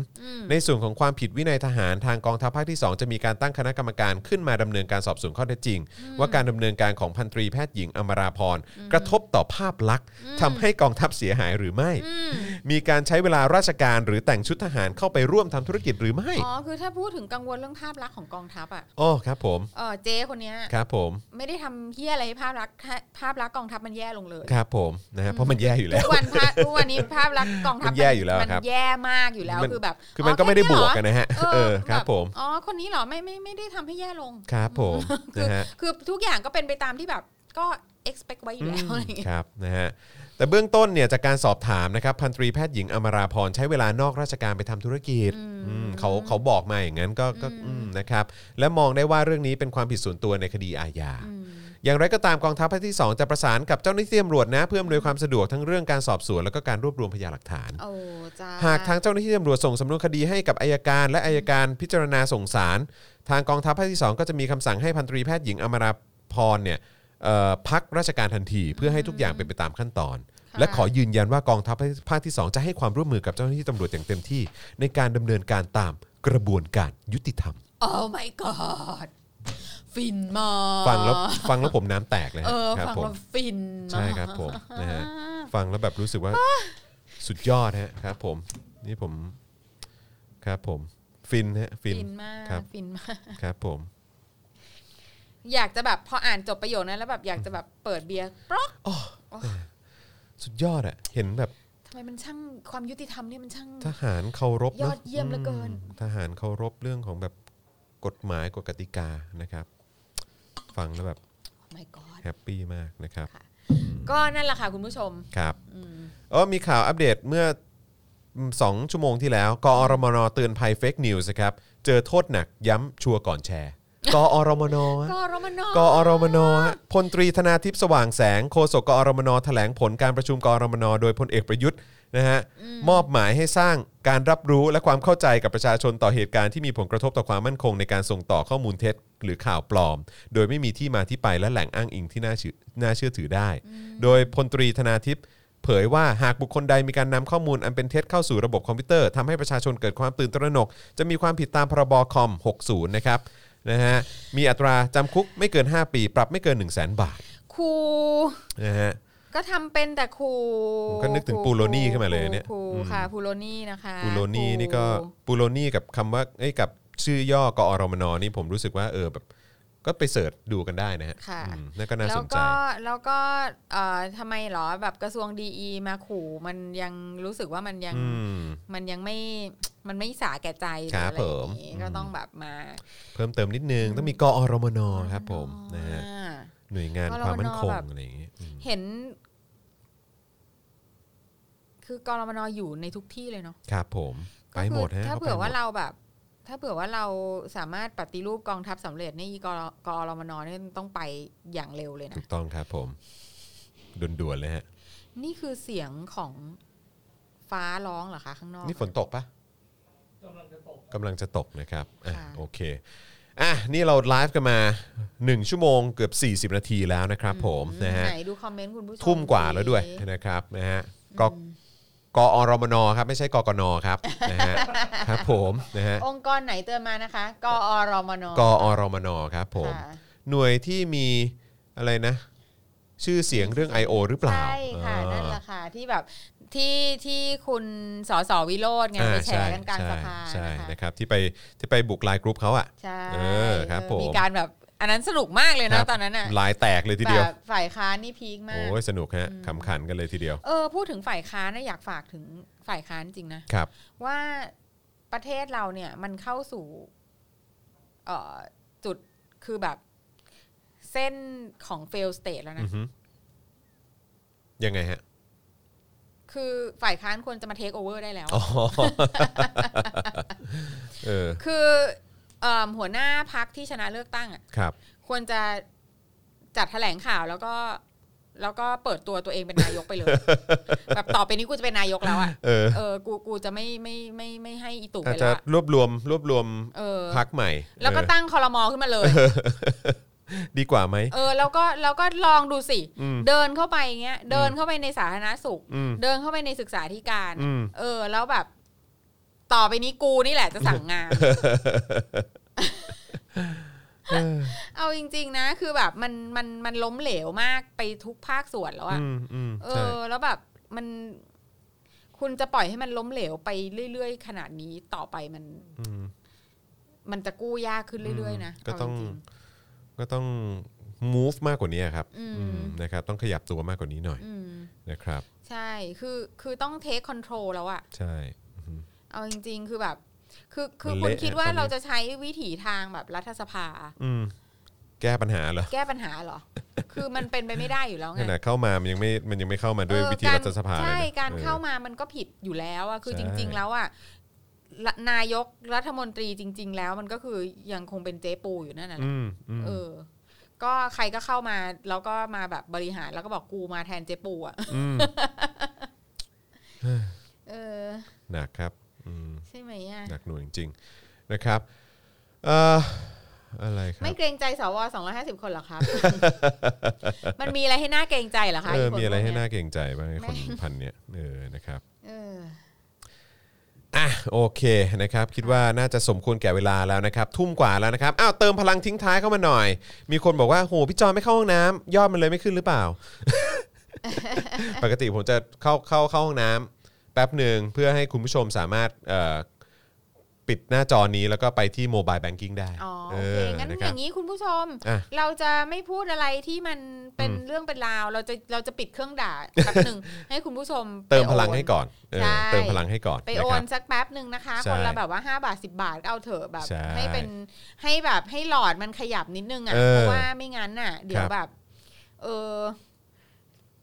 Speaker 2: ในส่วนของความผิดวินัยทหารทางกองทัพภาคที่ 2 จะมีการตั้งคณะกรรมการขึ้นมาดำเนินการสอบสวนข้อเท็จจริง ว่าการดำเนินการของพันตรีแพทย์หญิงอมราพรกระทบต่อภาพลักษณ์ทำให้กองทัพเสียหายหรือไม่
Speaker 4: อืม
Speaker 2: มีการใช้เวลาราชการหรือแต่งชุดทหารเข้าไปร่วมทำธุรกิจหรือไม่
Speaker 4: อ๋อ คือถ้าพูดถึงกังวลเรื่องภาพลักษณ์ของกองทัพอ่ะ
Speaker 2: อ๋อครับผม
Speaker 4: เออเจ๊คนเนี้ย
Speaker 2: ครับผม
Speaker 4: ไม่ได้ทำเฮี้ยอะไรให้ภาพลักษณ์ภาพลักษณ์กองทัพมันแย่ลงเลย
Speaker 2: ครับผมนะฮะเพราะมันแย่อยู่แล้ว
Speaker 4: ทุกวันภาพทุกวันนี้ภาพลักษณ์กองทัพ
Speaker 2: มันแย่อยู่แล้ว
Speaker 4: มั
Speaker 2: ครับ
Speaker 4: แย่มากอยู่แล้วคือแบบ
Speaker 2: คือมันก็ไม่ได้บวกกัน
Speaker 4: น
Speaker 2: นะฮะเออครับผม
Speaker 4: อ๋อคนนี้เหรอไม่ไม่ไม่ได้ทำให้แย่ลง
Speaker 2: ครับผม
Speaker 4: คือ
Speaker 2: นะฮะ
Speaker 4: คือทุกอย่างก็เป็นไปตามที่แบบก็ expect ไว้อยู่แล้วอะไรอย่างเงี้ย
Speaker 2: ครับนะฮะแต่เบื้องต้นเนี่ยจากการสอบถามนะครับพันตรีแพทย์หญิงอมราพรใช้เวลานอกราชการไปทำธุรกิจอืมเขาเขาบอกมาอย่างนั้นก็ก็อืมนะครับและมองได้ว่าเรื่องนี้เป็นความผิดส่วนตัวในคดีอาญา อย่างไรก็ตามกองทัพภาคที่ 2 จะประสานกับเจ้าหน้าที่ตำรวจนะ เพื่ออำนวยความสะดวกทั้งเรื่องการสอบสวนแล้วก็การรวบรวมพยานหลักฐาน
Speaker 4: โอ้จ้า
Speaker 2: หากทางเจ้าหน้าที่ตำรวจส่งสำนวนคดีให้กับอายการ และอายการพิจารณาส่งศาลทางกองทัพภาคที่ 2 ก็จะมีคำสั่งให้พันตรีแพทย์หญิงอมราพรเนี่ยเอ่อพักราชการทันที เพื่อให้ทุกอย่างเป็นไปตามขั้นตอน และขอยืนยันว่ากองทัพภาคที่ 2 จะให้ความร่วมมือกับเจ้าหน้าที่ตำรวจอย่างเต็มที่ ในการดำเนินการตามกระบวนการยุติธรรม
Speaker 4: โอ้ my god ฟินมาก
Speaker 2: ฟังแล้วฟังแล้วผมน้ำแตกเลย
Speaker 4: เออ
Speaker 2: ครับ
Speaker 4: ฟัง
Speaker 2: ผม
Speaker 4: แล้วฟินมาก
Speaker 2: ใช่ครับ ผมนะฮะฟังแล้วแบบรู้สึกว่าสุดยอดฮะครับผมนี่ผมครับผมฟินฮะฟิน
Speaker 4: ฟินมาก
Speaker 2: ครับ
Speaker 4: ฟินมาก
Speaker 2: ครับผม
Speaker 4: อยากจะแบบพออ่านจบประโยคนั้นแล้วแบบอยากจะแบบเปิดเบียร์ปลอก
Speaker 2: สุดยอดอะเห็นแบบ
Speaker 4: ทำไมมันช่างความยุติธรรมเนี่ยมันช่าง
Speaker 2: ทหารเคารพนะ
Speaker 4: ยอดเยี่ยมเหลือเกิน
Speaker 2: อืมทหารเคารพเรื่องของแบบกฎหมายกฎกติกานะครับ ฟังแล้วแบบ
Speaker 4: โอ้ my god
Speaker 2: แฮปปี้มากนะครับ
Speaker 4: ค่ะ ก็นั่นแหละค่ะคุณผู้ชม
Speaker 2: ครับ
Speaker 4: อืม
Speaker 2: เออมีข่าวอัปเดตเมื่ออืมสองชั่วโมงที่แล้ว กอรมนเตือนภัยเฟกนิวส์นะครับ เจอโทษหนักย้ำชัวร์ก่อนแชร์ กอรมนฮะ
Speaker 4: ก็รมน
Speaker 2: กอรมนฮะพลตรีธนาทิพย์สว่างแสงโฆษกกอรมนแถลงผลการประชุมกอรมนโดยพลเอกประยุทธ์นะฮะมอบหมายให้สร้างการรับรู้และความเข้าใจกับประชาชนต่อเหตุการณ์ที่มีผลกระทบต่อความมั่นคงในการส่งต่อข้อมูลเท็จ หรือข่าวปลอม โดยไม่มีที่มาที่ไปและแหล่งอ้างอิงที่น่าเชื่อน่าเชื่อถือได้ โดยพลตรีธนาทิพย์ เผยว่าหากบุคคลใดมีการนำข้อมูลอันเป็นเท็จเข้าสู่ระบบคอมพิวเตอร์ทำให้ประชาชนเกิดความตื่นตระหนก จะมีความผิดตามพรบคอม 60 นะครับนะฮะมีอัตราจำคุกไม่เกิน 5 ปี ปรับไม่เกิน 1 0 0 0 0แบาท
Speaker 4: ครู
Speaker 2: นะฮะ
Speaker 4: ก็ทำเป็นแต่ครู
Speaker 2: ผมก็นึกถึงปูโรนี่ขึ้นมาเลยเนี่ย
Speaker 4: ครู
Speaker 2: อืม
Speaker 4: ค่ะปูโรนี่นะคะ
Speaker 2: ปูโรนี่
Speaker 4: ครู
Speaker 2: นี่ก็ปูโรนี่กับคำว่าเอ้ยกับชื่อย่อกอรมนนี่ผมรู้สึกว่าเออแบบก็ไปเสิร์ชดูกันได้นะฮะ
Speaker 4: ค่ะ
Speaker 2: อืมนั่นก็น่า
Speaker 4: แล้
Speaker 2: ส
Speaker 4: วน
Speaker 2: ใจ
Speaker 4: ก็แล้วก็เอ่อทำไมเหรอแบบกระทรวงดีมาขู่มันยังรู้สึกว่ามันยัง
Speaker 2: อืม
Speaker 4: มันยังไม่มันไม่สาแก่ใจห
Speaker 2: ค
Speaker 4: รือ
Speaker 2: รับ
Speaker 4: อะไรอย่าง
Speaker 2: ผ
Speaker 4: งี้
Speaker 2: มอืม
Speaker 4: ก็ต้องแบบมา
Speaker 2: เพิ่มเติมนิดนึงต้องมีกอรมนครับผมนะฮะ
Speaker 4: อ่า
Speaker 2: หน่วยงาน
Speaker 4: กอร
Speaker 2: ความ
Speaker 4: มน
Speaker 2: มั่นคง
Speaker 4: แบบ
Speaker 2: อะไรอย่างงี้อืม
Speaker 4: เห็น คือกรมนอยู่ในทุกที่เลยเนาะ
Speaker 2: ครับผมไปหมดฮะ
Speaker 4: ก็คือ
Speaker 2: ข
Speaker 4: ถ้า
Speaker 2: ไป
Speaker 4: เผื่
Speaker 2: ห
Speaker 4: อ
Speaker 2: ม
Speaker 4: ว่า
Speaker 2: ด
Speaker 4: เราแบบ ถ้าเผื่อว่าเราสามารถปฏิรูปกองทัพสำเร็จนี่กรกรมนเนี่ยต้องไปอย่างเร็วเลย
Speaker 2: ถู
Speaker 4: นะ
Speaker 2: กต้องครับผมด่วนๆเลยฮะ
Speaker 4: นี่คือเสียงของฟ้าร้องเหรอคะข้างนอก
Speaker 2: นี่ฝนตกปะ
Speaker 3: กำลังจะตก
Speaker 2: กำลังจะตกนะครับอ่ะ
Speaker 4: ค่ะ
Speaker 2: โอเคอ่ะนี่เราไลฟ์กันมา 1 ชั่วโมงเกือบ 40 นาทีแล้วนะครับผมนะฮะ
Speaker 4: ไหนดูคอมเมนต์คุณผู้ชม
Speaker 2: ทุ่มกว่าแล้วด้วย
Speaker 4: สิ
Speaker 2: นะครับนะฮะกกอรมนครับ ไม่ใช่กกนครับนะ ฮะครับผมนะฮะ
Speaker 4: องค์กรไหนเตือนมานะคะ กอรมน
Speaker 2: กอรมนครับผม
Speaker 4: ค่ะ
Speaker 2: หน่วยที่มีอะไรนะ ชื่อเสียงเรื่อง I.O. หรือเปล่า
Speaker 4: ใช่ค่ะ
Speaker 2: อ่า
Speaker 4: นั่นแหละค่ะที่แบบที่ที่คุณสสวิโรจน์ไง
Speaker 2: อ่า
Speaker 4: ไปแฉกันกลาง
Speaker 2: ใช่
Speaker 4: สภา
Speaker 2: ใช่
Speaker 4: นะ
Speaker 2: นะคะ ครับที่ไปที่ไปบุกไลน์กรุ๊ปเขาอ่ะ
Speaker 4: ใช่
Speaker 2: เออครับผม
Speaker 4: มีการแบบอันนั้นสนุกมากเลย
Speaker 2: ค
Speaker 4: นะ
Speaker 2: รับ
Speaker 4: ตอนนั้นอ่ะ
Speaker 2: ไลน์แตกเลยทีเดียว
Speaker 4: แบบฝ่ายค้านนี่พีคมาก
Speaker 2: โอ้ยสนุกฮะขำขันกันเลยทีเดียว
Speaker 4: เออพูดถึงฝ่ายค้านนะอยากฝากถึงฝ่ายค้านจริงนะ
Speaker 2: ครับ
Speaker 4: ว่าประเทศเราเนี่ยมันเข้าสู่เอ่อจุดคือแบบเส้นของ fail state แล้ว
Speaker 2: อื
Speaker 4: นะ
Speaker 2: อฮึยังไงฮะ
Speaker 4: คือฝ่ายค้านควรจะมา take over ได้แล้ว
Speaker 2: อ๋อ เออ
Speaker 4: คือเอิ่มหัวหน้าพักที่ชนะเลือกตั้งอ่ะ
Speaker 2: ครับ
Speaker 4: ควรจะจัดแถลงข่าวแล้วก็แล้วก็เปิดตัวตัวเองเป็นนายกไป เลย แบบต่อไปนี้กูจะเป็นนายกแล้วอ่ะ
Speaker 2: เออ
Speaker 4: เออกูกูจะไม่ไม่ไม่ไม่ให้อีตู่
Speaker 2: อาจ
Speaker 4: ไป
Speaker 2: จะ
Speaker 4: แล้วอะ
Speaker 2: รวบรวมรวบรวม
Speaker 4: เออ
Speaker 2: พักใหม่
Speaker 4: แล้วก็
Speaker 2: เออ
Speaker 4: ตั้งคอรมอขึ้นมาเลย
Speaker 2: ดีกว่าไหม
Speaker 4: เออ แล้วก็แล้วก็ลองดูสิ
Speaker 2: อืม
Speaker 4: เดินเข้าไปอย่างเงี้ย เดินเข้าไปในสาธารณสุข
Speaker 2: อืม
Speaker 4: เดินเข้าไปในศึกษาธิการ
Speaker 2: อืม
Speaker 4: เออ แล้วแบบ ต่อไปนี้กูนี่แหละจะสั่งงาน
Speaker 2: เออ
Speaker 4: เอาจริง ๆ นะ คือแบบมันมันมันล้มเหลวมากไปทุกภาคส่วนแล้วอะ
Speaker 2: อืมอืม
Speaker 4: เอ
Speaker 2: ใช่
Speaker 4: อแล้วแบบมันคุณจะปล่อยให้มันล้มเหลวไปเรื่อยๆ ขนาดนี้ต่อไปมัน
Speaker 2: ม
Speaker 4: มันจะกู้ยากขึ้นเรื่อยๆนะ
Speaker 2: ก็
Speaker 4: เา
Speaker 2: ต้อง
Speaker 4: จริๆ
Speaker 2: ก็ต้อง move มากกว่านี้ครับ
Speaker 4: อื
Speaker 2: อื
Speaker 4: ม
Speaker 2: มนะครับ ต้องขยับตัวมากกว่านี้หน่อย
Speaker 4: อืม
Speaker 2: นะครับ
Speaker 4: ใช่คือคือต้องเทคคอนโทรลแล้วอะ
Speaker 2: ใช่อือฮึ
Speaker 4: เอาจริง ๆ คือแบบ คือคือ
Speaker 2: มัน
Speaker 4: คุณ
Speaker 2: เละ
Speaker 4: คิด
Speaker 2: อะ
Speaker 4: ว่า
Speaker 2: ตอนนี้
Speaker 4: เราจะใช้วิถีทางแบบรัฐสภา
Speaker 2: อืมแก้ปัญหาเหรอ
Speaker 4: แก้ปัญหาเหรอ คือมันเป็นไปไม่ได้อยู่แล้วไง
Speaker 2: ขนาดเข้ามามันยังไม่มันยังไม่เข้ามาด้วย
Speaker 4: เออ
Speaker 2: วิธี
Speaker 4: ก
Speaker 2: รัฐสภาเลยนะ
Speaker 4: ใช่การ
Speaker 2: ออ
Speaker 4: เข้ามามันก็ผิดอยู่แล้วอะคือ
Speaker 2: ใช่
Speaker 4: จริง ๆ แล้วอะละนายกรัฐมนตรีจริง ๆ แล้วมันก็คือยังคงเป็นเจ๊ปูอยู่นั่นน่ะ
Speaker 2: อืมอืม
Speaker 4: เออ ก็ใครก็เข้ามาแล้วก็มาแบบบริหารแล้วก็บอกกูมาแทนเจ๊ปูอะ
Speaker 2: ม
Speaker 4: เออ
Speaker 2: หนักครับอืม
Speaker 4: ใช่ไหมอะ
Speaker 2: หนักหน่วงจริงๆนะครับเอ่ออะไรครับ
Speaker 4: ไม่เกรงใจสว250 คนเหรอ ครับ มันมีอะไรให้น่าเกรงใจเหรอคะ
Speaker 2: เออ
Speaker 4: คพวก
Speaker 2: มีอะไรให้
Speaker 4: เย
Speaker 2: น่าเกรงใจบ้างไอ้คนพันเนี่ยเออนะครับ
Speaker 4: เออ
Speaker 2: อ่ะโอเคนะครับ คิดว่าน่าจะสมควรแก่เวลาแล้วนะครับ ทุ่มกว่าแล้วนะครับอ้าวเติมพลังทิ้งท้ายเข้ามาหน่อย มีคนบอกว่าโหพี่จอนไม่เข้าห้องน้ำยอดมันเลยไม่ขึ้นหรือเปล่า ปกติผมจะเข้าเข้าเข้าห้องน้ำแป๊บหนึ่งเพื่อให้คุณผู้ชมสามารถเอ่อปิดหน้าจอนี้แล้วก็ไปที่โมบายแบงกิ้งได้
Speaker 4: อ๋อโอเคงั้น
Speaker 2: นะค
Speaker 4: อ
Speaker 2: รับ
Speaker 4: ย่างนี้คุณผู้ชม
Speaker 2: อ่ะ
Speaker 4: เราจะไม่พูดอะไรที่มันเป็นเรื่องเป็นราว เราจะเราจะปิดเครื่องด่าแป๊บ หนึ่ง ให้คุณผู้ชม
Speaker 2: เติม
Speaker 4: ไป
Speaker 2: พ
Speaker 4: โ
Speaker 2: ลังให้ก่อนเออ
Speaker 4: ใช่
Speaker 2: เติมพลังให้ก่อนะ
Speaker 4: ไป
Speaker 2: ค
Speaker 4: โอ
Speaker 2: รับ
Speaker 4: นสักแป๊บหนึ่งนะคะ
Speaker 2: ใช่
Speaker 4: คนละแบบว่า 5 บาท 10 บาทก็เอาเถอะแบบ
Speaker 2: ใช่
Speaker 4: ให้เป็นให้แบบให้หลอดมันขยับนิดนึงอ่ะ
Speaker 2: เออ
Speaker 4: เพราะว่าไม่งั้นน่ะ เดี๋ย
Speaker 2: คว รับ
Speaker 4: แบบ เออ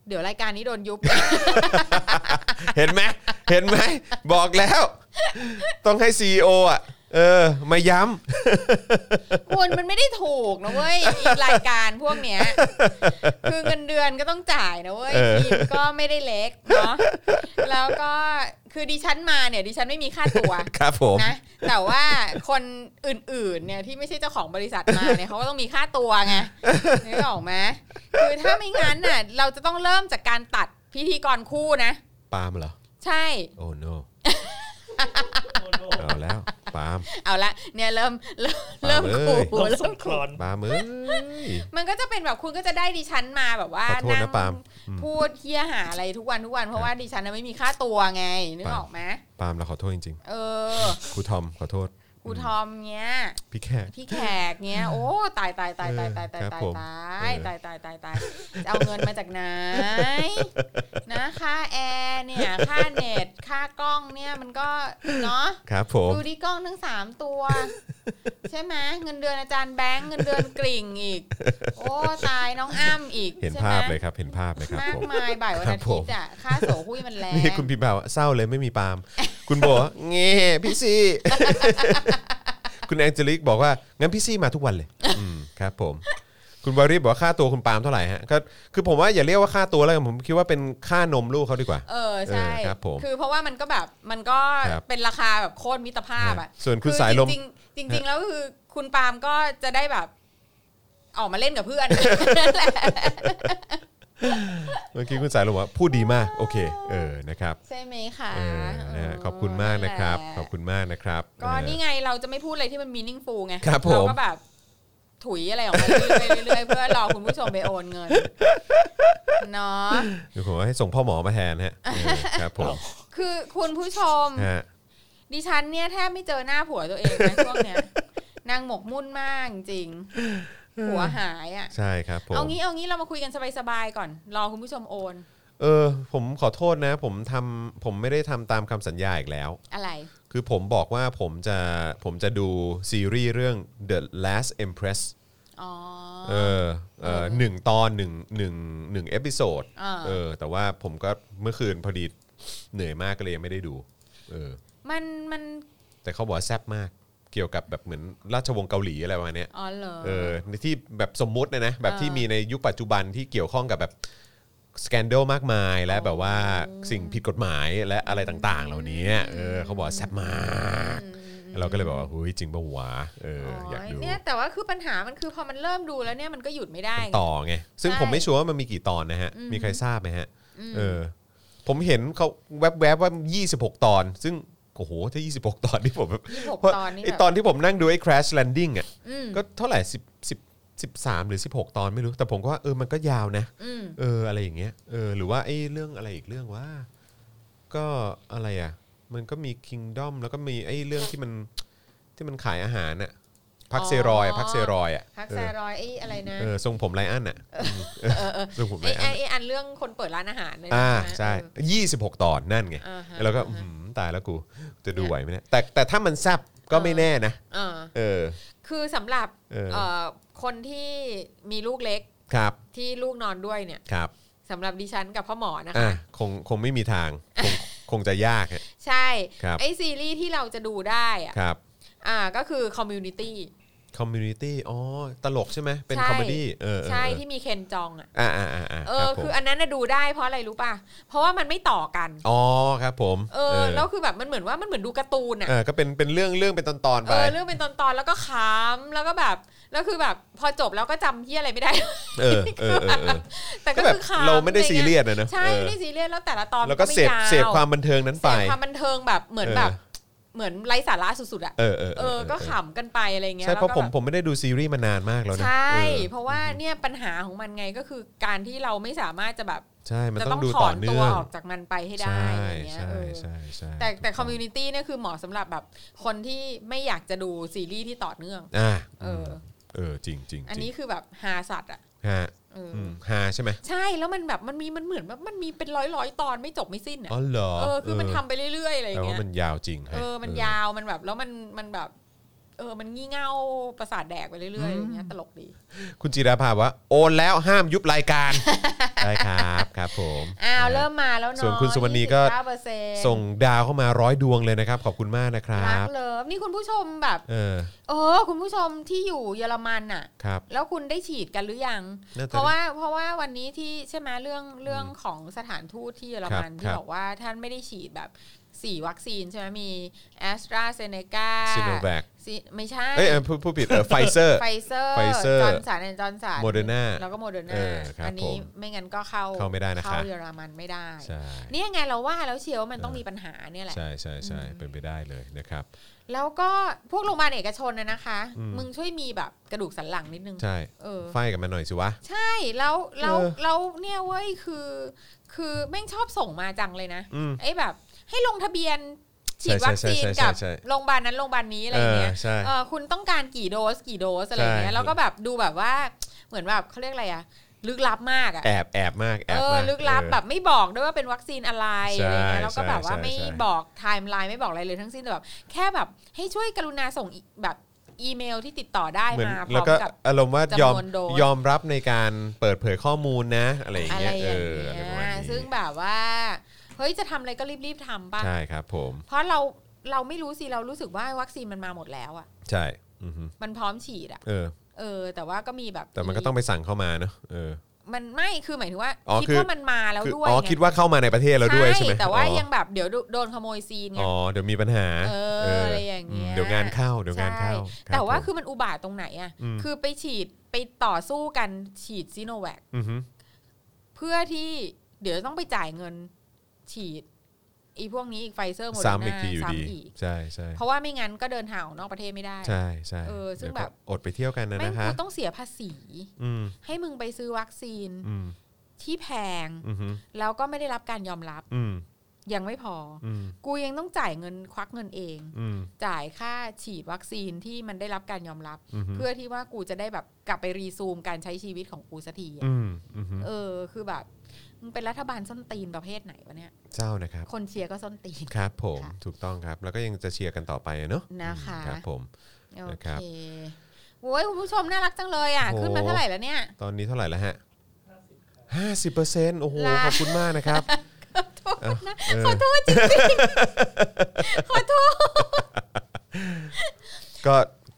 Speaker 4: เดี๋ยวรายการนี้โดนยุบ
Speaker 2: เห็นไหมเห็นไหมบอกแล้ว ต้องให้ซีออ่ะ เออ มาย้ำ
Speaker 4: คุณมันไม่ได้ถูกนะเว้ย อีรายการพวกเนี้ย คือเงินเดือนก็ต้องจ่ายนะเว้ยทีมก็ไม่ได้เล็กเนาะแล้วก็คือดิฉันมาเนี่ย ดิฉันไม่มีค่าตัว
Speaker 2: ครับผม
Speaker 4: นะแต่ว่าคนอื่นๆเนี่ยที่ไม่ใช่เจ้าของบริษัทมาเนี่ยเขาก็ต้องมีค่าตัวไงนึกออกไหมคือถ้าไม่งั้นน่ะเราจะต้องเริ่มจากการตัดพิธีกรคู่นะ
Speaker 2: ปาล์มเหรอ
Speaker 4: ใช่
Speaker 2: โอ้ no
Speaker 3: โอ้โห
Speaker 2: เอาแล้วปาล์ม
Speaker 4: เอาละเนี่ยเริ่มเริ่มเริ่ม
Speaker 2: เอาเลย
Speaker 4: คู่
Speaker 3: ต้อง
Speaker 4: เริ่
Speaker 3: ส่
Speaker 4: ม
Speaker 3: งคล
Speaker 4: คู่
Speaker 3: อน
Speaker 2: ปาล์มเอ้ย
Speaker 4: มันก็จะเป็นแบบคุณก็จะได้ดิฉันมาแบบว่า
Speaker 2: ขอโทษนะ
Speaker 4: ง
Speaker 2: ปาล์มอืม
Speaker 4: พูดเฮี้ยหาอะไรทุกวันทุกวันเพราะว่าดิฉันน่ะไม่มีค่าตัวไงนึก
Speaker 2: ปาล์ม
Speaker 4: ออกไหม
Speaker 2: ปาล์มเราขอโทษจริง
Speaker 4: เออ
Speaker 2: ๆครูทอมขอโทษ
Speaker 4: ครูทอมเนี้ย
Speaker 2: พี่แขก
Speaker 4: พี่แขกเนี้ย โอ้ตายตายตายตายตายตาย
Speaker 2: ครับ
Speaker 4: ตาย
Speaker 2: ผม
Speaker 4: ตาย
Speaker 2: เออ
Speaker 4: ตายตายตายตายจะเอาเงินมาจากไหนนะค่าแอร์เนี่ยค่าเน็ตค่ากล้องเนี่ยมันก็เนาะ
Speaker 2: ครับผม
Speaker 4: ดูดิกล้องทั้งสามตัว ใช่ไหมเงินเดือนอาจารย์แบงค์เงินเดือนกริ่งอีก โอ้ตายน้องอ้ำอีก
Speaker 2: เห็น
Speaker 4: ใช่ไม
Speaker 2: ภาพเลยครับ เห็นภาพเลยครับ
Speaker 4: มาก
Speaker 2: ผม
Speaker 4: มายบ่ายวันอา
Speaker 2: ครับผ
Speaker 4: ทิ
Speaker 2: ม
Speaker 4: ตย์อ่ะ ค่าโสหุ้ยมันแรง
Speaker 2: นี่คุณพี่บ่าวเศร้าเลยไม่มีปาล์มคุณโบอกว่าเงี้พี่ซี่ คุณแองเจลิกบอกว่า งั้นพี่ซี่มาทุกวันเลย อืมครับผม คุณวารีบอกว่าค่าตัวคุณปาล์มเท่าไหร่ฮะก็คือผมว่าอย่าเรียกว่าค่าตัวแล้วกันผมคิดว่าเป็นค่านมลูกเขาดีกว่า
Speaker 4: เออ ใช่
Speaker 2: เออครับผม
Speaker 4: คือเพราะว่ามันก็แบบมันก็
Speaker 2: ครับ
Speaker 4: เป็นราคาแบบโคตรมิตรภาพอ่ะ
Speaker 2: ส่วนคุณสายลม
Speaker 4: จริงๆจริง ๆ แล้วคือคุณปาล์มก็จะได้แบบ ออกมาเล่นกับเพื่อน
Speaker 2: เมื่อกี้คุณสายลมบอกว่าพูดดีมาก โอเค เออนะครับ
Speaker 4: ใช่ไหมคะ
Speaker 2: เออนะฮะ
Speaker 4: เ
Speaker 2: ขอบคุณมากนะครับ
Speaker 4: แหล
Speaker 2: ขอบคุณมากนะครับ
Speaker 4: ก็
Speaker 2: เออ
Speaker 4: นี่ไงเราจะไม่พูดอะไรที่มันมีนิ่งฟูไง
Speaker 2: ครับผม
Speaker 4: เราก็แบบ ถุยอะไรออกมาเรื่อยๆเรื่อยๆเพื่อรอคุณผู้ชมไปโอนเงินเนาะ
Speaker 2: เดี๋ยวผมให้ส่งพ่อหมอมาแทนฮะเออครับผม
Speaker 4: คือคุณผู้ชม
Speaker 2: ฮะ
Speaker 4: ดิฉันเนี่ยแทบไม่เจอหน้าผัวตัวเองนะ ช่วงเนี้ยนางหมกมุ่นมากจริงๆผัวหายอ่ะ
Speaker 2: ใช่ครับผม
Speaker 4: เอางี้เอางี้เรามาคุยกันสบายๆก่อน รอคุณผู้ชมโอน
Speaker 2: เออผมขอโทษนะ ผมทำผมไม่ได้ทำตามคำสัญญาอีกแล้ว
Speaker 4: อะไร
Speaker 2: คือผมบอกว่าผมจะผมจะดูซีรีส์เรื่อง The Last Empress
Speaker 4: อ๋อ
Speaker 2: เออเออหนึ่งตอนหนึ่งหนึ่งหนึ่งเอพิโซด
Speaker 4: อ่า
Speaker 2: เออแต่ว่าผมก็เมื่อคืนพอดีเหนื่อยมากก็เลยยังไม่ได้ดูเออ
Speaker 4: มันมัน
Speaker 2: แต่เขาบอกว่าแซ่บมากเกี่ยวกับแบบเหมือนราชวงศ์เกาหลีอะไรประมาณเนี้ย
Speaker 4: อ๋อเหรอ
Speaker 2: เออในที่แบบสมมุตินะนะแบบ
Speaker 4: เออ
Speaker 2: ที่มีในยุคปัจจุบันที่เกี่ยวข้องกับแบบสแกนเดลมากมายและแบบว่าสิ่งผิดกฎหมายและอะไรต่างๆ เหล่านี้เออเขาบอกว่าแซ่บมากเราก็เลยบอกว่าเฮ้ยจริงปะวะเอออยากดู
Speaker 4: เนี่ยแต่ว่าคือปัญหามันคือพอมันเริ่มดูแล้วเนี่ยมันก็หยุดไม่ได้ไง
Speaker 2: ต่อไงซึ่ง
Speaker 4: ใช่
Speaker 2: ผมไม่ชัวร์ว่ามันมีกี่ตอนนะฮะ
Speaker 4: อืม
Speaker 2: มีใครทราบไหมฮะเออผมเห็นเขาแวบๆว่า 26 ตอน ซึ่งโอ้โหถ้า 26 ตอนที่ผมแบบ
Speaker 4: ยี่สิบหก
Speaker 2: เพราะ
Speaker 4: ตอนนี่
Speaker 2: ไอ
Speaker 4: แบบ
Speaker 2: ตอนที่ผมนั่งดูไอ้ crash landing อ่ะ
Speaker 4: อืม
Speaker 2: ก็เท่าไหร่สิบสิบสิบสามหรือสิบหกตอนไม่รู้ แต่ผมก็ว่าเออมันก็ยาวนะ
Speaker 4: อืม
Speaker 2: เอออะไรอย่างเงี้ยเออหรือว่าไอ้เรื่องอะไรอีกเรื่องว่า ก็อะไรอ่ะ มันก็มีคิงดอมแล้วก็มีไอ้เรื่องที่มันที่มันขายอาหารน่ะพักเซรอยด์อะพักเซรอยด์อ่ะ
Speaker 4: พัก
Speaker 2: เอ
Speaker 4: แซ
Speaker 2: อ
Speaker 4: รอยไอ้อะไรนะ
Speaker 2: เออทรงผมไลอันอ่ะทรงผมไล
Speaker 4: ไอ้
Speaker 2: อัน
Speaker 4: ไอ้ไอ้อันเรื่องคนเปิดร้านอาหารเลย
Speaker 2: อ่า
Speaker 4: นะ
Speaker 2: ใช่
Speaker 4: เออ
Speaker 2: ยี่สิบหกตอนนั่นไง
Speaker 4: อ่าฮะ
Speaker 2: แล้วก็
Speaker 4: อ่าฮะ
Speaker 2: อื้อหือตายแล้วกูจะดูไหวไหมเนี่ยแต่แต่ถ้ามันแซบก็ไม่แน่นะ
Speaker 4: เออ
Speaker 2: เออ
Speaker 4: คือสำหรับ
Speaker 2: เออ
Speaker 4: เอ่อคนที่มีลูกเล็ก
Speaker 2: ครับ
Speaker 4: ที่ลูกนอนด้วยเนี่ย
Speaker 2: ครับ
Speaker 4: สำหรับดิฉันกับพ่อหมอนะ
Speaker 2: อ่ะ
Speaker 4: คะ
Speaker 2: คงคงไม่มีทางคงคงจะยากฮะ
Speaker 4: ใช่
Speaker 2: ครับ
Speaker 4: ไอซีรีส์ที่เราจะดูได้อะ
Speaker 2: ครับ
Speaker 4: อ่าก็คือคอมมูนิตี้
Speaker 2: คอมมูนิตี้อ๋อตลกใช่ไหมเป็น
Speaker 4: ใช่
Speaker 2: คอมเมดี้เออเออ
Speaker 4: ใช่
Speaker 2: เออ
Speaker 4: ที่มีเคนจองอ่ะ
Speaker 2: อ่าอ่าอ่าอ่า
Speaker 4: เอ
Speaker 2: ค
Speaker 4: อ
Speaker 2: รับผม
Speaker 4: คืออันนั้นนะดูได้เพราะอะไรรู้ป่ะ เพราะว่ามันไม่ต่อกัน
Speaker 2: อ๋อครับผม
Speaker 4: เออแล้วคือแบบมันเหมือนว่ามันเหมือนดูการ์ตูนอ่ะ
Speaker 2: เออก็เป็นเป็นเรื่องเรื่องเป็นตอนตอนๆ
Speaker 4: เอ
Speaker 2: ไป
Speaker 4: อเรื่องเป็นตอนๆแล้วก็ขำแล้วก็แบบแล้วคือแบบพอจบแล้วก็จำที่อะไรไม่ได้
Speaker 2: เออเออเออเออ
Speaker 4: แต่ก็
Speaker 2: ก็แบบ
Speaker 4: คือขำ
Speaker 2: เราไม่ได้
Speaker 4: อะ
Speaker 2: ซี
Speaker 4: งี้
Speaker 2: เรียสนะเนอะ
Speaker 4: ใช่
Speaker 2: เออ
Speaker 4: ไม่ได้ซีเรียสแล้วแต่ละตอน
Speaker 2: แล้วก็
Speaker 4: มัน
Speaker 2: เสพ
Speaker 4: ไม่ย
Speaker 2: เสพความบันเทิงนั้น
Speaker 4: เส
Speaker 2: ไป
Speaker 4: พความบันเทิงแบบเหมือน
Speaker 2: เออ
Speaker 4: แบบ เหมือนไร้สาระสุดๆอ่ะ
Speaker 2: เออเออ
Speaker 4: เออก็ขำกันไปอะไรเงี้ย
Speaker 2: ใช่เพราะ
Speaker 4: แล้ว
Speaker 2: ผ
Speaker 4: ก็
Speaker 2: ม
Speaker 4: แบบ
Speaker 2: ผมไม่ได้ดูซีรีส์มานานมากแล้วนะ
Speaker 4: ใช่
Speaker 2: เออ
Speaker 4: เพราะว่าเนี่ยปัญหาของมันไงก็คือการที่เราไม่สามารถจะแบบ
Speaker 2: ใช่มัน
Speaker 4: จะ
Speaker 2: ต้
Speaker 4: ต้
Speaker 2: อ
Speaker 4: องง
Speaker 2: ดู
Speaker 4: ถ
Speaker 2: ต่
Speaker 4: อ
Speaker 2: อน เนื่
Speaker 4: ตัว
Speaker 2: อง
Speaker 4: ออกจากมันไปให้ได้
Speaker 2: ใช่
Speaker 4: อะไรเงี้ย
Speaker 2: ใช่
Speaker 4: เออ
Speaker 2: ใช่ใช่
Speaker 4: แต่แต่
Speaker 2: ถูก
Speaker 4: คอมมูนิตี้เนี่ยคือเหมาะสำหรับแบบคนที่ไม่อยากจะดูซีรีส์ที่ต่อเนื่อง
Speaker 2: อ่า
Speaker 4: เอออ
Speaker 2: เออจริงจริง
Speaker 4: อัน
Speaker 2: จริง
Speaker 4: นี้คือแบบฮาสัตว์อ่ะ
Speaker 2: ฮะ
Speaker 4: เอออ
Speaker 2: อืมฮาใช่ไหม
Speaker 4: ใช่แล้วมันแบบมันมีมันเหมือนแบบมันมีเป็นร้อยร้อยๆตอนไม่จบไม่สิ้นอ่ะ
Speaker 2: อ๋อเหรอ
Speaker 4: เออคือมันทำไปเรื่อยๆอะไร
Speaker 2: แต่ว่า
Speaker 4: เงี้ย
Speaker 2: มันยาวจริงฮะ
Speaker 4: เออมันยาวมันแบบแล้วมันมันแบบ เออมันงี่เง่าประสาทแดกไปเรื่อยๆอะไรเงี้ยตลกดี
Speaker 2: คุณจิราภาบอกว่าโอนแล้วห้ามยุบราย การ ได้ครับครับผม
Speaker 4: อ้าวเริ่มมาแล้วเนาะ
Speaker 2: ส่วนคุณสุวรรณีก็
Speaker 4: 29%
Speaker 2: ส่งดาวเข้ามาร้อยดวงเลยนะครับ ขอบคุณมากนะครั
Speaker 4: รัก
Speaker 2: บ
Speaker 4: เลิฟนี่คุณผู้ชมแบบ
Speaker 2: เออ
Speaker 4: เออคุณผู้ชมที่อยู่เยอรมันน่ะ
Speaker 2: ครับ
Speaker 4: แล้วคุณได้ฉีดกันหรือยัง
Speaker 2: น่าจะ
Speaker 4: เพราะว่าเพราะว่าวันนี้ที่ใช่ไหมเรื่องเรื่องของสถานทูตที่เยอรมัน
Speaker 2: ครับ
Speaker 4: ที่
Speaker 2: ครับ
Speaker 4: บอกว่าท่านไม่ได้ฉีดแบบสี่วัคซีนใช่ไหมมีแอสตราเซเนกา
Speaker 2: ซิโนแวค
Speaker 4: ไม่ใช่
Speaker 2: เอ้ยเออพูดพูดผิ ดเออไฟเซอร์
Speaker 4: ไฟเซอร์
Speaker 2: Pfizer
Speaker 4: จอร์นสันจอร์นสัน
Speaker 2: โมเดอร์นา
Speaker 4: แล้วก็โมเดอร์
Speaker 2: เอ
Speaker 4: นา
Speaker 2: อครับ
Speaker 4: อันี้
Speaker 2: ผม
Speaker 4: ไม่งั้นก็เข้า
Speaker 2: เข้าไม่ได้นะคะ
Speaker 4: เข้าเยอรมันไม่ได้
Speaker 2: ใช่
Speaker 4: เนี่ยไงเราว่าแล้วเชียวว่ามันต้องมีปัญหาเนี่ยแหละ
Speaker 2: ใช่ใช่ใช่เป็นไปได้เลยนะครับ
Speaker 4: แล้วก็พวกโรงพยาบาลเอกชนนะนะคะ
Speaker 2: อืม
Speaker 4: มึงช่วยมีแบบกระดูกสันหลังนิดนึง
Speaker 2: ใช่
Speaker 4: เออ
Speaker 2: ไฟกับมันหน่อยสิวะ
Speaker 4: ใช่แล้วแล้ว
Speaker 2: เออ
Speaker 4: แล้วเนี่ยเว้ยคือ คือแม่งชอบส่งมาจังเลยนะ
Speaker 2: อืม
Speaker 4: ไอ้แบบ ให้ลงทะเบียนฉีด
Speaker 2: ใช่
Speaker 4: วัคซีน
Speaker 2: ใช่ใช่
Speaker 4: กับ
Speaker 2: ใช่ใช่
Speaker 4: โรงพยาบาลนั้นโรงพยาบาลนี้อะไร
Speaker 2: เออ
Speaker 4: เงี้ย
Speaker 2: ใช่
Speaker 4: เออคุณต้องการกี่โดสกี่โดสอะไรเงี้
Speaker 2: ใช่
Speaker 4: ยแล้วก็แบบดูแบบว่าเหมือนแบบเขาเรียกอะไรอะลึกลับมากอะ
Speaker 2: แอบแอบมากแอ
Speaker 4: เอบ อ
Speaker 2: มาก
Speaker 4: ลึกลับ
Speaker 2: เออ
Speaker 4: แบบไม่บอกด้วยว่าเป็นวัคซีนอะไร
Speaker 2: ใช่
Speaker 4: อะไรเงี้ยแล้วก็แบบว่า
Speaker 2: ใช่ใช่
Speaker 4: ไม่
Speaker 2: ใช่
Speaker 4: บอกไทม์ไลน์ไม่บอกอะไรเลยทั้งสิ้นแต่แบบแค่แบบให้ช่วยกรุณาส่งอีแบบอีเมลที่ติดต่อได้
Speaker 2: เหมือน
Speaker 4: มาพร้
Speaker 2: แล้
Speaker 4: อ
Speaker 2: ว
Speaker 4: ม
Speaker 2: ก็
Speaker 4: กับ
Speaker 2: อารมณ์ว่ายอม
Speaker 4: จำนวนโดส
Speaker 2: ยอมรับในการเปิดเผยข้อมูลนะอะไรอย่าง
Speaker 4: อะไร
Speaker 2: เงี้ย
Speaker 4: อ
Speaker 2: เอย่าง ออะไร
Speaker 4: เงี้
Speaker 2: ประมาณ
Speaker 4: ย
Speaker 2: นี้
Speaker 4: ซึ่งแบบว่า เฮ้ยจะทำอะไรก็รีบๆทำป่ะ
Speaker 2: ใช่ครับผม
Speaker 4: เพราะเราเราไม่รู้สิ เรารู้สึกว่าวัคซีนมันมาหมดแล้วอ่ะ
Speaker 2: ใช่อือฮึ
Speaker 4: มันพร้อมฉีดอ่ะ
Speaker 2: เออ
Speaker 4: เออ แต่ว่าก็มีแบบ
Speaker 2: แต่มันก็ต้องไปสั่งเข้ามาเนอะเออ
Speaker 4: มันไม่คือหมายถึงว่า
Speaker 2: อ๋อ
Speaker 4: คิด
Speaker 2: คือ
Speaker 4: ว่ามันมาแล้ว
Speaker 2: คือ
Speaker 4: ด้วย
Speaker 2: อ๋อคิดว่าเข้ามาในประเทศแล้วด้วยใช่ไหม
Speaker 4: แต่ว่า
Speaker 2: อ๋อ
Speaker 4: ยังแบบเดี๋ยวโดนขโมยซีนไง
Speaker 2: อ๋อเดี๋ยวมีปัญหา
Speaker 4: เอออะไรอย่างเงี้ย
Speaker 2: มเดี๋ยวงานเข้าเดี๋ยวงานเข้า
Speaker 4: ใช่
Speaker 2: รับ
Speaker 4: แต่ว่า
Speaker 2: ผม
Speaker 4: คือมันอุบาทตรงไหนอะ
Speaker 2: อืม
Speaker 4: คือไปฉีดไปต่อสู้กันฉีดซีโนแวค
Speaker 2: อฮึ
Speaker 4: เพื่อที่เดี๋ยวต้องไปจ่ายเงินฉีดอีพวกนี้อีกไฟเซอร์โมเดอร์
Speaker 2: ซ้ำอีก
Speaker 4: นา
Speaker 2: ทีอยู่ดี
Speaker 4: ซ้ำอีก
Speaker 2: ใช่ใช่
Speaker 4: เพราะว่าไม่งั้นก็เดินทางออกนอกประเทศไม่ได้
Speaker 2: ใช่ใช่
Speaker 4: เออซึ่ง
Speaker 2: ดี๋ยว
Speaker 4: แบบ
Speaker 2: ก็อดไปเที่ยวกันนะ
Speaker 4: แม่ง
Speaker 2: นะคะ
Speaker 4: กูต้องเสียภาษี
Speaker 2: อืม
Speaker 4: ให้มึงไปซื้อวัคซีน
Speaker 2: อืม
Speaker 4: ที่แพง
Speaker 2: อืม
Speaker 4: แล้วก็ไม่ได้รับการยอมรับ
Speaker 2: อืม
Speaker 4: ยังไม่พอ
Speaker 2: อืม
Speaker 4: กูยังต้องจ่ายเงินควักเงินเอง
Speaker 2: อืม
Speaker 4: จ่ายค่าฉีดวัคซีนที่มันได้รับการยอมรับ
Speaker 2: อืม
Speaker 4: เพื่อที่ว่ากูจะได้แบบกลับไปรีซูมการใช้ชีวิตของกูสักทีอะ
Speaker 2: อืมอืม
Speaker 4: เออคือแบบมึงเป็นรัฐบาลส้นตีนประเภทไหนวะเนี่ย
Speaker 2: เจ้านะครับ
Speaker 4: คนเชียร์ก็ส้นตีน
Speaker 2: ครับผม
Speaker 4: ค่ะ
Speaker 2: ถูกต้องครับ แล้วก็ยังจะเชียร์กันต่อไปเนอะ
Speaker 4: นะคะ
Speaker 2: ครับผม
Speaker 4: โอ
Speaker 2: นะค
Speaker 4: เครับ โอ้ยคุณผู้ชมน่ารักจังเลยอ่ะ
Speaker 2: โอ้
Speaker 4: ขึ้นมาเท่าไหร่แล้วเนี่ย
Speaker 2: ตอนนี้เท่าไหร่แล้วฮะห้าสิบเปอร์เซ็นต์โอ้โห
Speaker 4: ลา
Speaker 2: ขอบคุณมากนะครับ
Speaker 4: โทษนะ
Speaker 2: เออ
Speaker 4: ขอโทษจริง
Speaker 2: ก็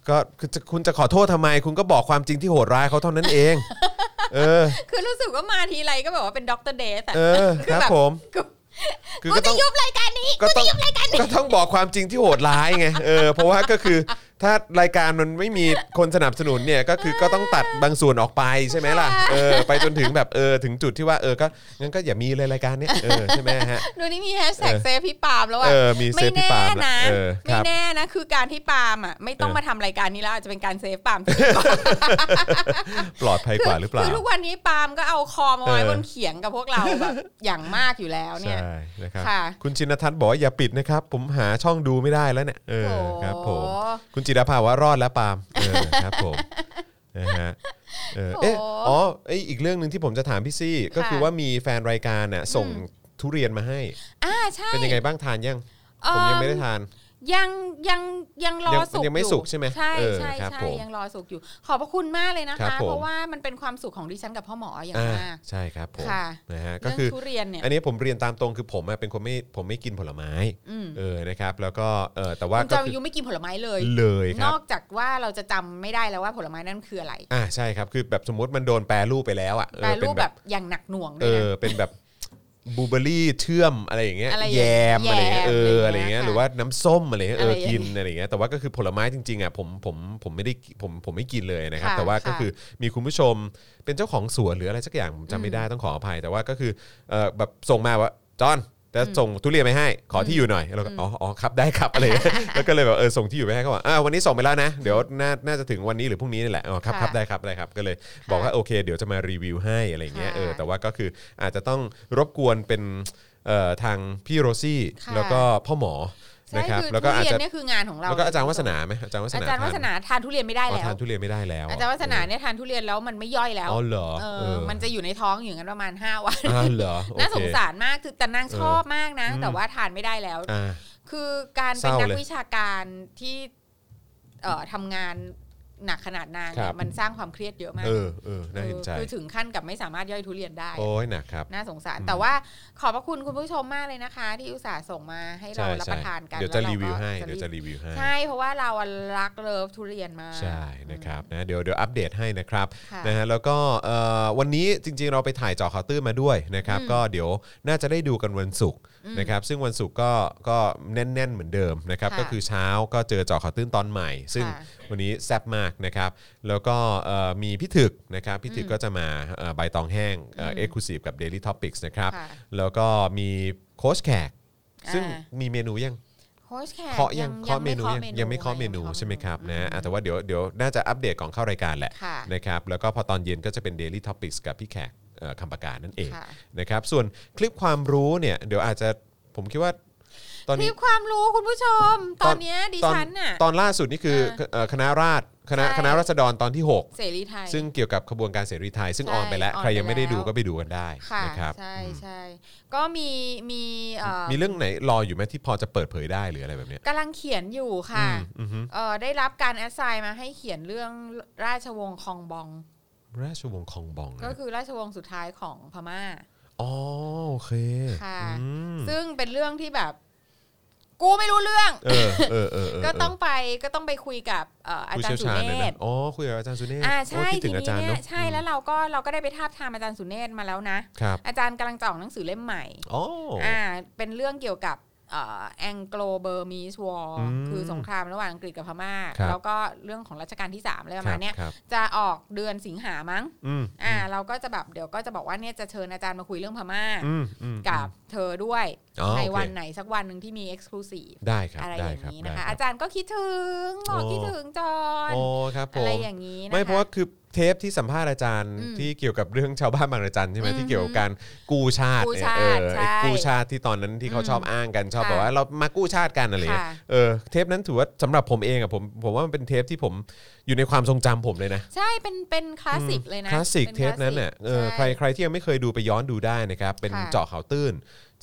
Speaker 2: ก็คือจะคุณจะขอโทษทำไม คุณก็บอกความจริงที่โหดร้ายเขาเท่านั้นเอง เออ
Speaker 4: คือรู้สึกว่ามาทีไรก็แบบว่าเป็นด็อกเตอร์เดสอ่ะ
Speaker 2: เออครับผม
Speaker 4: กู
Speaker 2: คือ
Speaker 4: กู
Speaker 2: ก็ต้
Speaker 4: จะ
Speaker 2: อง
Speaker 4: ยุบรายการนี้
Speaker 2: ก็ต้องก็ต้องบอกความจริงที่โหดร้ายไงเออเพราะว่าก็คือถ้ารายการมันไม่มีคนสนับสนุนเนี่ยก็คือก็ต้องตัดบางส่วนออกไปใช่ไหมล่ะเออไปจนถึงแบบเออถึงจุดที่ว่าเออก็งั้นก็อย่ามีเลยรายการเนี้ยเออใช่ไหมฮะ
Speaker 4: ดูนี่มีแฮชแท็ก
Speaker 2: เออ
Speaker 4: เซฟพี่ปาล์มแล้วอ่ะ
Speaker 2: เออมีเซ
Speaker 4: ไม่
Speaker 2: ฟพี่
Speaker 4: แน่
Speaker 2: ปาล์มละ
Speaker 4: นะ
Speaker 2: เออค
Speaker 4: ไม่
Speaker 2: รับ
Speaker 4: แน่นะ คือการที่ปาล์มอ่ะไม่ต้อง
Speaker 2: เออ
Speaker 4: มาทำรายการนี้แล้วอาจจะเป็นการเซฟปาล์ม
Speaker 2: ปลอดภัยกว่าหรือเปล่า
Speaker 4: คือทุกวันนี้ปาล์มก็เอาคอมาไว้
Speaker 2: เออ
Speaker 4: บนเขียงกับพวกเราแบบอย่างมากอยู่แล้วเนี่ย
Speaker 2: ใช่นะครับ
Speaker 4: ค่ะ
Speaker 2: คุณชินทัศน์บอกว่าอย่าปิดนะครับ ผมหาช่องดูไม่ได้แล้วเนี่ยเออครับผม
Speaker 4: โอ้
Speaker 2: คุณจิรภาว่ารอดแล้วปาล์มเออครับผม นะฮะเออเอ๊ะ
Speaker 4: โอ้
Speaker 2: อ๋อเอ้ยอีกเรื่องหนึ่งที่ผมจะถามพี่ซี่ ก็คือว่ามีแฟนรายการน่ะส่ง
Speaker 4: อืม
Speaker 2: ทุเรียนมาให้
Speaker 4: อ่าใช่
Speaker 2: เป็นยังไงบ้างทานยัง
Speaker 4: เอิ่
Speaker 2: ผมยังไม่ได้ทาน
Speaker 4: ยังยังยังรอ
Speaker 2: ยัง
Speaker 4: สุก
Speaker 2: ยังไม่
Speaker 4: อ
Speaker 2: สุกใช่ไหม
Speaker 4: ใช่
Speaker 2: เออ
Speaker 4: ใช่
Speaker 2: ครับ
Speaker 4: ใช่
Speaker 2: ผม
Speaker 4: ยังรอสุกอยู่ ขอบพระคุณมากเลยนะ
Speaker 2: ครั
Speaker 4: คะ
Speaker 2: บผม
Speaker 4: เพราะว่ามันเป็นความสุขของดิฉันกับพ่อหมออย่าง
Speaker 2: อ่าม
Speaker 4: าก
Speaker 2: ใช่ครับผม
Speaker 4: ค่ะ
Speaker 2: นะฮะก็
Speaker 4: เรื่อง
Speaker 2: คือ
Speaker 4: ทุเรียนเนี่ย
Speaker 2: อันนี้ผมเรียนตามตรงคือผมอะเป็นคนไม่ผมไม่กินผลไม้
Speaker 4: อืม
Speaker 2: เออนะครับ แล้วก็เออแต่ว่า
Speaker 4: คุณ
Speaker 2: ก็
Speaker 4: จอม
Speaker 2: คือ
Speaker 4: ยุไม่กินผลไม้เลย
Speaker 2: เลยคนรับ
Speaker 4: อกจากว่าเราจะจำไม่ได้แล้วว่าผลไม้นั่นคืออะไร
Speaker 2: อ่าใช่ครับคือแบบสมมติมันโดนแปรรูปไปแล้วอ่ะเอ
Speaker 4: แปร
Speaker 2: อเป็
Speaker 4: รู
Speaker 2: น
Speaker 4: ปแบบอย่างหนักหน่วงด้
Speaker 2: เอ
Speaker 4: วย
Speaker 2: อ
Speaker 4: นะ
Speaker 2: เป็นแบบบลูเบอร์รี่เชื่อมอะไรอย่างเงี้ย
Speaker 4: อะไรอย่าง
Speaker 2: แยมอะไรอย่างเงี้ยเออ
Speaker 4: แย
Speaker 2: อะ
Speaker 4: มอะไร ไรอ
Speaker 2: อา
Speaker 4: ย่ย่างงเงี้
Speaker 2: เงี้ย
Speaker 4: ย
Speaker 2: หรือว่าน้ำส้มอะไรเงี้ยเออ
Speaker 4: อะไรอย่างเงี้ย
Speaker 2: กินอะไรอย่างเงี้ยแต่ว่าก็คือผลไม้จริงๆอ่ะผมผมผมไม่ได้ผมผมไม่กินเลยนะครับ
Speaker 4: ค่ะ
Speaker 2: แต่ว่าก็
Speaker 4: ค่ะ
Speaker 2: คือมีคุณผู้ชมเป็นเจ้าของสวนหรืออะไรสักอย่างผมจำไม่ได้ต้องขออภัย แต่ว่าก็คือเออแบบส่งมาว่าจอห์นจะส่งทุเรียนไปให้ ขอที่อยู่หน่อยแล้วก็อ๋ออ๋อครับได้ครับอะไรอย่างเงี้ย แล้วก็เลยแบบเออส่งที่อยู่ไปให้เขาบอกอ่าวันนี้ส่งไปแล้วนะ เดี๋ยวน่าน่าจะถึงวันนี้หรือพรุ่งนี้นี่แหละอ๋อครับค
Speaker 4: ค่ะ
Speaker 2: รับได้ครับได้ครับ ก็เลยบอกว่าโอเคเดี๋ยวจะมารีวิวให้อะไรอย่างเงี้ย
Speaker 4: ค่ะ
Speaker 2: เออแต่ว่าก็คืออาจจะต้องรบกวนเป็นเอ่อทางพี่โรซี่
Speaker 4: ค่ะ
Speaker 2: แล้วก็พ่อหมอ
Speaker 4: ใช่
Speaker 2: นะครับ
Speaker 4: คือ
Speaker 2: แล้ว
Speaker 4: ทุ
Speaker 2: ก็อาจ
Speaker 4: เรียน
Speaker 2: จะ
Speaker 4: เนี่ยคืองานของเรา
Speaker 2: แล้วก็อาจารย์วัฒนาไหมอาจารย์วัฒ
Speaker 4: อา
Speaker 2: นา
Speaker 4: จารย์วัฒนาทานทุเรียนไม่ได้
Speaker 2: ทานอ๋อ
Speaker 4: แล้ว
Speaker 2: ทานทุเรียนไม่ได้แล้ว
Speaker 4: อาจารย์วัฒนาเนี่ยทานทุเรียนแล้วมันไม่ย่อยแล้ว
Speaker 2: อ๋อเหรอ
Speaker 4: เออ
Speaker 2: เออ
Speaker 4: มันจะอยู่ในท้องอยู่งั้นประมาณ 5 วัน
Speaker 2: อ๋อเหรอโอเค
Speaker 4: น่าสงสารมากคือแต่นางชอบมากนะ
Speaker 2: อืม
Speaker 4: แต่ว่าทานไม่ได้แล้ว
Speaker 2: อ่า
Speaker 4: คือการ
Speaker 2: เศ
Speaker 4: เป็น
Speaker 2: ร้า
Speaker 4: นัก
Speaker 2: เลย
Speaker 4: วิชาการที่เอ่อทำงานหนักขนาดนาง
Speaker 2: ค
Speaker 4: เนี่
Speaker 2: รับ
Speaker 4: ยมันสร้างความเครียดเยอะมาก
Speaker 2: เออเออน่าเห็นใจ
Speaker 4: เออคือถึงขั้นกับไม่สามารถย่อยทุเรียนได้
Speaker 2: โอ้ยหนักครับ
Speaker 4: น่าสงสาร
Speaker 2: อืม
Speaker 4: แต่ว่าขอบพระคุณคุณผู้ชมมากเลยนะคะ ที่อุตส่าห์ส่งมาให้เรา
Speaker 2: ใช่
Speaker 4: รับ
Speaker 2: ใช่
Speaker 4: ประทานกัน
Speaker 2: เดี๋ยวจะ
Speaker 4: แล้
Speaker 2: รีวิว
Speaker 4: ก็
Speaker 2: ให้เดี๋ยวจะรีวิวให้
Speaker 4: ใช่เพราะว่าเราอะรักเลิฟทุเรียนมาก
Speaker 2: ใช่นะครับนะเดี๋ยวเดี๋ยวอัปเดตให้นะครับ
Speaker 4: ค่ะ
Speaker 2: นะฮะแล้วก็เอ่อวันนี้จริงๆเราไปถ่ายเจาะข่าวตื้นมาด้วยนะครับ
Speaker 4: อืม
Speaker 2: ก็เดี๋ยวน่าจะได้ดูกันวันศุกร์
Speaker 4: อืม
Speaker 2: นะครับซึ่งวันศุกร์ก็ก็แน่น ๆ เหมือนเดิมนะครับ
Speaker 4: ค่ะ
Speaker 2: ก็คือเช้าก็เจอเจาะข่าวตื้นตอนใหม่ ซึ่ง
Speaker 4: ค่ะ
Speaker 2: วันนี้แซ่บมากนะครับแล้วก็เอ่อมีพี่ถึกนะครับพี่ถึก
Speaker 4: อืม
Speaker 2: ก็จะมาเอ่อใบตองแห้งเ
Speaker 4: ม
Speaker 2: อ็กซ์คลูซีฟกับ Daily Topics นะครับ
Speaker 4: ค่ะ
Speaker 2: แล้วก็มีโค้ชแขก ซึ่ง
Speaker 4: อ่า
Speaker 2: มีเมนูยัง
Speaker 4: โค้ชแขก
Speaker 2: เคาะยังเคาะเมนูยังยังไม่เคาะเมนู
Speaker 4: ยัง
Speaker 2: ใช่ไหมครับนะ
Speaker 4: อื
Speaker 2: อ่ะแต่ว่าเดี๋ยวเดี๋ยวน่าจะอัปเดตก่อนเข้ารายการแหละ
Speaker 4: ค่ะ
Speaker 2: นะครับแล้วก็พอตอนเย็นก็จะเป็น Daily Topics กับพี่แขกเอ่อคำประการนั่นเอง
Speaker 4: ค่ะ
Speaker 2: นะครับส่วนคลิปความรู้เนี่ยเดี๋ยวอาจจะผมคิดว่าตอน
Speaker 4: คลิ
Speaker 2: นี้
Speaker 4: ปความรู้คุณผู้ชม ตอนเนี้ยดิ
Speaker 2: ตอน
Speaker 4: ฉันน่ะ
Speaker 2: ตอนล่าสุดนี่คือเอ่อคณะราษฎรคณะ
Speaker 4: ใช่
Speaker 2: คณะราษฎรตอนที่ 6
Speaker 4: เสรีไทย
Speaker 2: ซึ่งเกี่ยวกับขบวนการเสรีไทย ซึ่ง
Speaker 4: ใช่
Speaker 2: ออนไปแล้ว
Speaker 4: ออน
Speaker 2: ใครยังไม่ได้
Speaker 4: ไปแล้ว
Speaker 2: ดูก็ไปดูกันได้
Speaker 4: ค่ะ
Speaker 2: นะครับ
Speaker 4: ใช่
Speaker 2: อืม
Speaker 4: ใช่ก็มีมีเอ่อ
Speaker 2: มีเรื่องไหนรออยู่ไหมที่พอจะเปิดเผยได้หรืออะไรแบบเนี้ย
Speaker 4: กำลังเขียนอยู่ค่ะ
Speaker 2: อืมอือฮึ
Speaker 4: เอ่อได้รับการแอดไซน์มาให้เขียนเรื่องราชวงศ์คองบอง
Speaker 2: ราชวงศ์คองบองนะ
Speaker 4: ก็คือราชวงศ์สุดท้ายของพม่า
Speaker 2: อ๋อโอเค
Speaker 4: ค่ะ
Speaker 2: อืม
Speaker 4: ซึ่งเป็นเรื่องที่แบบ กูไม่รู้เรื่อง
Speaker 2: เออเออเออเ
Speaker 4: ก็ต้องไปก็ต้องไปคุยกับเอ่ออา
Speaker 2: ผู้
Speaker 4: จาร
Speaker 2: เชี่ว
Speaker 4: ย์
Speaker 2: ช
Speaker 4: สุ
Speaker 2: ญ
Speaker 4: เน
Speaker 2: ลย
Speaker 4: ศ
Speaker 2: นะอ๋อคุยกับอาจารย์สุเนศ
Speaker 4: อ่า
Speaker 2: โอ้
Speaker 4: ใช่
Speaker 2: คิดถึ
Speaker 4: ที
Speaker 2: ง
Speaker 4: นี้
Speaker 2: อาจารย์
Speaker 4: เนี่
Speaker 2: เนาะ
Speaker 4: ยใช่แล้วเราก็เราก็ได้ไปทาบทามอาจารย์สุเนศมาแล้วนะ
Speaker 2: ครับ
Speaker 4: อาจารย์กำลังจะออกหนังสือเล่มใหม่
Speaker 2: อ๋ออ
Speaker 4: อ่าเป็นเรื่องเกี่ยวกับแองโกลเบอร์มีสวอ
Speaker 2: อืม
Speaker 4: คือสงครามระหว่างอังกฤษกับพม่า
Speaker 2: ครับ
Speaker 4: แล้วก็เรื่องของรัชกาลที่3อะไรประมาณเนี้ย
Speaker 2: ครับครับ
Speaker 4: จะออกเดือนสิงหามั้ง
Speaker 2: อืม
Speaker 4: อ่าเราก็จะแบบเดี๋ยวก็จะบอกว่าเนี่ยจะเชิญอาจารย์มาคุยเรื่องพม่า
Speaker 2: อืมอืม
Speaker 4: กับเธอด้วย
Speaker 2: อ๋อ
Speaker 4: ใน
Speaker 2: โอเค
Speaker 4: วันไหนสักวันหนึ่งที่มีเอ็กซ์คลูซีฟ
Speaker 2: ได้ครับ
Speaker 4: อะไรอ
Speaker 2: ได้
Speaker 4: ย่าง
Speaker 2: ครับ
Speaker 4: นี้นะ
Speaker 2: ได้รั
Speaker 4: คะอา
Speaker 2: บ
Speaker 4: จารย์ก็คิดถึงบอก
Speaker 2: โอ้
Speaker 4: คิดถึงจอน
Speaker 2: โอ้ครับผ
Speaker 4: อะไร
Speaker 2: ม
Speaker 4: อย่างนี้นะคะ
Speaker 2: ไม่เพราะว่าคือเทปที่สัมภาษณ์อาจารย์
Speaker 4: อืม
Speaker 2: ที่เกี่ยวกับเรื่องชาวบ้านบางระจันใช่ไหม
Speaker 4: อืม
Speaker 2: ที่เกี่ยวกับการกู้ชาติ
Speaker 4: กู้
Speaker 2: เนี่ย
Speaker 4: ชาติ
Speaker 2: เออไอ้
Speaker 4: ใช่
Speaker 2: กู้ชาติที่ตอนนั้นที่เขา
Speaker 4: อืม
Speaker 2: ชอบอ้างกันชอบ
Speaker 4: ค่ะ
Speaker 2: บอกว่าเรามากู้ชาติกันอะไรเงี้ย
Speaker 4: ค่ะ
Speaker 2: เออเทปนั้นถือว่าสำหรับผมเองอะผมผมว่ามันเป็นเทปที่ผมอยู่ในความทรงจำผมเลยนะ
Speaker 4: ใช่เป็นเป็นคลาสสิกเลยนะ
Speaker 2: คลาสสิก
Speaker 4: ป็
Speaker 2: เทปนั้นเนี่ยเออใครใครที่ยังไม่เคยดูไปย้อนดูได้นะครับ เป็น
Speaker 4: ค่ะ
Speaker 2: เจาะข่าวตื้น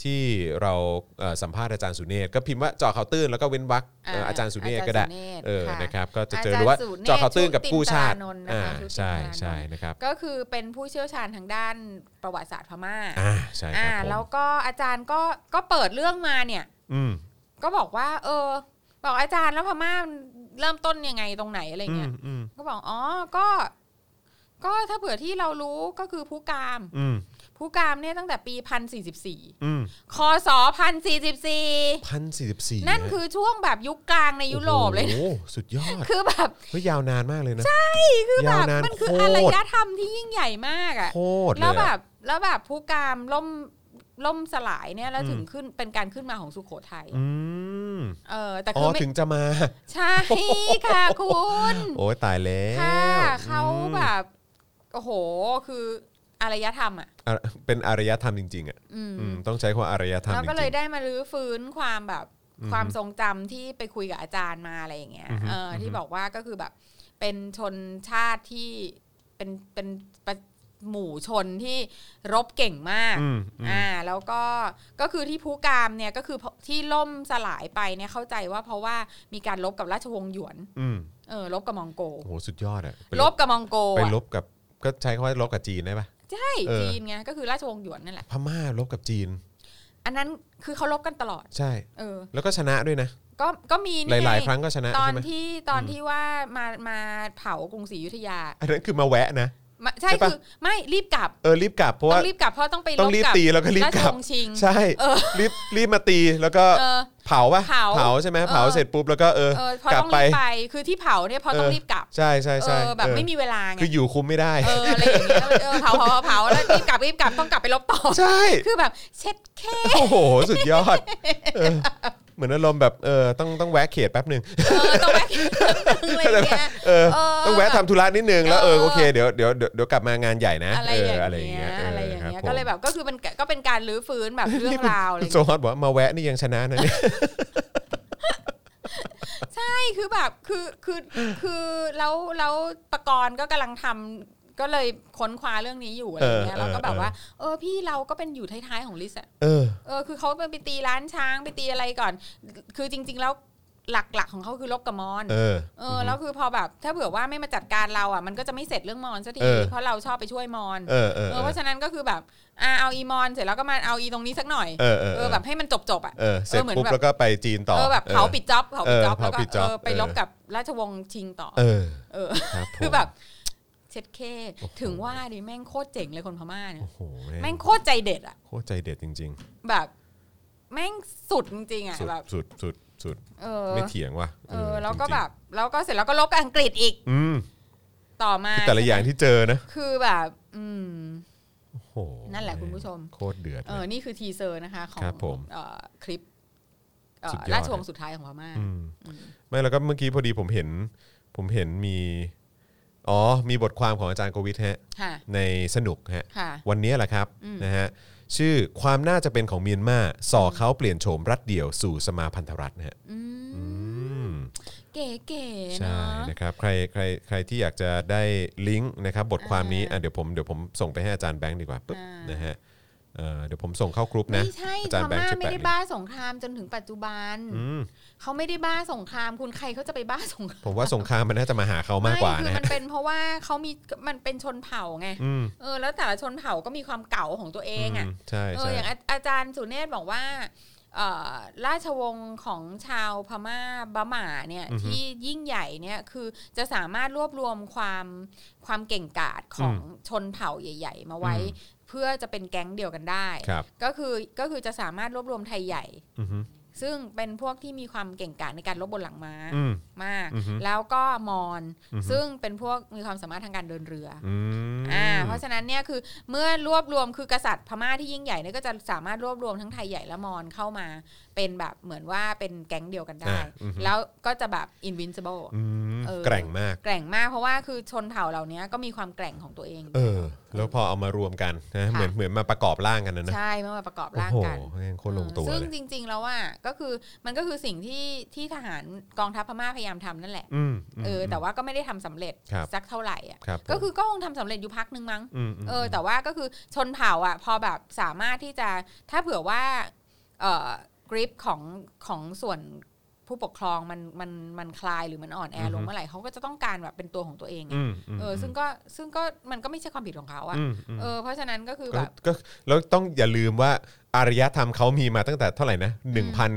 Speaker 2: ที่เราเอ่อสัมภาษณ์อาจารย์สุเนศก็พิมพ์ว่าเจาะข่าวตื้นแล้วก็เว้นวรรคเอ่ออา
Speaker 4: า
Speaker 2: จารย์สุเนศ
Speaker 4: อาจารย์
Speaker 2: ก็ได้
Speaker 4: สุเนศ
Speaker 2: เออ
Speaker 4: ค่ะ
Speaker 2: นะครับก็จะเจอ
Speaker 4: อา
Speaker 2: ห
Speaker 4: จารย์
Speaker 2: รือว่า
Speaker 4: สุเนศ
Speaker 2: เจาะข่าวตื้นกับกู้ชาติ
Speaker 4: ชุตินตรานนท์นะคะ
Speaker 2: อ่า
Speaker 4: ชุตินตรานนท์
Speaker 2: ใช่ใช่นะครับ
Speaker 4: ก็คือเป็นผู้เชี่ยวชาญทางด้านประวัติศาสตร์พม่า
Speaker 2: อ่าใช่ครับผม
Speaker 4: แล้วก็อาจารย์ก็ก็เปิดเรื่องมาเนี่ย
Speaker 2: อืม
Speaker 4: ก็บอกว่า เออ บอกอาจารย์แล้วพม่ามันเริ่มต้นยังไงตรงไหนอะไร
Speaker 2: อืม
Speaker 4: เงี้ย
Speaker 2: อืม
Speaker 4: ก็บอกอ๋อ ก็ ก็ถ้าเผื่อที่เรารู้ก็คือผู้กาม
Speaker 2: อืม
Speaker 4: ผู้กามเนี่ยตั้งแต่ปีพันสี่สิบสี่
Speaker 2: อืม
Speaker 4: คศพันสี่สิบสี่
Speaker 2: พันสี่สิบสี่
Speaker 4: นั่นคือช่วงแบบยุคกลางในยุโรปเลยนะ
Speaker 2: โอ้โหสุดยอด
Speaker 4: คือแบบ
Speaker 2: เฮ้ยยาวนานมากเลยนะใช่คือ
Speaker 4: แบ
Speaker 2: ยาว
Speaker 4: บ
Speaker 2: นาน
Speaker 4: มัน
Speaker 2: โค
Speaker 4: คือ
Speaker 2: ต
Speaker 4: อาร
Speaker 2: ร
Speaker 4: ยธรรมที่ยิ่งใหญ่มากอะ
Speaker 2: โคตรเลยอะ
Speaker 4: แล้วแบบแล้วแบบผู้กามล่มล่มสลายเนี่ยแล้ว
Speaker 2: อืม
Speaker 4: ถึงขึ้นเป็นการขึ้นมาของสุโขทัย
Speaker 2: อืม
Speaker 4: เออแต่
Speaker 2: อ๋
Speaker 4: คือ อไม่
Speaker 2: ถึงจะมา
Speaker 4: ใช่ค่ะคุณ
Speaker 2: โอ้ยตายแล้ว
Speaker 4: ค่ะเขา
Speaker 2: อืม
Speaker 4: แบบโอ้โหคืออารยธรรมอ่ะ
Speaker 2: อ่ะเป็นอารยธรรมจริงๆอ่ะ
Speaker 4: อืม
Speaker 2: อืมต้องใช้คำว่าอารยธรรมจ
Speaker 4: เรา
Speaker 2: ริ
Speaker 4: ก็เลย
Speaker 2: ง
Speaker 4: ได้มารื้อฟื้นความแบบ
Speaker 2: อือฮึ
Speaker 4: ความทรงจำที่ไปคุยกับอาจารย์มาอะไรอย่างเงี้ย
Speaker 2: อือฮึ
Speaker 4: เอออ
Speaker 2: อฮึ
Speaker 4: ที่บอกว่าก็คือแบบเป็นชนชาติที่เป็นเป็นประ หมู่ชนที่รบเก่งมาก
Speaker 2: อืมอืม
Speaker 4: อ่าแล้วก็ก็คือที่ภูกามเนี่ยก็คือที่ล่มสลายไปเนี่ยเข้าใจว่าเพราะว่ามีการลบกับราชวงศ์หยวน
Speaker 2: อืม
Speaker 4: เออลบกับมองโก
Speaker 2: โอ้โหสุดยอดอะไป
Speaker 4: ลบกับมองโก
Speaker 2: ไป
Speaker 4: อะ
Speaker 2: ลบกับก็ใช้คำว่าลบกับจีนได้ปะ
Speaker 4: ใช่
Speaker 2: เออ
Speaker 4: จีนไงก็คือราชวงศ์หยวนนั่นแหละ
Speaker 2: พม่าลบกับจีน
Speaker 4: อันนั้นคือเขาลบกันตลอด
Speaker 2: ใช่
Speaker 4: เออ
Speaker 2: แล้วก็ชนะด้วยนะ
Speaker 4: ก็ก็มี
Speaker 2: ห
Speaker 4: นี่
Speaker 2: ลาย
Speaker 4: ไง
Speaker 2: ๆ ครั้งก็ชนะ
Speaker 4: ตอน
Speaker 2: ใช่ไหม
Speaker 4: ที่ตอนที่ว่ามามาเผากรุงศรีอยุธยา
Speaker 2: อันนั้นคือมาแวะนะ
Speaker 4: มาใช่
Speaker 2: ใช่ปะ
Speaker 4: คือไม่รีบกลับ
Speaker 2: เออรีบกลับเพราะ
Speaker 4: ต้อ
Speaker 2: ว่าง
Speaker 4: รีบกลับเพราะต้องไปล
Speaker 2: ต้อง
Speaker 4: บ
Speaker 2: รีบ
Speaker 4: กับ
Speaker 2: ตีแล้วก็รีบ
Speaker 4: ราช
Speaker 2: กลั
Speaker 4: ว
Speaker 2: บ
Speaker 4: งศ์ชิง
Speaker 2: ใช่
Speaker 4: เออ
Speaker 2: รีบรีบมาตีแล้วก็
Speaker 4: เออ
Speaker 2: เผาปะ
Speaker 4: เผา
Speaker 2: ใช่ไหม
Speaker 4: เออ
Speaker 2: เผาเสร็จปุ๊บแล้วก็เออ
Speaker 4: เออเพราะ
Speaker 2: กลับ
Speaker 4: ต้อง
Speaker 2: ไป
Speaker 4: รีบไปคือที่เผาเนี่ยเพราะต้อง
Speaker 2: เออ
Speaker 4: รีบกลับ
Speaker 2: ใช่ใช่ใช่
Speaker 4: เออแบบไม่มีเวลาไง
Speaker 2: คืออยู่คุมไม่ได้
Speaker 4: เอออะไรอย่างเงี้ยเออเผาเผาเผาเผาแล้วรีบกลับรีบกลับต้องกลับไปลบต่อ
Speaker 2: ใช่
Speaker 4: คือแบบเช็ดแค่
Speaker 2: โอ้โห สุดยอดเออเหมือนอารมณ์แบบเออต้องต้องแวะเขตแป๊บหนึ่ง
Speaker 4: เออต้องแวะนึงอะไรอย่างเงี้ย
Speaker 2: เออ
Speaker 4: เออ
Speaker 2: ต้องแวะทำธุระนิดนึงแล้วเออ
Speaker 4: เออ
Speaker 2: โอเคเดี๋ยวเดี๋ยวเดี๋ยวเดี๋ยวกลับมางานใหญ่นะ
Speaker 4: อะไร
Speaker 2: เออ
Speaker 4: อ
Speaker 2: ย่าง อะไรอย่าง
Speaker 4: เงี้
Speaker 2: เงี้ย
Speaker 4: ยอะไรอย่างเงี้ย
Speaker 2: คบ
Speaker 4: ก็เลยแบบก็คือเป็นก็เป็นการรื้อฟื้นแบบเรื่องราวอะไร
Speaker 2: โซฮอตบอกว่ามาแวะนี่ยังชนะนะ เนี่ย
Speaker 4: ใช่คือแบบคือคือคือแล้วแล้วประกรณ์ก็กำลังทำก็เลยค้นคว้าเรื่องนี้อยู่อะไรอย่างเงี้ย
Speaker 2: เออ
Speaker 4: แล้วก็แบบ
Speaker 2: เออ
Speaker 4: ว่า เออพี่เราก็เป็นอยู่ท้ายๆของลิสต์อะ
Speaker 2: เออ
Speaker 4: เออคือเขาเป็นไปตีร้านช้างไปตีอะไรก่อน คือจริง ๆ แล้วหลักๆของเขาคือลบกับมอน
Speaker 2: เออ
Speaker 4: เออแล้วคือพอแบบถ้าเผื่อว่าไม่มาจัดการเราอ่ะมันก็จะไม่เสร็จเรื่องมอนสักที
Speaker 2: เออ
Speaker 4: เพราะเราชอบไปช่วยมอน
Speaker 2: เออเออ
Speaker 4: เออเพราะฉะนั้นก็คือแบบอ่าเอาอีมอนเสร็จแล้วก็มาเอาอีตรงนี้สักหน่อย
Speaker 2: เออเออเออ
Speaker 4: แบบให้มันจบๆอ่ะ
Speaker 2: เออเสร็จ
Speaker 4: เออเหมือน
Speaker 2: ปุ๊บ
Speaker 4: แบบ
Speaker 2: แล้วก็ไปจีนต่อ
Speaker 4: เออแบบเผาปิดจ็อบเผาปิดจ็อบ
Speaker 2: เออ
Speaker 4: แล้วก็
Speaker 2: เผาปิดจ็อบ
Speaker 4: เออไป
Speaker 2: เออ
Speaker 4: ลบกับราชวงศ์ชิงต่อ
Speaker 2: เออ
Speaker 4: เออ
Speaker 2: รับผม
Speaker 4: คือแบบเช็ดเคถึงว่าดิแม่งโคตรเจ๋งเลยคนพม่าเนี่
Speaker 2: โอ้
Speaker 4: ย
Speaker 2: โห
Speaker 4: แม่งโคตรใจเด็ดอ่ะ
Speaker 2: โคตรใจเด็ดจริง
Speaker 4: แบบแม่งสุดจริงๆอ่ะ
Speaker 2: ๆ สุด
Speaker 4: แบบ
Speaker 2: สุดสุดสุด
Speaker 4: เออ
Speaker 2: ไม่เถียงว่ะ
Speaker 4: เออแล้วก็
Speaker 2: จริงๆ
Speaker 4: แบบแล้วก็เสร็จแล้วก็ลบกับอังกฤษอีก
Speaker 2: อืม
Speaker 4: ต่อมา
Speaker 2: แต่ละอย่างที่เจอนะ
Speaker 4: คือแบบ อืม
Speaker 2: โอ้โห
Speaker 4: นั่นแหละคุณผู้ชม
Speaker 2: โคตรเดือด
Speaker 4: เออ
Speaker 2: เลย
Speaker 4: นี่คือทีเซอร์นะคะ ของ
Speaker 2: ครับผม
Speaker 4: เอ่อคลิปเอ่อ
Speaker 2: สุดยอด
Speaker 4: ราชวงศ์สุดท้ายของพม่า
Speaker 2: อืมไม่แล้วก็เมื่อกี้พอดีผมเห็น ผมเห็นมี อ๋อ มีบทความของอาจารย์โกวิทฮะ
Speaker 4: ค่ะ
Speaker 2: ในสนุกฮะ
Speaker 4: ค่ะ
Speaker 2: วันนี้แหละครับนะฮะชื่อความน่าจะเป็นของเมียนมาส่อเขาเปลี่ยนโฉมรัฐเดี่ยวสู่สมาพันธรัฐนะฮะ
Speaker 4: อืม
Speaker 2: อืม
Speaker 4: เก๋ๆ
Speaker 2: ใช่
Speaker 4: เนาะ
Speaker 2: นะครับใครใครใครที่อยากจะได้ลิงก์นะครับบทความนี้อ่ะเดี๋ยวผมเดี๋ยวผมส่งไปให้อาจารย์แบงค์ดีกว่าปึ๊บ
Speaker 4: อ่าน
Speaker 2: นะฮะเอ่อเดี๋ยวผมส่งเข้ากรุ๊ปนะ
Speaker 4: ไม่ใช่
Speaker 2: อา
Speaker 4: พ
Speaker 2: จารย์แบง
Speaker 4: ม่า
Speaker 2: ค์ช่วย
Speaker 4: ไม่
Speaker 2: แปะ
Speaker 4: ได้
Speaker 2: ลิง
Speaker 4: บ้า
Speaker 2: ก์
Speaker 4: สงครามจนถึงปัจจุบัน
Speaker 2: อืม
Speaker 4: เขาไม่ได้บ้าสงครามคุณใครเขาจะไปบ้าสงคราม
Speaker 2: ผมว่าสงครามมันน่าจะมาหาเขามากกว่า
Speaker 4: ไคือ
Speaker 2: นะ
Speaker 4: มั
Speaker 2: ฮะ
Speaker 4: นเป็นเพราะว่าเขามีมันเป็นชนเผ่าไง
Speaker 2: อืม
Speaker 4: เออแล้วแต่ละชนเผ่าก็มีความเก่าของตัวเองอ่ะ
Speaker 2: อืมใช่
Speaker 4: เออ
Speaker 2: ใช่
Speaker 4: อย่างอาอาจารย์สุเนศบอกว่าเอ่อราชวงศ์ของชาวพม่าบะหม่าเนี่ยที่ยิ่งใหญ่เนี่ยคือจะสามารถรวบรวมความความเก่งกาจของชนเผ่าใหญ่ ๆ มาไว้ เพื่อจะเป็นแก๊งเดียวกันได้
Speaker 2: ครับ
Speaker 4: ก็คือก็คือจะสามารถรวบรวมไทยใหญ่
Speaker 2: อือฮึ
Speaker 4: ซึ่งเป็นพวกที่มีความเก่งกาจในการรบบนหลังม้า
Speaker 2: อืม
Speaker 4: มาก
Speaker 2: อือฮึ
Speaker 4: แล้วก็มอน
Speaker 2: อือฮึ
Speaker 4: ซึ่งเป็นพวกมีความสามารถทางการเดินเรือ
Speaker 2: อืม
Speaker 4: อ่าเพราะฉะนั้นเนี่ยคือเมื่อรวบรวมคือกษัตริย์พม่าที่ยิ่งใหญ่เนี่ยก็จะสามารถรวบรวมทั้งไทยใหญ่และมอญเข้ามา เป็นแบบเหมือนว่าเป็นแก๊งเดียวกันได้
Speaker 2: อ่าอือฮึ
Speaker 4: แล้วก็จะแบบ invincible
Speaker 2: อืม
Speaker 4: เออ
Speaker 2: แกร่งมาก
Speaker 4: แกร่งมากเพราะว่าคือชนเผ่าเหล่านี้ก็มีความแกร่งของตัวเอง
Speaker 2: เออ แล้วพอเอามารวมกันนะ
Speaker 4: ค่ะ
Speaker 2: เหมือนเหมือนมาประกอบร่างกันนะนะ
Speaker 4: ใช่เมื่อมาประกอบ
Speaker 2: โอ้
Speaker 4: ร่าง
Speaker 2: โห
Speaker 4: กัน
Speaker 2: แม่งโคตรลงตัว
Speaker 4: เออซึ่ง
Speaker 2: เลย
Speaker 4: จริง ๆ แล้วว่าก็คือมันก็คือสิ่งที่ที่ทหารกองทัพพม่าพยายามทำนั่นแหละ
Speaker 2: อืมม
Speaker 4: เออแต่ว่าก็ไม่ได้ทำสำเร็จ
Speaker 2: ครับ
Speaker 4: สักเท่าไหร่อ่ะ
Speaker 2: ครับ
Speaker 4: ก็คือก็คงทำสำเร็จอยู่พักนึงมั้ง
Speaker 2: มม
Speaker 4: เออแต่ว่าก็คือชนเผ่าอ่ะ พอแบบสามารถที่จะถ้าเผื่อว่าเอ่อกริปของของส่วนผู้ปกครองมันมันมันคลายหรือมันอ่อนแอลงเมื่อไหร่เขาก็จะต้องการแบบเป็นตัวของตัวเองอะ
Speaker 2: อืมม
Speaker 4: เออซึ่งก็ซึ่งก็มันก็ไม่ใช่ความผิดของเขาอ่ะ
Speaker 2: อืมอืม
Speaker 4: เออเพราะฉะนั้นก็คือ
Speaker 2: ก็
Speaker 4: แบบ
Speaker 2: ก็แล้วต้องอย่าลืมว่าอารยธรรมเขามีมาตั้งแต่เท่าไหร่นะหนึ่งพัน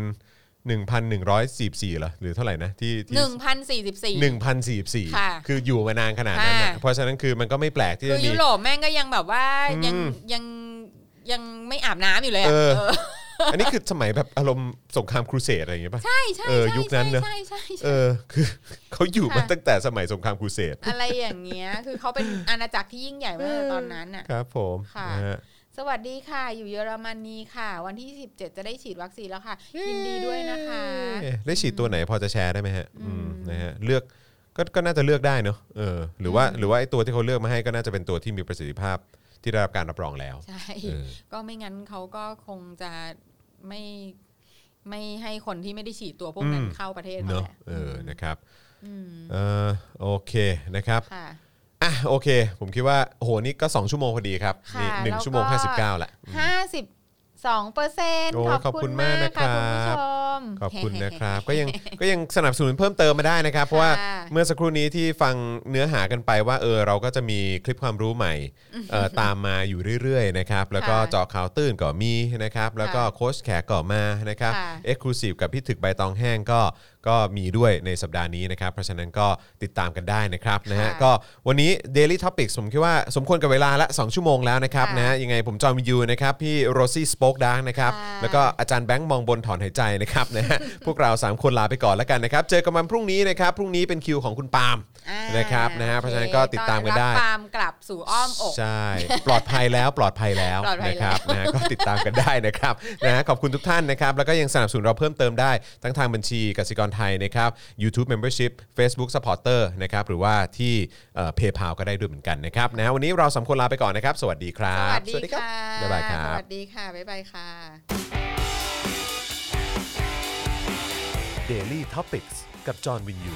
Speaker 2: หนึ่งพันหนึ่งร้อยสี่สี่เหรอหรือเท่าไหร่นะที่ที่
Speaker 4: หนึ่งพันสี่สิบสี่
Speaker 2: หนึ่งพันสี่สี่
Speaker 4: ค่ะ
Speaker 2: คืออยู่มานานขนาดนั้นนะ
Speaker 4: ค่ะ
Speaker 2: เพราะฉะนั้นคือมันก็ไม่แปลกที่
Speaker 4: คื
Speaker 2: จะ
Speaker 4: อ
Speaker 2: มี
Speaker 4: ยุโรปแม่งก็ยังแบบว่ายัง
Speaker 2: อืม
Speaker 4: ยังยังไม่อาบน้ำอยู่เลยอะ
Speaker 2: เออ
Speaker 4: เออ
Speaker 2: อันนี้คือสมัยแบบอารมณ์สงครามครูเสดอะไรอย่างเงี้ยป่ะ
Speaker 4: ใช่ใช่
Speaker 2: เออ
Speaker 4: ใช่
Speaker 2: ยุคนั้นเนอะ
Speaker 4: ใช่ใช่
Speaker 2: เอ
Speaker 4: ใช่
Speaker 2: อคือเขาอยู่มา
Speaker 4: ค่ะ
Speaker 2: ตั้งแต่สมัยสงครามครูเสด
Speaker 4: อะไรอย่างเงี้ยคือเขาเป็นอาณาจักรที่ยิ่งใหญ่มากในตอนนั้นอ่ะ
Speaker 2: ครับ ผม
Speaker 4: ค่ะ
Speaker 2: นฮ
Speaker 4: สวัสดีค่ะ อยู่เยอรมนีค่ะ วันที่ 17 จะได้ฉีดวัคซีนแล้วค่ะ ยินดีด้วยนะคะ
Speaker 2: เอ๊ะได้ฉีดตัวไหนพอจะแชร์ได้ไหมฮะอืมนะฮะเลือกก็ก็น่าจะเลือกได้เนอะเออหรือว่าหรือว่าไอ้ตัวที่เขาเลือกมาให้ก็น่าจะเป็นตัวที่มีประสิทธิภาพที่ได้รับการรับรองแล้ว
Speaker 4: ใช่
Speaker 2: เออ
Speaker 4: ก็ไม่งั้นเขาก็คงจะไม่ไม่ให้คนที่ไม่ได้ฉีดตัวพวกนั้นเข้าประเทศเขา
Speaker 2: เนอะ
Speaker 4: แหละ
Speaker 2: เออนะครับ
Speaker 4: อืม
Speaker 2: เออโอเคนะครับ
Speaker 4: ค่ะ
Speaker 2: อ่ะ อ่ะโอเค ผมคิดว่าโอ้โหนี่ก็ 2 ชั่วโมงพอดีครับ
Speaker 4: ค่ะ
Speaker 2: นี่หนึ่ง
Speaker 4: แล้ว
Speaker 2: ชั่วโมง
Speaker 4: ก็
Speaker 2: 59แหละ
Speaker 4: ห้าสิบสองเปอร์เซ็นต์
Speaker 2: โอ้ย
Speaker 4: ขอบคุณมาก
Speaker 2: ขอบคุณมากนะครั
Speaker 4: ค่ะ
Speaker 2: บ
Speaker 4: คุณผู้ชม
Speaker 2: ขอบคุณนะครับ ก็ยังก็ยังสนับสนุนเพิ่มเติมมาได้นะครับ เพราะว่า
Speaker 4: ค่ะ
Speaker 2: เมื่อสักครู่นี้ที่ฟังเนื้อหากันไปว่าเออเราก็จะมีคลิปความรู้ใหม่เอ่อ ตามมาอยู่เรื่อยๆนะครับแล้วก็
Speaker 4: ค่ะ
Speaker 2: เจาะข่าวตื้นก็มีนะครับแล้วก็โค้ชแขกก็มานะครับ
Speaker 4: ค่ะ
Speaker 2: เอ็กซ์คลูซีฟกับพี่ถึกใบตองแห้งก็ก็มีด้วยในสัปดาห์นี้นะครับ เพราะฉะนั้นก็ติดตามกันได้นะครับนะฮะ
Speaker 4: ค่ะ
Speaker 2: ก็วันนี้ Daily Topics ผมคิดว่าสมควรกับเวลาละ2ชั่วโมงแล้วนะครับ
Speaker 4: ค่ะ
Speaker 2: นะฮะยังไงผมจอมยูนะครับพี่โรซี่สป็อกดาร์กนะครับ
Speaker 4: ค่ะ
Speaker 2: แล้วก็ อาจารย์แบงค์มองบนถอนหายใจนะครับนะฮะ พวกเรา 3 คนลาไปก่อนแล้วกันนะครับ เจอกันวันพรุ่งนี้นะครับพรุ่งนี้เป็นคิวของคุณปาล์ม
Speaker 4: า
Speaker 2: นะครับนะฮะเพราะฉะนั้นก็ติดตามกันได้
Speaker 4: รับควมกลับสู่อ้อมอก
Speaker 2: ใช่ ปลอดภัยแล้วปลอดภัยแล้ว
Speaker 4: ปลอดภัย
Speaker 2: นะ
Speaker 4: แล้ว
Speaker 2: ครับนะก็ติดตามกันได้นะครับนะฮะขอบคุณทุกท่านนะครับ แล้วก็ยังสนับสนุนเราเพิ่มเติมได้ ทั้งทางบัญชีกสิกรไทยนะครับ YouTube Membership Facebook Supporter นะครับหรือว่าที่เพย์พาก็ได้ด้วยเหมือนกันนะครับนะฮะวันนี้เราสามคนลาไปก่อนนะครับ สวัสดีครั
Speaker 4: ส
Speaker 2: บ
Speaker 4: วัสดีค่ะ
Speaker 2: บ๊ายบายครั
Speaker 4: ส
Speaker 2: บ
Speaker 4: วัสดีค่ะ บ๊ายบายค่ะ
Speaker 1: Daily t o p i c กกับจอห์นวินยู